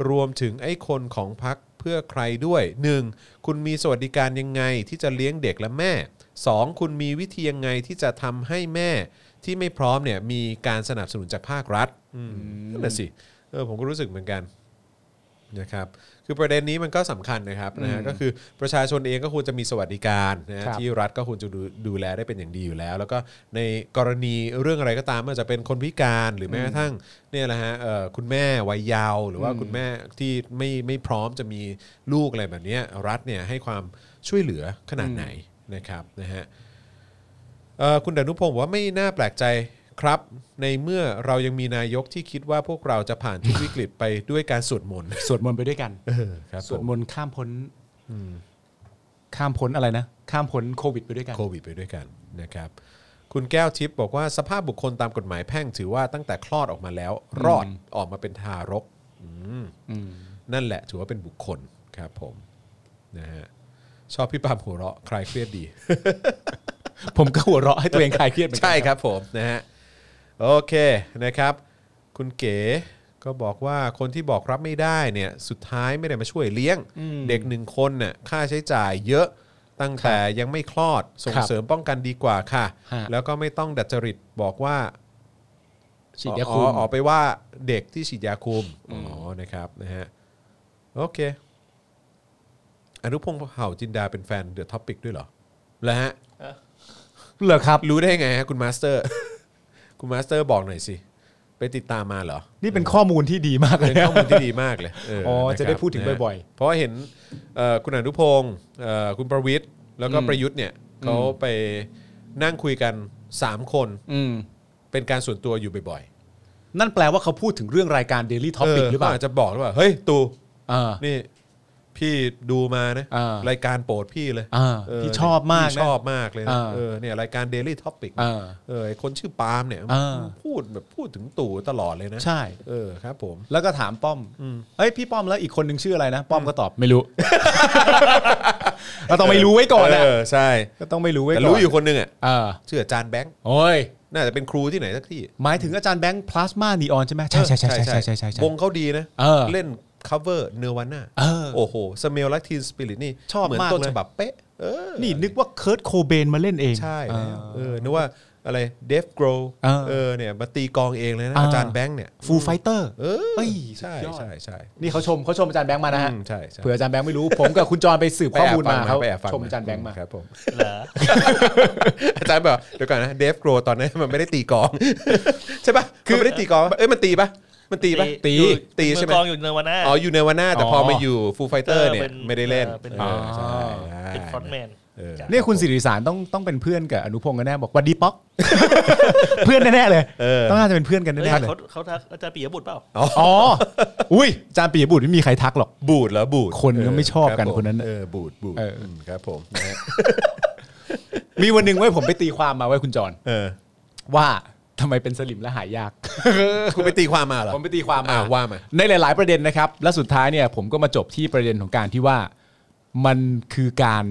Speaker 2: รวมถึงไอ้คนของพักเพื่อใครด้วย 1. คุณมีสวัสดิการยังไงที่จะเลี้ยงเด็กและแม่ 2. คุณมีวิธียังไงที่จะทำให้แม่ ที่ไม่พร้อมเนี่ยมีการสนับสนุนจากภาครัฐอืมนั่นแหะสิเออผมก็รู้สึกเหมือนกัน นะครับคือประเด็นนี้มันก็สำคัญนะครับนะฮะก็คือประชาชนเองก็ควรจะมีสวัสดิการนะฮะ
Speaker 3: ครับ
Speaker 2: ที่รัฐก็ควรจะดูดูแลได้เป็นอย่างดีอยู่แล้ว แล้วก็ในกรณีเรื่องอะไรก็ตามไม่ว่าจะเป็นคนพิการหรือแม้กระทั่งเนี่ยแหละฮะเอ่อคุณแม่วัยเยาว์หรือว่าคุณแม่ที่ไม่ไม่พร้อมจะมีลูกอะไรแบบเนี้ยรัฐเนี่ยให้ความช่วยเหลือขนาดไหนนะครับนะฮะ เอ่อคุณดนุพงศ์บอกว่าไม่น่าแปลกใจครับ ในเมื่อเรายังมีนายกที่คิดว่าพวกเราจะผ่านทุกวิกฤตไปด้วยการสวดมนต์
Speaker 3: สวดมนต์ไปด้วยกัน
Speaker 2: เออครับ
Speaker 3: สวดมนต์ข้ามพ้น ข้ามพ้นอะไรนะ ข้ามพ้นโควิดไปด้วยกัน
Speaker 2: โควิดไปด้วยกันนะครับ คุณแก้วทิพย์บอกว่าสภาพบุคคลตามกฎหมายแพ่งถือว่าตั้งแต่คลอดออกมาแล้ว รอดออกมาเป็นทารกอืมนั่นแหละถือว่าเป็นบุคคลครับผมนะฮะชอบพี่ปามหัวเราะคลายเครียดดี
Speaker 3: ผมก็หัวเราะให้ตัวเองคลายเครียดเหมือนกั
Speaker 2: ใช่ครับผมนะฮะโอเคนะครับ คุณเก๋ก็บอกว่าคนที่บอกรับไม่ได้เนี่ยสุดท้ายไม่ได้มาช่วยเลี้ยง เด็กหนึ่งคนน่ะค่าใช้จ่ายเยอะตั้งแต่ยังไม่คลอดส่งเสริมป้องกันดีกว่าค่ะ
Speaker 3: ฮะ
Speaker 2: แล้วก็ไม่ต้องดัดจริตบอกว่า
Speaker 3: ฉีดยาคุม
Speaker 2: อ๋ออ๋อไปว่าเด็กที่ฉีดยาคุมอ๋อนะครับนะฮะโอเค อนุพงษ์เผ่าจินดาเป็นแฟนเดอะท็อปิกด้วยเหรอแล้วฮะ
Speaker 3: เหรอครับ
Speaker 2: รู้ได้ไงฮะคุณมาสเตอร์ คุณมาสเตอร์บอกหน่อยสิ ไปติดตามมาเหรอ
Speaker 3: นี่เป็นข้อมูลที่ดีมากเล
Speaker 2: เป็
Speaker 3: ย
Speaker 2: น
Speaker 3: นะ
Speaker 2: ข้อมูลที่ดีมากเลย
Speaker 3: อ๋อ
Speaker 2: เนะครับ
Speaker 3: จะได้พูดถึงบ่อย
Speaker 2: ๆเพราะเห็นเอ่อคุณอนุพงศ์เอ่อคุณประวิทย์แล้วก็
Speaker 3: อืม
Speaker 2: ประยุทธ์เนี่ยเขาไปนั่งคุยกัน 3 คน
Speaker 3: อืม
Speaker 2: เป็นการส่วนตัวอยู่บ่อย
Speaker 3: นั่นแปลว่าเขาพูดถึงเรื่องรายการ Daily
Speaker 2: ๆ
Speaker 3: Topic หรือเปล่า
Speaker 2: ขจจะบอกหรือเปล่าเฮ้ย ตู
Speaker 3: อ่า
Speaker 2: นี่พี่ดูมานะ
Speaker 3: อ่าร
Speaker 2: ายการโปรดพี่เลย
Speaker 3: อ่า
Speaker 2: เอ
Speaker 3: พี่ชอบมาก
Speaker 2: พี่
Speaker 3: นะ
Speaker 2: ชอบมากเลยนะ
Speaker 3: อ่า
Speaker 2: เออเนี่ยรายการ Daily Topic
Speaker 3: อ่า
Speaker 2: เออไอ้คนชื่อปาล์มเนี่ย
Speaker 3: อ่า
Speaker 2: พูดแบบพูดถึงตู่ตลอดเลยนะ
Speaker 3: ใช่
Speaker 2: เออครับผม
Speaker 3: แล้วก็ถามป้อมเอ้ยพี่ป้อมแล้วอีกคนนึงชื่ออะไรนะ ป้อมก็ตอบไม่รู้ เราต้องไม่รู้ไว้ก่อนนะ
Speaker 2: เออใช่
Speaker 3: ก็ต้องไม่รู้ไว้ก่
Speaker 2: แต่
Speaker 3: อน
Speaker 2: รู้อยู่คนหนึงอ่ะ
Speaker 3: เออ
Speaker 2: ชื่ออาจารย์แบงค์
Speaker 3: โอ้ย
Speaker 2: น่าจะเป็นครูที่ไหนสักที่
Speaker 3: หมายถึงอาจารย์แบงค์พลาสมานีออนใช่ไหมใช่ใช่ใช่ใช่ใช่ใช่ใช่
Speaker 2: วงเขาดีนะ
Speaker 3: เออ
Speaker 2: ล่น cover เนวาน่า
Speaker 3: เออ
Speaker 2: โอ้โหสเมลและทีนสปิริตนี่
Speaker 3: ชอบ
Speaker 2: เหมือน
Speaker 3: มาก
Speaker 2: ต้น
Speaker 3: เลย
Speaker 2: ฉบับเป๊ะเออ
Speaker 3: นี่นึกว่าเคิร์ตโคเบนมาเล่นเอง
Speaker 2: ใช่
Speaker 3: เอ
Speaker 2: แล้ว
Speaker 3: อ
Speaker 2: เออนึกว่าอะไรเดฟโกร
Speaker 3: เออ
Speaker 2: เออเนี่ยมาตีกลองเองเลยนะ
Speaker 3: อ่า
Speaker 2: อาจารย์แบงค์เนี่ย
Speaker 3: ฟูไฟเตอร์
Speaker 2: เออ
Speaker 3: เอ้ย
Speaker 2: ใช่
Speaker 3: สุดยอด
Speaker 2: ใช่ใช่
Speaker 3: นี่เขาชมเขาชมอาจารย์แบงค์มานะฮะ
Speaker 2: อืมใช่ใช่
Speaker 3: เผื่ออาจารย์แบงค์ไม่รู้ ผมกับคุณจรไปสืบข้อมูลมาเขา
Speaker 2: ไปแอบฟัง
Speaker 3: ชมอาจารย์แบงค์มา
Speaker 2: ครับผม
Speaker 4: เหรอ
Speaker 2: อาจารย์แบบเดี๋ยวก่อนนะเดฟโกรตอนนั้นมันไม่ได้ตีกลอง ใช่ปะคือไม่ได้ตีกลองปะเอ้ยมันตีปะมันตีปะ
Speaker 3: ตี
Speaker 4: อยู่
Speaker 2: ตีใช่ไหม
Speaker 4: มือกลองอยู่เนวาน่า
Speaker 2: อ๋ออยู่ในวันหน้าแต่พออ
Speaker 3: อ
Speaker 2: มาอยู่ฟูไฟเตอร์เนี่ย
Speaker 4: เป็น
Speaker 2: ไม่ได้เล่น
Speaker 4: เออเป็น
Speaker 2: เออใช่
Speaker 4: เป็น frontman
Speaker 2: เออ
Speaker 3: เนี่ยคุณสิริสารต้องต้องเป็นเพื่อนกับอนุพงศ์กันแน่บอกหวันดีป๊อก เพื่อนแน่ๆเลยต้องน่าจะเป็นเพื่อนกัน
Speaker 4: เฮ้ย
Speaker 3: แน่ๆเลย
Speaker 4: เขาเขาทักอาจารย์ปิยบุตรเปล่า
Speaker 3: อ๋ออุ้ยอาจารย์ปิยบุตรไม่มีใครทักหรอก
Speaker 2: บูดเหรอบูด
Speaker 3: คนก็ไม่ชอบกัน
Speaker 2: รับผม
Speaker 3: คนนั้นน่ะ
Speaker 2: เออบูดบูด
Speaker 3: เอออื
Speaker 2: มครับผมนะฮะ
Speaker 3: มีวันหนึ่งไว้ยผมไปตีความมาไว้ยคุณจร
Speaker 2: เออ
Speaker 3: ว่าทำไมเป็นสลิมและหายาก
Speaker 2: คุณไปตีความมาเหรอ
Speaker 3: ผมไปตีความมา
Speaker 2: อ่ะว่ามา
Speaker 3: ในหลาย ๆ ประเด็นนะครับ และสุดท้ายเนี่ยผมก็มาจบที่ประเด็นของการที่ว่ามันคือการ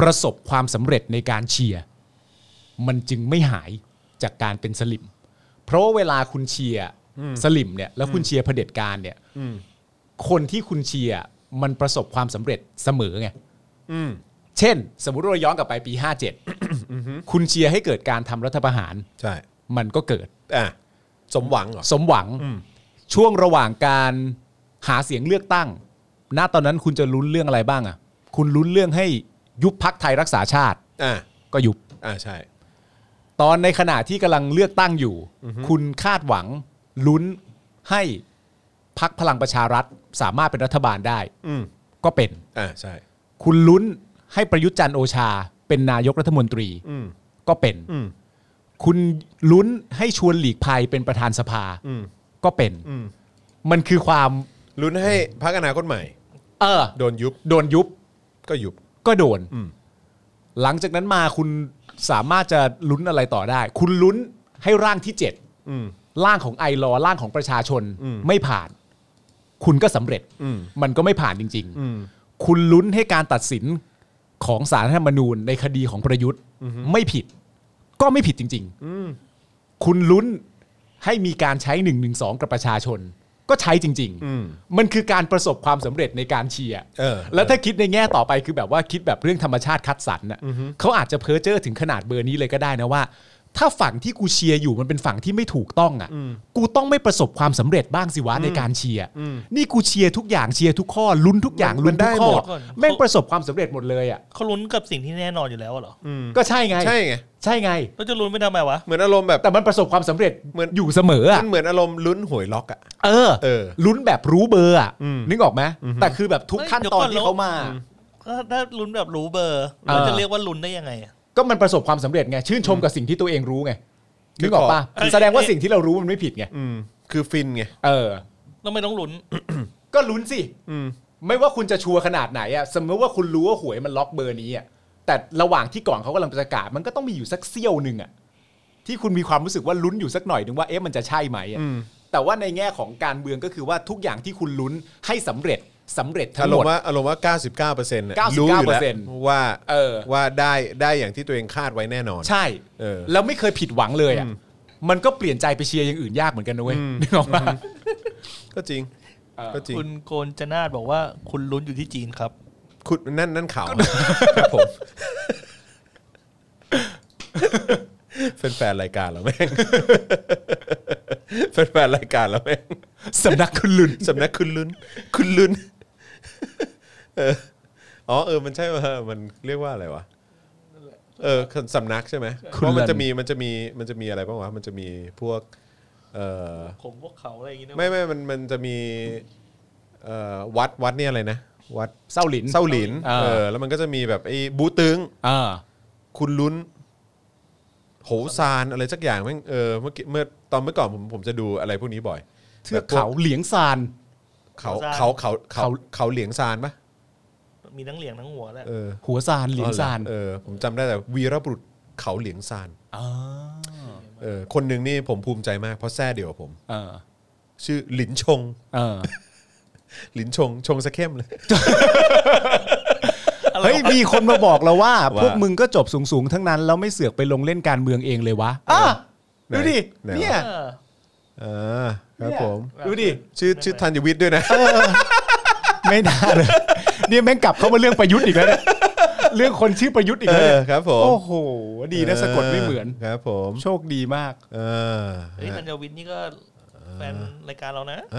Speaker 3: ประสบความสำเร็จในการเชียร์มันจึงไม่หายจากการเป็นสลิม เพราะว่าเวลาคุณเชียร์สลิมเนี่ยแล้วคุณเชียร์เผด็จการเนี่ยคนที่คุณเชียร์มันประสบความสำเร็จเสมอไงเช่น สมมติเราย้อนกลับไปปี 57 คุณเชียร์ให้เกิดการทำรัฐประหาร
Speaker 2: ใช่
Speaker 3: มันก็เกิด
Speaker 2: อ่ะสมหวังเหรอ
Speaker 3: สมหวังช่วงระหว่างการหาเสียงเลือกตั้ง ณตอนนั้นคุณจะลุ้นเรื่องอะไรบ้างอ่ะ คุณลุ้นเรื่องให้ยุบพักไทยรักษาชาติ
Speaker 2: อ่ะ
Speaker 3: ก็ยุบ
Speaker 2: อ่ะใช่
Speaker 3: ตอนในขณะที่กำลังเลือกตั้งอยู่ คุณคาดหวังลุ้นให้พักพลังประชารัฐสามารถเป็นรัฐบาลได้
Speaker 2: อืม
Speaker 3: ก็เป็น
Speaker 2: อ่ะใช่
Speaker 3: คุณลุ้นให้ประยุทธ์จันทร์โอชา เป็นนายกรัฐมนตรี
Speaker 2: อืม
Speaker 3: ก็เป็น
Speaker 2: อืม
Speaker 3: คุณลุ้นให้ชวนหลีกภัยเป็นประธานสภา
Speaker 2: อืม
Speaker 3: ก็เป็น
Speaker 2: อืม
Speaker 3: มันคือความ
Speaker 2: ลุ้นให้พักอนาคตใหม่
Speaker 3: เออ
Speaker 2: โดนยุบ
Speaker 3: โดนยุบ
Speaker 2: ก็ยุบ
Speaker 3: ก็โดน
Speaker 2: อืม
Speaker 3: หลังจากนั้นมาคุณสามารถจะลุ้นอะไรต่อได้ คุณลุ้นให้ร่างที่
Speaker 2: อืม
Speaker 3: 7 ร่างของไอรอร่างของประชาชน
Speaker 2: อืม
Speaker 3: ไม่ผ่าน คุณก็สำเร็จ
Speaker 2: อืม
Speaker 3: มันก็ไม่ผ่านจริง
Speaker 2: อืม
Speaker 3: ๆ คุณลุ้นให้การตัดสินของสารรัฐธรรมนูญในคดีของประยุทธ์ไม่ผิด ก็ไม่ผิดจริง
Speaker 2: อืม
Speaker 3: ๆ คุณลุ้นให้มีการใช้หนึ่งหนึ่งสองกับประชาชน ก็ใช้จริง
Speaker 2: อืม
Speaker 3: ๆ มันคือการประสบความสำเร็จในการเชียร์
Speaker 2: เออ
Speaker 3: แล้วถ้าคิดในแง่ต่อไปคือแบบว่าคิดแบบเรื่องธรรมชาติคัดสรรน่ะเขาอาจจะเพ้อเจ้อถึงขนาดเบอร์นี้เลยก็ได้นะว่า ถ้าฝั่งที่กูเชียร์อยู่มันเป็นฝั่งที่ไม่ถูกต้องอ่ะกูต้องไม่ประสบความสำเร็จบ้างสิวะในการเชียร์นี่กูเชียร์ทุกอย่างเชียร์ทุกข้อลุ้นทุกอย่าง
Speaker 2: มั
Speaker 3: ลุ้
Speaker 2: น
Speaker 3: น
Speaker 2: ได้
Speaker 3: ทุกข้อ
Speaker 2: หมด
Speaker 3: แม่งประสบความสำเร็จหมดเลยอ่ะ
Speaker 4: เขาลุ้นกับสิ่งที่แน่นอนอยู่แล้วอะเหรอ
Speaker 2: อืม
Speaker 3: ก็ใช่ไง
Speaker 2: ใช่ไง
Speaker 3: ใช่ไง
Speaker 4: แล้วจะลุ้นไม่ทำไมวะ
Speaker 2: เหมือนอารมณ์แบบ
Speaker 3: แต่มันประสบความสำเร็จ
Speaker 2: เหมือน
Speaker 3: อยู่เสมออ่ะ
Speaker 2: มันเหมือนอารมณ์ลุ้นหวยล็อกอ่ะ
Speaker 3: เออ
Speaker 2: เออ
Speaker 3: ลุ้นแบบรู้เบอร์อ่ะ
Speaker 2: อืม
Speaker 3: นึกออกไหมแต่คือแบบทุกขั้นตอนที่เขามา
Speaker 4: ก็ถ้าลุ้นแบบรู้เบอร์
Speaker 3: อ่า
Speaker 4: เราจะเรียกว่าลุ้นได้ยังไงอะ
Speaker 3: ก็มันประสบความสำเร็จไง ชื่นชมกับสิ่งที่ตัวเองรู้ไงนึกออกปะ
Speaker 4: คือขอ
Speaker 3: แสดงว่าสิ่งที่เรารู้มันไม่ผิดไง
Speaker 2: อืมคือฟินไง
Speaker 3: เออ
Speaker 4: เราไม่ต้องลุ้น
Speaker 3: ก็ลุ้นสิ ไม่ว่าคุณจะชัวร์ขนาดไหนอะสมมติว่าคุณรู้ว่าหวยมันล็อกเบอร์นี้อะแต่ระหว่างที่ก่อนเขากำลังประกาศ มันก็ต้องมีอยู่สักเซี่ยวหนึ่งอะที่คุณมีความรู้สึกว่าลุ้นอยู่สักหน่อยนึงว่าเอ๊ะมันจะใช่ไหมอะแต่ว่าในแง่ของการเมืองก็คือว่าทุกอย่างที่คุณลุ้นให้สำเร็จสำเร็จทั้
Speaker 2: อาง ร
Speaker 3: หม
Speaker 2: ม
Speaker 3: ด
Speaker 2: ณ์ว่าอารมณ์ว่า 99%เนี่ย
Speaker 3: 99%
Speaker 2: รู้อยู่แล้วว่า
Speaker 3: เออ
Speaker 2: ว่าได้ได้อย่างที่ตัวเองคาดไว้แน่นอน
Speaker 3: ใช่
Speaker 2: เออ
Speaker 3: แล้วไม่เคยผิดหวังเลยอะมันก็เปลี่ยนใจไปเชียร์อย่างอื่นยากเหมือนกันนะเว้ยนึกออกปะ
Speaker 2: ก็จริง
Speaker 3: เออ
Speaker 2: ก็จริง
Speaker 4: คุณโกนจนาดบอกว่าคุณลุ้นอยู่ที่จีนครับ
Speaker 2: คุณนั่นนั่นข่าวครับผมแฟนๆรายการเราแม่ งแฟนๆรายการเราแม่ง
Speaker 3: สำนักคุณลุ้น
Speaker 2: สำนักคุณลุ้น คุณลุ้นเอออ๋อเออมันใช่ว่ามันเรียกว่าอะไรวะเออสำนักใช่ไหม
Speaker 3: คุ
Speaker 2: เพ
Speaker 3: ณ
Speaker 2: ราะมัน
Speaker 3: ลั่น
Speaker 2: จะมีมันจะมีมันจะมีอะไรบ้างวะมันจะมีพวก เออ
Speaker 4: ผมพวกเขาอะไรอย่างงี้นะ
Speaker 2: ไม่ไม่มันมันจะมีเอ่อวัดวัดเนี่ยอะไรนะวัด
Speaker 3: เศร้าหลิน
Speaker 2: เส้าหลิน
Speaker 3: อ่า
Speaker 2: เออแล้วมันก็จะมีแบบไอ้บูตึง
Speaker 3: อ่า
Speaker 2: คุณลุ้น โหซานอะไรสักอย่างแม่งเออเมื่อกี้เมื่อตอนเมื่อก่อนผมผมจะดูอะไรพวกนี้บ่อย
Speaker 3: เทือกเขาเหลียงซาน
Speaker 2: เขาเขาเขาเขาเขาเหลียงซานปะ
Speaker 4: มีทั้งเหลียงทั้งหัวแหละ
Speaker 2: เออ
Speaker 3: หัวซานเหลียงซาน
Speaker 2: เออผมจำได้แต่วีรบุรุษเขาเหลียงซาน
Speaker 3: อ่า
Speaker 2: เออคนหนึ่งนี่ผมภูมิใจมากเพราะแท้เดียวกับผม
Speaker 3: เออ
Speaker 2: ชื่อหลินชง
Speaker 3: เออ
Speaker 2: หลินชง ชงสะเข้มเลย
Speaker 3: เฮ้ยมีคนมาบอกเราว่า
Speaker 2: ว่า
Speaker 3: พวกมึงก็จบสูงๆ ทั้งนั้น แล้วไม่เสือกไปลงเล่นการเมืองเองเลยวะอ่ะดูดิ
Speaker 2: ไหนวะ
Speaker 3: เนี่ย
Speaker 4: เออ
Speaker 2: อ่าครับผม
Speaker 3: ดูดิ
Speaker 2: ชื่อชื่อธัญวิทย์ด้วยนะ
Speaker 3: ไม่น่าเลยเนี่ยแม่งกลับเข้ามาเรื่องประยุทธ์อีกแล้วเนี่ยเรื่องคนชื่อประยุทธ์อีก
Speaker 2: เอ
Speaker 3: แล้
Speaker 2: อ
Speaker 3: วเนี่ย
Speaker 2: ครับผม
Speaker 3: โอ้โห ดีนะสะกดไม่เหมือน
Speaker 2: ครับผม
Speaker 3: โชคดีมาก
Speaker 2: เออ
Speaker 4: เฮ้ยธัญวินนี่ก็แฟนรายการเรานะ
Speaker 2: เอ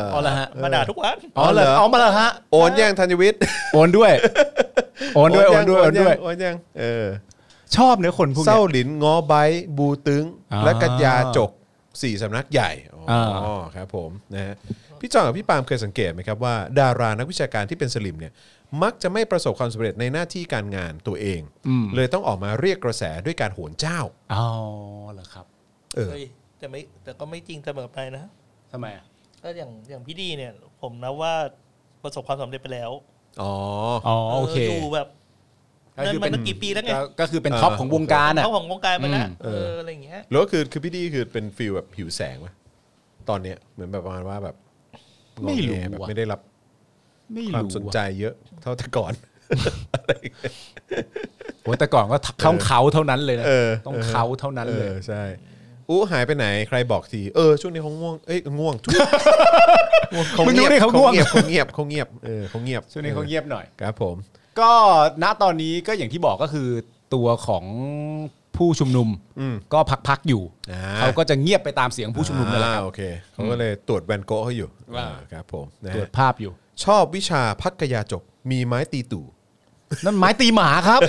Speaker 2: อ
Speaker 3: อ๋อละฮะ
Speaker 4: มาด่าทุกวัน
Speaker 2: อ๋อเหรอ
Speaker 3: เอามาละฮะ
Speaker 2: โอนยังธัญวิทย์
Speaker 3: โอนด้วยโอนด้วยโอนด้วยโอนด้วย
Speaker 2: โอนยังเออ
Speaker 3: ชอบเนื้อคนพวก
Speaker 2: เศ
Speaker 3: เนี้
Speaker 2: ร้าย หลินง้อไบต์บูตึง
Speaker 3: อ่า
Speaker 2: และกัญญาจกสี่สำนักใหญ่อ๋ออา ครับผมนะฮะพี่จองกับพี่ปาล์มเคยสังเกตไหมครับว่า ดารานักวิชาการที่เป็นสลิมเนี่ยมักจะไม่ประสบความสำเร็จในหน้าที่การงานตัวเอง เลยต้องออกมาเรียกกระแสด้วยการโหนเจ้า
Speaker 3: อ๋อเหรอครับ
Speaker 2: เออ
Speaker 4: เฮ้ยแต่ไม่แต่ก็ไม่จริงเสมอไปนะ
Speaker 3: ทำไมอ่ะ
Speaker 4: ก็อย่างอย่างพี่ดีเนี่ย ผมนับว่าประสบความสำเร็จไปแล้ว
Speaker 2: อ๋อ
Speaker 3: อ๋อโอเค
Speaker 4: ยู่แบบ เดินมาตั้งกี่ปีแล้วไง
Speaker 3: ก็ก็คือเป็นท็อป
Speaker 2: เออ
Speaker 3: ของวงการอ่ะ
Speaker 4: เขาของวงการมา
Speaker 3: อื
Speaker 4: นะ
Speaker 3: ม
Speaker 4: เอ
Speaker 2: เอ
Speaker 4: อ
Speaker 2: ออ
Speaker 4: อะไรอย่างเงี้ย
Speaker 2: หรือว่าคือคือพี่ดีคือเป็นฟิลแบบหิวแสงวะตอนเนี้ยเหมือนแบบประมาณว่าแบบงอแง
Speaker 3: ไม่รู้ว่ะ
Speaker 2: แบบไม่ได้รับ
Speaker 3: ไม่
Speaker 2: ความ
Speaker 3: รู้
Speaker 2: สนใจเยอะเท่าแต่ก่อน
Speaker 3: โอ้แต่ก่อนก็ต้องเขาเท่านั้นเลยนะ
Speaker 2: เออ
Speaker 3: ต้องเขาเท่านั้น
Speaker 2: เอ
Speaker 3: เลย
Speaker 2: อใช่อู้หายไปไหนใครบอกทีเออช่วงนี้เขาง่วงเอ้ยง่ว งทุก
Speaker 3: มึงรู้ได้เขาง่วง
Speaker 2: เงียบเขาเงียบเขาเงียบเออเขาเงียบ
Speaker 3: ช่วงนี้เขาเงียบหน่อย
Speaker 2: ครับผม
Speaker 3: ก็ณตอนนี้ก็อย่างที่บอกก็คือตัวของผู้ชุมนุม
Speaker 2: อืม
Speaker 3: ก็พักๆอยู่
Speaker 2: อ่า
Speaker 3: เขาก็จะเงียบไปตามเสียงผู้ชุมนุมนั่นแหละค
Speaker 2: อ่า
Speaker 3: รับ
Speaker 2: โอเคเขาก็เลยตรวจแวนโกะเขาอยู่
Speaker 3: ว่า
Speaker 2: อ่ครับผมนะ
Speaker 3: ตรวจ
Speaker 2: ฮะ
Speaker 3: ภาพอยู่
Speaker 2: ชอบวิชาพักกยาจกมีไม้ตีตู่
Speaker 3: นั่นไม้ตีหมาครับ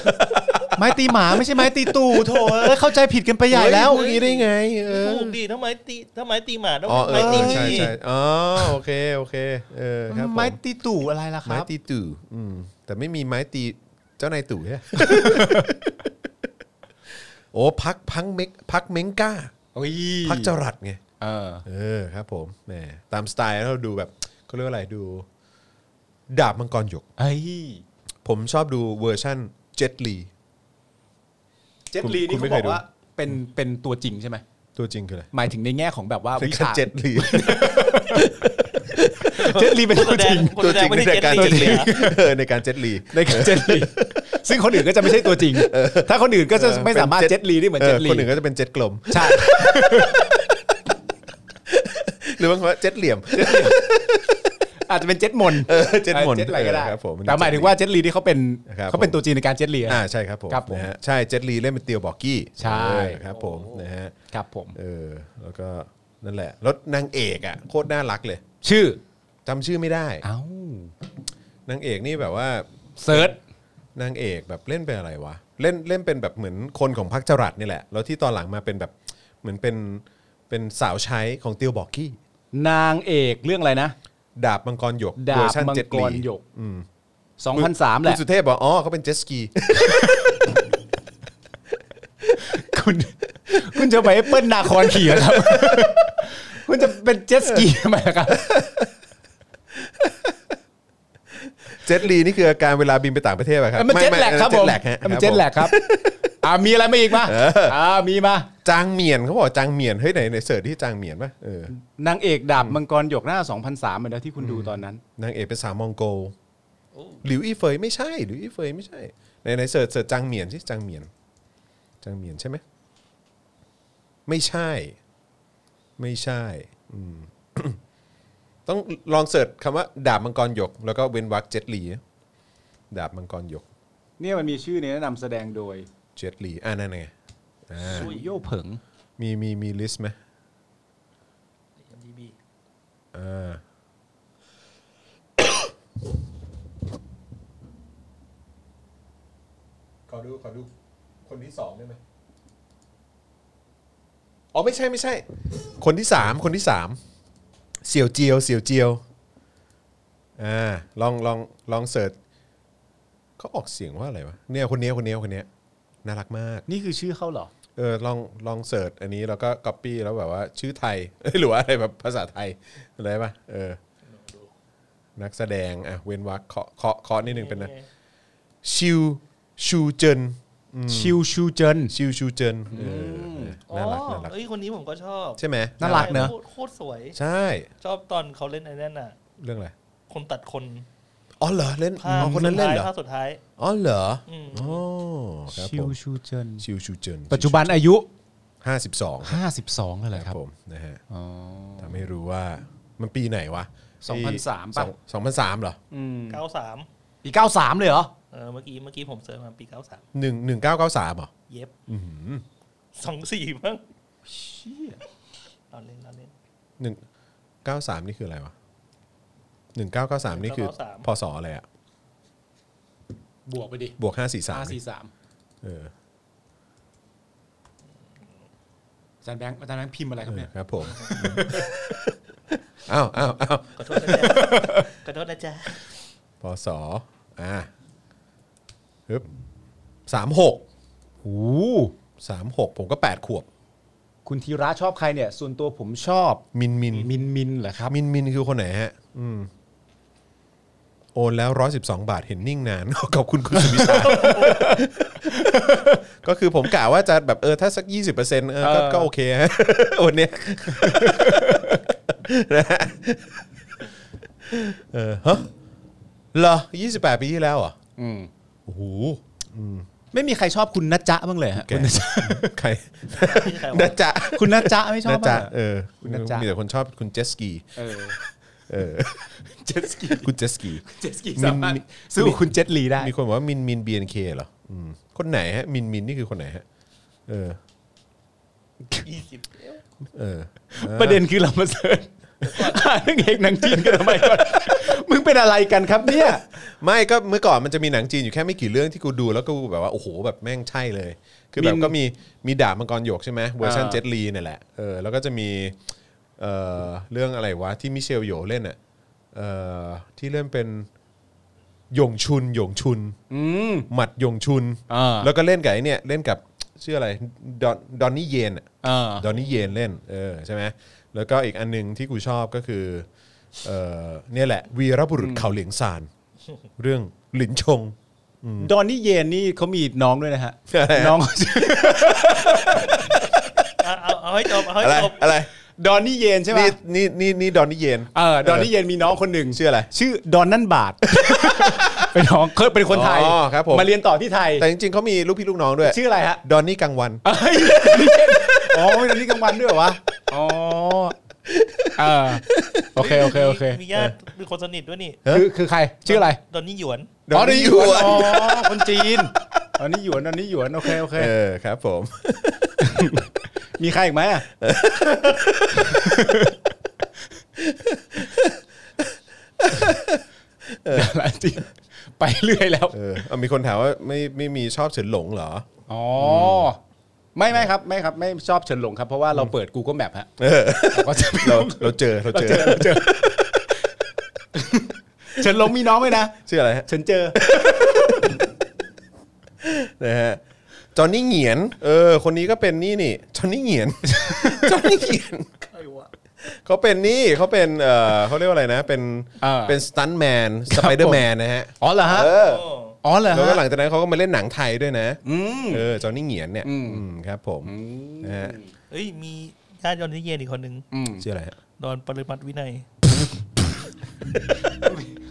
Speaker 3: ไม้ตีหมาไม่ใช่ไม้ตีตู่โถเอ้ยเข้าใจผิดกันไปใหญ่แล้ว
Speaker 2: เฮ้ยพูดอย่างนี้ได้ไงเออ
Speaker 4: ถูกดีทำไมตีทำไมตีหมาทำ
Speaker 2: อ๋อเอ
Speaker 4: ไม
Speaker 2: อ
Speaker 4: ตีหมี
Speaker 2: ใช่ใช่อ๋อโอเคโอเคเออครับผม
Speaker 3: ไม้ตีตู่อะไรล่ะค
Speaker 2: ไม้
Speaker 3: รับ
Speaker 2: ตีตู่อืมแต่ไม่มีไม้ตีเจ้านายตู่ ใช่ไหม โอ้พักพังเมกพักเมงก้า
Speaker 3: โอ้ย
Speaker 2: พักจรัดไง
Speaker 3: เออ
Speaker 2: เออครับผมแหมตามสไตล์เราดูแบบเขาเรียกว่าอะไรดู ดาบมังกรหยก
Speaker 3: ไอ้
Speaker 2: ผมชอบดูเวอร์ชั่นเจ็ตลี
Speaker 3: เจ็ตลี
Speaker 2: คุ
Speaker 3: นี่
Speaker 2: ณไม่
Speaker 3: เขา
Speaker 2: เคย
Speaker 3: บอ
Speaker 2: ดู
Speaker 3: กว่าเป็นเป็นตัวจริงใช่ไหม
Speaker 2: ตัวจริงคืออะไร
Speaker 3: หมายถึงในแง่ของแบบว่า
Speaker 2: เป็น
Speaker 3: วิ
Speaker 2: การ
Speaker 3: ชา
Speaker 2: เจ็ตลี
Speaker 3: เจ็ตลีเป็น
Speaker 4: คน
Speaker 3: ตัว
Speaker 4: แสด
Speaker 3: จ
Speaker 4: ง
Speaker 3: ริง
Speaker 4: คน
Speaker 2: ตัว
Speaker 4: แสด
Speaker 2: จริ
Speaker 4: ง
Speaker 2: ง
Speaker 4: ไม่
Speaker 2: ใน
Speaker 4: ได้เจ็ด
Speaker 2: การ
Speaker 4: ลี
Speaker 2: เจ็ตลี
Speaker 4: เหรอ
Speaker 2: เออในการเจ็ตลี
Speaker 3: ในการเจ็ตลีซึ่งคนอื่นก็จะไม่ใช่ตัวจริง ถ้าคนอื่นก็จะไม่สามารถ
Speaker 2: ป็น
Speaker 3: เจ็ตลีได้เหมือนเจ็ตลี
Speaker 2: คนหนึ่งก็จะเป็นเจ็ตกลม
Speaker 3: ใช่
Speaker 2: หรือบางคนว่าเจ็ตเหลี่ยม
Speaker 3: อาจจะเป็นเจ็ตมน
Speaker 2: เออเจ็ตมน
Speaker 3: เจ็ตอะไรก็ได้
Speaker 2: เออครับผม
Speaker 3: แต่หมายถึงว่าเจ็ตลีที่เขาเป็น
Speaker 2: ครับ
Speaker 3: เขาเป็นตัวจริงในการเจ็ตลี
Speaker 2: อ่าใช่ครับผม
Speaker 3: ครับผม
Speaker 2: นะฮะใช่เจ็ตลีเล่นเป็นเตียวบอกกี้
Speaker 3: ใช่
Speaker 2: เออครับผมนะฮะ
Speaker 3: ครับผม
Speaker 2: เออแล้วก็นั่นแหละแล้วนางเอกอ่ะโคตรน่ารักเลย
Speaker 3: ชื่อ
Speaker 2: จำชื่อไม่ได้
Speaker 3: เอ้าน
Speaker 2: างเอกนี่แบบว่า
Speaker 3: เซิร์ช
Speaker 2: นางเอกแบบเล่นเป็นอะไรวะเล่นเล่นเป็นแบบเหมือนคนของพักจรัดนี่แหละ แล้วที่ตอนหลังมาเป็นแบบเหมือนเป็นเป็นสาวใช้ของเตียวบอกกี้
Speaker 3: นางเอกเรื่องอะไรนะ
Speaker 2: ดาบมังกรหยก
Speaker 3: ดา
Speaker 2: เวอบ ร์ชัน
Speaker 3: มัง
Speaker 2: เจ็ด
Speaker 3: ก
Speaker 2: ลี
Speaker 3: รหยก2003แห
Speaker 2: คุ
Speaker 3: ละ
Speaker 2: ณสุเทพบอกอ๋อเขาเป็นเจ็ตสกี
Speaker 3: คุณ คุณจะไปให้เปิ้ลนาคอนขี่เหรอครับ คุณจะเป็นเจ็ตสกีทำไมล่ะครับ
Speaker 2: เจ็ตลีนี่คืออาการเวลาบินไปต่างประเทศอะครับ
Speaker 3: มันเจ็ตแลกครับผม
Speaker 2: เจ็ตแลกฮะ
Speaker 3: มันเจ็ตแลกครับอ่ามีอะไรมาอีกมาอ่ามีมา
Speaker 2: จางเหมียนเขาบอกจางเหมียนเฮ้ยไหนไหนเสิร์ชที่จางเหมียนปะเออน
Speaker 3: างเอกดาบมังกรหยกหน้า 2003เหมือนเดิมที่คุณดูตอนนั้น
Speaker 2: นางเอกเป็นสาวมองโกลหลิวอี้เฟยไม่ใช่หลิวอี้เฟยไม่ใช่ไหนไหนเสิร์ชเสิร์ชจางเหมียนสิจางเหมียนจางเหมียนใช่ไหมไม่ใช่ ไม่ใช่อืม ต้องลองเสิร์ชคำว่าดาบมังกรหยก แล้วก็เว้นวรรคเจ็ตลีดาบมังกรหยก
Speaker 3: เนี่ยมันมีชื่อในแนะนำแสดงโดย
Speaker 2: เจ็ตลีอ่านั่นไง
Speaker 3: ซุยโยเผง
Speaker 2: มีมีมีลิสต์ไหม
Speaker 4: MDB
Speaker 2: ขอดูขอดูคนที่สองได้ไหมอ๋อไม่ใช่ไม่ใช่ คนที่สามคนที่สามเสี่ยวเจียวเสี่ยวเจียวอ่าลองลองลองเสิร์ชเขาออกเสียงว่าอะไรวะเนี่ยคนเนี้ยคนเนี้ยคนเนี้ยน่ารักมาก
Speaker 3: นี่คือชื่อเขาเหรอ
Speaker 2: เออลองลองเสิร์ชอันนี้แล้วก็ก๊อปปี้แล้วแบบว่าชื่อไทย หรือว่าอะไรแบบภาษาไทยอะไรปะเออนักแสดงอ่ะเว้นวรรคเคาะเคาะเคาะนิดนึงเป็นนะชิวชูเจิน
Speaker 3: ชิวชูเจิน
Speaker 2: ชิวชูเจินเออ
Speaker 4: อ๋อ
Speaker 2: น่ารักน่ารัก
Speaker 4: เอ้ยคนนี้ผมก็ชอบ
Speaker 2: ใช่ไหม
Speaker 3: น่ารักเนอะ
Speaker 4: โคโคตรสวย
Speaker 2: ใช่
Speaker 4: ชอบตอนเขาเล่นไอ้นั่นน่ะ
Speaker 2: เรื่องอะไร
Speaker 4: คนตัดคน
Speaker 2: อ๋อเหรอเล่น
Speaker 4: ภา
Speaker 2: อ๋อคนนั้นเล่นเหรอ
Speaker 4: ภาคสุดท้าย
Speaker 2: อ๋อเหรอ
Speaker 4: อืม
Speaker 2: อ๋อครับ
Speaker 3: ชิ
Speaker 2: ผ
Speaker 3: ว
Speaker 2: ม
Speaker 3: ชูเจิน
Speaker 2: ชิวชูเจิน
Speaker 3: ปัจจุบันอายุ
Speaker 2: ห้าสิบสอง
Speaker 3: 52แล้วเหรอ
Speaker 2: ค
Speaker 3: ค
Speaker 2: รั
Speaker 3: รั
Speaker 2: บบ ผมนะฮะ
Speaker 3: อ๋อ
Speaker 2: ทำให้รู้ว่ามันปีไหนวะ
Speaker 3: 2003ปะ
Speaker 2: สองพันสามเหรอ
Speaker 4: เก้าสาม
Speaker 3: อีก93 เลยเหรอ
Speaker 4: เออเมื่อกี้เมื่อกี้ผมเสิร์ชมาปีเก้าสาม
Speaker 2: หนึ่งหนึ่งเก้าเก้าสามเหรอ
Speaker 4: เย็บสองสี่มั้งเอาเล่นเอาเล่น
Speaker 2: หนึ่งเก้าสามนี่คืออะไรวะหนึ่งเก้าเก้าสามนี่คือ
Speaker 4: 1993
Speaker 2: พศอะไรอะ
Speaker 3: บวกไปดิ
Speaker 2: บวกห้าสี่สาม
Speaker 3: 543
Speaker 2: เออ
Speaker 3: อาจารย์แบงค์อาจารย์แบงค์พิมพ์อะไรครับเนี่ย
Speaker 2: ครับผมอ้าวอ้าวอ้าว
Speaker 4: ขอโทษนะจ๊ะขอโทษนะจ๊ะ
Speaker 2: พศอ่ะฮึบสามหก
Speaker 3: โอ้
Speaker 2: สามหกผมก็แปดขวบ
Speaker 3: คุณธีระชอบใครเนี่ย ส่วนตัวผมชอบ
Speaker 2: มินมิน
Speaker 3: มินมินเหรอครับ
Speaker 2: มินมินคือคนไหนฮะ อืม โอนแล้วร้อยสิบสองบาทเห็นนิ่งนาน ขอบคุณคุณสุวิชา ก็คือผมกะว่าจะแบบเออถ้าสัก 20%เออก็
Speaker 3: เออ
Speaker 2: ก็โอเคฮะ วันเนี้ยนะฮะเออฮะเหรอ 28 ปีที่แล้วเหรอ่ะ
Speaker 3: อืม
Speaker 2: โอ้โห
Speaker 3: ไม่มีใครชอบคุณนัจจะบ้างเลยฮะ
Speaker 2: แก
Speaker 3: คุณนัจจะ
Speaker 2: ใคร
Speaker 4: ไม่ใช่ใคร
Speaker 2: นะ
Speaker 4: วะ
Speaker 2: จ๊ะ
Speaker 3: คุณนัจจะไม่ชอบ
Speaker 2: นะ
Speaker 3: บ้าง
Speaker 2: จ๊ะ
Speaker 3: เหรอ
Speaker 2: เออ
Speaker 3: คุณนะจ๊ะ
Speaker 2: มีแต่คนชอบคุณเจสกี
Speaker 3: เออ
Speaker 2: เออ
Speaker 3: เจตสกี
Speaker 2: คุณเจสกี
Speaker 3: เจตสกีสามารถซื้อกับคุณเจตลีได้
Speaker 2: มีคนบอกว่ามินมิน BNK เหรออืมคนไหนฮะ มินมินนี่คือคนไหนฮะ เออ
Speaker 4: ยี่สิบ
Speaker 2: เออ
Speaker 3: ประเด็นคือเรามาเสิร์ชหานางเอกหนางจีนกันทำไมก่อนมึงเป็นอะไรกันครับเนี่ย
Speaker 2: ไม่ก็เมื่อก่อนมันจะมีหนังจีนอยู่แค่ไม่กี่เรื่องที่กูดูแล้วก็แบบว่า โอ้โหแบบแม่งใช่เลย คือแบบ
Speaker 3: มิน
Speaker 2: ก็มีมีดาบมังกรหยกใช่ไหมเวอร์ชัน
Speaker 3: อ่า
Speaker 2: เจ็ตลีเนี่ยแหละเออแล้วก็จะมีเอ่อเรื่องอะไรวะ ที่มิเชลโยเล่นอ่ะเอ่อที่เล่นเป็นหยงชุนหยงชุน
Speaker 3: อืม
Speaker 2: หมัดหยงชุน
Speaker 3: อ่า
Speaker 2: แล้วก็เล่นกับไอ้เนี่ยเล่นกับชื่ออะไรดอนดอนนี่เยนอะ
Speaker 3: เออ
Speaker 2: ดอนนี่เยนเล่นเออใช่ไหมแล้วก็อีกอันหนึงที่กูชอบก็คือเออเนี่ยแหละ วีรบุรุษเขาเหลียงซาน เรื่องหลินชง
Speaker 3: ดอนนี่เยนนี่เขามีน้องด้วยนะฮะ
Speaker 2: อะไรฮะ
Speaker 3: น้อง
Speaker 4: เอาเอาเอาให้จบเอาให้
Speaker 2: อะไร
Speaker 4: จบ
Speaker 2: อะไร
Speaker 3: ดอนนี่เยนใช่ไหม
Speaker 2: นี่นี่นี่นี่ดอนนี่เยน
Speaker 3: เออ ดอนนี่เยนมีน้องคนหนึ่ง
Speaker 2: ชื่ออะไร
Speaker 3: ชื่อดอนนั่นบาท เป็นน้องเคยเป็นคนไทย
Speaker 2: อ๋อครับผม
Speaker 3: เรียนต่อที่ไทย
Speaker 2: แต่จริงๆเขามีลูกพี่ลูกน้องด้วย
Speaker 3: ชื่ออะไรฮะ
Speaker 2: ดอนนี่กลางวัน
Speaker 3: เอ้ย อ๋อดอนนี่กลางวันด้วยเหรอวะ อ๋อเออโอเค โอเค โอเค
Speaker 4: มีมีญาติมีคนสนิทด้วยนี่
Speaker 2: เออ
Speaker 3: คือคือใคร ชื่ออะไร
Speaker 4: ดอนนี่หยวน
Speaker 2: ดอนนี่หยวน
Speaker 3: อ๋อ คนจีนดอนนี่หยวนดอนนี่หยวน โอเค โอเค
Speaker 2: เออครับผม
Speaker 3: มีใครอีกไหมอะ อะไร จริงไปเรื่อยแล้ว
Speaker 2: เออเอามีคนถามว่าไม่ไม่มีชอบเฉินหลงเหรอ
Speaker 3: อ๋อ ไม่ไม่ครับ ไม่ครับ ไม่ชอบเฉินหลงครับ เพราะว่าเราเปิด Google Map ฮะ
Speaker 2: เออ
Speaker 3: เราก็จะไป
Speaker 2: เราเราเจอเราเจอ
Speaker 3: เจอเฉินหลงมีน้องไหมนะ
Speaker 2: ชื่ออะไรฮะ
Speaker 3: เฉินเจอ
Speaker 2: นะฮะจอนนี่เหงียน เออ คนนี้ก็เป็นนี่นี่จอนนี่เหงียนจอนนี่เหงียน
Speaker 4: ใครวะ
Speaker 2: เขาเป็นนี่เขาเป็นเออเขาเรียกว่าอะไรนะ เป็น
Speaker 3: เออ
Speaker 2: เป็นสตันแมน
Speaker 3: ค
Speaker 2: ส
Speaker 3: รับผม
Speaker 2: ไปเดอร์แมนนะฮะ
Speaker 3: อ๋อเหรอฮะ
Speaker 2: เออ
Speaker 4: โอ้
Speaker 3: อ๋อเหรอ
Speaker 2: แล้ว
Speaker 3: ฮะ
Speaker 2: ก็หลังจากนั้นเขาก็มาเล่นหนังไทยด้วยนะ
Speaker 3: อืม
Speaker 2: เออจอห์นนี่เหงียนเนี่ย
Speaker 3: อืม
Speaker 2: อืมครับผมนะฮะ
Speaker 4: เอ้ยมีญาติยอนที่เย็นอีกคนหนึ่ง
Speaker 3: อืม
Speaker 2: ชื่ออะไรฮะ
Speaker 4: ดอนปริมัติวินัย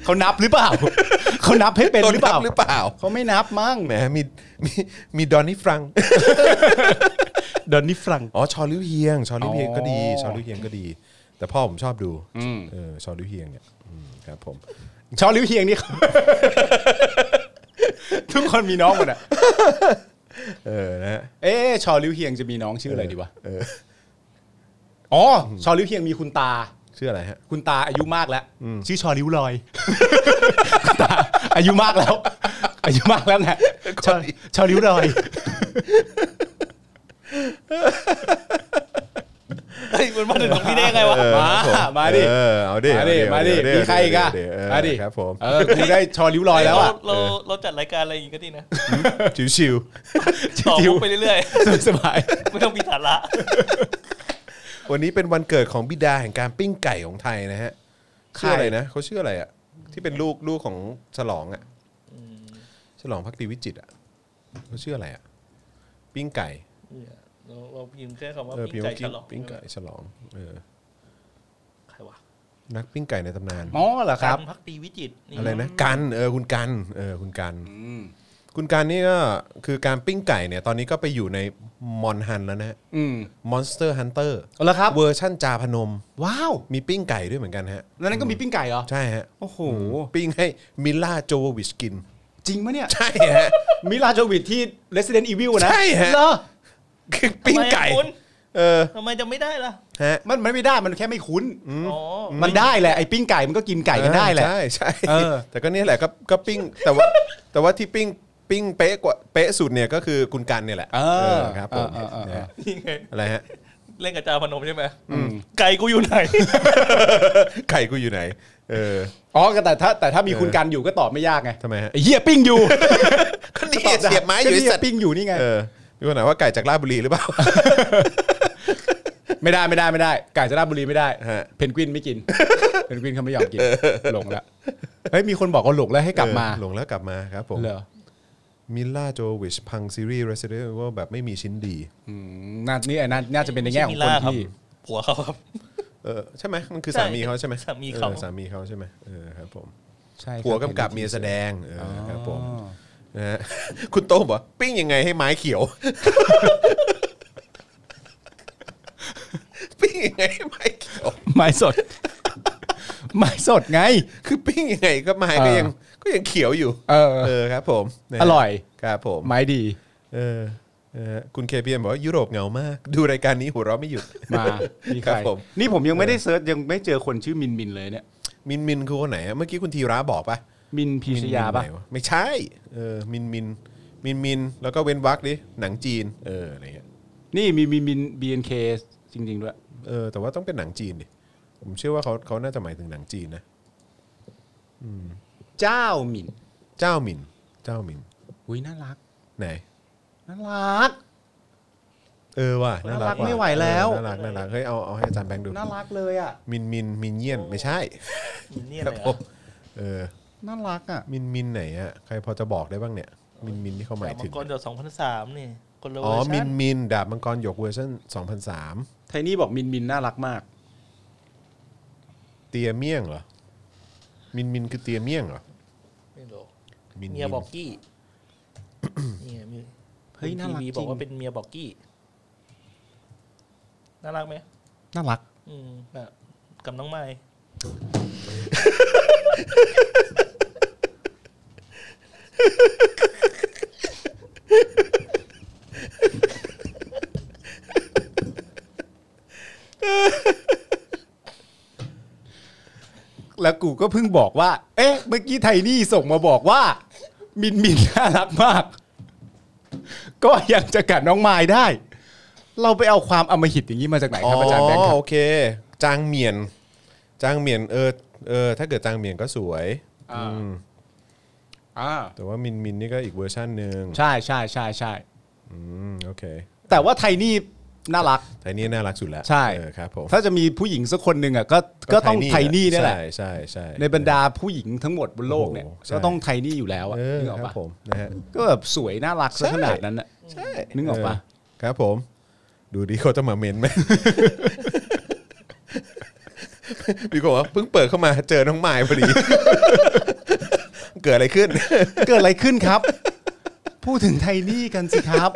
Speaker 3: เขานับหรือเปล่า เขานับให้เป็นหรือเปล่า
Speaker 2: โดนทับหรือเปล่า
Speaker 3: เขาไม่นับมั้ง
Speaker 2: แหมมีมีมีดอนนี่ฟรัง ก์
Speaker 3: ดอนนี่ฟรัง
Speaker 2: อ๋อชอลิวเฮียง ชอลิวเฮียงก็ดี
Speaker 3: อ๋อ
Speaker 2: ชอลิวเฮียงก็ดี แต่พ่อผมชอบดูเออชอลิวเฮียงเนี่ยอืมครับผม
Speaker 3: ชอลิวเฮียงนี่ ทุกคนมีน้องหมดอ่ะ
Speaker 2: เออนะฮะ
Speaker 3: เอ๊ะชอลิวเฮียงจะมีน้องชื่ออะไรดีวะอ๋อชอลิวเฮียงมีคุณตา
Speaker 2: ชื่ออะไรฮะ
Speaker 3: คุณตาอายุมากแล้ว ชื่อชอริ้วลอย คุณตาอายุมากแล้ว อายุมากแล้วไงชอชอริ้วลอย
Speaker 4: เฮ้ยมันมาถึงตรงนี้ได้ยังไงวะ
Speaker 3: มามาดิ
Speaker 2: เออเอาดิ
Speaker 3: มาดิ
Speaker 2: เอา
Speaker 3: มา
Speaker 2: ดิ
Speaker 3: ดิ
Speaker 2: เอาดิ
Speaker 3: มีใครอีกอะ
Speaker 2: เอาดิเออ
Speaker 3: มาดิ
Speaker 2: ครับผม
Speaker 3: เออกูได้ชอริ้วลอยแล้วอะ
Speaker 4: เราเราเราจัดรายการอะไรอย่างงี้ก็ดีนะ
Speaker 2: ชิว
Speaker 4: ต่อมุกไปเรื่อย
Speaker 3: สบาย
Speaker 4: ๆ ไม่ต้องมีสาระ
Speaker 2: ๆ วันนี้เป็นวันเกิดของบิดาแห่งการปิ้งไก่ของไทยนะฮะชื่ออะไรนะเขาชื่ออะไรอ่ะ ที่เป็นลูกลูกของฉลองอ่ะฉลองพักดีวิจิตรอ่ะเขาชื่ออะไรอ่ะ ปิ้งไก่
Speaker 4: เราเราพิมพ์แค่คำว่า
Speaker 2: เออ
Speaker 4: ปิ้งไก่ฉลอง
Speaker 2: ปิ้งไก่ฉลองเออ
Speaker 4: ใครวะ
Speaker 2: นักปิ้งไก่ในตำนาน
Speaker 3: อ๋อเหรอครับ
Speaker 4: พักตีวิจิต
Speaker 2: อะไรนะกันเออคุณกันเออคุณกันคุณกันนี่ก็คือการปิ้งไก่เนี่ย ตอนนี้ก็ไปอยู่ในมอนฮันแล้วนะฮะ
Speaker 3: อืม
Speaker 2: Monster Hunter
Speaker 3: เอาละครับ
Speaker 2: เวอร์ชั่นจาพนม
Speaker 3: ว้าว
Speaker 2: มีปิ้งไก่ด้วยเหมือนกันฮะ
Speaker 3: แล้วนั้นก็มีปิ้งไก่เหรอ
Speaker 2: ใช่ฮะ
Speaker 3: โอ้โห
Speaker 2: ปิ้งให้มิลล่าโจโววิชกิ น
Speaker 3: จริงปะเนี่ย
Speaker 2: ใช่ฮะ
Speaker 3: มิลาโจวิทที่ Resident Evil นะ
Speaker 2: ใช่ฮะ
Speaker 3: เหรอ
Speaker 2: คือปิ้งไก่
Speaker 4: ทำมอะคุณ
Speaker 2: เออ
Speaker 4: ทำไมจะไม่ได้ล่ะ
Speaker 2: ฮะ
Speaker 3: มันมันไม่ได้มันแค่ไม่คุ้น
Speaker 4: อ๋อ
Speaker 3: มันได้แหละไอ้ปิ้งไก่มันก็กินไก่กันได้แหละ
Speaker 2: ใช่ใช่
Speaker 3: เออ
Speaker 2: แต่ก็เนี่ยแหละก็ก็ปิ้งแต่ว่า แต่ว่าที่ปิ้งปิ้งเป๊ะกว่าเป๊ะสุดเนี่ยก็คือคุณกันเนี่ยแหละ
Speaker 3: เออ
Speaker 2: ครับผม
Speaker 3: เออเออเอ
Speaker 2: นะ
Speaker 3: อ
Speaker 2: ฮะ
Speaker 4: นี่ไง
Speaker 2: อะไร ฮะ
Speaker 4: เล่นกับจาพนมใช่ไหมไก่กูอยู่ไหน
Speaker 2: ไก่กูอยู่ไหน เออ
Speaker 3: อ๋อแต่ถ้าแต่ถ้ามีคุณกันอยู่ก็ตอบไม่ยากไง
Speaker 2: ทำไมฮะ
Speaker 3: อ้เหี้ยปิ้งอยู่
Speaker 2: ก็นี่เสียบไม้อยู่
Speaker 3: ก็
Speaker 2: ไอ้
Speaker 3: เหี้
Speaker 2: สัตว์
Speaker 3: ปิ้งอยู่นี่ไง
Speaker 2: เออมีคนถามว่าไก่จากลาชบุรีหรือเปล่า
Speaker 3: ไม่ได้ไม่ได้ไม่ได้ ไก่จะราชบุรีไม่ได้
Speaker 2: ฮะ
Speaker 3: เพนกวินไม่กิน เพนกวินเขาไม่ยอมกิน หลงละเฮ้ยมีคนบอกว่าหลง แล้วให้กลับมา
Speaker 2: เออหลงแล้วกลับมาครับผม
Speaker 3: เหรอ
Speaker 2: มิลล่าโจวิชพังซีรีส์ Resident Evil แบบไม่มีชิ้นดี
Speaker 3: อืมน่านี่น่าน่าจะเป็นในแง่ของคนที่
Speaker 4: ผัวเขาครับ
Speaker 2: เออใช่ไหมมันคือ
Speaker 4: ใช่
Speaker 2: สามีเขาใช่ไหม
Speaker 4: สามี
Speaker 2: อ
Speaker 4: เขา
Speaker 2: อสามีเขาใช่ไหมเออครับผม
Speaker 3: ใช่ครับ
Speaker 2: ผัวกำกับเมียแสดงเอออครับผมนะฮ ะคุณโต้งบอกว่าปิ้งยังไงให้ไม้เขียว ปิ้งยังไงให้ไม้เขียว
Speaker 3: ไม้สด ไม้สดไง
Speaker 2: คือปิ้งยังไงก็ไม้ก็ยังก็ยังเขียวอยู่
Speaker 3: เออ
Speaker 2: เออครับผมนะฮะ
Speaker 3: อร่อย
Speaker 2: ครับผม
Speaker 3: ไม้ดี
Speaker 2: เออเออคุณเคพีบอกว่ายุโรปเหงามาก ดูรายการนี้หัวเราะไม่หยุด
Speaker 3: มามี
Speaker 2: ค
Speaker 3: ใค
Speaker 2: รั
Speaker 3: ร
Speaker 2: บผม
Speaker 3: นี่ผมยังไม่ได้เซิร์ชยังไม่เจอคนชื่อมินมินเลยเนี่ย
Speaker 2: มินมินคือคนไหนอะเมื่อกี้คุณธีระบอกปะ
Speaker 3: มินพีชยาปะ
Speaker 2: มินมินไหนวไม่ใช่เออมินมินมินมินแล้วก็เว้นวักดิหนังจีนเอออะไรเงี้ย
Speaker 3: นี่มีมีมิน BNK จริง ๆ ด้วย
Speaker 2: เออแต่ว่าต้องเป็นหนังจีนดิผมเชื่อว่าเขาเขาน่าจะหมายถึงหนังจีนนะ
Speaker 3: เจ้ามิน
Speaker 2: เจ้ามินเจ้ามิน
Speaker 3: อุ้ยน่ารัก
Speaker 2: ไหน
Speaker 3: น่ารัก
Speaker 2: เออว่ะน่ารัก
Speaker 3: น่ารักไม่ไหวแล้ว
Speaker 2: เออน่ารักน่ารักเฮ้ยเอาเอาให้อาจารย์แบงค์ดู
Speaker 3: น่ารักเลยอ่ะ
Speaker 2: มินมินมินเยียนไม่ใช่
Speaker 4: มินเนี่ยน
Speaker 2: ครับ
Speaker 4: เลย
Speaker 2: ผมเออ
Speaker 3: น่ารักอ่ะ
Speaker 2: มินมินไหนอะใครพอจะบอกได้บ้างเนี่ยมินมินที่เขาห
Speaker 4: แต่
Speaker 2: มาย
Speaker 4: มั
Speaker 2: ถึ
Speaker 4: ง
Speaker 2: ง
Speaker 4: กรจากสองพันสามนี่คนละเว
Speaker 2: อ๋อ
Speaker 4: อร์
Speaker 2: มิ
Speaker 4: ชัน
Speaker 2: นมินดาบมังกรหยกเวอร์ชัน2003
Speaker 3: ไทนี่บอกมินมินน่ารักมาก
Speaker 2: เตียเมี่ยงเหรอมินมินคือเตียเมี่ยงเหรอ
Speaker 4: ไม่รู้
Speaker 2: มินมิน
Speaker 4: เมียบอกกี้ เนี่ยมี
Speaker 3: เฮ้ย
Speaker 4: คุณ
Speaker 3: น่ารัก
Speaker 4: ทีวี
Speaker 3: จริง
Speaker 4: บอกว่าเป็นเมียบอกกี้ น่ารักไหม
Speaker 3: น่ารัก
Speaker 4: อืมแบบกับน้องไม้
Speaker 3: แล้วกูก็เพิ่งบอกว่า เอ๊ะ เมื่อกี้ไทนี่ส่งมาบอกว่า มินมินน่ารักมาก ก็ยังจะกัดน้องไม้ได้ เราไปเอาความอำมหิตอย่างนี้มาจากไหนครับอาจารย์แบงค์ครับ
Speaker 2: โอเค จางเหมียน จางเหมียนเออเออถ้าเกิดจางเหมียนก็สวยอืม
Speaker 3: อ่า
Speaker 2: แต่ว่ามินมินนี่ก็อีกเวอร์ชันหนึ่ง
Speaker 3: ใช่ใช่ใช่ใช่
Speaker 2: อืมโอเค
Speaker 3: แต่ว่าไทนี่ น่ารัก
Speaker 2: ไทนี่น่ารักสุดแล้ว
Speaker 3: ใช่
Speaker 2: เออครับผม
Speaker 3: ถ้าจะมีผู้หญิงสักคนหนึ่งอ่ะก็ก็ต้องไทนี่เนี่ยแหละ
Speaker 2: ใช่ใช่ใช่
Speaker 3: ในบรรดาผู้หญิงทั้งหมดบนโลกเนี่ย
Speaker 2: โอ้โหใช่
Speaker 3: ก็ต้องไทนี่อยู่แล้วอ่ะ
Speaker 2: เออ
Speaker 3: นึกออ
Speaker 2: ครับ
Speaker 3: กปะ
Speaker 2: ผมนะฮะ
Speaker 3: ก็แบบสวยน่ารักซะขนาดนั้นอ่ะ
Speaker 2: ใช่
Speaker 3: นึกออกปะ
Speaker 2: เครับผม ดูดิเขาจะมาเมนไหม มีคนบอกว่าเพิ่งเปิดเข้ามาเจอน้องไม้พอดี เกิดอะไรขึ้น
Speaker 3: เกิดอะไรขึ้นครับ พูดถึงไทนี่กันสิครับ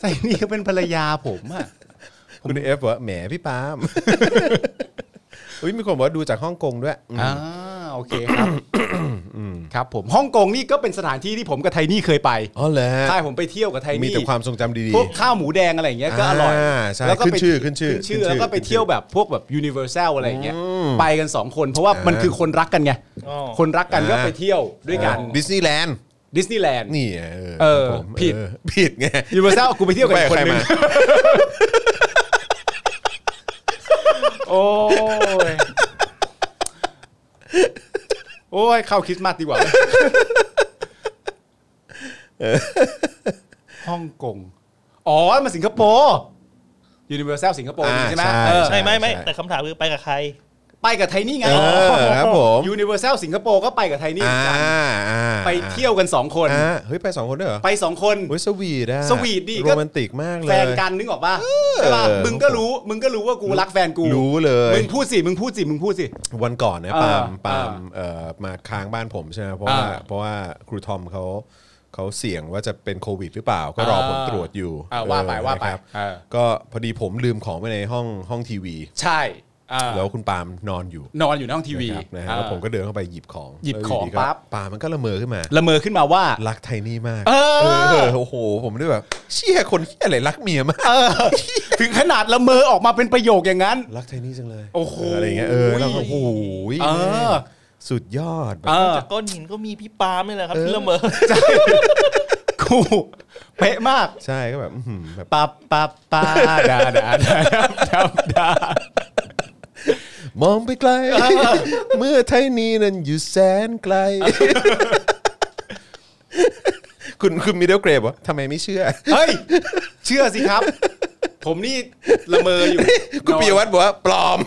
Speaker 3: ไทนี่ก็เป็นภรรยาผมอะ
Speaker 2: คุณเอฟบอกว่าแหมพี่ปาล์ม อุ้ยมีคนบอกว่าดูจากฮ่องกงด้วยอืม
Speaker 3: อ่าโอเคครับครับผมฮ่องกงนี่ก็เป็นสถานที่ที่ผมกับไทนี่เคยไป
Speaker 2: อ๋อเหรอ
Speaker 3: ใช่ผมไปเที่ยวกับไท
Speaker 2: มี
Speaker 3: นี่
Speaker 2: แต่ความทรงจำดี
Speaker 3: พวกข้าวหมูแดงอะไรอย่างเงี้ยก็อร่อย
Speaker 2: อ่าใช่
Speaker 3: แล้วก็ไป
Speaker 2: ขึ้นชื่อขึ้นชื่อ
Speaker 3: ขึ้นชื่
Speaker 2: ขึ้ชื่อ
Speaker 3: อนแล้วก็ไปเที่ยวแบบพวกแบบยูนิเวอร์แซลอะไรอย่างเงี้ยไปกันสองคนเพราะว่ามันคือคนรักกันไง
Speaker 4: อ๋อ
Speaker 3: คนรักกันก็
Speaker 2: อ่า
Speaker 3: ไปเที่ยวด้วยกัน
Speaker 2: ๆดิสนีย์แลนด์
Speaker 3: ดิสนีย์แลนด์
Speaker 2: นี่ไง
Speaker 3: เออ
Speaker 2: ครับผม
Speaker 3: ผิด
Speaker 2: เออผิดไง
Speaker 3: ยูนิเวอร์แซลกูไปเที่ยวกับ
Speaker 2: ไป
Speaker 3: อีก
Speaker 2: กับ
Speaker 3: คน
Speaker 2: ใคร
Speaker 3: นึ
Speaker 2: มาง
Speaker 3: โอ้ย โอ้ย เข้าคริสต์มาสดีกว่าเว้ยฮ่องกง อ๋อ มาสิงคโปร์ยูนิเวอร์แซลสิงคโปร์ใช่ไหมเออ
Speaker 4: ใช่ไหมไม่แต่คำถามคือไปกับใคร
Speaker 3: ไปกับไทนี่ไง
Speaker 2: เออครับผม
Speaker 3: ยูนิเวอร์แซลสิงคโปร์ก็ไปกับไทนี่เห
Speaker 2: อ่า
Speaker 3: มือนกัน
Speaker 2: อ่า
Speaker 3: ไปเที่ยวกันสองคน
Speaker 2: อ่าเฮ้ยไปสองคนด้วยเหรอ
Speaker 3: ไปสองคน
Speaker 2: เฮ้ยสวีทอะ
Speaker 3: สวีทดิก็
Speaker 2: โรแมนติกมากเลย
Speaker 3: แฟนกันนึกออกป่ะใช่ป่ะมึงก็รู้ มึงก็รู้ว่ากูรักแฟนกู
Speaker 2: รู้เลย
Speaker 3: มึงพูดสิ มึงพูดสิ มึงพูดสิ
Speaker 2: วันก่อนนะ
Speaker 3: เออ
Speaker 2: ปาล์มปาล์ม
Speaker 3: เออ
Speaker 2: เอ่อมาค้างบ้านผมใช่ไหมเพราะว่า
Speaker 3: อ่า
Speaker 2: เพราะว่าครูทอมเขาเขาเสี่ยงว่าจะเป็นโควิดหรือเปล่า ก็รอ
Speaker 3: เออ
Speaker 2: ผลตรวจอยู่
Speaker 3: เออว่าไป
Speaker 2: เออ
Speaker 3: ว่าไป
Speaker 2: นะครับ
Speaker 3: เออ
Speaker 2: ก็พอดีผมลืมของไว้ในห้องห้องทีวี
Speaker 3: ใช่อ่า
Speaker 2: แล้วคุณปาล์มนอนอยู่
Speaker 3: นอนอยู่ในห้องทีวี
Speaker 2: นะครับนะฮะ
Speaker 3: อ่า
Speaker 2: แล้วผมก็เดินเข้าไปหยิบของ
Speaker 3: หยิบของ
Speaker 2: แล้วยู่ดีก็
Speaker 3: ปั๊บ
Speaker 2: ปาล์มมันก็ละเมอขึ้นมา
Speaker 3: ละเมอขึ้นมา ว่า
Speaker 2: รักไทนี่มาก
Speaker 3: เออ
Speaker 2: เโอ้โห ผมด้วยแบบเชี่ยคนเชี่ยอะไรรักเมียมาก
Speaker 3: ถึงขนาดละเมอออกมาเป็นประโยคอย่างนั้น
Speaker 2: รักไทนี่จังเลย
Speaker 3: โอ้โห
Speaker 2: อะไรเงี้ยเออแล้วก็โอ้โห
Speaker 3: เออ
Speaker 2: สุดยอดแบบ
Speaker 3: เออ
Speaker 4: จากก้อนหินก็มีพี่ปาล์มนี่แหละครับที่ละเมอ
Speaker 3: กูเป๊ะมาก
Speaker 2: ใช่ก็แบบอื้อหือแบบ
Speaker 3: ปับปับปาดาดาดาดาดา
Speaker 2: มองไปไก ล เมื่อไทยนี้นั้นอยู่แสนไกล คุณคุณมิเดิลเกรบวะทำไมไม่เชื่อ
Speaker 3: เฮ้ย เชื่อสิครับ ผมนี่ละเมออยู่
Speaker 2: คุณปิยวัฒน์บอกว่าปลอม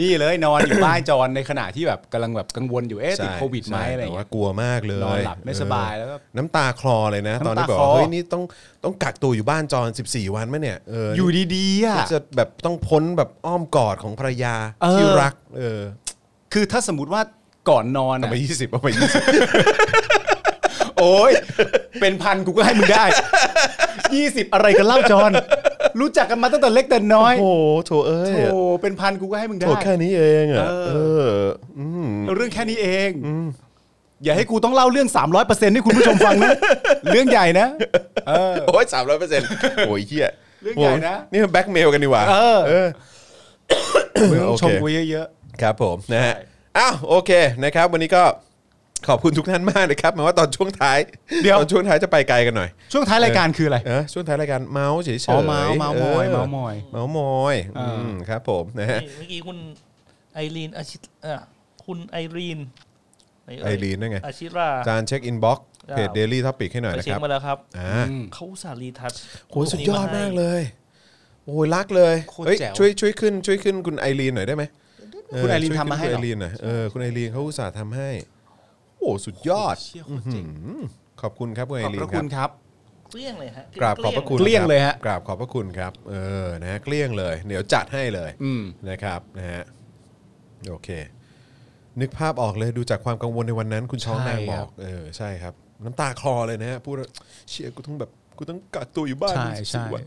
Speaker 3: นี่เลยนอนอยู่ใต้จอในขณะที่แบบกำลังแบบกังวลอยู่เอ๊ะติด
Speaker 2: ใช่
Speaker 3: โควิดไหม
Speaker 2: ใช่
Speaker 3: อะไรอย่า
Speaker 2: แต่
Speaker 3: งเงี้
Speaker 2: ว่าย กลัวมากเลย
Speaker 3: นอนหลับไม่สบาย
Speaker 2: เออ
Speaker 3: แล้วก็
Speaker 2: น้ำตาคลอเลยนะ ตอนนี้
Speaker 3: น้ำตา
Speaker 2: บอก
Speaker 3: คลอ
Speaker 2: ว่าเฮ้ยนี่ต้องต้องกักตัวอยู่บ้านจอน14 วันไหมเนี่ยเออ
Speaker 3: อยู่ดีๆอ่ะ
Speaker 2: จะแบบต้องพ้นแบบอ้อมกอดของภรรยา
Speaker 3: เออ
Speaker 2: ที่รัก เออ
Speaker 3: คือถ้าสมมติว่าก่อนนอน
Speaker 2: เอา
Speaker 3: อะ
Speaker 2: ไปยี่สิบเอาไปยี่สิบ
Speaker 3: โอ้ย เป็นพันกูก็ให้มึงได้ 20 อะไรกันเล่าจอน รู้จักกันมาตั้งแต่เล็กแต่น้อ
Speaker 2: โอ้
Speaker 3: ย
Speaker 2: โหโถเอ้ย
Speaker 3: โอ้เป็นพันกูก็ให้มึงได้
Speaker 2: โถแค่นี้เองอ่ะ
Speaker 3: เอ
Speaker 2: เอออืม
Speaker 3: เรื่องแค่นี้เอง อย่าให้กูต้องเล่าเรื่อง 300%ให้คุณผู้ชมฟัง นะ เรื่องใหญ่นะ เออ
Speaker 2: โอ้ยสามร้อยเปอร์เซ็นต์โอ้ยเฮีย
Speaker 3: เรื่องใหญ่นะ
Speaker 2: โอ้ยนี่มันแบล็กเมลกันดีกว่า
Speaker 3: เออ มึง
Speaker 2: โอ
Speaker 3: ช
Speaker 2: เค
Speaker 3: มกูเยอะ
Speaker 2: ครับผมนะฮะอ้าวโอเคนะครับ วันนี้ก็ขอบคุณทุกท่านมากนะครับหมายว่าตอนช่วงท้าย
Speaker 3: เดี๋ยว
Speaker 2: ตอนช่วงท้ายจะไปไกลกันหน่อย
Speaker 3: ๆ ช่วงท้ายรายการคืออะไร
Speaker 2: เออช่วงท้ายรายการเมาส์เฉยๆ
Speaker 3: อ๋อเมาส์เมาส์มอยเมาส์มอย
Speaker 2: เมาส์มอย
Speaker 3: เอออื
Speaker 2: มครับผมนะฮะ
Speaker 4: นี่เมื่อกี้คุณไอรีนอาชิตเอ่อคุณไอรีนหน
Speaker 2: ไอ
Speaker 4: เย
Speaker 2: รีนนั่นไง
Speaker 4: อาชิรา
Speaker 2: จานเช็คอินบ็อกซ์เพจ
Speaker 4: จ้าว
Speaker 2: เดลี่ท็อปิกให้หน่อย
Speaker 4: ไป
Speaker 2: นะ
Speaker 4: เช็
Speaker 2: ค
Speaker 4: ครับมาแล้วครับ
Speaker 2: อ่า
Speaker 4: เขาอุตสาห์รีทัช
Speaker 2: โหสุดยอดมากเลยโอ้ยรักเลย
Speaker 3: โคตร
Speaker 2: เอ้ย
Speaker 3: แจ๋ว
Speaker 2: ช่วยช่วยขึ้นช่วยขึ้นคุณไอรีนหน่อยได้ไหมเ
Speaker 3: คุณไอรีน
Speaker 2: ช่วยขึ้
Speaker 3: ทำมาให้
Speaker 2: คุณ
Speaker 3: เหร
Speaker 2: ไอ
Speaker 3: อ
Speaker 2: รีนหน่อยเออคุณไอรีนเขาอุตส่าห์ทำให้ โอ้สุดยอด
Speaker 3: เชี่ยโคตรเจ๋ง
Speaker 2: อืมขอบคุณครับคุณไอ
Speaker 3: ขอบ
Speaker 2: รี
Speaker 3: พ
Speaker 2: น
Speaker 3: ระ
Speaker 2: ค
Speaker 3: คุ
Speaker 2: รับ
Speaker 3: ณครับ
Speaker 4: เกลี้ยงเลยฮะ
Speaker 2: กราบขอบพระคุณ
Speaker 3: เกลี้ยง
Speaker 2: บ
Speaker 3: เลยฮะ
Speaker 2: กราบขอบพระคุณครับ เออนะฮะเกลี้ยงเลย เดี๋ยวจัดให้เลย
Speaker 3: อืม
Speaker 2: นะครับนะฮะโอเค นึกภาพออกเลยดูจากความกังวลในวันนั้น คุณช้อง
Speaker 3: ใช่
Speaker 2: นางบอ
Speaker 3: ครั
Speaker 2: ก
Speaker 3: บ
Speaker 2: เออใช่ครับ น้ำตาคลอเลยนะฮะพูดว่าเชียกูต้องแบบกูต้องกักตัวอยู่บ้าน
Speaker 3: ใช่
Speaker 2: สิบ
Speaker 3: ใช่
Speaker 2: สี่วัน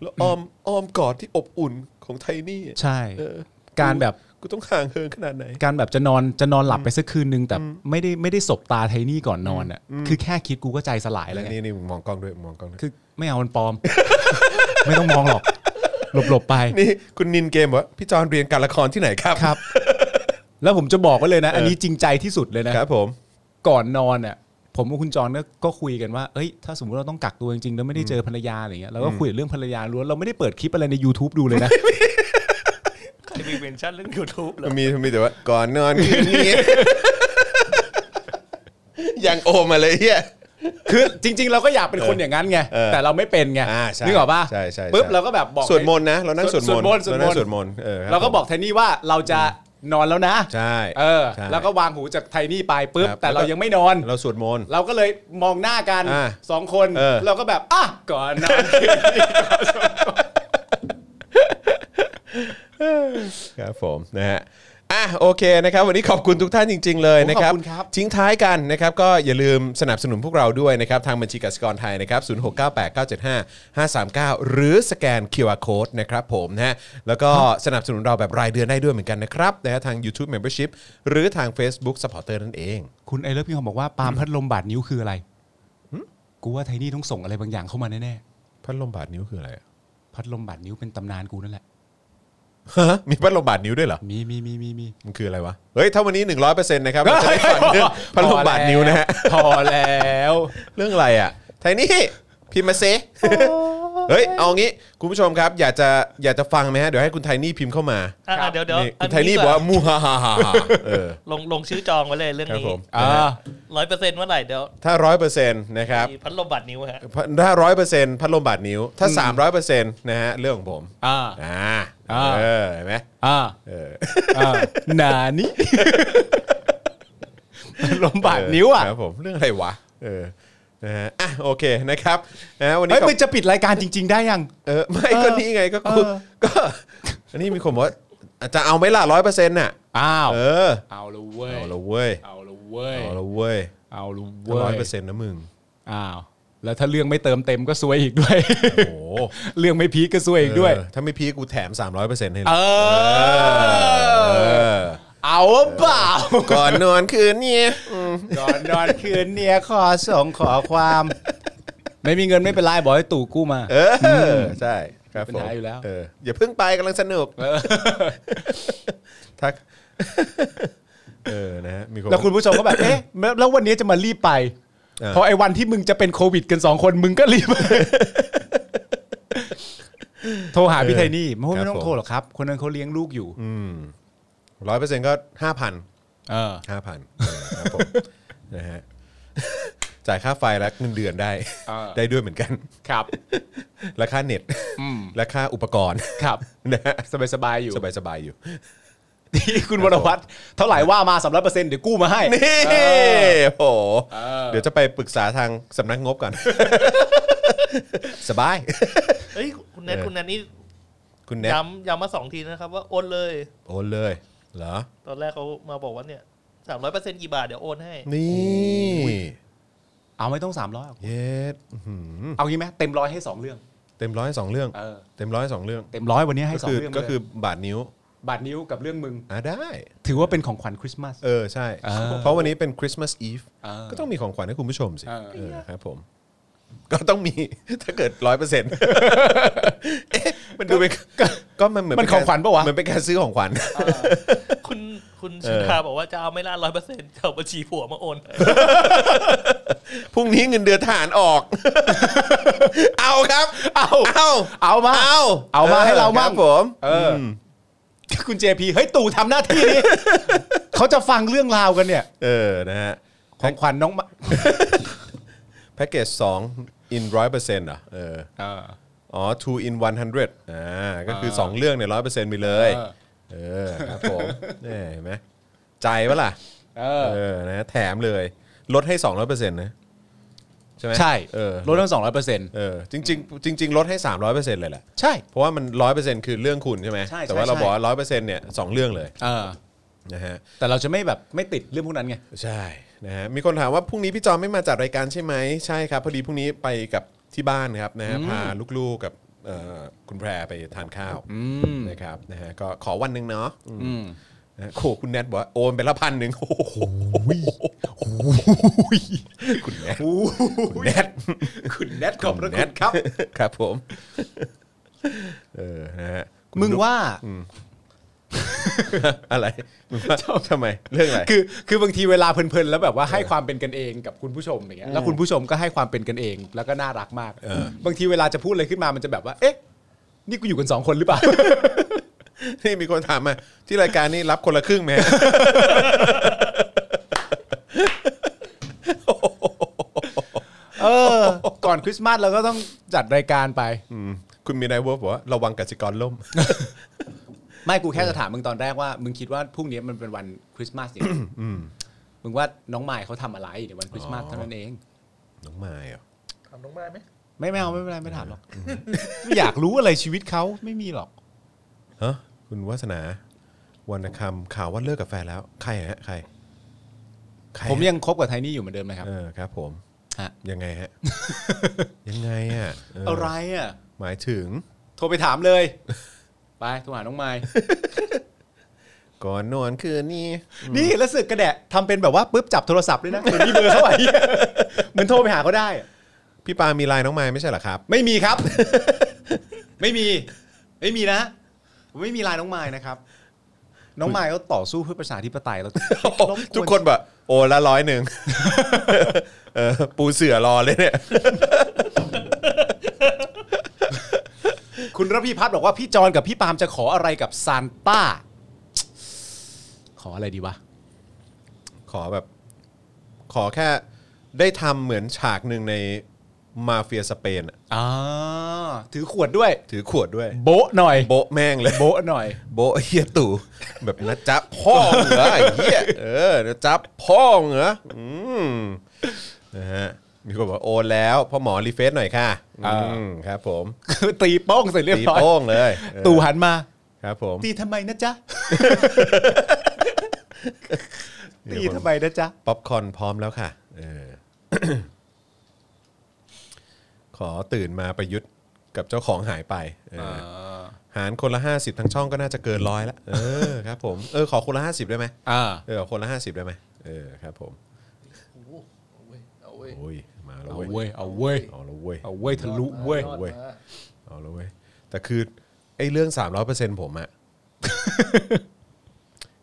Speaker 2: แล้วอ้อมอ้อมกอดที่อบอุ่นของไทนี่
Speaker 3: ใช่
Speaker 2: เออ
Speaker 3: การแบบ
Speaker 2: กูต้องห่างเหินขนาดไหน
Speaker 3: การแบบจะนอนจะนอนหลับไปสักคืนนึงแต่ไม่ได้ไม่ได้สบตาไทนี่ก่อนนอนอ่ะ คือแค่คิดกูก็ใจสลายแล้วไง
Speaker 2: นี่นี่มึงมองกล้องด้วยมึงมองกล้องด้วย
Speaker 3: คือไม่เอามันปลอ ม ไม่ต้องมองหรอก หลบหลบๆไป
Speaker 2: นี่คุณนินเกมบอกว่าพี่จอนเรียนการละครที่ไหนครับ
Speaker 3: ครับ แล้วผมจะบอกไว้เลยนะ อันนี้จริงใจที่สุดเลยนะ
Speaker 2: ครับผม
Speaker 3: ก่อนนอนอ่ะผมกับคุณจอนก็ก็คุยกันว่าเอ้ยถ้าสมมติเราต้องกักตัวจริงๆแล้วไม่ได้เจอภรรยาอะไรเงี้ยเราก็คุยเรื่องภรรยาล้วนเราไม่ได้เปิดคลิปอะไรใน YouTube ดูเลย นะ
Speaker 4: ใครมีเมนชั่นเรื่องยูทูบเหรอ
Speaker 2: มันมีมันมีแต่ว่าก่อนน อนคืนนี้ ยังโอมมาเลยเฮีย
Speaker 3: คือจริง ๆ เราก็อยากเป็นคนอย่างนั้นไง
Speaker 2: เออ
Speaker 3: แต่เราไม่เป็นไง
Speaker 2: อ่าใช่
Speaker 3: นึกออกป่ะ
Speaker 2: ใช่ใช่ใช่
Speaker 3: ปุ๊บเราก็แบบบอก
Speaker 2: สวดมนต์นะ เรานั่งสวดมนต์
Speaker 3: สวด
Speaker 2: เรา
Speaker 3: มนต์
Speaker 2: นั่งสวดมนต์ออคบ
Speaker 3: เราก็บอก
Speaker 2: ผม
Speaker 3: ไทนี่ว่าเราจะนอนแล้วนะ
Speaker 2: ใช่
Speaker 3: เออ
Speaker 2: ใช่
Speaker 3: แล้วก็วางหูจากไทนี่ไปปุ๊บ
Speaker 2: ครับ
Speaker 3: แต่
Speaker 2: แล้วก็
Speaker 3: เรายังไม่นอน
Speaker 2: เราสวดมนต์
Speaker 3: เราก็เลยมองหน้ากัน
Speaker 2: อ่า
Speaker 3: สองคน
Speaker 2: เออ
Speaker 3: เราก็แบบอ่ะก่อนนอนคืนนี้ก่อนสวดมนต์
Speaker 2: ครับผมนะฮะอ่ะโอเคนะครับวันนี้ขอบคุณทุกท่านจริง ๆ เลยนะครับ
Speaker 3: ขอบคุณครับ
Speaker 2: ทิ้งท้ายกันนะครับก็อย่าลืมสนับสนุนพวกเราด้วยนะครับทางบัญชีกสิกรไทยนะครับ0 6 9 8 9 7 5 5 3 9 หรือสแกน QR Code นะครับผมนะฮะแล้วก็สนับสนุนเราแบบรายเดือนได้ด้วยเหมือนกันนะครับนะฮะทาง YouTube Membership หรือทาง Facebook Supporter นั่นเอง
Speaker 3: คุณไอเลิฟพี่หอมบอกว่าปาล์มพัดลมบาดนิ้วคืออะไรกูว่าไทนี่ต้องส่งอะไรบางอย่างเข้ามาแน่
Speaker 2: พัดลมบาดนิ้วคืออะไรอะ
Speaker 3: ๆพัดลมบาดนิ้วเป็นตำนานกูนั่นแหละ
Speaker 2: ฮะมีพัดลมบาดนิ้วด้วยเหรอ
Speaker 3: มีมีมีมีมี
Speaker 2: มันคืออะไรวะ เฮ้ย ถ้าวันนี้ 100%นะครับเราจะได้ฟังเรื่อง พัดลมบาดนิ้วนะฮะ
Speaker 3: พอแล้ว
Speaker 2: เรื่องอะไรอ่ะ ไทนี่ พิมพ์มาเซ เฮ้ย เอางี้ คุณผู้ชมครับ อยากจะอยากจะฟังไหมฮะ เดี๋ยวให้คุณไทนี่พิมพ์เข้ามา
Speaker 4: อ่ะอ่ะเดี๋ยวเดี๋ยว
Speaker 2: นี่คุณไท
Speaker 4: อั
Speaker 2: นี่บอกว่ามูฮ่าฮ่าฮ่าฮ่าเออ
Speaker 4: ลงลงชื่อจองไว้เลยเรื่อง
Speaker 2: ครับ
Speaker 4: นี้
Speaker 2: ผม
Speaker 3: อ่า
Speaker 4: ร้อยเปอร์เซ็นต์เมื่อไหร่เดี๋ยว
Speaker 2: ถ้า 100%นะครับ
Speaker 4: มีพัดลมบัดนิ้วฮะ
Speaker 2: ถ้าร้อยเปอร์เซ็นต์พัดลมบาดนิ้ว ถ้าสามร้อยเปอร์เซ็นต์นะฮะ เรื่องของผม
Speaker 3: อ่า
Speaker 2: อ่า
Speaker 3: อ่า
Speaker 2: เออ เห็นไหม
Speaker 3: อ่า
Speaker 2: เออ
Speaker 3: อ่ านานี่ลมบาดนิ้วอ่ะ
Speaker 2: ครับผม เรื่องอะไรวะ เออ นะฮะ อ่ะ โอเค นะครับ นะฮะวันนี้
Speaker 3: เฮ้ย
Speaker 2: ขอบ
Speaker 3: มันจะปิดรายการจริง ๆ ได้ยัง
Speaker 2: เออไม่ก็
Speaker 3: เออ
Speaker 2: นี่ไงก็กู
Speaker 3: เออ
Speaker 2: ก็ อันนี้มีคนบอกว่าจะเอาไหมล่ะร้อยเปอร์เซ็นต์น่ะ
Speaker 3: อ้าว
Speaker 2: เออ
Speaker 3: เอาละเว้ย
Speaker 2: เอาละเว้ย
Speaker 3: เอาละเว้ย
Speaker 2: เอาละเว้ย
Speaker 3: เอาละเว้
Speaker 2: ร้อย
Speaker 3: ย
Speaker 2: เปอร์เซ็นต์นะมึง
Speaker 3: อ้าวแล้วถ้าเรื่องไม่เติมเต็มก็ซวยอีกด้วย
Speaker 2: โอ้โห
Speaker 3: เรื่องไม่พีคก็ซวยอีกด้วย
Speaker 2: เออถ้าไม่พีคกูแถม 300เปอร์เซ็นต์ให้เล
Speaker 3: เอย
Speaker 2: เอ
Speaker 3: อ
Speaker 2: อ
Speaker 3: เอาเปล่า
Speaker 2: ก่อนนอนคืนนี้
Speaker 3: ก่อนนอนคืนเนี่ยขอส่งขอความ ไม่มีเงินไม่เป็นไรบอกให้ตู่กู้มา
Speaker 2: เออใช่ครับ
Speaker 3: เป็น
Speaker 2: ผม
Speaker 3: ปัญหาอยู่แล้ว
Speaker 2: เอออย่าเพิ่งไปกำลังสนุกทัก เออนะฮะมีคน
Speaker 3: แล้วคุณผู้ชมก็แบบ เอ๊ะแล้วแล้ววันนี้จะมารีบไป
Speaker 2: เออ
Speaker 3: พอไอ้วันที่มึงจะเป็นโควิดกันสองคนมึงก็รีบ โทรหาพี่ไทนี่ไม่ไม่ต้องโทรหรอกครับ คนนั้นเขาเลี้ยงลูกอยู่
Speaker 2: ร้อยเปอร์เซ็นต์ก็ห้าพัน
Speaker 3: เออ
Speaker 2: ห้าพันครับผม นะฮะจ่ายค่าไฟและเงินเดือนได้
Speaker 3: อ่า
Speaker 2: ได้ด้วยเหมือนกัน
Speaker 3: ครับ
Speaker 2: และค่าเน็ต และค่าอุปกรณ์
Speaker 3: ครับ
Speaker 2: นะฮะ
Speaker 3: สบายสบายๆอยู่
Speaker 2: สบายสบายๆอยู่
Speaker 3: ที่คุณวรวัตรเท่าไหร่ว่ามาสำหรับเปอร์เซ็นต์เดี๋ยวกู้มาให้
Speaker 2: นี่
Speaker 3: เอ
Speaker 2: โอ้โห
Speaker 3: เออ
Speaker 2: เดี๋ยวจะไปปรึกษาทางสำนักงบก่อน สบาย
Speaker 4: เอ้ยคุณแนทคุณแนทนี่
Speaker 2: คุณเน็ต
Speaker 4: ย้ำย้ำมาสองทีนะครับว่าโอนเลย
Speaker 2: โอนเลย เหรอ
Speaker 4: ตอนแรกเขามาบอกว่าเนี่ยสามร้อยเปอร์เซ็นต์กี่บาทเดี๋ยวโอนให้
Speaker 2: นี่
Speaker 3: เอาไม่ต้องสามร้อย
Speaker 2: เย็ด
Speaker 3: เอางี้ไหมเต็มร้อยให้สองเรื่อง
Speaker 2: เต็มร้อยสองเรื่อง
Speaker 3: เออ
Speaker 2: เต็มร้อยสองเรื่อง
Speaker 3: เต็มร้อยวันนี้ให้
Speaker 2: ก็
Speaker 3: สอง
Speaker 2: คือ
Speaker 3: เรื่อง
Speaker 2: ก็คือ
Speaker 3: เลย
Speaker 2: บาทนิ้ว
Speaker 3: บาทนิ้วกับเรื่องมึง
Speaker 2: อ่ะได้
Speaker 3: ถือว่าเป็นของขวัญคริสต์มาส
Speaker 2: เออ ใช่
Speaker 3: อ่า
Speaker 2: เพราะวันนี้เป็นคริสต์มาสอีฟ
Speaker 3: อ่า
Speaker 2: ก็ต้องมีของขวัญให้คุณผู้ชมสิ
Speaker 3: อ่า
Speaker 2: เออครับผม ก็ต้องมี ถ้าเกิดร้อยเปอร์เซ็น ต์มันดูเป็นก็มันเหมือน
Speaker 3: มันของขวัญปะวะ
Speaker 2: เหมือนเป็นการซื้อของขวัญ
Speaker 4: คุณคุณชิดาบอกว่าจะเอาไม่ละร้อยเปอร์เซ็นต์จะเอาบัญชีผัวมาโอนให้
Speaker 2: พรุ่งนี้เงินเดือนทหารออก เอาครับ เอาเอา
Speaker 3: เอามา
Speaker 2: เอา
Speaker 3: เอามาให้เรามั่ง
Speaker 2: คบผม
Speaker 3: เอออคุณเจพีเฮ้ยตู่ทำหน้าที่นี้ เขาจะฟังเรื่องราวกันเนี่ย
Speaker 2: เออนะฮะ
Speaker 3: ของขวัญ น้องมะ
Speaker 2: แพ็กเกจสองอินร้อยเปอร์เซ็นต์อ่ะเอออ๋อ two in 100อ่าก็คือสองเรื่องเนี่ยร้อยเปอร์เซ็นต์ไปเลย เออครับผม เนี่ยเห็นไหมใจวะล่ะ
Speaker 3: เออ
Speaker 2: เออนะแถมเลย ลดให้ 200%นะใช่ไหม
Speaker 3: ใช่
Speaker 2: เออ
Speaker 3: ลดทั้งสองร้อยเปอร์เซ็นต์
Speaker 2: เออจริงๆจริง ๆ ลดให้ 300%เลยแหละ
Speaker 3: ใช่
Speaker 2: เพราะว่ามัน 100%คือเรื่องคุณใช่ไหม
Speaker 3: ใช่ใช่
Speaker 2: แต่ว่าเรา
Speaker 3: ใช่
Speaker 2: บอกว่า100%เนี่ยสองเรื่องเลย
Speaker 3: เออ
Speaker 2: นะฮะ
Speaker 3: แต่เราจะไม่แบบไม่ติดเรื่องพวกนั้นไง
Speaker 2: ใช่นะฮะมีคนถามว่าพรุ่งนี้พี่จอมไม่มาจัดรายการใช่ไหมใช่ครับ พอดีพรุ่งนี้ไปกับที่บ้านครับนะฮะพาลูกๆกับเอ่อคุณแพรไปทานข้าวนะครับนะฮะก็ขอวันหนึ่งเนาะอืมนะฮะโคคุณแนทบอกว่าโอนไปละพันหนึ่งโอ้โหคุณแนทคุณแนท
Speaker 3: คุณแนทขอบพระ
Speaker 2: แน
Speaker 3: คุ
Speaker 2: ท
Speaker 3: ณครับ
Speaker 2: ครับผม เออนะฮะคุณ
Speaker 3: มึง
Speaker 2: ลูก
Speaker 3: ว่า
Speaker 2: อะไรมึงว่าทำไม เรื่องอะไร
Speaker 3: คือคือบางทีเวลาเพลินๆแล้วแบบว่าให้ความเป็นกันเองกับคุณผู้ชมอย่างเงี้ยแล้วคุณผู้ชมก็ให้ความเป็นกันเองแล้วก็น่ารักมาก
Speaker 2: เออ
Speaker 3: บางทีเวลาจะพูดอะไรขึ้นมามันจะแบบว่า เอ๊ะ นี่กูอยู่กันสองคนหรือเปล่า
Speaker 2: นี่มีคนถามมา ที่รายการนี้รับคนละครึ่งไหม
Speaker 3: เออ ก่อนคริสต์มาสเราก็ต้องจัดรายการไป
Speaker 2: อืมคุณมีนายเวิร์ฟบอกว่าระวังกสิกรล่ม
Speaker 3: ไม่กูแค่จะถามมึงตอนแรกว่า มึงคิดว่าพรุ่งนี้มันเป็นวันคริสต์มาสอย่างมึงว่าน้องไมายเขาทำอะไรในวันคริสต์มาสเท่านั้นเอง
Speaker 2: น้องมายเหรอ่ะ
Speaker 4: ทำน้องไม้ไหม
Speaker 3: ไม่ไม่เอาไม่เป็นไรไม่ถามหรอกไม่อยากรู้อะไรชีวิตเขาไม่มีหรอก
Speaker 2: ฮะคุณวาสนาวรรณคำข่าวว่าเลิกกับแฟนแล้ว ใครฮะใครใครฮะ
Speaker 3: ผมยังคบกับไทนี่อยู่เหมือนเดิมไหมครับ
Speaker 2: เออครับ ผม
Speaker 3: ฮะ
Speaker 2: ยังไงฮะ ยังไงอ่ะเ
Speaker 3: อะไรอ่ะ
Speaker 2: หมายถึง
Speaker 3: โทรไปถามเลย ไปโทรหาน้องไมาย
Speaker 2: ก่อนนอนคืนนี้
Speaker 3: นี่แล้วสึกกระแดะทำเป็นแบบว่าปุ๊บจับโทรศัพท์ด้วยนะเหมือนมีเบอร์เขาไว้เหมือนโทรไปหาเขาได้อะ
Speaker 2: พี่ปามีไลน์น้องมายไม่ใช่เหรอครับ
Speaker 3: ไม่มีครับ ไม่มี ไม่มีนะผมไม่มีไลน์น้องไมายนะครับ น้องไมายเขาต่อสู้เพื่อประชาธิปไตย แล้วล้มวร
Speaker 2: ทุกคนแบบโอละร้อยหนึ่ง เออปูเสือรอเลยเนี่ย
Speaker 3: คุณระพีพัฒน์บอกว่าพี่จอนกับพี่ปาล์มจะขออะไรกับซานต้า ขออะไรดีวะ
Speaker 2: ขอแบบ ขอแค่ได้ทำเหมือนฉากหนึ่งในมาเฟียสเปนอะ
Speaker 3: อ่าถือขวดด้วย
Speaker 2: ถือขวดด้วย
Speaker 3: โบ๊ะหน่อย
Speaker 2: โบ๊ะแม่งเลย
Speaker 3: โบ๊ะหน่อย
Speaker 2: โบ๊ะเฮียตู่แบบนะจ๊ะพ่อเหรอไอ้เฮียเออนะจ๊ะพ่อเหรออืมนะฮะมีคนบอกโอนแล้วพ่อหมอรีเฟซหน่อยค่ะ
Speaker 3: อ่า
Speaker 2: อืมครับผม
Speaker 3: ตีโป้งเสร็จเรียบ
Speaker 2: ตี
Speaker 3: ร้อย
Speaker 2: โป้งเลยเออ
Speaker 3: ตู่หันมา
Speaker 2: ครับผม
Speaker 3: ตีทำไมนะจ๊ะ ตีทำไมนะจ๊ะ
Speaker 2: ป๊อปคอร์นพร้อมแล้วค่ะเออ ขอตื่นมาประยุทธ์กับเจ้าของหายไปเออหารคนละ 50 ทั้งช่องก็น่าจะเกินร้อยแล้วเออครับผมเออขอคนละ 50 ได้ไหม
Speaker 3: อ่า
Speaker 2: เออขอคนละ 50 ได้ไหมเออครับผม
Speaker 4: โอ้โหเอาเว้ยเอาเว้ย
Speaker 2: โอ้ยมาแล้ว
Speaker 3: เอา
Speaker 2: เว้
Speaker 3: เว้
Speaker 2: ย
Speaker 3: ย เอาเว้ย
Speaker 2: เอาแล้วเว้ย
Speaker 3: เอาเว้ยทะลุเว้ย
Speaker 2: โอ้ย เอาแล้วเว้ยแต่คือไอ้เรื่อง 300%ผมอะ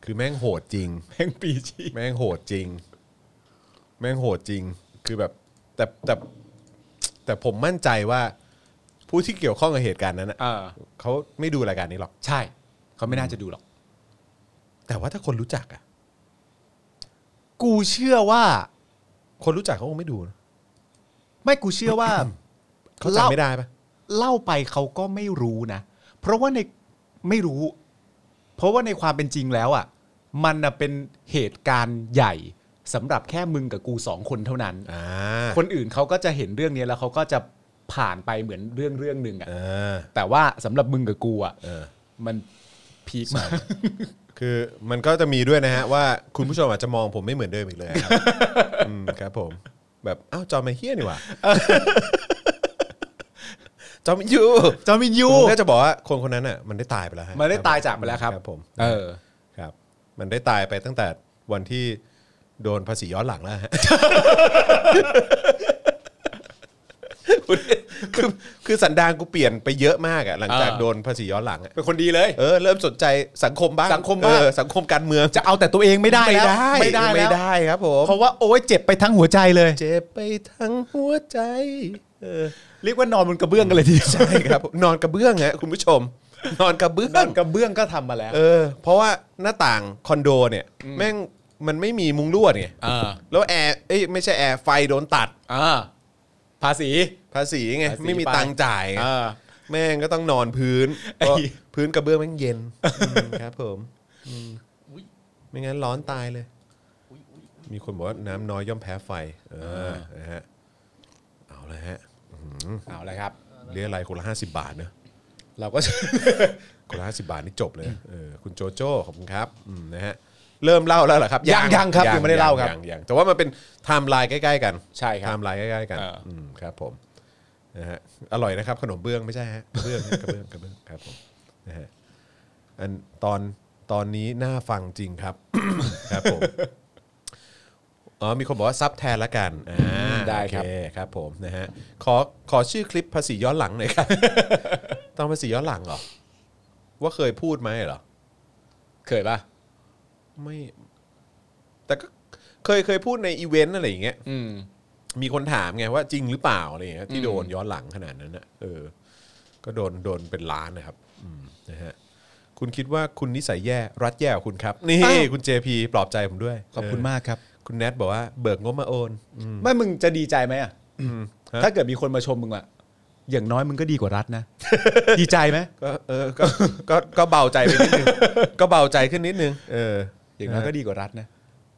Speaker 2: คือแม่งโหดจริง
Speaker 3: แม่งปีชี
Speaker 2: แม่งโหดจริง แม่งโหดจริง คือแบบแต่แต่แต่ผมมั่นใจว่า ผู้ที่เกี่ยวข้องกับเหตุการณ์นั้นน่ะ
Speaker 3: อ่า
Speaker 2: เขาไม่ดูรายการนี้หรอก
Speaker 3: ใช่ เขาไม่น่าจะดูหรอก
Speaker 2: แต่ว่าถ้าคนรู้จักอ่ะ
Speaker 3: กูเชื่อว่า
Speaker 2: คนรู้จักเขาคงไม่ดูนะ
Speaker 3: ไม่กูเชื่อว่า
Speaker 2: เขาจำไม่
Speaker 3: เล่า
Speaker 2: ได้ปะ
Speaker 3: เล่าไปเขาก็ไม่รู้นะ เพราะว่าในไม่รู้ เพราะว่าในความเป็นจริงแล้วอ่ะ มันน่ะเป็นเหตุการณ์ใหญ่สำหรับแค่มึงกับกูสองคนเท่านั้น
Speaker 2: อ่า
Speaker 3: คนอื่นเขาก็จะเห็นเรื่องนี้แล้วเขาก็จะผ่านไปเหมือนเรื่องเรื่องหนึ่งอ่ะ
Speaker 2: เออ
Speaker 3: แต่ว่าสำหรับมึงกับกูอ่ะ
Speaker 2: เออ
Speaker 3: มันพีคมาก
Speaker 2: คือมันก็จะมีด้วยนะฮะ ว่าคุณผู้ชมอาจจะมองผมไม่เหมือนเดิมอีกเลย ครับ อืมครับผม แบบอ้าวจอมมาเฮี้ยนี่ หว่า จอมอยู่
Speaker 3: จอมินยู
Speaker 2: ผมก็จะบอกว่าคนคนนั้นอ่ะมันได้ตายไปแล้วฮะ
Speaker 3: มันได้ตายจากไปแล้วครับ
Speaker 2: ครับผม
Speaker 3: เออ
Speaker 2: ครับมันได้ตายไปตั้งแต่วันที่โดนภาษีย้อนหลัง แล้วฮะ คือคือสันดานกูเปลี่ยนไปเยอะมากอะหลังจาก
Speaker 3: อ่า
Speaker 2: โดนภาษีย้อนหลังอะ
Speaker 3: เป็นคนดีเลย
Speaker 2: เออเริ่มสนใจสังคมบ้าง
Speaker 3: สังคมบ้าง
Speaker 2: เออสังคมการเมือง
Speaker 3: จะเอาแต่ตัวเองไม่ได้แล้ว
Speaker 2: ไม่ได้
Speaker 3: ไม่
Speaker 2: ไม่
Speaker 3: ได้
Speaker 2: ได้ครับผม
Speaker 3: เพราะว่าโอ้ยเจ็บไปทั้งหัวใจเลย
Speaker 2: เจ็บไปทั้งหัวใจ เออ
Speaker 3: เรียกว่านอนบนกระเบื้องกันเลยทีเดียว
Speaker 2: ใช่ครับผมนอนกระเบื้องฮะคุณผู้ชม นอนกระเบื้
Speaker 3: น
Speaker 2: อ
Speaker 3: อง นกระเบื้องก็ทำมาแล้ว
Speaker 2: เออเพราะว่าหน้าต่างคอนโดเนี่ยแม่งมันไม่มีมุงลวดไง
Speaker 3: อ่า
Speaker 2: แล้วแอร์เอ้ยไม่ใช่แอร์ไฟโดนตัด
Speaker 3: อ่าภาษี
Speaker 2: ภาษีไง
Speaker 3: ภาษี
Speaker 2: ไม่มี
Speaker 3: ไป
Speaker 2: ตังค์จ่ายไง
Speaker 3: อ่า
Speaker 2: แม่งก็ต้องนอนพื้น
Speaker 3: ไอ้
Speaker 2: เพราะพื้นกระเบื้องแม่งเย็น อืมครับผมอืม
Speaker 4: อุ๊ย
Speaker 2: ไม่งั้นร้อนตายเลย มีคนบอกว่าน้ำน้อยย่อมแพ้ไฟ เออนะฮะเอาเลยฮะ
Speaker 3: เอาละครับ
Speaker 2: เรียกอะไรคนละห้าสิบบาทเนอะ
Speaker 3: เราก็
Speaker 2: คนละห้าสิบาทนี่จบเลยเออคุณโจโจ้ขอบคุณครับอืมนะฮะเริ่มเล่าแล้วเหรอครับ
Speaker 3: ยังยังครับยังไม่ได้เล่าครับ
Speaker 2: ยังยังแต่ว่ามันเป็นไทม์ไลน์ใกล้ๆกัน
Speaker 3: ใช่ครับ
Speaker 2: ไทม์ไลน์ใกล้ๆกัน
Speaker 3: เอออื
Speaker 2: มครับผมนะฮะอร่อยนะครับ ขนมเบื้องไม่ใช่ฮะกระเบื้องฮะกระเบื้องกระเบื้องครับผมนะฮะอันตอนตอนนี้น่าฟังจริงครับ ครับผมอ๋อมีคนบอกว่าซับแทนละกันอ่า
Speaker 3: ได้ครับ
Speaker 2: โอเครับผมนะฮะขอขอชื่อคลิปภาษีย้อนหลังหน่อยครับ ตอนภาษีย้อนหลังเหรอ ว่าเคยพูดไหมเหรอ
Speaker 3: เคยปะ
Speaker 2: ไม่ แต่ก็เคยเคยพูดในอีเวนต์อะไรอย่างเงี้ย
Speaker 3: อืม
Speaker 2: มีคนถามไงว่าจริงหรือเปล่าอะไรอย่างเงี้ยที่โดนย้อนหลังขนาดนั้นนะเออ ก็โดนโดนเป็นล้านนะครับ อืมนะฮะคุณคิดว่าคุณนิสัยแย่รัดแย่กว่าคุณครับ นี่
Speaker 3: อ้าว
Speaker 2: คุณ JP ปลอบใจผมด้วย
Speaker 3: ขอบคุณ
Speaker 2: เ
Speaker 3: มากครับ
Speaker 2: คุณแนทบอกว่าเบิกงบมาโอน
Speaker 3: ไม่มึงจะดีใจไหมอ่ะ
Speaker 2: ฮะ
Speaker 3: ถ้าเกิดมีคนมาชมมึงอะอย่างน้อยมึงก็ดีกว่ารัฐ นะ ดีใจไหม
Speaker 2: ก็เออก็ก็ก็เบาใจไปนิดนึง ก็เบาใจขึ้นนิดนึงเอออ
Speaker 3: อย่างน้อยก็ดีกว่ารัฐนะ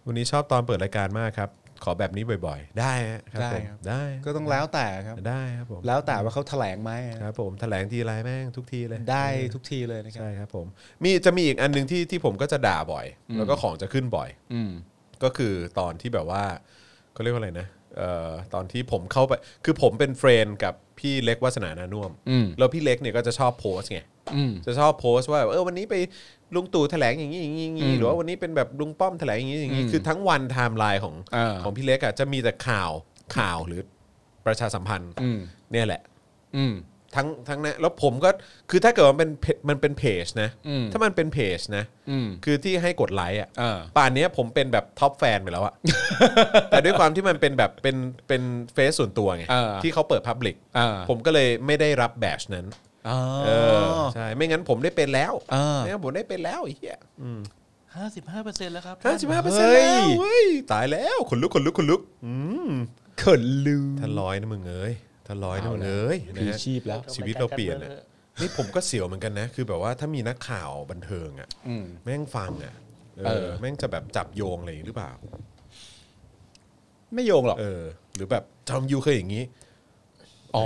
Speaker 2: วันนี้ชอบตอนเปิดรายการมากครับ ขอแบบนี้บ่อยๆ ได้ฮะครับ
Speaker 3: ได้
Speaker 2: ผม
Speaker 3: ครับ
Speaker 2: ได้
Speaker 3: ก็ต้องแล้วแต่ครับ
Speaker 2: ได้ครับผม
Speaker 3: แล้วแต่ว่าเขาแถลงไหมอะ
Speaker 2: ครับผมแถลงทีไรแม่งทุกทีเลย
Speaker 3: ได้ทุกทีเลยนะครับ
Speaker 2: ใช่ครับผมมีจะมีอีกอันหนึ่งที่ที่ผมก็จะด่าบ่อย แล้วก็ของจะขึ้นบ่อย
Speaker 3: อืม
Speaker 2: ก็คือตอนที่แบบว่าเขาเรียกว่าอะไรนะเอ่อตอนที่ผมเข้าไป คือผมเป็นเฟรนด์กับพี่เล็กวาสนานานุ่วม
Speaker 3: อืม
Speaker 2: แล้วพี่เล็กเนี่ยก็จะชอบโพสต์ไง
Speaker 3: อืม
Speaker 2: จะชอบโพสต์ว่าเออวันนี้ไปลุงตู่แถลงอย่างนี้อย่างนี้อย่างนี้หรือว่าวันนี้เป็นแบบลุงป้อมแถลงอย่างนี้อย่างนี้
Speaker 3: อืม
Speaker 2: คือทั้งวันไทม์ไลน์ของ
Speaker 3: เออ
Speaker 2: ของพี่เล็กอ่ะจะมีแต่ข่าวข่าวหรือประชาสัมพันธ์
Speaker 3: อืม
Speaker 2: เนี่ยแหละ
Speaker 3: อืม
Speaker 2: ทั้งทั้งนั้นแล้วผมก็คือถ้าเกิดมันเป็นเพจมันเป็นเพจนะ
Speaker 3: อืม
Speaker 2: ถ้ามันเป็นเพจนะ
Speaker 3: อืม
Speaker 2: คือที่ให้กดไลค์อ่ะ
Speaker 3: เออ
Speaker 2: ป่านเนี้ยผมเป็นแบบท็อปแฟนไป แล้วอะ แต่ด้วยความที่มันเป็นแบบเป็นเป็นเฟซส่วนตัวไง
Speaker 3: เออ
Speaker 2: ที่เขาเปิดพับลิก
Speaker 3: เออ
Speaker 2: ผมก็เลยไม่ได้รับแบชนั้น
Speaker 3: อ๋อ
Speaker 2: เออใช่ไม่งั้นผมได้เป็นแล้ว
Speaker 3: เออ
Speaker 2: ไม่งั้นผมได้เป็นแล้วไอ้เหี้ย
Speaker 4: ห้าสิบห้าเปอร์เซ็นต์แล้วครับ
Speaker 2: ห้าสิบห้าเปอร์เซ็นต์แล้วเฮ้ยตายแล้วขนลุกขนลุกขนลุกอืม
Speaker 3: เขินลืม
Speaker 2: ถ้าร้อยนะมึงเอ้ยถ้าร้อยนะมึงเอ้ยนะ
Speaker 3: ผี
Speaker 2: ฮะ
Speaker 3: ชีพแล้ว
Speaker 2: ชีวิตเราเปลี่ยนอะ นี่ผมก็เสียวเหมือนกันนะ คือแบบว่าถ้ามีนักข่าวบันเทิงอ่ะ
Speaker 3: อืม
Speaker 2: แม่งฟังอ่ะเอ
Speaker 3: เอ
Speaker 2: อ
Speaker 3: อ
Speaker 2: แม่งจะแบบจับโยงอะไรอย่างนี้หรือเปล่า
Speaker 3: ไม่โยงหรอก
Speaker 2: เออ หรือแบบจอมยูเคยอย่างนี้
Speaker 3: อ๋อ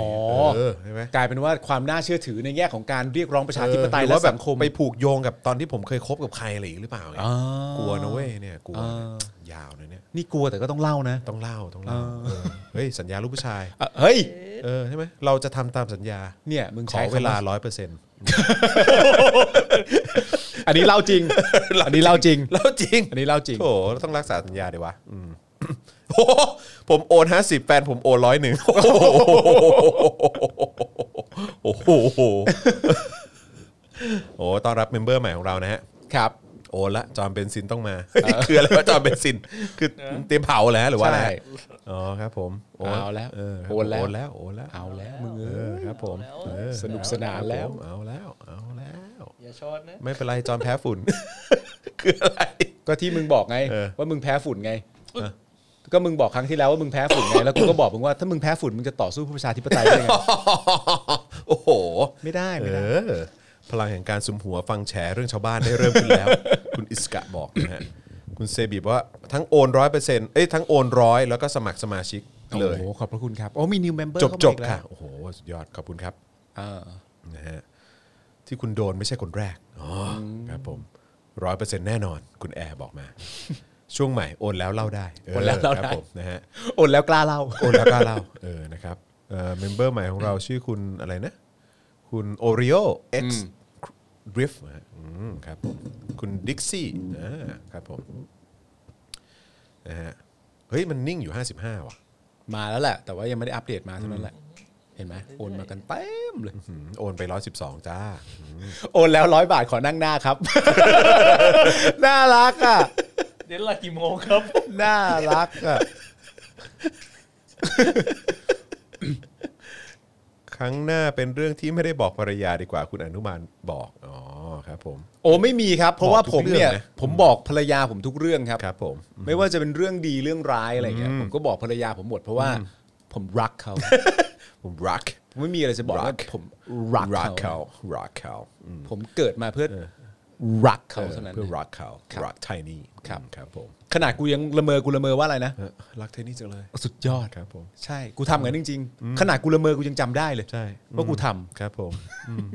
Speaker 2: เออใช่ไหม
Speaker 3: กลายเป็นว่าความน่าเชื่อถือในแง่ของการเรียกร้องประชาธิปไตย
Speaker 2: เออห
Speaker 3: และ
Speaker 2: อว่าแบบ
Speaker 3: สังคม
Speaker 2: ไปผูกโยงกับตอนที่ผมเคยคบกับใครอะไรอย่างนี้หรือเปล่าไง
Speaker 3: อ่าก ก
Speaker 2: ลัวนะเว้ยเนี่ยกลัว
Speaker 3: อ่า
Speaker 2: ยาวนะเนี่ย
Speaker 3: นี่กลัวแต่ก็ต้องเล่านะ
Speaker 2: ต้องเล่าต้องเล่า
Speaker 3: เออ
Speaker 2: เออเฮ้ย สัญญาลูกผู้ชาย
Speaker 3: เอ่อเฮ้ย
Speaker 2: เออใช่ไหมเราจะทำตามสัญญา
Speaker 3: เนี่ยมึง
Speaker 2: ขอ
Speaker 3: ใช้คำ
Speaker 2: เวลาร้อยเปอร์เซ็นต์
Speaker 3: อันนี้เล่าจริง อันนี้เล่าจริง
Speaker 2: แล้วจริง
Speaker 3: อันนี้เล่าจริง
Speaker 2: โถเราต้องรักษาสัญญาดีวะอืมโอ้โหผมโอนห้าสิบแฟนผมโอนร้อยหนึ่งโอ้โหโอ้โหโอ้ต้อนรับเมมเบอร์ใหม่ของเรานะฮะ
Speaker 3: ครับ
Speaker 2: โอนละจอมเบนซินต้องมาเฮ้ยคืออะไรวะจอมเบนซิน คือเตรียมเผาแล้วหรือว่าอะไร
Speaker 3: ใช่
Speaker 2: ฮะอ๋อครับผม
Speaker 3: เอาแล้ว
Speaker 2: เออครับ
Speaker 3: โอนแล้ว
Speaker 2: โอนแล้วโอนแล้ว
Speaker 3: เอาแล้วมึง
Speaker 2: เอ
Speaker 3: เอ้
Speaker 2: อย ครับผมเออ
Speaker 3: สนุกสนานแล้ว
Speaker 2: ครับผมเอาแล้วเอาแล้ว
Speaker 4: อย่าช้อนนะ
Speaker 2: ไม่เป็นไรจอมแพ้ฝุ่น คืออะไร
Speaker 3: ก็ที่มึงบอกไง
Speaker 2: เออ
Speaker 3: ว่ามึงแพ้ฝุ่นไง ก็มึงบอกครั้งที่แล้วว่ามึงแพ้ฝุ่นไง แล้วกูก็บอกมึงว่าถ้ามึงแพ้ฝุ่นมึงจะต่อสู้เพื่อประชาธิปไตยได้ไง
Speaker 2: โอ้โห
Speaker 3: ไม่ได้
Speaker 2: เอ
Speaker 3: ไม่ได้
Speaker 2: อพลังแห่งการสุมหัวฟังแฉเรื่องชาวบ้านได้เริ่มขึ้น แล้ว คุณอิสกะบอกนะฮะคุณเซบีบอกว่าทั้งโอนร้อยเปอร์เซ็นต์เอ้ยทั้งโอนร้อยแล้วก็สมัครสมาชิกเลย
Speaker 3: โอ้โหขอบพระคุณครับ โอ้มี new member
Speaker 2: จบจ
Speaker 3: เข้า
Speaker 2: บ
Speaker 3: มาอีกแล้ว
Speaker 2: ค่ะ โอ้โห สุดยอดขอบคุณครับ
Speaker 3: เออ
Speaker 2: นะฮะที่คุณโดนไม่ใช่คนแรกอ๋ออครับผมร้อยเปอร์เซ็นต์แน่นอนคุณแอร์บอก มา ช่วงใหม่โอนแล้วเล่าได้เ
Speaker 3: โอนแล้วเล่า
Speaker 2: ครับ
Speaker 3: ได้
Speaker 2: ผมนะฮะ
Speaker 3: โอนแล้วกล้าเล่า
Speaker 2: โอนแล้วก็เล่าเออนะครับเอ่อเมมเบอร์ใหม่ของเราชื่อคุณอะไรนะ คุณโอริโอเอ็กซ์ดริฟครับผมคุณดิกซี่อ่าครับผมนะฮะเฮ้ย มันนิ่งอยู่ 55 ว่ะ
Speaker 3: มาแล้วแหละ แต่ว่ายังไม่ได้อัปเดตมาเท่านั้นแหละ เห็นไหมโอนมากันเต็มเลย
Speaker 2: อืมโอนไป 112 จ้า
Speaker 3: โอนแล้วร้อยบาทขอนั่งหน้าครับ น่ารักอ่ะ
Speaker 4: เดี๋ยวลากี่โมงครับ
Speaker 3: น่ารักอ่ะ
Speaker 2: ครั้งหน้าเป็นเรื่องที่ไม่ได้บอกภรรยาดีกว่าคุณอนุมานบอกอ๋อครับผม
Speaker 3: โอ้ไม่มีครับ เพราะว่า
Speaker 2: บอกทุก
Speaker 3: ผมเนี่ย
Speaker 2: เรื่องนะ
Speaker 3: ผมบอกภรรยาผมทุกเรื่องครับ
Speaker 2: ครับผม
Speaker 3: ไม่ว่าจะเป็นเรื่องดีเรื่องร้ายอะไรเงี้ย
Speaker 2: อืม
Speaker 3: ผมก็บอกภรรยาผมหมดเพราะว่า ผมรักเขา
Speaker 2: ผมรัก
Speaker 3: ผมไม่มีอะไรจะบอก
Speaker 2: รั
Speaker 3: ว่าก ผมรัก
Speaker 2: รัก
Speaker 3: เขา
Speaker 2: เขารักเขาอืม
Speaker 3: ผมเกิดมาเพื่อรักเขาเท่านั้น
Speaker 2: เพื่อรักเขา
Speaker 3: ครับ
Speaker 2: รักไทนี่
Speaker 3: ครับ
Speaker 2: ครับผม
Speaker 3: ขนาดกูยังละเมอกูละเมอว่าอะไรนะ
Speaker 2: เออรักไทนี่จังเลย
Speaker 3: สุดยอด
Speaker 2: ครับผม
Speaker 3: ใช่กูทำกันจริงๆ ขนาดกูละเมอกูยังจำได้เลย
Speaker 2: ใช่
Speaker 3: ว่ากูทำ
Speaker 2: ครับผมอืม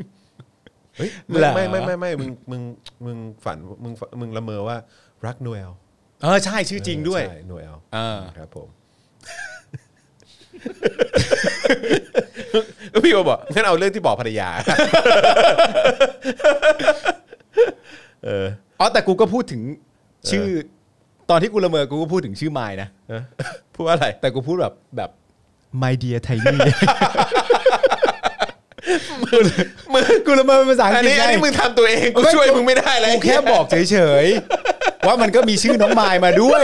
Speaker 2: เฮ้ย
Speaker 3: เหรอ
Speaker 2: ไม่ไม่ไม่ไม่มึงมึงมึงฝันมึงมึงละเมอว่ารักโนเอล
Speaker 3: เออใช่ชื่อจริงด้วย
Speaker 2: ใช่โนเอล
Speaker 3: เออ
Speaker 2: ครับผมพี่โอบอกงั้นเอาเรื่องที่บอกภรรยา
Speaker 3: อ๋อแต่กูก็พูดถึงชื่อ ตอนที่กูละเมอกูก็พูดถึงชื่อไมายนะ
Speaker 2: เออพูดว่าอะไร
Speaker 3: แต่กูพูดแบบแบบ my dear tiny มึงกูละเมอเป็นภาษาอัง
Speaker 2: อัน
Speaker 3: กฤษ
Speaker 2: นี้อัน
Speaker 3: ไง
Speaker 2: นี้มึงทำตัวเอง กูช่วยมึงไม่ได้เลย
Speaker 3: กูแค่บอกเฉยๆ ว่ามันก็มีชื่อน้องมายมาด้วย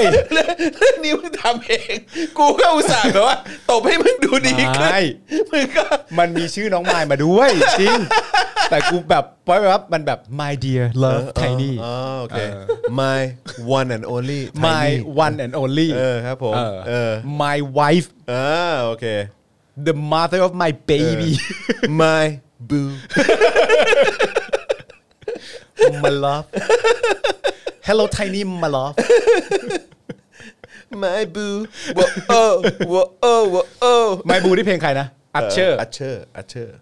Speaker 2: นี่มึงทำเอง กูก็อุตส่าห์แบบว่าตบให้มันดูดีขึ้น
Speaker 3: ใช่
Speaker 2: มึงก็
Speaker 3: มันมีชื่อน้องมายมาด้วย จริง แต่กูแบบปล่อยไปว่ามันแบบ my dear love tiny
Speaker 2: อ๋อโอเค my one and only
Speaker 3: my
Speaker 2: Tiny
Speaker 3: one and only
Speaker 2: เออครับผม
Speaker 3: เอ
Speaker 2: เอ
Speaker 3: อ
Speaker 2: อ
Speaker 3: my wife
Speaker 2: เออโอเค
Speaker 3: the mother of my baby
Speaker 2: my boo
Speaker 3: my love hello tiny my love
Speaker 2: my boo ว้าวว้าวว้าว
Speaker 3: my boo ที่เพลงใครนะอัชเชอร์
Speaker 2: อัชเชอร์อัชเชอร์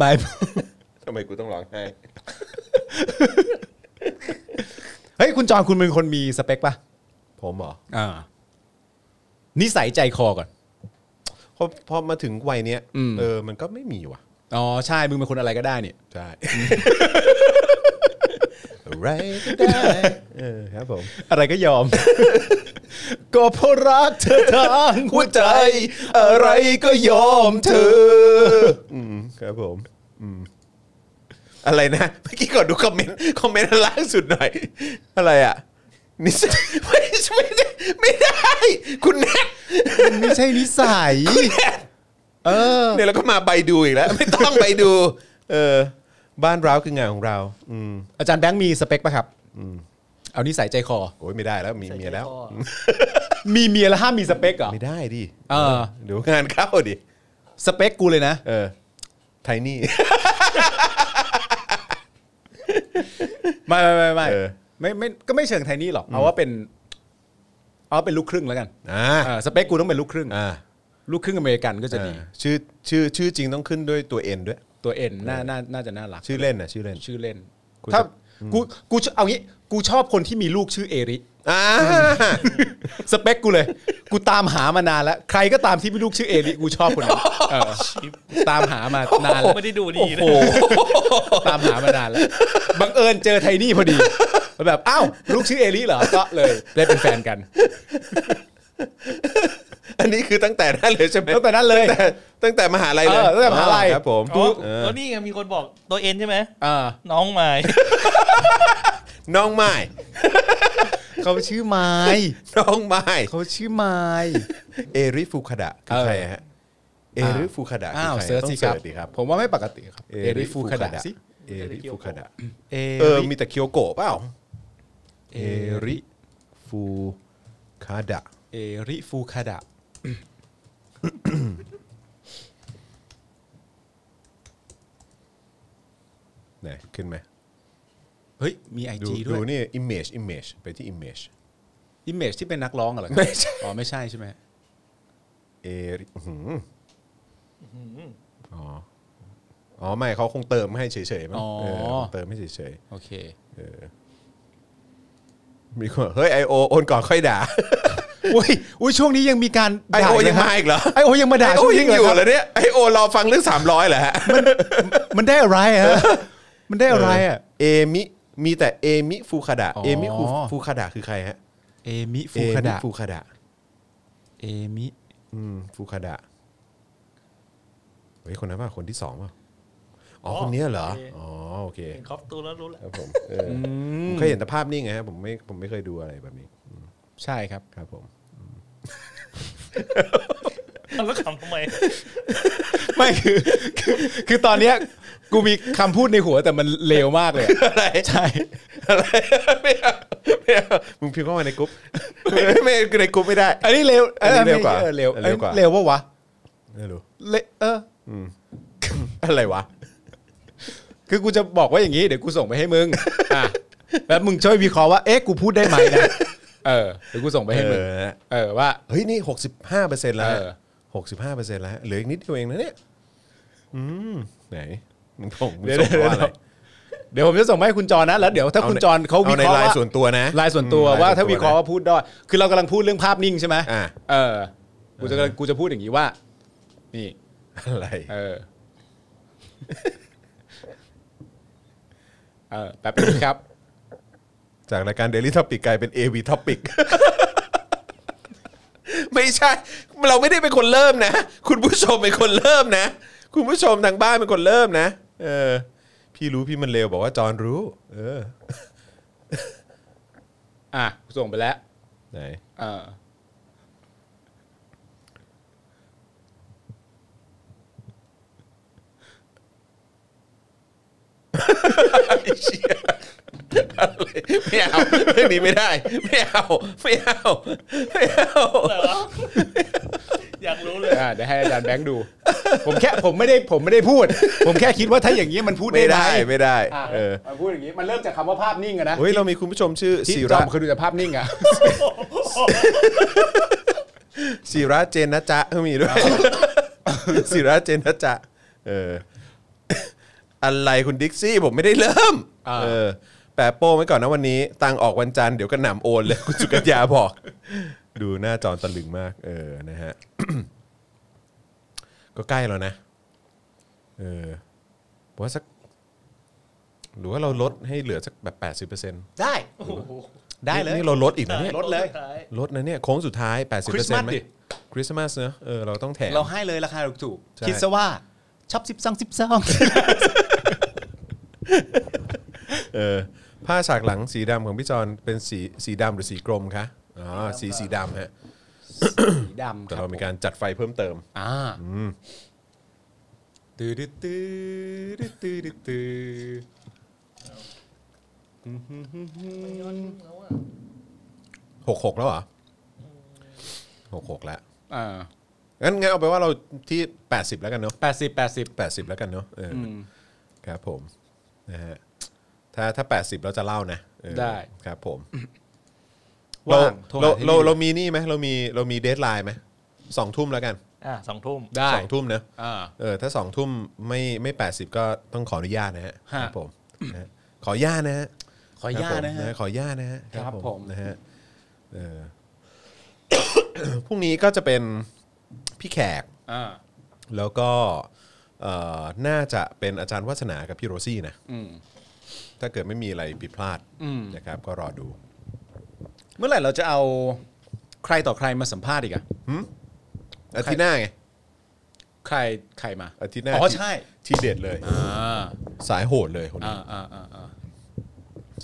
Speaker 3: my boo
Speaker 2: ทำไมกูต้องร้องไห้
Speaker 3: เฮ้ย คุณจอนคุณเป็นคนมีสเปคป่ะ
Speaker 2: ผมเหรอ
Speaker 3: อ่านิสัยใจคอก่อน
Speaker 2: พอพอมาถึงวัยเนี้ยเออมันก็ไม่มีว่ะ
Speaker 3: อ๋อ ใช่ มึงเป็นคนอะไรก็ได้นี่
Speaker 2: ใช่ ไรก็ได้ เออครับผม
Speaker 3: อะไรก็ยอม ก็เพราะรักเธอทางหัวใจ อะไรก็ยอมเธอ
Speaker 2: อืมครับผม อืม อะไรนะ เมื่อกี้ก่อนดูคอมเมนต์ คอมเมนต์อันล่างสุดหน่อย อะไรอ่ะนิสัยไม่ ไม่ได้ไม่ได้ คุณแนท
Speaker 3: มันไม่ใช่นิสัย เออ
Speaker 2: เนี่ยแล้วก็มาใบดูอีกแล้ว ไม่ต้องใบดู เออ บ้านเราคืองานของเรา อืม
Speaker 3: อาจารย์แบงค์มีสเปคปะครับ เอานิสัยใจคอ
Speaker 2: โอ้ยไม่ได้แล้ว มีเมียแล้ว
Speaker 3: มีเมียแล้วห้ามมีสเปคเหรอ
Speaker 2: ไม่ได้ดิ
Speaker 3: เออ
Speaker 2: เดี๋ยวงานเข้าดิ
Speaker 3: สเปคกูเลยนะ
Speaker 2: เออไทนี่
Speaker 3: ไม่ไม่ไม่ไม่
Speaker 2: เออ
Speaker 3: ไม่ไม่ก็ไม่เชิงไทยนี่หรอก เอาว่าเป็น เอาว่าเป็นลูกครึ่งแล้วกัน
Speaker 2: อ่า
Speaker 3: เออสเปคกูต้องเป็นลูกครึ่ง
Speaker 2: อ่า
Speaker 3: ลูกครึ่งอเมริกันก็จะดี
Speaker 2: ชื่อชื่อชื่อจริงต้องขึ้นด้วยตัวเอ็นด้วย
Speaker 3: ตัวเอ็นน่าน่าน่าจะน่ารัก
Speaker 2: ชื่อเล่นนะชื่อเล่น
Speaker 3: ชื่อเล่น
Speaker 2: กูจะ
Speaker 3: ถ้ากูกูชอบเอางี้ กูชอบคนที่มีลูกชื่อเอริ
Speaker 2: อ่า
Speaker 3: สเปคกูเลย กูตามหามานานแล้ว ใครก็ตามที่มีลูกชื่อเอริกูชอบคนนั้นเออตามหามานานแล้ว
Speaker 4: ไม่ได้ดูดีนะ
Speaker 3: โอ้โหตามหามานานแล้ว บังเอิญเจอไทนี่พอดีแบบอ้าวลูกชื่อเอริเหรอก็เลยได้เป็นแฟนกัน
Speaker 2: อันนี้คือตั้งแต่นั้นเลยใช่ไหม
Speaker 3: ตั้งแต่นั้นเลย
Speaker 2: ตั้งแต่ตั้งแต่มหาลัยเลย
Speaker 3: เออตั้งแต่มหาลัย
Speaker 2: ครับผม
Speaker 4: อ๋อ
Speaker 2: เออ
Speaker 4: แล้วนี่ไงมีคนบอกตัวเอ็นใช่ไหม
Speaker 3: อ่า
Speaker 4: น้องไม้
Speaker 2: น้องไม้
Speaker 3: เขาชื่อไม้
Speaker 2: น้องไม้
Speaker 3: เขาชื่อไม้
Speaker 2: เอริฟูคาดะคือใครฮะเอริฟูคาดะคื
Speaker 3: อ้าว
Speaker 2: ใคร
Speaker 3: เสิร์ช
Speaker 2: ต้
Speaker 3: สิ
Speaker 2: อง
Speaker 3: ค
Speaker 2: เสิ
Speaker 3: รับ
Speaker 2: ร์ชดีครับ
Speaker 3: ผมว่าไม่ปกติครับเอริฟูคาดะสิ
Speaker 2: เอริฟูคาดะ
Speaker 3: เอ
Speaker 2: เออ
Speaker 3: ริ
Speaker 2: มีแต่เคียวโกะเปล่า
Speaker 3: เอ
Speaker 2: เอริฟูคาดะ
Speaker 3: เอริฟูคาดะ
Speaker 2: ไหนขึ้นไหม
Speaker 3: เฮ้ยมีไอ
Speaker 2: ดู
Speaker 3: จีด้
Speaker 2: ดู
Speaker 3: วย
Speaker 2: นี่ image image ไปที่ image
Speaker 3: อิมเมจที่เป็นนักร้องเหรอครับ
Speaker 2: ไม่ ใช่
Speaker 3: อ๋อไม่ใช่ใช่ไหม
Speaker 2: เอริอื้อหืออ๋ออ๋อไม่เขาคงเติมให้เฉยๆมั้ง
Speaker 3: อ๋อ
Speaker 2: เออคงเติมให้เฉยๆ
Speaker 3: โอเค
Speaker 2: มีคนเฮ้ยไอโอโอนก่อนค่อยด่า
Speaker 3: อุ้ยอุ้ยช่วงนี้ยังมีการ
Speaker 2: ไอ
Speaker 3: ด่า
Speaker 2: โอ
Speaker 3: เล
Speaker 2: ยัง
Speaker 3: ฮะ
Speaker 2: มาอีกเหรอ
Speaker 3: ไอโอยังมา
Speaker 2: ไอ
Speaker 3: ด่า
Speaker 2: โอ
Speaker 3: ช่ว
Speaker 2: ยัง
Speaker 3: นี้
Speaker 2: อยู่
Speaker 3: เหร
Speaker 2: เหรอเนี่ยไอโอรอฟังเรื่อง 300เหรอฮะ
Speaker 3: ครับมันได้อะไรฮะมันได้อะไรอ่ะ
Speaker 2: เอมิมีแต่เอมิฟูคาดะ
Speaker 3: อ๋อ
Speaker 2: เอมิฟูคาดะคือใครฮะ
Speaker 3: เอมิ
Speaker 2: เอ
Speaker 3: ฟูคา
Speaker 2: มิ
Speaker 3: ดะ
Speaker 2: ฟูคาดะ
Speaker 3: เอมิ
Speaker 2: อืมฟูคาดะเฮ้ยคนนั้นป่ะคนที่สองป่ะอ๋อคนเนี้ยเหรออ๋อโอเค
Speaker 4: เห็นคอฟตูแล้วรู้แล้ว
Speaker 2: ครับผมเอออผมเคยเห็นแต่ภาพนี่ไงฮะผมไม่ผมไม่เคยดูอะไรแบบนี้
Speaker 3: ใช่ครับ
Speaker 2: ครับผม
Speaker 4: แล้วขำทำไม
Speaker 3: ไม่คือคือคือตอนเนี้ยกูมีคำพูดในหัวแต่มันเลวมากเลยอะ
Speaker 2: อะไร
Speaker 3: ใช่
Speaker 2: อะไรไม่เอาไม่เอามึงพิมพ์เข้ามาในกรุ๊ป ไม่ไม่ในกรุ๊ปไม่ได้
Speaker 3: อันนี้เลว
Speaker 2: อันนี้เลวกว่า
Speaker 3: ออเลว
Speaker 2: อันนี้เลวกว่า
Speaker 3: เลวปะวะ
Speaker 2: ไม่รู้
Speaker 3: เลวเออ
Speaker 2: อะไรวะ
Speaker 3: คือกูจะบอกว่าอย่างนี้เดี๋ยวกูส่งไปให้มึงอ่ะแล้วมึงช่วยวิเคราะห์ว่าเอ๊ะกูพูดได้ไหมนะเออเดี๋ยวกูส่งไปให้มึง
Speaker 2: เออ
Speaker 3: เออว่า
Speaker 2: เฮ้ย นี่หกสิบห้าเปอร์เซ็นต์แล้ว
Speaker 3: เออ
Speaker 2: หกสิบห้าเปอร์เซ็นต์แล้ว เหลืออีกนิดเดียวเองนะเนี่ย อืม ไหน มึงส่งมึง
Speaker 3: เดี๋ยว
Speaker 2: ส่ง
Speaker 3: เดี๋ยว
Speaker 2: ว่าอะไร
Speaker 3: เดี๋ยวผมจะส่งไปให้คุณจรนะแล้วเดี๋ยวถ้าคุณจรเขา
Speaker 2: เอา
Speaker 3: วิ
Speaker 2: ใน
Speaker 3: เคราะห์
Speaker 2: ลาย
Speaker 3: ว่า
Speaker 2: ส่วนตัวนะ
Speaker 3: ลายส่วนตัว
Speaker 2: อืม
Speaker 3: ว่าถ้า
Speaker 2: ลายส่วนตัว
Speaker 3: วิเคราะห์ว่าพูดได้คือเรากำลังพูดเรื่องภาพนิ่งใช่ไหม
Speaker 2: อ่า
Speaker 3: เออ กูจะกำลังกูจะพูดอย่างนี้ว่า นี่
Speaker 2: อะไร
Speaker 3: เออ เออแป๊บนึงครับ
Speaker 2: จากรายการ Daily Topic กลายเป็น AV Topic ไม่ใช่ เราไม่ได้เป็นคนเริ่มนะ คุณผู้ชมเป็นคนเริ่มนะ คุณผู้ชมทางบ้านเป็นคนเริ่มนะ เออ พี พี่รู้พี่มันเลวบอกว่าจอนรู้ เออ
Speaker 3: อ่ะส่งไปแล้ว
Speaker 2: ไหน
Speaker 3: เออ
Speaker 2: ไม่เอาเรื่องนี้ไม่ได้ ไม่เอาไม่เอาไม่เอา
Speaker 4: แต่ว่าอยากรู้เลย
Speaker 3: อ่ะเดี๋ยวให้อาจารย์แบงค์ดู ผมแค่ผมไม่ได้ผมไม่ได้พูด ผมแค่คิดว่าถ้าอย่างนี้ยมันพูด
Speaker 2: ไม่
Speaker 3: ได้
Speaker 2: ได้
Speaker 3: ห
Speaker 2: ไม่ได้
Speaker 3: อ่ะ
Speaker 2: เออ
Speaker 3: มันพูดอย่างนี้มันเริ่มจากคำว่าภาพนิ่งอะนะ
Speaker 2: เฮ้ยเรามีคุณผู้ชมชื่อ
Speaker 3: ที่
Speaker 2: ศิ
Speaker 3: จอ
Speaker 2: ระ
Speaker 3: มคือดูจากภาพนิ่งอะ
Speaker 2: ศิระเจนนะจ๊ะเขามีด้วย ศิระเจนนะจ๊ะเอออะไรคุณดิกซี่ผมไม่ได้เริ่มเออแปะโป้ไว้ก่อนนะวันนี้ ตังออกวันจันทร์เดี๋ยวก็หนำโอนเลยคุณสุกัญญาบอก ดูหน้าจอตะลึงมากเออนะฮะ ก็ใกล้แล้วนะเออผมว่าสัก หรือว่าเราลดให้เหลือสักแบบ 80%
Speaker 3: ได้ได้เลย
Speaker 2: นี่เราลดอีกนะเนี่ย
Speaker 3: ลดเลย
Speaker 2: ลดนะเนี่ยโค้งสุดท้าย 80%
Speaker 3: คริสต์มาส
Speaker 2: ไหม
Speaker 3: ดิ
Speaker 2: คริสต์มาสเนอะเออเราต้องแถม
Speaker 3: เราให้เลยราคาถูก
Speaker 2: ใช่
Speaker 3: ๆคิดซะว่าช็อปสิบสองสิบสอง
Speaker 2: เออผ้าฉากหลังสีดำของพี่จอนเป็นสีสีดำหรือสีกรมคะอ๋อสีสีดำฮะ
Speaker 3: สีดำค
Speaker 2: แต่
Speaker 3: รับ
Speaker 2: เรามีการจัดไฟเพิ่มเติม
Speaker 3: อ่าตื้อตื้อตื้อตื้อตื้อตื้อ
Speaker 2: 66 แล้วเหรอ 66 แล้ว
Speaker 3: อ่า
Speaker 2: งั้นงั้นเอาไปนว่าเราที่ 80 แล้วกันเนาะ
Speaker 3: แปดสิบแปดสิบ
Speaker 2: 80 แล้วกันเนาะเอออครับผมนะฮะถ้าถ้า 80 เราจะเล่านะเออ
Speaker 3: ได้
Speaker 2: ครับผม เรา
Speaker 3: ว่างโทรห
Speaker 2: เรา
Speaker 3: ที่
Speaker 2: เรา
Speaker 3: นี่
Speaker 2: เรามีนี่ไหมเรามีเรามีเดทไลน์ไหมสองทุ่มแล้วกัน
Speaker 4: อ่ะสองทุ่ม
Speaker 3: ได้
Speaker 2: สองทุ่มนะ
Speaker 3: อ่า
Speaker 2: เออถ้าสองทุ่มไม่ไม่แปดสิบก็ต้องขออนุญาตนะฮะ
Speaker 3: ฮะ
Speaker 2: ครับผมนะฮะขออนุญาตนะฮะ
Speaker 3: ขออนุญาตนะ
Speaker 2: ครับผม
Speaker 3: ฮะ
Speaker 2: ขออนุญาตนะฮะ
Speaker 3: ครับผม
Speaker 2: นะฮะเออ พรุ่งนี้ก็จะเป็นพี่แขก
Speaker 3: อ่า
Speaker 2: แล้วก็ เอ่อน่าจะเป็นอาจารย์วัฒนากับพี่โรซี่นะ
Speaker 3: อืม
Speaker 2: ถ้าเกิดไม่มีอะไรผิดพลาด
Speaker 3: อืม
Speaker 2: นะครับ ก็รอดู
Speaker 3: เมื่อไหร่เราจะเอาใครต่อใครมาสัมภาษณ์อีกอะ
Speaker 2: อาทิตย์หน้าไง
Speaker 3: ใครใครมา
Speaker 2: อาทิตย์หน้า
Speaker 3: อ๋อ
Speaker 2: ที่
Speaker 3: ใช่
Speaker 2: ที่เด็ดเลย
Speaker 3: อ่า
Speaker 2: สายโหดเลยคนนี้
Speaker 3: อ่าอ่าอ่าอ่า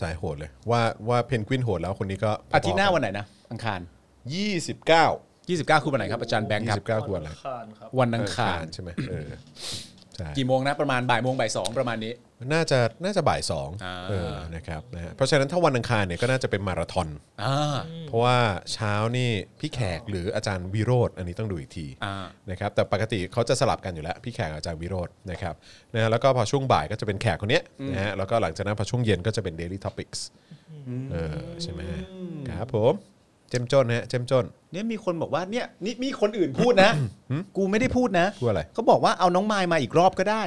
Speaker 2: สายโหดเลยว่าว่าเพนกวินโหดแล้วคนนี้ก็
Speaker 3: อาทิตย์หน้าวันไหนนะอังคาร
Speaker 2: ยี่สิบเก้า
Speaker 3: 29 คือวันไหนครับอาจารย์แบงค์
Speaker 2: ยี่
Speaker 3: ครับ
Speaker 2: สิบเก้าคือวันอะไร
Speaker 4: คานครับ
Speaker 3: วันอังคาร
Speaker 2: ใช่ไหมเออใช่
Speaker 3: กี่โมงนะประมาณบ่ายโมงบ่ายสองประมาณนี้
Speaker 2: น่าจะน่าจะบ่ายสอง
Speaker 3: อ่า
Speaker 2: เออนะครับนะฮะเพราะฉะนั้นถ้าวันอังคารเนี่ยก็น่าจะเป็นมาราธอน
Speaker 3: อ่า
Speaker 2: เพราะว่าเช้านี่พี่แขกหรืออาจารย์วิโรธอันนี้ต้องดูอีกที
Speaker 3: อ่า
Speaker 2: นะครับแต่ปกติเขาจะสลับกันอยู่แล้ว พี่แขกกับอาจารย์วิโรธนะครับนะฮะแล้วก็พอช่วงบ่ายก็จะเป็นแขกคนเนี้ยนะฮะแล้วก็หลังจากนั้นพอช่วงเย็นก็จะเป็น Daily Topics เออใช่ไหมครับผมเจ้มจนฮะเจ้มจน
Speaker 3: เนี่ยมีคนบอกว่าเนี่ยนี่มีคนอื่นพูดนะ กูไม่ได้พูดนะ
Speaker 2: พูดอะไร
Speaker 3: เขาบอกว่าเอาน้องไมายมาอีกรอบก็ ได้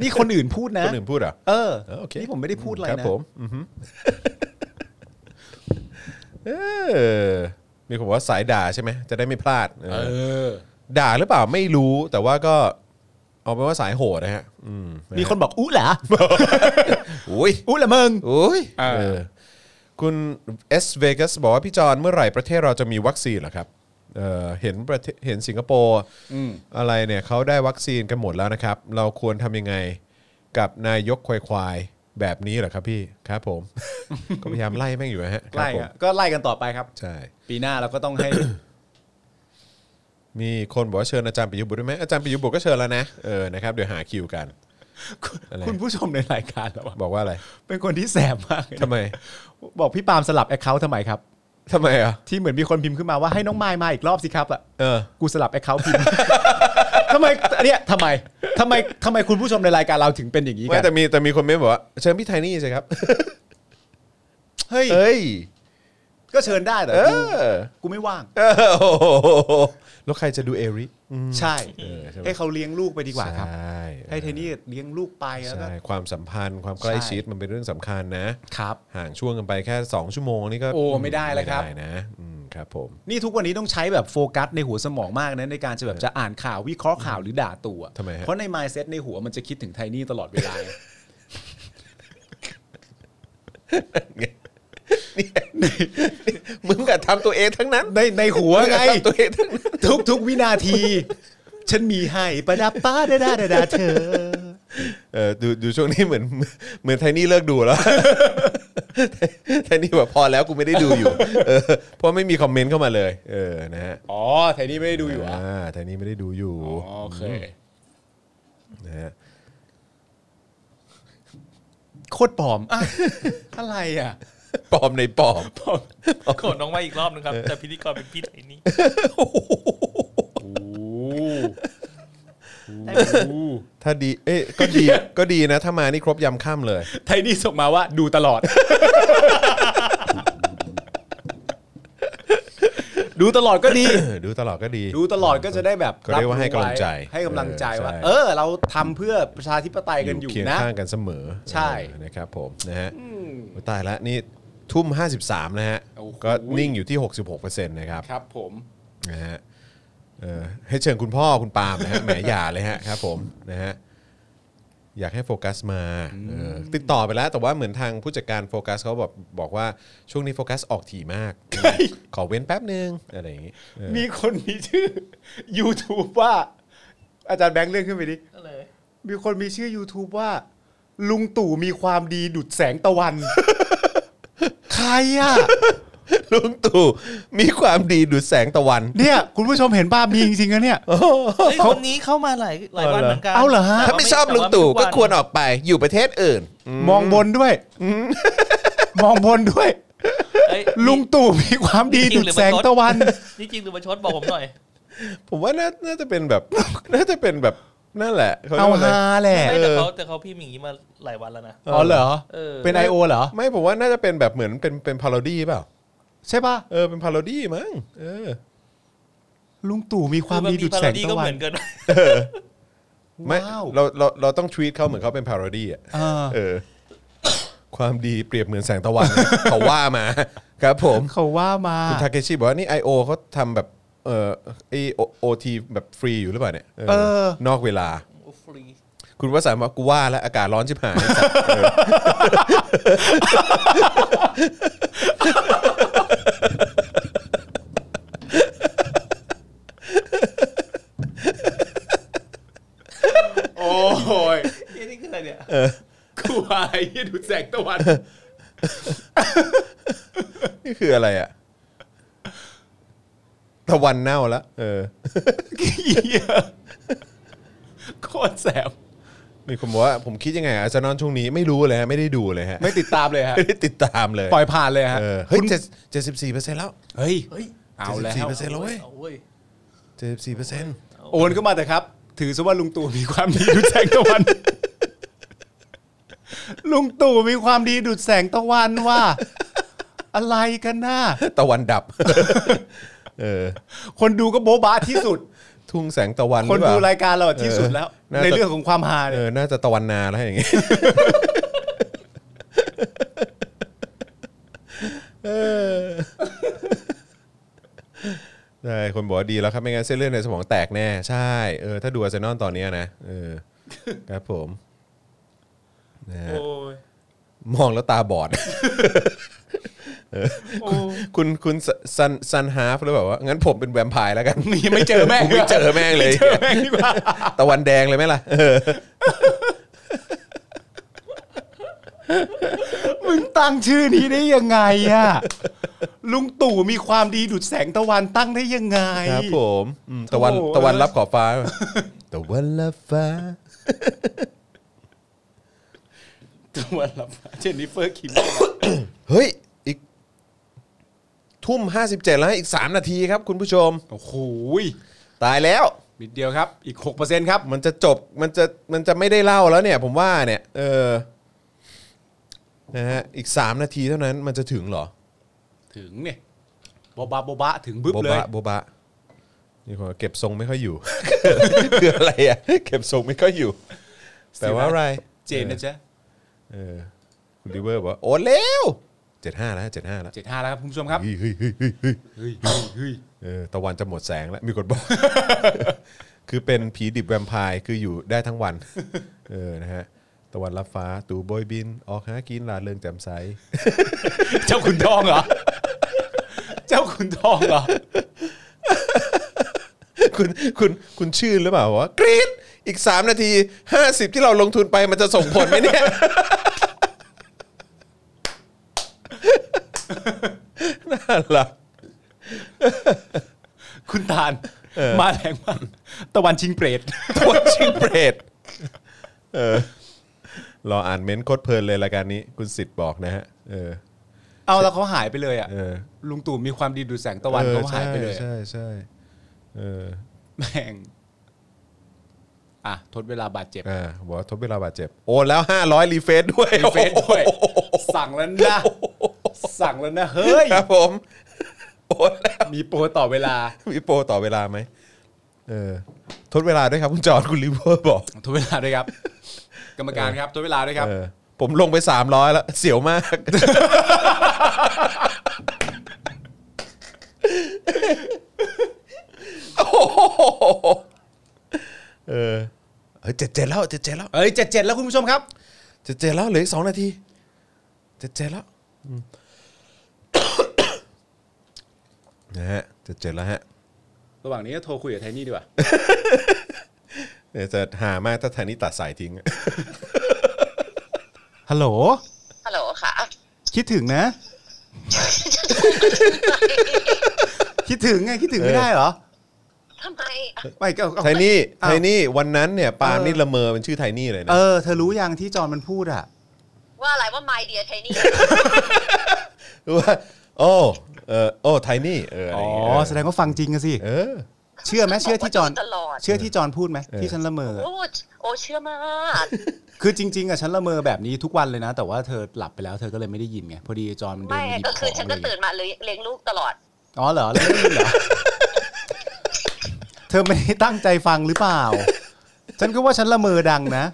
Speaker 3: นี่คนอื่นพูดนะ
Speaker 2: คนอื่นพูดเหรอ
Speaker 3: เออ
Speaker 2: เออโอเค
Speaker 3: นี่ผมไม่ได้พูดอะไร
Speaker 2: ครับ
Speaker 3: นะ
Speaker 2: ผมอือฮึเออมีคนบอกว่าสายด่าใช่ไหมจะได้ไม่พลาดเออ
Speaker 3: เออ
Speaker 2: ด่าหรือเปล่าไม่รู้แต่ว่าก็เอาเป็นว่าสายโหดนะฮะอืม
Speaker 3: มีคนบอกอู้เหรอ
Speaker 2: อุ้ย
Speaker 3: อู้เหรอมึง
Speaker 2: อุ้ย
Speaker 3: เออ
Speaker 2: เออคุณเอสเวกัสบอกว่าพี่จอนเมื่อไหร่ประเทศเราจะมีวัคซีนเหรอครับเออเห็นประเทศเห็นสิงคโปร์อะไรเนี่ยเขาได้วัคซีนกันหมดแล้วนะครับ เราควรทำยังไงกับนายกควายๆแบบนี้เหรอครับพี่ครับผม ก็พยายามไล่แม่งอยู่นะฮะครับ
Speaker 3: ไล่
Speaker 2: ผม
Speaker 3: อะก็ไล่กันต่อไปครับ
Speaker 2: ใช่
Speaker 3: ปีหน้าเราก็ต้องให้
Speaker 2: มีคนบอกว่าเชิญอาจารย์ปิยบุตรได้ไหมอาจารย์ปิยบุตรก็เชิญแล้วนะ เออ นะครับ เดี๋ยวหาคิวกัน อะไร
Speaker 3: คุณผู้ชมในรายการเราอะ
Speaker 2: บอกว่าอะไร
Speaker 3: เป็นคนที่แสบมากเลยนะ
Speaker 2: ทำไม
Speaker 3: บอกพี่ปาล์มสลับแอคเคาท์ทำไมครับ
Speaker 2: ทำไมอ่ะ
Speaker 3: ที่เหมือนมีคนพิมพ์ขึ้นมาว่าให้น้องไมายมาอีกรอบสิครับอะ
Speaker 2: เออ
Speaker 3: กูสลับแอคเคาท์พิมพ์ ทำไมอันเนี้ยทำไมทำไมทำไมคุณผู้ชมในรายการเราถึงเป็นอย่างนี้กั
Speaker 2: ไม่
Speaker 3: น
Speaker 2: แต่มีแต่มีคนเม้นบอกว่า เชิญพี่ไทนี่สิครับ
Speaker 3: เฮ้ย
Speaker 2: เอ้ย
Speaker 3: ก็เชิญได้แต่
Speaker 2: เอ
Speaker 3: กู
Speaker 2: อ
Speaker 3: กูไม่ว่าง
Speaker 2: เออโอ้โหแล้วใครจะดูเอริ
Speaker 3: ใช่
Speaker 2: เออใช่
Speaker 3: ให้เขาเลี้ยงลูกไปดีกว่าครับ
Speaker 2: ใช่
Speaker 3: ให้เทนี่เลี้ยงลูกไปแล้วก็
Speaker 2: ใช่ ความสัมพันธ์ ความใกล้ชิดมันเป็นเรื่องสำคัญนะ
Speaker 3: ครับ
Speaker 2: ห่างช่วงกันไปแค่ 2 ชั่วโมงนี่ก็
Speaker 3: โอ้ไม่ได้แล้วครับ
Speaker 2: ม่ได้นะอืมครับผม
Speaker 3: นี่ทุกวันนี้ต้องใช้แบบโฟกัสในหัวสมองมากนะในการจะแบบจะอ่านข่าววิเคราะห์ข่าวหรือด่าตัว
Speaker 2: ทำไมฮะ
Speaker 3: เพราะใน mindset ในหัวมันจะคิดถึงไทนี่ตลอดเวลา
Speaker 2: มึงก็ทำตัวเองทั้งนั้น
Speaker 3: ในในหัวไง
Speaker 2: ทำตัวเองทั้งนั้น
Speaker 3: ทุกทุกวินาที ฉันมีให้ประดับป้าดาดาดาดาเธอ
Speaker 2: เออดูดูช่วงนี้เหมือนเหมือนไทนี่เลิกดูแล้ว ไทนี่แบบพอแล้วกูไม่ได้ดูอยู่ เออเพราะไม่มีคอมเมนต์เข้ามาเลย เออนะฮะ
Speaker 3: อ๋อไทยนี่ไม่ได้ดูอยู่อ่ะ
Speaker 2: อ่าไทนี่ไม่ได้ดูอยู่
Speaker 3: อ๋อโอเค
Speaker 2: นะฮะ
Speaker 3: โคตรปลอมอะอะไรอ่ะ
Speaker 2: ปลอมในปลอม
Speaker 3: ปลอม
Speaker 4: โกรธน้องไว้อีกรอบนึงครับ แต่พิธีกรเป็นพี่ไทยนี่
Speaker 3: โอ้
Speaker 2: ถ้าดี เอ๊ะก็ดี ก็ดีนะ ถ้ามานี่ครบยำข้ามเลย
Speaker 3: ไทยนี่ส่งมาว่าดูตลอด ดูตลอดก็ดี
Speaker 2: ดูตลอดก็ดี
Speaker 3: ดูตลอดก็จะได้แบบ
Speaker 2: ก็เรียกว่าให้กำลังใจ
Speaker 3: รับรู้ไว้ให้กำลังใจว่า
Speaker 2: ใช่
Speaker 3: เออ เราทำเพื่อประชาธิปไตยกันอยู่
Speaker 2: เคียง
Speaker 3: นะ
Speaker 2: ข้างกันเสมอ
Speaker 3: ใช่
Speaker 2: เออนะครับผม นะฮะโอ้ยตายละนี่ทุ่ม 53 นะฮะ
Speaker 3: โอ้โห
Speaker 2: ก็นิ่งอยู่ที่ 66%นะครับ
Speaker 3: ครับผม
Speaker 2: นะฮะเอ่อให้เชิญคุณพ่อคุณปาล์มนะฮ ะ แหมอย่าเลยฮะครับผมนะฮะอยากให้โฟกัสมาเออติดต่อไปแล้ว แต่ว่าเหมือนทางผู้จัดการโฟกัสเขาบอกบอกว่าช่วงนี้โฟกัสออกถี่ มาก ขอเว้นแป๊บนึงอะไรอย่างงี้เออ
Speaker 3: มีคนมีชื่อ YouTube ว่า อาจารย์แบงค์เลื่อนขึ้นไปดิ
Speaker 4: ก็เลย
Speaker 3: มีคนมีชื่อ YouTube ว่า ลุงตู่มีความดีดุดแสงตะวัน ใครอ่ะ
Speaker 2: ลุงตู่มีความดีดูดแสงตะวัน
Speaker 3: เนี่ย คุณผู้ชมเห็นบ้ามีจริงๆนะเนี่ย
Speaker 4: เฮ้ยคนนี้เข้ามาหลายหลายวันเหมือนกัน
Speaker 3: เอาเหรอฮะ
Speaker 4: แต่
Speaker 2: ถ้า
Speaker 4: ว่
Speaker 2: ไม่ชอบ
Speaker 4: แต่
Speaker 2: ลุงตู่ก็
Speaker 4: ไม่ทุน
Speaker 2: ควรออก ไปอยู่ประเทศอื่น
Speaker 3: มองบนด้วย มองบนด้วย
Speaker 4: เอ้ย
Speaker 3: ลุงตู่มีความดีดุดแสงตะวัน
Speaker 4: นี่จริงหรือประชดบอกผมหน่อย
Speaker 2: ผมว่าน่าน่าจะเป็นแบบ น่าจะเป็นแบบนั่นแหละขรีย
Speaker 3: เอา
Speaker 2: กว่ะไร
Speaker 3: ฮาแหละ
Speaker 4: ไม่แต่
Speaker 2: เออ
Speaker 4: เขาแต่เขาพี่หมอย่างงีมาหลายวันแล้วนะ
Speaker 3: อ๋อเหรอ
Speaker 4: เออ
Speaker 3: เป็น I.O. เหรอ
Speaker 2: ไม่ผมว่าน่าจะเป็นแบบเหมือนเป็นเป็นพารอดี้เปล่า
Speaker 3: ใช่ป่ะ
Speaker 2: เออเป็นพาโรดี้มั้งเออ
Speaker 3: ลุงตู่มีความดีดุดแสง
Speaker 4: ก็
Speaker 3: ตะวัน
Speaker 4: เหมือนกัน
Speaker 2: ไม่
Speaker 3: ว้าว
Speaker 2: เราเราเราต้องทวีตเขาเหมือนเขาเป็นพาโรดี้อ่ะ
Speaker 3: เออ
Speaker 2: เออ ความดีเปรียบเหมือนแสงตะวัน เขาว่ามา ครับผม
Speaker 3: เขาว่ามา
Speaker 2: คุณทาเคชิบอกว่านี่ I.O. เขาทำแบบเออไอโอทีแบบฟรีอยู่หรือเปล่าเนี่ย
Speaker 3: เออ
Speaker 2: นอกเวลา
Speaker 4: โอ้ฟรี
Speaker 2: คุณวสันต์บอกกูว่าแล้วอากาศร้อนชิบหาย
Speaker 3: โอ้ย
Speaker 4: เฮ้ยนี่คืออะไรเนี่ย
Speaker 3: กูวายดุดแสงตะวัน
Speaker 2: นี่คืออะไรอ่ะตะวันเน่าแล้วเออ
Speaker 3: โคตรแสบ
Speaker 2: มีคนบอกว่าผมคิดยังไงอาร์เซนอลช่วงนี้ไม่รู้เลยฮะไม่ได้ดูเลยฮะ
Speaker 3: ไม่ติดตามเลย ฮะ
Speaker 2: ไม่ได้ติดตามเลย
Speaker 3: ปล่อยผ่านเลยฮะ
Speaker 2: เออเฮ้ยเจ็ดสิบสี่เปอร์เซ็นต์แล้ว
Speaker 3: เฮ้ย
Speaker 4: เฮ้ย
Speaker 3: เอาแล้ว
Speaker 2: 74%แล้วเว้ย
Speaker 4: อาเว้ย
Speaker 2: เจ็ดสี่เปอร์เซ็น ต์
Speaker 3: โอนเข้ามาแต่ครับ ถือซะว่าลุงตู่มีความดีดูดแสงตะ วัน ลุงตู่มีความดีดูดแสงตะวันว่า อะไรกันน่า
Speaker 2: ตะวันดับ เออ
Speaker 3: คนดูก็โบ๊ะบ้าที่สุด
Speaker 2: ทุ่งแสงตะวัน
Speaker 3: คน
Speaker 2: หอ
Speaker 3: ดู
Speaker 2: เปล่
Speaker 3: รายการเราอะที่สุดแล้ว
Speaker 2: เออ
Speaker 3: ในเรื่องของความฮา
Speaker 2: เอ
Speaker 3: เนี่
Speaker 2: อ
Speaker 3: ย
Speaker 2: น่าจะตะวันนาแล้วอย่างงี้ เออใช่คนบอกว่าดีแล้วครับไม่งั้นเส้นเลือดในสมองแตกแน่ ใช่เออถ้าดูอาร์เซนอลตอนเนี้ยนะเออ ครับผมนะฮะ
Speaker 4: โอ้ย
Speaker 2: มองแล้วตาบอด เออ คุณคุณซันซันฮาฟหรือแบบว่า งั้นผมเป็นแวมไพร์แล้วกัน
Speaker 3: นี่ไม่เจอแม่ง
Speaker 2: ผมไม่เจอแม่งเลย
Speaker 3: เจอแม่งดีกว่า
Speaker 2: ตะวันแดงเลยไหมล่ะเออ
Speaker 3: มึงตั้งชื่อนี้ได้ยังไงอ่ะลุงตู่มีความดีดูดแสงตะวันตั้งได้ยังไง
Speaker 2: ครับผมอืมตะวัน
Speaker 3: โถ่
Speaker 2: ตะวันรับขอบ ฟ้า ตะวันรับฟ้า
Speaker 3: ตะวันรับเจนนิเฟอร์คิม
Speaker 2: เฮ้ย อีก ทุ่ม 57 แล้วอีก 3 นาทีครับคุณผู้ชม
Speaker 3: โอ้โห
Speaker 2: ตายแล้ว
Speaker 3: นิดเดียวครับ อีก 6%ครับ
Speaker 2: มันจะจบมันจะมันจะไม่ได้เล่าแล้วเนี่ย ผมว่าเนี่ย เออนะฮะอีก 3 นาทีเท่านั้นมันจะถึงเหรอ
Speaker 3: ถึงเนี่ยโบบะโบบะถึงบึ๊บเลย
Speaker 2: โบะโบบะนี่คนเก็บทรงไม่ค่อยอยู่ คืออะไรอ่ะ เก็บทรงไม่ค่อยอยู่แปลว่าอะไร
Speaker 3: เจนนะจ๊ะ
Speaker 2: เออคุณลิเวอร์บอกว่าโอนเร็วเจ็ดห้าแล้วเจ็ดห้าแล้ว
Speaker 3: เจ็ดห้าแล้วครับคุณผู้ชมครับ
Speaker 2: เฮ้ยเฮ้ยเฮ้ยเฮ้ยเฮ้ย
Speaker 3: เฮ้ยเฮ้ยเฮ้ย
Speaker 2: เออตะวันจะหมดแสงแล้ว มีคนบอก คือเป็นผีดิบแวมไพร์คืออยู่ได้ทั้งวัน เออนะฮะ ตะวันรับฟ้า ตูโบยบิน ออกหากินลาเริงแจ่มใส
Speaker 3: เจ้าขุนทองเหรอ เจ้าขุนทองเหรอ
Speaker 2: คุณคุณคุณชื่นหรือเปล่าว่ากรีด อีก 3 นาที 50 ที่เราลงทุนไปมันจะส่งผลไหมเนี่ย น่ารัก
Speaker 6: คุณทาน มาแรงมากตะวันชิงเปรต
Speaker 2: ตัวชิงเปรตเออรออ่านเม้นต์โคตรเพลินเลยรายการนี้ คุณสิทธิ์บอกนะฮะ เออ
Speaker 6: เอาแล้วเขาหายไปเลยอ่ะ
Speaker 2: เออ
Speaker 6: ลุงตู่มีความดีดูแสงตะวันเขาหายไปเลยอะ
Speaker 2: ใช่ใช่เออ
Speaker 6: แม่งอ่ะทดเวลาบาดเจ็บ
Speaker 2: อ่าบอกว่าทบเวลาบาดเจ็บ โอนแล้ว 500 รีเฟซด้วย
Speaker 6: เฟซด้วยสั่งแล้วนะสั่งแล้วนะ เฮ้ย
Speaker 2: ครับผม โอนแล้ว
Speaker 6: มีโปรต่อเวลา
Speaker 2: มีโปรต่อเวลาไหมเออ ทดเวลาด้วยครับ คุณจอร์ดคุณลิเวอร์บอก
Speaker 6: ทดเวลาด้วยครับ กรรมการครับทดเวลาด้วยครับ
Speaker 2: เออผมลงไป 300 แล้ว เสียวมาก โอ้โหเออเฮ้ยเจ็ดเจ็ดแล้วเจ็ดเจ็ดแล้ว
Speaker 6: เอ้ยเจ็ดเจ็ดแล้วคุณผู้ชมครับ
Speaker 2: เจ็ดเจ็ดแล้วเหลืออีกสองนาทีเจ็ดเจ็ดแล้วอืม นะฮะเจ็ดเจ็ดแล้วฮะ
Speaker 6: ระหว่างนี้ก็โทรคุยกับไทนี่ดีกว่า
Speaker 2: เดี๋ยวจะหามากถ้าทางนี้ตัดสายทิ้ง
Speaker 6: ฮัลโหล
Speaker 7: ฮัลโหลค่ะ
Speaker 6: คิดถึง นะ คิดถึงไงคิดถึงไม่ได้เหรอ
Speaker 7: ทำไมอ่ะ
Speaker 6: ไม่ก็ก็
Speaker 2: ไทนี่
Speaker 6: อ้าว
Speaker 2: ไทนี่วันนั้นเนี่ยปาล์ม
Speaker 6: เออ
Speaker 2: นี่ละเมอเป็นชื่อไทนี่เลยนะ
Speaker 6: เออ เธอรู้ยังที่จอห์นมันพูดอ่ะ
Speaker 7: ว่าอะไรว่า my dear tiny
Speaker 2: ว่าโอ้เออโอ้ไทนี่เอออะ
Speaker 6: อ๋
Speaker 2: ไร
Speaker 6: อ
Speaker 2: อย่างเงี้ย
Speaker 6: แสดงว่าฟังจริงอะสิ
Speaker 2: เออ
Speaker 6: เชื่อไหมเชื่อที่จอห์น
Speaker 7: ตลอด
Speaker 6: เชื่อที่จอห์นพูดไหม
Speaker 2: เออ
Speaker 6: ที่ฉันละเมอ
Speaker 7: โอ้โอ้เชื่อมาก
Speaker 6: คือจริงๆอะฉันละเมอแบบนี้ทุกวันเลยนะ แต่ว่าเธอหลับไปแล้วเธอก็เลยไม่ได้ยินไง พอดีจอห์นมันเดิน
Speaker 7: ไม่
Speaker 6: มาหยิบ
Speaker 7: ก็
Speaker 6: ข
Speaker 7: คือ อง ฉัน
Speaker 6: เล
Speaker 7: ก็ตื่
Speaker 6: ย
Speaker 7: นมาเลยเลี้ยงลูกตลอด
Speaker 6: อ๋อเหรอแล้วไม่ได้ยินเหรอ เธอไม่ได้ตั้งใจฟังหรือเปล่า ฉันก็ว่าฉันละเมอดังนะ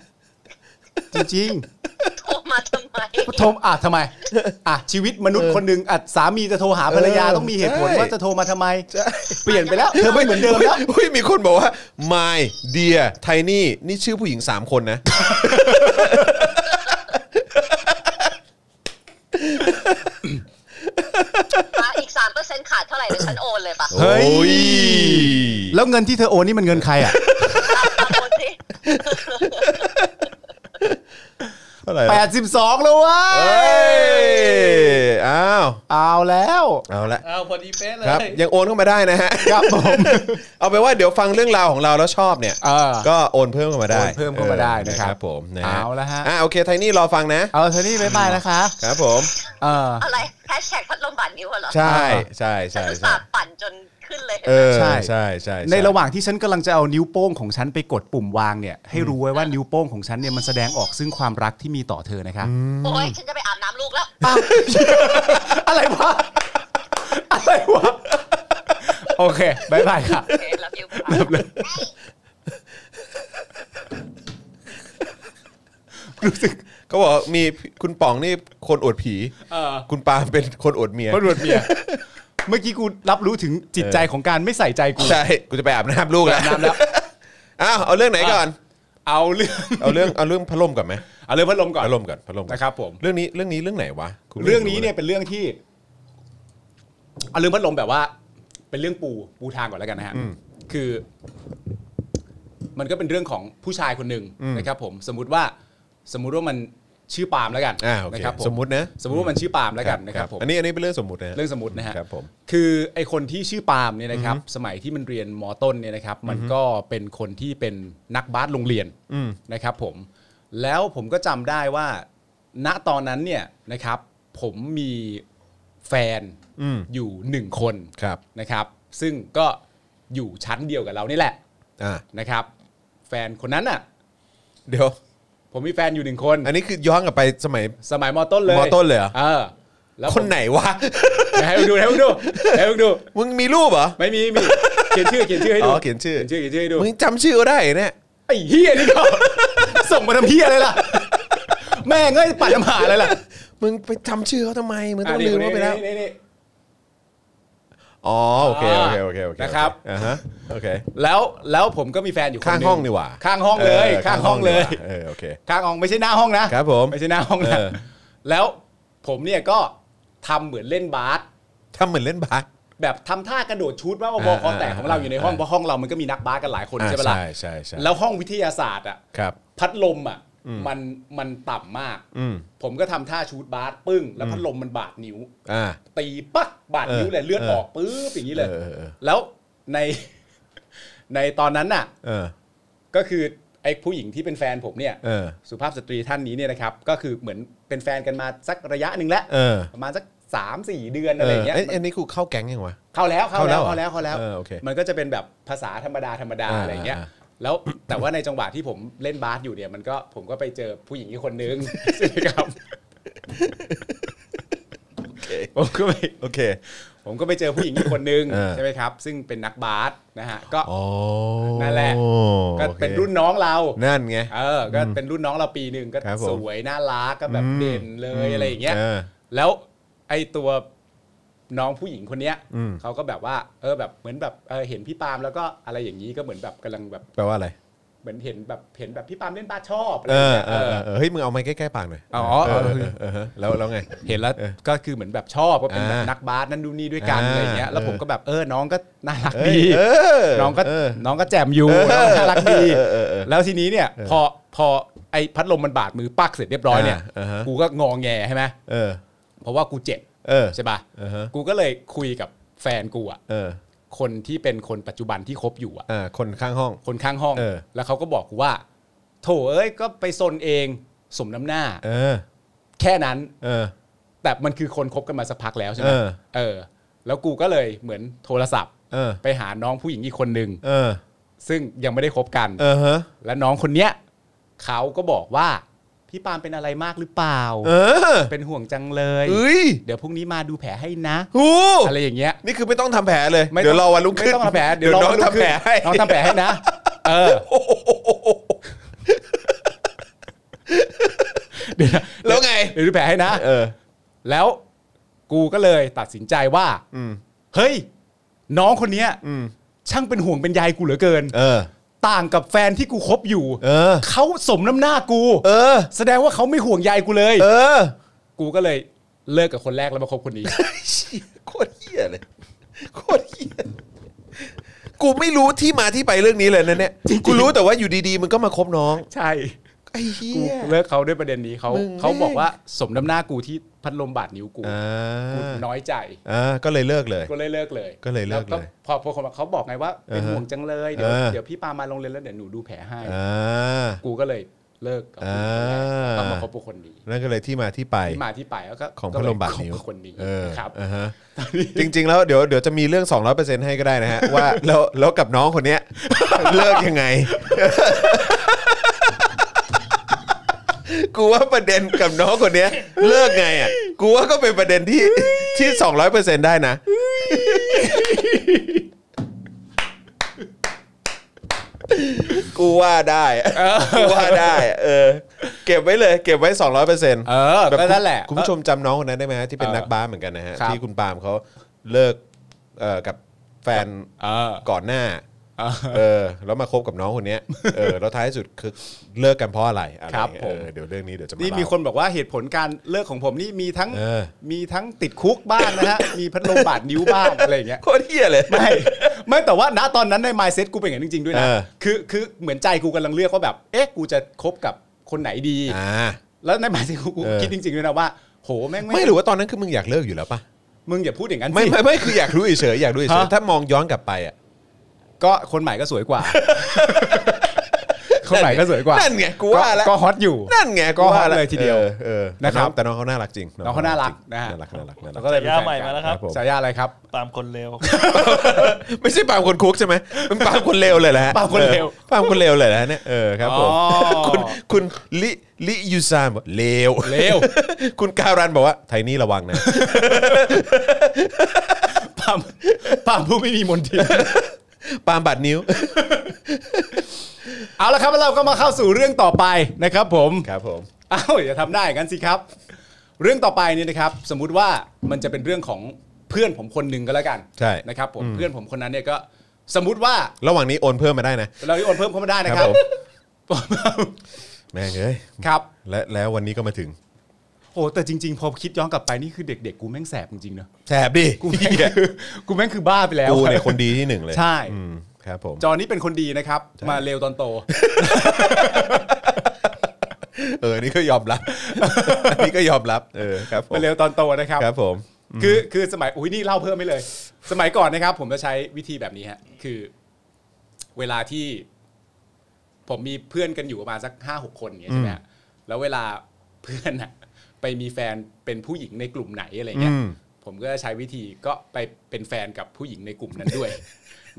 Speaker 6: จริงๆ
Speaker 7: โทรมาทำไม
Speaker 6: โทรอ่ะทำไมอ่ะชีวิตมนุษย์คนหนึ่งอ่ะสามีจะโทรหาภรรยา
Speaker 2: เออ
Speaker 6: ต้องมีเหตุผล
Speaker 2: ใช่
Speaker 6: ว่าจะโทรมาทำไม เปลี่ยนไป แล้ว เธอไม่เหมือนเดิมแล้ว
Speaker 2: เฮ้ยมีคนบอกว่า my dear ไทนี่นี่ชื่อผู้หญิง 3 คนนะ
Speaker 7: มาอีกสามเปอร์เซ็นต์ขาดเท่าไหร่เดี๋ยวฉันโอนเลยปะ
Speaker 2: เฮ้ย
Speaker 6: แล้วเงินที่เธอโอนนี่มันเงินใครอ่ะ
Speaker 7: โอนสิ
Speaker 2: อะไรวะ
Speaker 6: 82 แล้วเวะ
Speaker 2: เอ้ยอ้าว
Speaker 6: เอาแล้ว
Speaker 2: เอาละ
Speaker 4: เอาพอดีเป๊ะเลย
Speaker 2: ครับ ยังโอนเข้ามาได้นะฮะ
Speaker 6: ครับผม
Speaker 2: เอาไปนว่าเดี๋ยวฟังเรื่องราวของเราแล้วชอบเนี่ย
Speaker 6: เออ
Speaker 2: ก็โอนเพิ่มเข้ามาได้
Speaker 6: โอนเพิ่มเข้ามาได้
Speaker 2: ออ
Speaker 6: นะครับ
Speaker 2: ผมนะฮะ
Speaker 6: เอาละฮะ
Speaker 2: อ่ะโอเคไทนี่รอฟังนะ
Speaker 6: เอาเธอนี่บ๊ายบายนะคะ
Speaker 2: ครับผม
Speaker 6: เออ
Speaker 7: อะไรแฮชแท็กพัดลมบาดนิ้วเหรอ
Speaker 2: ใช่ใช่
Speaker 7: ฉัน
Speaker 2: ใช่
Speaker 7: อุต
Speaker 2: ใช่
Speaker 7: ส่าห์ปั่นจนขึ้นเลย
Speaker 2: เออ
Speaker 6: ใช่
Speaker 2: ใช่ใช่ช่
Speaker 6: ในระหว่างที่ฉันกำลังจะเอานิ้วโป้งของฉันไปกดปุ่มวางเนี่ยให้รู้ไว้ว่านิ้วโป้งของฉันเนี่ยมันแสดงออกซึ่งความรักที่มีต่อเธอนะคะ
Speaker 7: โอ้ยฉันจะไปอาบน้ำลูกแล้ว
Speaker 6: อะไรวะอะไรวะโอเคบ๊ายบายค่ะ
Speaker 7: โอเคแล้วพิวค่ะ
Speaker 6: รู้สึก
Speaker 2: เขาบอกว่ามีคุณป๋องนี่คนอวดผี
Speaker 6: เออ
Speaker 2: คุณปาล์มเป็นคนอวดเมีย
Speaker 6: ตำรวจเมีย เมื่อกี้กูรับรู้ถึงจิตใจของการไม่ใส่ใจกู
Speaker 2: ใช่ กูจะไปอาบน้ำลูกแล้ว
Speaker 6: อาบน้ำแล้ว
Speaker 2: อ้าวเอาเรื่องไหนก่อน
Speaker 6: เอาเรื่อง
Speaker 2: เอาเรื่องเอาเรื่องพัดลมก่อนไหม
Speaker 6: เอาเรื่องพัดลมก่อน
Speaker 2: พัดลมก่อนพัดลมก่อ
Speaker 6: นะครับผม
Speaker 2: เรื่องนี้เรื่องนี้เรื่องไหนวะกูไม่
Speaker 6: เรื่องนี้เนี่ยเป็นเรื่องที่เอาเรื่องพัดลมแบบว่า เป็นเรื่องปูปูทางก่อนแล้วกันนะฮะคือ มันก็เป็นเรื่องของผู้ชายคนหนึ่งนะครับ ผมสมมุติว่า สมมุติว่ามันชื่อปาล์มแล้วกัน
Speaker 2: อ่าโอเค
Speaker 6: นะครับผ
Speaker 2: สมมุตินะ
Speaker 6: สมมุติว่ามันชื่อปาล์มแล้วกันนะครับผม
Speaker 2: อันนี้อันนี้เป็นเรื่องสมมุตินะ
Speaker 6: เรื่องสมมุตินะฮะ
Speaker 2: ครับผม
Speaker 6: อไอคนที่ชื่อปาล์มเนี่ยนะครับ สมัยที่มันเรียนมต้นเนี่ยนะครับ มันก็เป็นคนที่เป็นนักบาสโรงเรียนนะครับผม แล้วผมก็จำได้ว่า ณตอนนั้นเนี่ยนะครับ ผมมีแฟน
Speaker 2: อืม
Speaker 6: อยู่หนึ่งคน
Speaker 2: ครับ
Speaker 6: นะครับ ซึ่งก็อยู่ชั้นเดียวกับเรานี่แหละ
Speaker 2: อ่า
Speaker 6: นะครับ แฟนคนนั้นน่ะ
Speaker 2: เดี๋ยว
Speaker 6: ผมมีแฟนอยู่หนึ่งคน
Speaker 2: อันนี้คือย้อนกลับไปสมัย
Speaker 6: สมัยมต้นเลย
Speaker 2: มต้นเลยเหรอ
Speaker 6: เออแล้วผม
Speaker 2: คนไหนวะ
Speaker 6: ให้มึงดูให้มึงดูให้มึงดู
Speaker 2: มึงมีรูปเหรอ
Speaker 6: ไม่มีไม่มี เขียนชื่อเขียนชื่อให้ดู
Speaker 2: อ๋อเขียนชื่อ
Speaker 6: เขียนชื่อเขียนชื่อให้ดู
Speaker 2: มึงจำชื่อเขาได้เนี่ย
Speaker 6: ไอ้เฮียนี่ ก็ ส่งมาทำเฮียเลยล่ะ แม่งเอ้ยปัดน้ำหาเลยล่ะ
Speaker 2: มึงไปจำชื่อเขาทำไมมึงต้องลืมเขาไปแล้ว
Speaker 6: นี่นี่นี่
Speaker 2: อ๋อโอเคโอเคโอเคโอเค
Speaker 6: นะครับ
Speaker 2: อ่าฮะโอเค
Speaker 6: แล้วแล้วผมก็มีแฟนอยู่คน
Speaker 2: ข้างห้องนี่หว่า
Speaker 6: ข้างห้องเลย ข้างห้องเลย
Speaker 2: เออโอเค
Speaker 6: ข้างห้องไม่ใช่หน้าห้องนะครับ
Speaker 2: ผม
Speaker 6: ไม่ใช่หน้าห้องนะ
Speaker 2: เออ
Speaker 6: แล้วผมเนี่ยก็ทำเหมือนเล่นบาส
Speaker 2: ทำเหมือนเล่นบาส
Speaker 6: แบบทำท่ากระโดดชุดว่าบ
Speaker 2: อ่า
Speaker 6: คอแตกของเราอยู่ในห้อง
Speaker 2: อ่า
Speaker 6: เพราะห้องเรามันก็มีนักบาสกันหลายคนใช่ปะล่ะ
Speaker 2: ใช่ใช่ใช่
Speaker 6: แล้วห้องวิทยาศาสตร์อ่ะ
Speaker 2: ครับ
Speaker 6: พัดลมอ่ะมันมันต่ำมาก
Speaker 2: อืม
Speaker 6: ผมก็ทำท่าชูดบาสปึ้ง แล้วพัดลมมันบาดนิ้ว
Speaker 2: อ่า
Speaker 6: ตีปักบาดนิ้ว
Speaker 2: เออ
Speaker 6: เลยเลือด
Speaker 2: เออ
Speaker 6: ออกปื๊บอย่างนี้เลย
Speaker 2: เออเออเออ
Speaker 6: แล้วใน ในตอนนั้นน่ะ
Speaker 2: เออ
Speaker 6: ก็คือไอ้ผู้หญิงที่เป็นแฟนผมเนี่ย
Speaker 2: เออ
Speaker 6: สุภาพสตรีท่านนี้เนี่ยนะครับ ก็คือเหมือนเป็นแฟนกันมาสักระยะหนึ่งแล้ว
Speaker 2: เออ
Speaker 6: ประมาณสักสามสี่เดือนอะไรอย่างเงี้ย
Speaker 2: เอ้อันนี้คือเข้าแก๊งยังวะ
Speaker 6: เข้าแล้วเข้าแล้ว
Speaker 2: เข้า
Speaker 6: เข้า
Speaker 2: แล้
Speaker 6: แล้ว
Speaker 2: เหรอ
Speaker 6: วเข้าแล้ว
Speaker 2: เออโอเค
Speaker 6: มันก็จะเป็นแบบภาษาธรรมดาธรรมดา
Speaker 2: อ่า
Speaker 6: อะไรเงี้ย
Speaker 2: อ่า
Speaker 6: แล้ว แต่ว่าในจังหวะที่ผมเล่นบาสอยู่เนี่ยมันก็ผมก็ไปเจอผู้หญิงอีกคนนึง ใช่ไหมครับผมก็ไป
Speaker 2: โอเค
Speaker 6: ผมก็ไปเจอผู้หญิงอีกคนนึง
Speaker 2: เออ
Speaker 6: ใช่ไหมครับ ซึ่งเป็นนักบาสนะฮะก็
Speaker 2: อ๋อ
Speaker 6: นั่นแหละ ก็เป็นรุ่นน้องเรา
Speaker 2: นั่นไง
Speaker 6: เออก็เป็นรุ่นน้องเราปีหนึ่งก็
Speaker 2: ครับผม
Speaker 6: สวยน่ารักก็แบบเด่นเลยอะไรอย่างเงี้ย
Speaker 2: ออ
Speaker 6: แล้วไอตัวน้องผู้หญิงคนเนี้ย
Speaker 2: อืม
Speaker 6: เขาก็แบบว่าเออแบบเหมือนแบบเออเห็นพี่ปาล์มแล้วก็อะไรอย่างนี้ก็เหมือนแบบกำลังแบบ
Speaker 2: แปลว่าอะไร
Speaker 6: เหมือนเห็นแบบเห็นแบบพี่ปาล์มเล่นบ้าสชอบอะไร
Speaker 2: เอ
Speaker 6: อ
Speaker 2: อ
Speaker 6: ย่างเงี้ย
Speaker 2: เออ
Speaker 6: เออ
Speaker 2: เออเฮ้ยมึงเอาไม้ใกล้ๆปากหน่อย
Speaker 6: อ๋อ
Speaker 2: เออเออ
Speaker 6: เออ
Speaker 2: เออเออแล้วแล้วไง
Speaker 6: เห็นแล้ว
Speaker 2: เออ
Speaker 6: ก็คือเหมือนแบบชอบก็เป็นแบบ
Speaker 2: อ่า
Speaker 6: นักบาสนั่นดูนนี่ด้วยกัน
Speaker 2: อ่า
Speaker 6: อะไรอย่างเงี้ยแล้วผมก็แบบเออน้องก็น่ารัก
Speaker 2: เอ้ย
Speaker 6: ดี
Speaker 2: เออ
Speaker 6: น้องก็
Speaker 2: เออ
Speaker 6: น้องก็แจ่มอยู่น้องก็น่ารักดี
Speaker 2: เออเออเออ
Speaker 6: แล้วทีนี้เนี่ยพอพอไอพัดลมมันบาดมือปักเสร็จเรียบร้อยเนี่ย
Speaker 2: อ่าอ่าฮะ
Speaker 6: กูก็งอแงใช่ไหม
Speaker 2: เออ
Speaker 6: เพราะว่ากูเจ็บ
Speaker 2: เออ
Speaker 6: ใช่ป่ะ
Speaker 2: เออฮะ
Speaker 6: กูก็เลยคุยกับแฟนกูอะ
Speaker 2: เออ
Speaker 6: คนที่เป็นคนปัจจุบันที่คบอยู่อะ
Speaker 2: อ่าคนข้างห้อง
Speaker 6: คนข้างห้อง
Speaker 2: เออ
Speaker 6: แล้วเขาก็บอกกูว่า โถเอ้ยก็ไปซนเองสมน้ำหน้า
Speaker 2: เออ
Speaker 6: แค่นั้น
Speaker 2: เออ
Speaker 6: แต่มันคือคนคบกันมาสักพักแล้วใช่ไหม
Speaker 2: เออ
Speaker 6: เออ แล้วกูก็เลยเหมือนโทรศัพท์
Speaker 2: เออ
Speaker 6: ไปหาน้องผู้หญิงอีกคนนึง
Speaker 2: เออ
Speaker 6: ซึ่งยังไม่ได้คบกัน
Speaker 2: เออฮะ
Speaker 6: และน้องคนเนี้ยเขาก็บอกว่า พี่ปาล์มเป็นอะไรมากหรือเปล่า
Speaker 2: เออ
Speaker 6: เป็นห่วงจังเลย
Speaker 2: เอ้ย
Speaker 6: เดี๋ยวพรุ่งนี้มาดูแผลให้นะ
Speaker 2: หู
Speaker 6: อะไรอย่างเงี้ย
Speaker 2: นี่คือไม่ต้องทำแผลเลย
Speaker 6: ไม่ต้
Speaker 2: เดี๋
Speaker 6: อง
Speaker 2: ยวเราวันลุกขึ้น
Speaker 6: ไม่ต้องทำแผล
Speaker 2: เดี๋ยวน้องทำแผลให้
Speaker 6: น้องทำแผลให้นะ เออเดี๋ยวนะ
Speaker 2: แล้วไง
Speaker 6: เดี๋ยวดูแผลให้นะ
Speaker 2: เออ
Speaker 6: แล้วกูก็เลยตัดสินใจว่า
Speaker 2: อืม
Speaker 6: เฮ้ย น้องคนเนี้ย
Speaker 2: อืม
Speaker 6: ช่างเป็นห่วงเป็นใยกูเหลือเกิน
Speaker 2: เออ
Speaker 6: ต่างกับแฟนที่กูคบอยู่
Speaker 2: เออ
Speaker 6: เขาสมน้ำหน้ากู
Speaker 2: เออ
Speaker 6: แสดงว่าเขาไม่ห่วงใยกูเลย
Speaker 2: เออ
Speaker 6: กูก็เลยเลิกกับคนแรกแล้วมาคบคนนี้
Speaker 2: โคตรเหี้ยเลยโคตรเหี้ยกูไม่รู้ที่มาที่ไปเรื่องนี้เลยนะเนี่ยกูรู้แต่ว่าอยู่ดีๆ มันก็มาคบน้อง
Speaker 6: ใช่
Speaker 2: ไอ้เหี้
Speaker 6: กู
Speaker 2: ย
Speaker 6: เลิกเขาด้วยประเด็นนี้เขา
Speaker 2: มึงแม่ง
Speaker 6: เขาบอกว่าสมน้ำหน้ากูที่พัดลมบาดนิ้วกู
Speaker 2: อ่า
Speaker 6: กูน้อยใจ
Speaker 2: อ่าก็เลยเลิกเลย
Speaker 6: ก็เลยเลิกเลย
Speaker 2: ก็เลยเลิกเลย
Speaker 6: แวพอพอคนเขาบอกไงว่าเป็น
Speaker 2: อ่าฮะ
Speaker 6: ห่วงจังเลยเดี๋ยว
Speaker 2: เออ
Speaker 6: เดี๋ยวพี่ปามาโรงเรียนแล้วเดี๋ยวหนูดูแผลให้
Speaker 2: อ่า
Speaker 6: กูก็เลยเลิกกับผู้หญิงคนแรกแล้วก็มาคบกับคนนี้
Speaker 2: นั่นก็เลยที่มาที่ไป
Speaker 6: ที่มาที่ไปแล้วก็
Speaker 2: ของพัดลมบาดนิ้ว
Speaker 6: ก็เยคบคนนี้
Speaker 2: เออ
Speaker 6: ครับ
Speaker 2: อ่าฮะจริง ๆ แล้วเดี๋ยวเดี๋ยวจะมีเรื่อง 200%ให้ก็ได้นะ ฮะ ว่าแล้วแล้วกับน้องคนเนี้ย เลิกยังไง กูว่าประเด็นกับน้องคนเนี้ย เลิกไงอ่ะกูว่าก็เป็นประเด็นที่ที่ 200%ได้นะ กูว่าได้ อะกูว่าได้อะเออ เก็บไว้เลย เก็บไว้ 200%เออ
Speaker 6: เออก็นั่นแหละ
Speaker 2: คุณผู้ชมจำน้องคนนั้นได้ไหมฮะที่เป็น
Speaker 6: เออ
Speaker 2: นักบาสเหมือนกันนะฮะ
Speaker 6: ครับ
Speaker 2: ที่คุณปาล์มเขาเลิกเอ่อกับแฟน
Speaker 6: เออ
Speaker 2: ก่อนหน้า
Speaker 6: เออ
Speaker 2: เออแล้วมาคบกับน้องคนเนี้ยเออแล้วท้ายสุดคือเลิกกันเพราะอะไรอะไ
Speaker 6: ครับ
Speaker 2: เงี้ย
Speaker 6: ผม
Speaker 2: เออเดี๋ยวเรื่องนี้เดี๋ยวจะมา
Speaker 6: นี่
Speaker 2: เล่า
Speaker 6: มีคนบอกว่าเหตุผลการเลิกของผมนี่มีทั้ง
Speaker 2: เออ
Speaker 6: มีทั้งติดคุกบ้างนะฮะ มีพัดลมบาดนิ้วบ้างอะไรอย่างเงี้ย
Speaker 2: โคตรเฮียเลย
Speaker 6: ไม่ ไม่แต่ว่าณตอนนั้นใน mindset กูเป็นอย่างนั้นจริง ๆ ด้วยนะ
Speaker 2: เออ
Speaker 6: คือคือเหมือนใจกูกำลังเลือกว่าแบบ เอ๊ะ กูจะคบกับคนไหนดี
Speaker 2: อ่า
Speaker 6: แล้วใน mindset กูกู
Speaker 2: เออ
Speaker 6: คิดจริง ๆ ด้วยนะว่า โห แม่ง
Speaker 2: ไม่
Speaker 6: ไม่
Speaker 2: หรือว่าตอนนั้นคือมึงอยากเลิกอยู่แล้วปะ
Speaker 6: มึงอย่าพูดอย่างนั้นสิ
Speaker 2: ไม่ไม่ไม่คืออยากรู้เฉยๆอยากรู้เฉย
Speaker 6: ฮะ
Speaker 2: ๆถ้ามองย้อนกลับไปอ่ะ
Speaker 6: ก็คนใหม่ก็สวยกว่า คนใหม่ก็สวยกว่า
Speaker 2: นั่นไงกูว่าแล้ว
Speaker 6: ก็ฮอตอยู่
Speaker 2: นั่นไงกูว่า
Speaker 6: ก็ฮอตเลยทีเดียว
Speaker 2: ออเออแต่
Speaker 6: นะครับ
Speaker 2: แต่น้องเขาน่ารักจริง
Speaker 6: น้องเขาน่ารักนะฮะ
Speaker 2: น่ารักน่ารักน่ารัก
Speaker 6: ก็เลยเป็น
Speaker 4: ฉายาน
Speaker 6: แฟ
Speaker 4: ใหม่
Speaker 6: กัน
Speaker 4: มาแล้วครับ
Speaker 2: ผม
Speaker 6: ฉายาอะไรครับ
Speaker 4: ตามคนเร็ว
Speaker 2: ไม่ใช่ปาล์มคนคุกใช่ไหมเป็นปาล์มคนเลวเลยแหละ
Speaker 6: ปาล์มคนเลว
Speaker 2: ปาล์มคนเลวเลยนะเนี่ยเออครับผม
Speaker 6: อ๋อ
Speaker 2: คุณคุณลิลิยูซานบอกเลว
Speaker 6: เลว
Speaker 2: คุณการันบอกว่าไทนี่ระวังนะ
Speaker 6: ปาล์มปาล์มผู้ไม่มีมนทิน
Speaker 2: ปาล์มบาดนิ้ว
Speaker 6: เอาละครับแล้วเราก็มาเข้าสู่เรื่องต่อไปนะครับผม
Speaker 2: ครับผม
Speaker 6: อ้าวอย่าทำได้อย่างนั้นสิครับ เรื่องต่อไปเนี่ยนะครับ สมมุติว่ามันจะเป็นเรื่องของเพื่อนผมคนหนึ่งก็แล้วกัน
Speaker 2: ใช่
Speaker 6: นะครับผมเพื่อนผมคนนั้นเนี่ยก็สมมุติว่า
Speaker 2: ระหว่างนี้โอนเพิ่มมาได้นะ
Speaker 6: เราโอนเพิ่มเข้ามาได้นะครับ
Speaker 2: แม่งเอ้ย
Speaker 6: ครับ
Speaker 2: และแล้ววันนี้ก็มาถึง
Speaker 6: โหแต่จริง ๆ พอคิดย้อนกลับไปนี่คือเด็ก ๆ กูแม่งแสบจริงๆเนอะ
Speaker 2: แสบดิ
Speaker 6: กูแม่งคือกูแม่งคือบ้าไปแล้ว
Speaker 2: กูเนี่ยคนดีที่หนึ่งเลย
Speaker 6: ใช่
Speaker 2: อืมครับผม
Speaker 6: จอนี่เป็นคนดีนะครับ
Speaker 2: ใช่
Speaker 6: มาเร็วตอนโต
Speaker 2: เออนี่ก็ยอมรับ นี่ก็ยอมรับ เออครับผม
Speaker 6: มาเร็วตอนโตนะครับ
Speaker 2: ครับผม
Speaker 6: คือคือสมัยอุ้ยนี่เล่าเพิ่มไม่เลย สมัยก่อนนะครับ ผมจะใช้วิธีแบบนี้ฮะคือ เวลาที่ผมมีเพื่อนกันอยู่ประมาณสักห้าหกคนอย่างเงี้ยใช่ไหมฮะแล้วเวลาเพื่อนอะไปมีแฟนเป็นผู้หญิงในกลุ่มไหนอะไรเงี้ย
Speaker 2: อืม
Speaker 6: ผมก็จะใช้วิธีก็ไปเป็นแฟนกับผู้หญิงในกลุ่มนั้นด้วย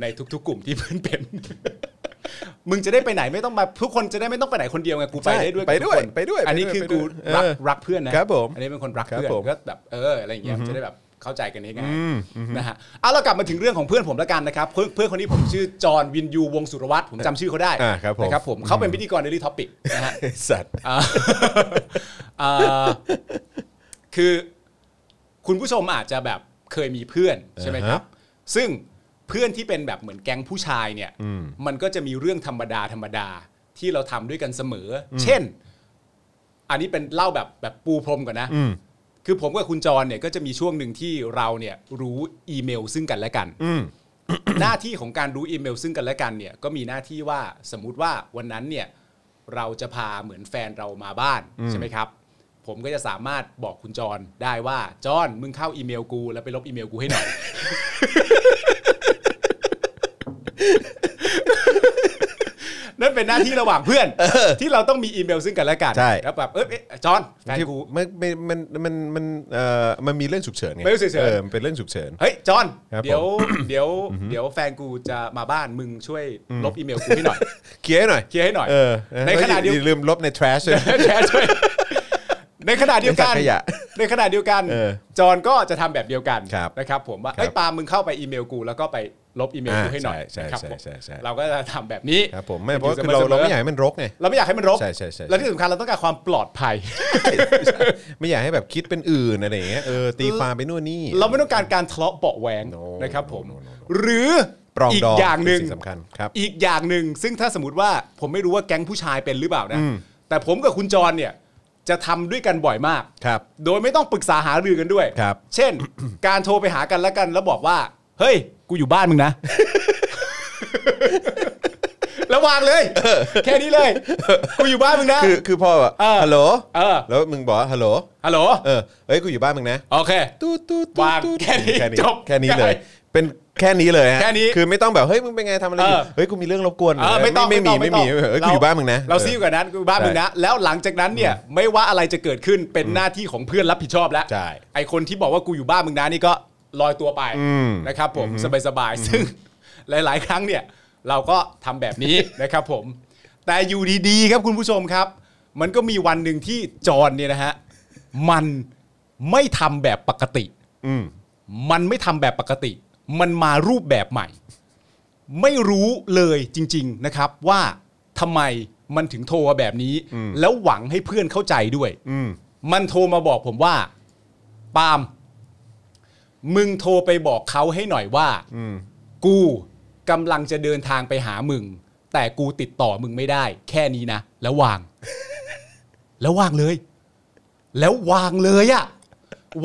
Speaker 6: ในทุก ๆ กลุ่มที่เพื่อนเป็น มึงจะได้ไปไหนไม่ต้องมาทุกคนจะได้ไม่ต้องไปไหนคนเดียวไงกูไปได้ด้วยกับ
Speaker 2: ไป
Speaker 6: ทุก
Speaker 2: ด้วย
Speaker 6: คน
Speaker 2: ไปด้วย
Speaker 6: อันนี้คือกู
Speaker 2: ไปด้วย
Speaker 6: รัก
Speaker 2: เออ
Speaker 6: รักเพื่อนนะครับ
Speaker 2: ผม
Speaker 6: อันนี้เป็นคนรัก
Speaker 2: ครับ
Speaker 6: เพื่อน
Speaker 2: ผม
Speaker 6: ก็ แบบเอออะไรอย่างเงี้ยจะได้แบบเข้าใจกันง่าย
Speaker 2: อืม
Speaker 6: ๆนะฮะเอาเรากลับมาถึงเรื่องของเพื่อนผมละกันนะครับ เพื่อนเพื่อนคนนี้ผมชื่อจอห์นวินยูวงศ์สุรวัตรผมจำชื่อเขาได้
Speaker 2: อ่าครับผม
Speaker 6: นะครับผมเขาเป็นพิธีกร Daily Topic นะฮะ
Speaker 2: ไอ้สัตว์
Speaker 6: อ่าอ่าคือคุณผู้ชมอาจจะแบบเคยมีเพื่อนใช่ไหมครับ ซึ่งเพื่อนที่เป็นแบบเหมือนแก๊งผู้ชายเนี่ย
Speaker 2: อืม
Speaker 6: มันก็จะมีเรื่องธรรมดาธรรมดาที่เราทำด้วยกันเสมออเช่น อันนี้เป็นเล่าแบบแบบปูพรมก่อนนะ
Speaker 2: อืม
Speaker 6: คือผมกับคุณจรเนี่ยก็จะมีช่วงหนึ่งที่เราเนี่ยรู้อีเมลซึ่งกันและกัน
Speaker 2: อืม
Speaker 6: หน้าที่ของการรู้อีเมลซึ่งกันและกันเนี่ยก็มีหน้าที่ว่าสมมุติว่าวันนั้นเนี่ยเราจะพาเหมือนแฟนเรามาบ้านใช่ไหมครับ ผมก็จะสามารถบอกคุณจรได้ว่าจรมึงเข้าอีเมลกูแล้วไปลบอีเมลกูให้หน่อย นั่นเป็นหน้าที่ระหว่างเพื่อน ที่เราต้องมีอีเมลซึ่งกันและกัน
Speaker 2: ใช่
Speaker 6: แล้วแบบเอยเอ้ยจอนแฟนกู
Speaker 2: มันไม่มันมันมันเอ่อมันมีเรื่องฉุกเฉินไง
Speaker 6: ไม่รู้ฉุกเฉิน
Speaker 2: ออมันเป็นเรื่องฉุกเฉิน
Speaker 6: เฮ้ยจอน
Speaker 2: ครับ
Speaker 6: เดี๋ยว
Speaker 2: ผ
Speaker 6: เดี๋ยวเดี๋ยวแฟนกูจะมาบ้านมึงช่วยลบอีเมลกูให้หน่ อย
Speaker 2: เคลียร์ให้หน่อย
Speaker 6: เคลียร์ให้หน่อย
Speaker 2: เออ
Speaker 6: ในขณะเดียว
Speaker 2: อย่าลืมลบใน trash ด้วย
Speaker 6: แชร์ช่วย ในขณะเดียวกัน
Speaker 2: ในสัตว์ขยะ
Speaker 6: ในขณะเดียวกัน
Speaker 2: เออ
Speaker 6: จอนก็จะทำแบบเดียวกัน
Speaker 2: ครับ
Speaker 6: นะครับ ผม
Speaker 2: ค
Speaker 6: ว่า
Speaker 2: รับ
Speaker 6: ไอ้ยปาล์มมึงเข้าไปอีเมลกู แล้วก็ไปลบอีเมลกูให้หน่อย
Speaker 2: อ่าใช่
Speaker 6: นะครับผม
Speaker 2: ใช่ใช่ใช่
Speaker 6: เราก็จะทำแบบนี้
Speaker 2: ครับผมไม่เพ
Speaker 6: ยู่
Speaker 2: ราะคือเรา
Speaker 6: ส
Speaker 2: เราไม่อยากให้มันรกไง
Speaker 6: เราไม่อยากให้มันรก
Speaker 2: ใช่ใช่ใช่
Speaker 6: และที่สำคัญเราต้องการความปลอดภัย
Speaker 2: ไม่อยากให้แบบคิดเป็นอื่นอะไรอย่างเงี้ยเออตีความไปนู่นนี่
Speaker 6: เราไม่ต้องการการทะเลาะเบาะแหวง
Speaker 2: No
Speaker 6: นะครับผม
Speaker 2: no no no
Speaker 6: หรือ
Speaker 2: ปรอง
Speaker 6: อีก
Speaker 2: ดอง
Speaker 6: อย่างหนึ่ง
Speaker 2: เป็นสิ่งสำคัญครับ
Speaker 6: อีกอย่างหนึ่งซึ่งถ้าสมมติว่าผมไม่รู้ว่าแก๊งผู้ชายเป็นหรือเปล่านะ แต่ผมกับคุณจรเนี่ยจะทำด้วยกันบ่อยมาก
Speaker 2: ครับ
Speaker 6: โดยไม่ต้องปรึกษาหารือกันด้วย
Speaker 2: ครับ
Speaker 6: เช่น การโทรไปหากันแล้วกันแล้วบอกว่า เฮ้ย กูอยู่บ้านมึ งนะ แล้ววางเลย แค่นี้เลย กูอยู่บ้านมึงนะ
Speaker 2: คือคือพ่อแบบ
Speaker 6: เออ
Speaker 2: ฮัลโหล
Speaker 6: เออ
Speaker 2: แล้วมึงบอกว่าฮัลโหล
Speaker 6: ฮัลโหล
Speaker 2: เออเฮ้ยกูอยู่บ้านมึงนะ
Speaker 6: โอเค
Speaker 2: ตู้ตู้
Speaker 6: วางแค่นี้
Speaker 2: แค่นี้
Speaker 6: จบ
Speaker 2: แค่นี้
Speaker 6: ใช่
Speaker 2: เลย เป็นแค่นี้เลยฮะ
Speaker 6: แค่นี้
Speaker 2: คือไม่ต้องแบบเฮ้ยมึงเป็นไงทำอะไรอยู่
Speaker 6: เออ
Speaker 2: เฮ้ยกูมีเรื่องรบกวน
Speaker 6: เออไม่ต้อง
Speaker 2: ไม่มี
Speaker 6: ต้อง
Speaker 2: ไม่มี
Speaker 6: ต้อง
Speaker 2: เฮ้ยกูอยู่บ้านมึงนะ
Speaker 6: เรา
Speaker 2: ออ
Speaker 6: ซิ่วกว่านั้นกูอยู่บ้าน
Speaker 2: ใช่
Speaker 6: มึงนะ แล้วหลังจากนั้นเนี่ยไม่ว่าอะไรจะเกิดขึ้นเป็นหน้าที่ของเพื่อนรับผิดชอบแล้ว
Speaker 2: ใช่
Speaker 6: ไอคนที่บอกว่ากูอยู่บ้านมึงนะนี่ก็ลอยตัวไป
Speaker 2: ม
Speaker 6: นะครับ ผมสบายๆซึ่ง หลาย ๆ ครั้งเนี่ย เราก็ทำแบบนี้ นะครับ ผม แต่อยู่ดีๆครับคุณผู้ชมครับ มันก็มีวันหนึ่งที่จอนเนี่ยนะฮะมันไม่ทำแบบปกติ
Speaker 2: อืม
Speaker 6: มันไม่ทำแบบปกติ มันมารูปแบบใหม่ ไม่รู้เลยจริง ๆนะครับ ว่าทำไมมันถึงโทรมาแบบนี้ แล้วหวังให้เพื่อนเข้าใจด้วย
Speaker 2: อืม
Speaker 6: มันโทรมาบอกผมว่า ปาล์มมึงโทรไปบอกเขาให้หน่อยว่า
Speaker 2: อืม
Speaker 6: กูกำลังจะเดินทางไปหามึง แต่กูติดต่อมึงไม่ได้ แค่นี้นะ แล้ววาง แล้ววางเลย แล้ววางเลยอะ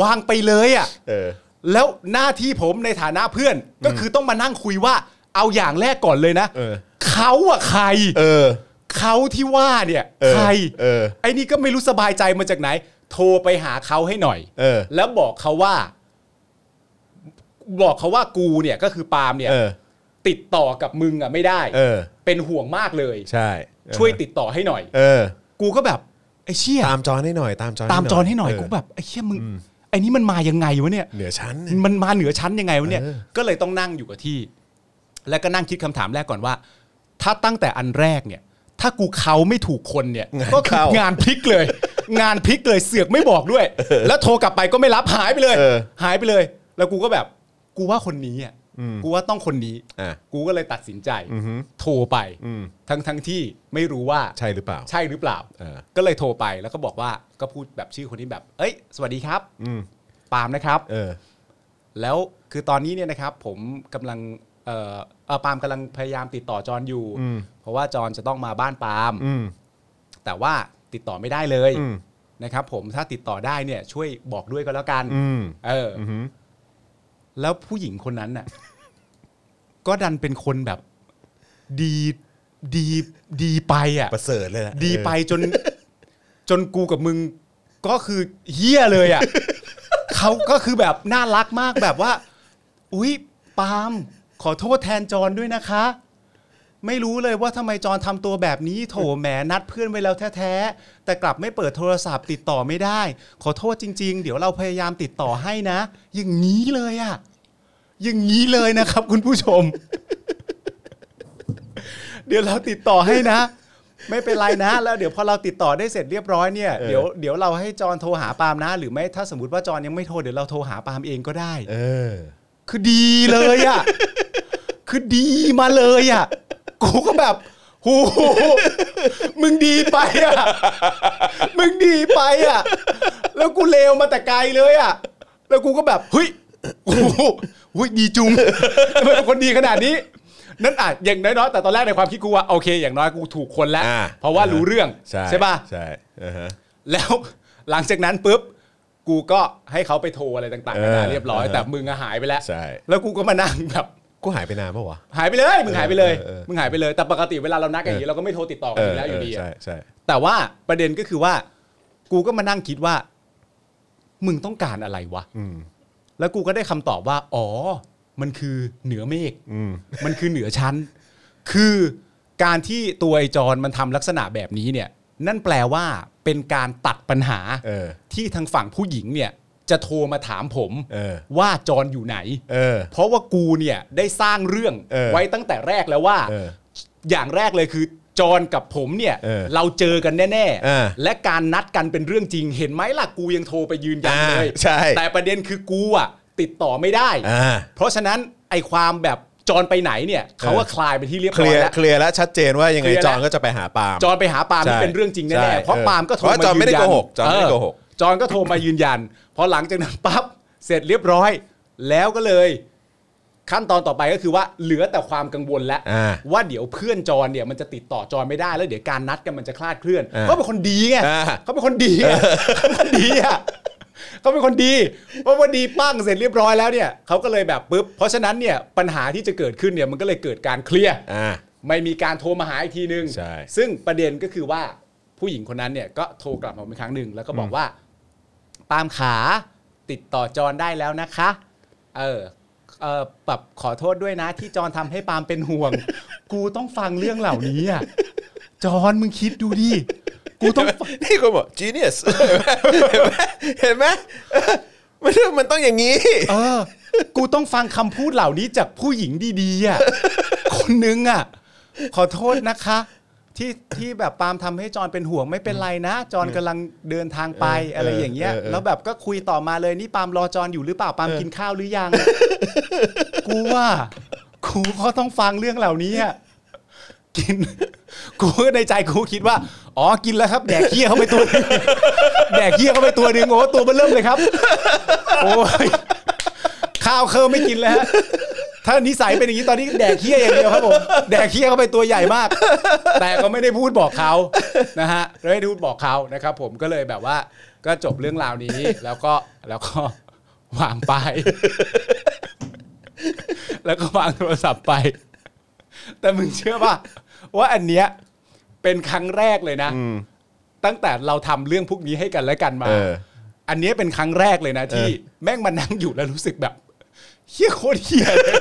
Speaker 6: วางไปเลยอะ
Speaker 2: เออ
Speaker 6: แล้วหน้าที่ผมในฐานะเพื่อนก็คือต้องมานั่งคุยว่า เอาอย่างแรกก่อนเลยนะ
Speaker 2: เออ
Speaker 6: เขาอะใคร
Speaker 2: เออ
Speaker 6: เขาที่ว่าเนี่ย
Speaker 2: เออ
Speaker 6: ใคร
Speaker 2: เออ
Speaker 6: ไอ้นี่ก็ไม่รู้สบายใจมาจากไหน โทรไปหาเขาให้หน่อย
Speaker 2: เออ
Speaker 6: แล้วบอกเขาว่า บอกเขาว่ากูเนี่ยก็คือปาล์มเนี่ย
Speaker 2: เออ
Speaker 6: ติดต่อกับมึงอะไม่ได้
Speaker 2: เออ
Speaker 6: เป็นห่วงมากเลย
Speaker 2: ใช่
Speaker 6: ช่วยติดต่อให้หน่อย
Speaker 2: เออ
Speaker 6: กูก็แบบไอ้เชี่ย
Speaker 2: ตามจอนให้หน่อยตามจอน
Speaker 6: ตามจอนให้หน่อย
Speaker 2: เ
Speaker 6: กูแบบไอ้เชี่ยมึงไอ้นี่มันมายังไงวะเนี่ย
Speaker 2: เหนือชั้น
Speaker 6: มันมาเหนือชั้นยังไงวะเนี่ย
Speaker 2: เออ
Speaker 6: ก็เลยต้องนั่งอยู่กับที่ แล้วก็นั่งคิดคำถามแรกก่อนว่า ถ้าตั้งแต่อันแรกเนี่ย ถ้ากูเขาไม่ถูกคน เนี่ย ก็คืองานพลิกเลย งานพลิกเลยเสือกไม่บอกด้วย แล้วโทรกลับไปก็ไม่รับหายไปเลย
Speaker 2: เออ
Speaker 6: หายไปเลย แล้วกูก็แบบ กูว่าคนนี้อ่ะกูว่าต้องคนนี้
Speaker 2: อ่ะ
Speaker 6: กูก็เลยตัดสินใจ
Speaker 2: อือฮึ
Speaker 6: โทรไป
Speaker 2: อืม
Speaker 6: ทั้งทั้งที่ไม่รู้ว่า
Speaker 2: ใช่หรือเปล่า
Speaker 6: ใช่หรือเปล่า
Speaker 2: เออ
Speaker 6: ก็เลยโทรไปแล้วก็บอกว่าก็พูดแบบชื่อคนนี้แบบ เอ้ย สวัสดีครับ
Speaker 2: อืม
Speaker 6: ปาล์มนะครับ
Speaker 2: เออ
Speaker 6: แล้วคือตอนนี้เนี่ยนะครับผมกำลังเอ่อเอ่อปาล์มกำลังพยายามติดต่อจอนอยู่
Speaker 2: อืม
Speaker 6: เพราะว่าจอนจะต้องมาบ้านปาล์ม
Speaker 2: อืม
Speaker 6: แต่ว่าติดต่อไม่ได้เลย
Speaker 2: อืม
Speaker 6: นะครับผมถ้าติดต่อได้เนี่ยช่วยบอกด้วยก็แล้วกัน
Speaker 2: อืม
Speaker 6: เอออ
Speaker 2: อือหือ
Speaker 6: แล้วผู้หญิงคนนั้นน่ะ ก็ดันเป็นคนแบบ ดีดีดีไปอ่ะ
Speaker 2: ประเสริฐเลยนะ
Speaker 6: ดีไป
Speaker 2: เออ
Speaker 6: จน จนกูกับมึงก็คือเฮี้ยเลย อ่ะ เขาก็คือแบบน่ารักมากแบบว่า อุ๊ยปาล์มขอโทษแทนจอนด้วยนะคะ ไม่รู้เลยว่าทำไมจอนทำตัวแบบนี้ โถแหมนัดเพื่อนไว้แล้วแท้ๆแต่กลับไม่เปิดโทรศัพท์ติดต่อไม่ได้ ขอโทษจริง ๆ เดี๋ยวเราพยายามติดต่อให้นะ อย่างนี้เลยอ่ะ อย่างนี้เลยนะครับ คุณผู้ชม เดี๋ยวเราติดต่อให้นะ ไม่เป็นไรนะ แล้วเดี๋ยวพอเราติดต่อได้เสร็จเรียบร้อยเนี่ยเดี๋ยวเดี๋ยวเราให้จอนโทรหาปาล์มนะ หรือไม่ถ้าสมมติว่าจอนยังไม่โทรเดี๋ยวเราโทรหาปาล์มเองก็ได้
Speaker 2: เออ
Speaker 6: คือดีเลยอ่ะ คือดีมาเลยอ่ะ กูก็แบบหูมึงดีไปอ่ะ มึงดีไปอ่ะ แล้วกูเลวมาแต่ไกลเลยอ่ะ แล้วกูก็แบบเฮ้ยโอ้โหเฮ้ยดีจุงทำไมเป็นคนดีขนาดนี้ นั่นอ่ะอย่างน้อยๆแต่ตอนแรกในความคิดกูว่าโอเค อย่างน้อยกูถูกคนแล้ว
Speaker 2: อ่า
Speaker 6: เพราะว่ารู้เรื่อง
Speaker 2: ใช่
Speaker 6: ป่ะ
Speaker 2: ใช่อ่าฮะ
Speaker 6: แล้วหลังจากนั้นปุ๊บกูก็ให้เขาไปโทรอะไรต่างๆนานาเรียบร้อย
Speaker 2: เออ
Speaker 6: แต่มึงอะหายไปแล้ว
Speaker 2: ใช่
Speaker 6: แล้วกูก็มานั่งแบบ
Speaker 2: กูหายไปนานปะวะ
Speaker 6: หายไปเลยมึงหายไปเลย
Speaker 2: เออเออเออ
Speaker 6: มึงหายไปเลย แต่ปกติเวลาเรานัดกันอย่างนี้
Speaker 2: เออ
Speaker 6: เราก็ไม่โทรติดต่อกันอยู่แล้วอยู่ดี
Speaker 2: เใช่
Speaker 6: อะ
Speaker 2: ใช่
Speaker 6: แต่ว่าประเด็นก็คือว่า กูก็มานั่งคิดว่า มึงต้องการอะไรวะ
Speaker 2: อืม
Speaker 6: แล้วกูก็ได้คำตอบว่า อ๋อ มันคือเหนือเมฆ
Speaker 2: อืม
Speaker 6: มันคือเหนือชั้น คือการที่ตัวไอจอนมันทำลักษณะแบบนี้เนี่ย นั่นแปลว่าเป็นการตัดปัญหา
Speaker 2: เออ
Speaker 6: ที่ทางฝั่งผู้หญิงเนี่ยจะโทรมาถามผม
Speaker 2: เออ
Speaker 6: ว่าจอนอยู่ไหน
Speaker 2: เออ
Speaker 6: เพราะว่ากูเนี่ยได้สร้างเรื่อง
Speaker 2: เออ
Speaker 6: ไว้ตั้งแต่แรกแล้วว่า
Speaker 2: เออ
Speaker 6: อย่างแรกเลยคือจอนกับผมเนี่ย
Speaker 2: เออ
Speaker 6: เราเจอกันแน่
Speaker 2: เออ
Speaker 6: และการนัดกันเป็นเรื่องจริง เห็นไหมล่ะกูยังโทรไปยืนยันเลย
Speaker 2: อ่าใช่
Speaker 6: แต่ประเด็นคือกูอ่ะติดต่อไม่ได้
Speaker 2: อ่า
Speaker 6: เพราะฉะนั้นไอความแบบจอนไปไหนเนี่ยเขาว่าคลายไปที่เรียบ
Speaker 2: เค
Speaker 6: ร้
Speaker 2: ลี
Speaker 6: อยย
Speaker 2: ร์
Speaker 6: แล้ว
Speaker 2: เคลียร์แล้วชัดเจนว่ายังไง
Speaker 6: เคลียร์
Speaker 2: จอ
Speaker 6: แล้ว
Speaker 2: นก็จะไปหาปาล์ม
Speaker 6: จอนไปหาปาล์ม
Speaker 2: ใช่
Speaker 6: นี่เป็นเรื่องจริง
Speaker 2: ใช่
Speaker 6: แน่ๆเพราะ
Speaker 2: เออ
Speaker 6: ปาล์มก็โทร
Speaker 2: เพ
Speaker 6: มา
Speaker 2: ราะจอนไม่ได้
Speaker 6: ยืยั
Speaker 2: โกหกจอนไม่ได้
Speaker 6: เ
Speaker 2: โกหก
Speaker 6: จอนก็โทรมายืนยัน พอหลังจากนั้นปั๊บเสร็จเรียบร้อย แล้วก็เลย ขั้นตอนต่อไปก็คือว่าเหลือแต่ความกังวลแล้ว
Speaker 2: อ่า
Speaker 6: ว่าเดี๋ยวเพื่อนจอนเนี่ยมันจะติดต่อจอนไม่ได้แล้วเดี๋ยวการนัดกันมันจะคลาดเคลื่อน
Speaker 2: อ่า
Speaker 6: เขาเป็นคนดีไง
Speaker 2: อ่า
Speaker 6: เขาเป็นคนดีไงเขาเป็นคนดีอ่ะเขาเป็นคนดีเพราะว่าดีปั้งเสร็จเรียบร้อยแล้วเนี่ยเขาก็เลยแบบปุ๊บเพราะฉะนั้นเนี่ยปัญหาที่จะเกิดขึ้นเนี่ยมันก็เลยเกิดการเคลียร์
Speaker 2: อ่า
Speaker 6: ไม่มีการโทรมาหาอีกทีนึง
Speaker 2: ใช่
Speaker 6: ซึ่งประเด็นก็คือว่าผู้หญิงคนนั้นเนี่ยก็โทรกลับมาเป็นครั้งหนึ่งแล้วก็บอกว่า ปาล์มขาติดต่อจอนได้แล้วนะคะ เออเออแบบขอโทษด้วยนะ ที่จอนทำให้ปาล์มเป็นห่วง กูต้องฟังเรื่องเหล่านี้อ่ะจอนมึงคิดดูดิ กูต้องฟัง
Speaker 2: นี่คุณบอก genius เห็นไหมเห็นไหมมันมันต้องอย่างนี้
Speaker 6: เออ กูต้องฟังคำพูดเหล่านี้จากผู้หญิงดีๆอ่ะ คนนึงอ่ะ ขอโทษนะคะ ที่ที่แบบปาล์มทำให้จอนเป็นห่วงไม่เป็นไรนะ จอนกำลังเดินทางไป
Speaker 2: เออ
Speaker 6: อะไรอย่างเงี้ย
Speaker 2: เออเออ
Speaker 6: แล้วแบบก็คุยต่อมาเลยนี่ปาล์มรอจอนอยู่หรือเปล่าปาล์มกินข้าวหรือยัง กูว่ากูก็ต้องฟังเรื่องเหล่านี้อะกิน กูก็ในใจกูคิดว่า อ๋อกินแล้วครับแดกเหี้ยเข้าไปตัวหนึง แดกเหี้ยเข้าไปตัวหนึงโอ้ตัวมันเริ่มเลยครับ โอ้ยข้าวเคิร์ไม่กินแล้วฮะ ถ้านิสัยเป็นอย่างนี้ตอนนี้แดกเคี้ยอย่างเดียวครับผมแดกเคี้ยเข้าไปตัวใหญ่มาก แต่ก็ไม่ได้พูดบอกเขานะฮะไม่ได้พูดบอกเขานะครับ ผมก็เลยแบบว่า ก็จบเรื่องราวนี้ แล้วก็แล้วก็วางไป แล้วก็วางโทรศัพท์ไป แต่มึงเชื่อป่ะว่าอันเนี้ยเป็นครั้งแรกเลยนะ ตั้งแต่เราทำเรื่องพวกนี้ให้กันและกันมา
Speaker 2: เออ
Speaker 6: อันเนี้ยเป็นครั้งแรกเลยนะ ที่
Speaker 2: เออ
Speaker 6: แม่งมานั่งอยู่แล้วรู้สึกแบบเฮี้ยโคตรเฮี้ยเลย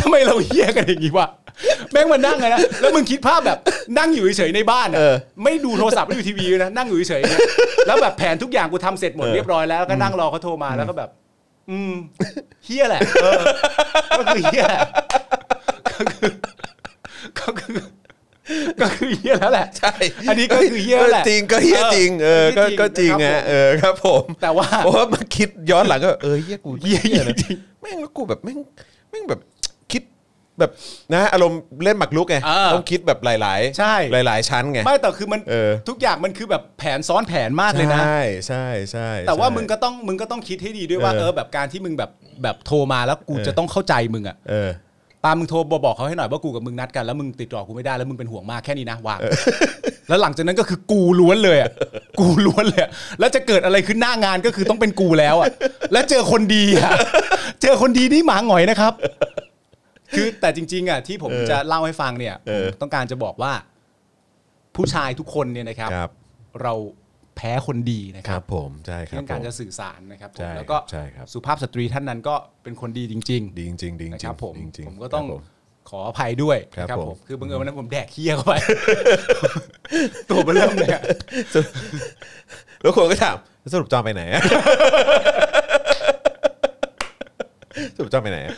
Speaker 6: ทำไมเราเฮี้ยกันอย่างนี้วะแม่งมานั่งอะนะแล้วมึงคิดภาพแบบนั่งอยู่เฉยๆในบ้านอะไม่ดูโทรศัพท์ไม่ดูทีวีนะนั่งอยู่เฉยๆนะแล้วแบบแผนทุกอย่างกูทำเสร็จหมดเรียบร้อยแล้วก็นั่งรอเขาโทรมาแล้วก็แบบ อืมเฮี้ยแหละเออก็คือเฮี้ยแหละก็คือก็คือก็คือเฮี้ยแล้วแหละ
Speaker 2: ใช่
Speaker 6: อันนี้ก็คือเหี้ยแหละ
Speaker 2: จริงก็เฮี้ยจริง เออ ก็ก็จริง
Speaker 6: จริงนะครับ
Speaker 2: อะ
Speaker 6: ผม
Speaker 2: เออครับผม
Speaker 6: แต่ว่า
Speaker 2: โอ้มาคิดย้อนหลังก็ เออเฮี้ยกู
Speaker 6: เฮี้ย
Speaker 2: หี้นะ
Speaker 6: จริง
Speaker 2: แม่งแล้วกูแบบแม่งแม่งแบบคิดแบบนะอารมณ์เล่นหมากรุกไง
Speaker 6: เออ
Speaker 2: ต้องคิดแบบหลายๆ
Speaker 6: ใช่
Speaker 2: หลาย ๆ ชั้นไง
Speaker 6: ไม่แต่คือมัน
Speaker 2: เออ
Speaker 6: ทุกอย่างมันคือแบบแผนซ้อนแผนมากเลยนะ
Speaker 2: ใช่ใช่ใช่
Speaker 6: แต่ว่า
Speaker 2: ใช่
Speaker 6: มึงก็ต้องมึงก็ต้องคิดให้ดีด้วยว่า
Speaker 2: เออ
Speaker 6: เออแบบการที่มึงแบบแบบโทรมาแล้วกู
Speaker 2: เออ
Speaker 6: จะต้องเข้าใจมึงอะ
Speaker 2: เออ
Speaker 6: ปาล์มมึงโทรบอกเขาให้หน่อยว่ากูกับมึงนัดกันแล้วมึงติดต่อกูไม่ได้แล้วมึงเป็นห่วงมากแค่นี้นะวาง แล้วหลังจากนั้นก็คือกูล้วนเลยอะกูล้วนเลยอะแล้วจะเกิดอะไรขึ้นหน้างานก็คือต้องเป็นกูแล้วอะแล้วเจอคนดีอะเจอคนดีนี่หมาหงอยนะครับ คือแต่จริง ๆอะที่ผมจะเล่าให้ฟังเนี่ย
Speaker 2: เออ
Speaker 6: ผมต้องการจะบอกว่า ผู้ชายทุกคนเนี่ยนะครับ
Speaker 2: ครับ
Speaker 6: เราแพ้คนดีนะค
Speaker 2: ค
Speaker 6: รั
Speaker 2: รับ บผมใช่ครับ
Speaker 6: เรื่องการ
Speaker 2: ผม
Speaker 6: จะสื่อสารนะครับผม
Speaker 2: ใช่
Speaker 6: แล้วก็
Speaker 2: ใช่ครับ
Speaker 6: สุภาพสตรีท่านนั้นก็เป็นคนดีจริง
Speaker 2: ดีจริงๆดีจริ
Speaker 6: ๆ
Speaker 2: งๆ
Speaker 6: นะครับผม
Speaker 2: ดีจริงๆ
Speaker 6: ผมก็ต้อง
Speaker 2: ครับผม
Speaker 6: ขออภัยด้วย
Speaker 2: ครับ
Speaker 6: นะ
Speaker 2: ผม
Speaker 6: คือบังเอิญวันนั้นผมแดกเคี้ยเข้าไป ตัวมันเริ่มเลยอะ
Speaker 2: แล้วคนก็ถามสรุปจอมไปไหน อะ สรุปจอมไปไหนอะ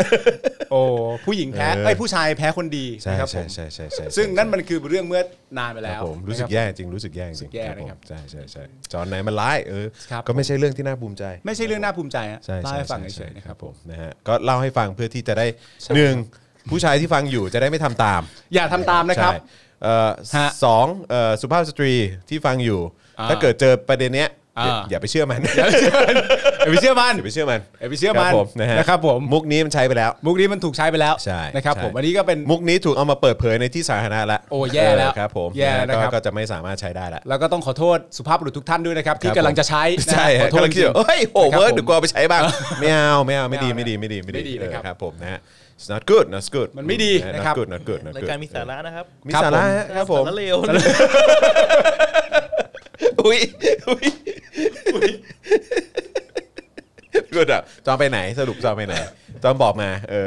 Speaker 6: โอ้ผู้หญิงแพ้
Speaker 2: เออ
Speaker 6: ไอ้ยผู้ชายแพ้คนดี
Speaker 2: ใช่
Speaker 6: นะครับผ
Speaker 2: ใช่
Speaker 6: ม
Speaker 2: ใช่ใช่ใช่
Speaker 6: ซึ่งนั่นมันคือเรื่องเมื่อนานไป
Speaker 2: ค
Speaker 6: แล้
Speaker 2: รับ
Speaker 6: ว
Speaker 2: ผมรู้สึก
Speaker 6: นะคบ
Speaker 2: แย่จริงรู้สึกแย่จ
Speaker 6: รู้สึ
Speaker 2: ริง
Speaker 6: กแย่นะครับ
Speaker 2: ผมใช่ใช่ใช่จอมไหนมันร้ายเออ
Speaker 6: ครับ
Speaker 2: ก็ไม่ใช่เรื่องที่น่าภูมิใจ
Speaker 6: ไม่ใช่เรื่องน่าภูมิใจฮะ
Speaker 2: ใช่
Speaker 6: เล่า
Speaker 2: ใช่
Speaker 6: ให้ฟัง
Speaker 2: ใช่
Speaker 6: เฉ
Speaker 2: ใช่
Speaker 6: ยๆนะ
Speaker 2: ค
Speaker 6: ค
Speaker 2: รั
Speaker 6: รับบ
Speaker 2: ผมนะฮะก็เล่าให้ฟังเพื่อที่จะได้หนึ่งผู้ชายที่ฟังอยู่จะได้ไม่ทำตาม
Speaker 6: อย่าทำตามนะครับ
Speaker 2: ใช่เอ่อ
Speaker 6: ฮะ
Speaker 2: สองเอ่อสุภาพสตรีที่ฟังอยู่
Speaker 6: อ่า
Speaker 2: ถ้าเกิดเจอประเด็นเนี้ยอย่า
Speaker 6: อ่า
Speaker 2: อย่าไปเชื่อมัน
Speaker 6: อย่าไปเชื่อมันอย่าไปเชื่อมัน
Speaker 2: อย่าไปเชื่อมัน
Speaker 6: อย่าไปเชื่อมัน
Speaker 2: ครับผมนะฮะ
Speaker 6: นะครับผม
Speaker 2: มุกนี้มันใช้ไปแล้ว
Speaker 6: มุกนี้มันถูกใช้ไปแล้ว
Speaker 2: ใช่
Speaker 6: นะครับ
Speaker 2: ใช่
Speaker 6: ผมอันนี้ก็เป็น
Speaker 2: มุกนี้ถูกเอามาเปิดเผยในที่สาธารณะละ
Speaker 6: โอ้แย่แล้ว
Speaker 2: เออครับผม
Speaker 6: แย่แล้วนะครับ
Speaker 2: ก็ก็จะไม่สามารถใช้ได้ละ
Speaker 6: แล้วก็ต้องขอโทษสุภาพบุรุษทุกท่านด้วยนะครับ ที่
Speaker 2: ครับ
Speaker 6: กำลังจะใช้นะฮะ
Speaker 2: ใช่
Speaker 6: ขอโทษ
Speaker 2: กำลังคิดอยู่
Speaker 6: จริงๆ
Speaker 2: เฮ้ยโห
Speaker 6: นะคบ
Speaker 2: เวิร์ก
Speaker 6: ผม
Speaker 2: เดี๋ยวกลัวไปใช้ บ้างไม่เอาไม่เอาไม่ดี
Speaker 6: ไม่
Speaker 2: ไม่
Speaker 6: ดี
Speaker 2: ดีไม่ดีไม่ดี
Speaker 6: ไม่ดีเลยครับ
Speaker 2: เออผมนะฮะ it's not good not good
Speaker 6: มันไม่ดีนะครับ
Speaker 2: not good not good not
Speaker 4: ราย
Speaker 2: good
Speaker 4: การมีสาระนะครับ
Speaker 2: มีสาระฮะครับผม
Speaker 4: สาระเลว
Speaker 2: อุ้ยอุ้ยกูแบบจอมไปไหนสรุปจอมไปไหนจอมบอกมาเออ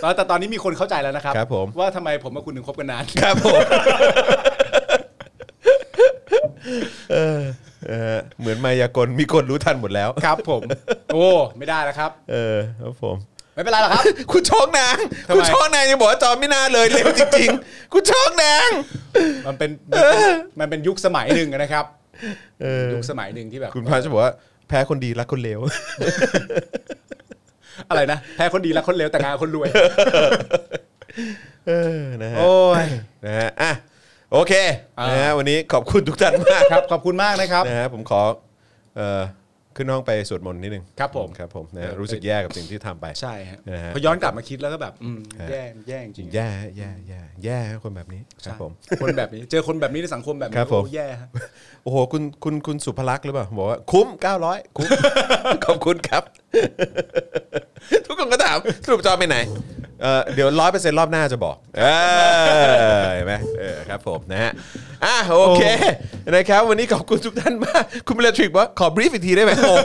Speaker 6: แต่แต่ตอนนี้มีคนเข้าใจแล้วนะครับ
Speaker 2: ครับผม
Speaker 6: ว่าทำไมผมกับคุณถึงคบกันนาน
Speaker 2: ครับผมเออเออเหมือนมายากลมีคนรู้ทันหมดแล้ว
Speaker 6: ครับผม โอ้ไม่ได้แล้วครับ
Speaker 2: เออครับผม
Speaker 6: ไม่เป็นไรหรอกครับ
Speaker 2: คุณโชคนาง
Speaker 6: ทำไม
Speaker 2: คุณโชคนางยังบอกว่าจอมไม่น่าเลยเร็วจริงๆคุณโชคนาง
Speaker 6: มัน เป็นมันเป็นมันเป็นยุคสมัยหนึ่งนะครับ
Speaker 2: เออ
Speaker 6: ยุคสมัยหนึ่งที่แบบ
Speaker 2: คุณพันธ์จะบอกว่าแพ้คนดีรักคนเลว
Speaker 6: อะไรนะแพ้คนดีรักคนเลวแต่งงานกับคนรวย
Speaker 2: เออนะฮะ
Speaker 6: โอ้ย
Speaker 2: นะฮะอ่ะโอเค
Speaker 6: อ่าน
Speaker 2: นะฮะวันนี้ขอบคุณทุกท่านมาก
Speaker 6: ครับขอบคุณมากนะครับ
Speaker 2: นะฮะผมขอเอ่อขึ้นห้องไปสวดมนต์นิดนึง
Speaker 6: ครับผม
Speaker 2: ครับผมนะฮะ
Speaker 6: เออ
Speaker 2: รู้สึกแย่กับสิ่งที่ทำไป
Speaker 6: ใช่ฮะ
Speaker 2: นะฮะ
Speaker 6: พอย้อนกลับมาคิดแล้วก็แบบอืมแย่แย่จริงๆ
Speaker 2: แย่แย่แย่แย่ฮะคนแบบนี้ค
Speaker 6: ใช่
Speaker 2: รับผม
Speaker 6: คนแบบนี้เจอคนแบบนี้ในสังคมแบบนี้
Speaker 2: ครับผม
Speaker 6: โอ้แย่ฮะ
Speaker 2: โอ้โหคุณคุณคุณสุภลักษณ์หรือเปล่าบอกว่าคุ้ม 900 คุ้ม ขอบคุณครับ ทุกคนก็ถามสรุปจอไปไหนเออเดี๋ยวร้อยเปอร์เซ็นต์รอบหน้าจะบอกเออเห็นไหมเออครับผมนะฮะอ่ะโอเคนะครับวันนี้ขอบคุณทุกท่านมาก คุณเบลทริกว่าขอบรีฟอีกทีได้ไหมง ง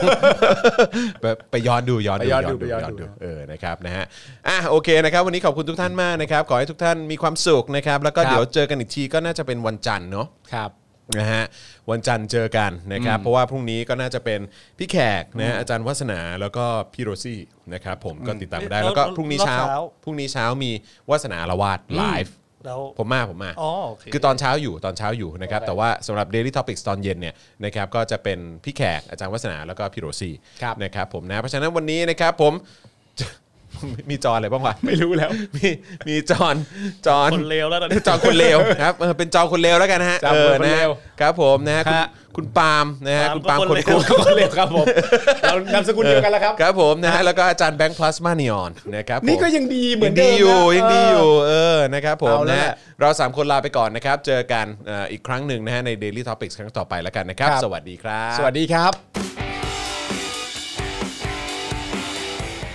Speaker 2: ไปไปย้อนดูย้อนดู
Speaker 6: ไปย้อนดูไปย้อนดู
Speaker 2: เออนะครับนะฮะอ่ะโอเคนะครับ วันนี้ขอบคุณทุกท่านมากนะครับ ขอให้ทุกท่านมีความสุขนะครับ แล้วก็เดี๋ยวเจอกันอีกทีก็น่าจะเป็นวันจันทร์เนาะ
Speaker 6: ครับ
Speaker 2: นะฮะวันจันทร์เจอกันนะครับเพราะว่าพรุ่งนี้ก็น่าจะเป็นพี่แขกนะฮะอาจารย์วัฒนาแล้วก็พี่โรซี่นะครับผมก็ติดตามกันได้แล้วก็พรุ่งนี้เช้าพรุ่งนี้เช้ามีวัฒนาละวาดไลฟ์
Speaker 4: แล้ว
Speaker 2: ผมมาผมมา
Speaker 4: อ๋อโอเค
Speaker 2: คือตอนเช้าอยู่ตอนเช้าอยู่นะครับแต่ว่าสำหรับ Daily Topics ตอนเย็นเนี่ยนะครับก็จะเป็นพี่แขกอาจารย์วัฒนาแล้วก็พี่โรซี่
Speaker 6: ครับ
Speaker 2: นะครับผมนะเพราะฉะนั้นวันนี้นะครับผม มีจออะไรบ้างวะไม่รู้แล้วมีมีจอนจอน
Speaker 4: คนเลวแล้วตอนนี้
Speaker 2: จองคนเลวครับเออเป็นจองคนเลวแล้วกันนะฮะ
Speaker 6: จอง
Speaker 2: ออ
Speaker 6: คนเลว
Speaker 2: ะครับผมนะฮะคุณ
Speaker 6: ฮะ
Speaker 2: คุณปาล์มนะฮะ
Speaker 4: ปาล์ม
Speaker 2: คุณปาล์ม
Speaker 4: ก็
Speaker 2: ค
Speaker 4: คน นเลว
Speaker 2: คุก
Speaker 6: คนเลวครับผมเรานามสกุลเดียวกันแล้วครับ
Speaker 2: ครับผมนะฮะแล้วก็อาจารย์แบงค์พลาสมานีออนนะครับผม
Speaker 6: นี่ก็ยังดีเหมือน
Speaker 2: ยัง
Speaker 6: เดิ
Speaker 2: ดี
Speaker 6: มนะ
Speaker 2: อยู่
Speaker 6: เ
Speaker 2: ยังดีอยู่เออนะครับผม
Speaker 6: เอาแล้ว
Speaker 2: นะฮะ
Speaker 6: แหละ
Speaker 2: เราสามคนลาไปก่อนนะครับ เจอกันเอ่ออีกครั้งหนึ่งนะฮะใน Daily Topics ครั้งต่อไปแล้วกันนะครับ
Speaker 6: ครับ
Speaker 2: สวัสดีครับ
Speaker 6: สวัสดีครับ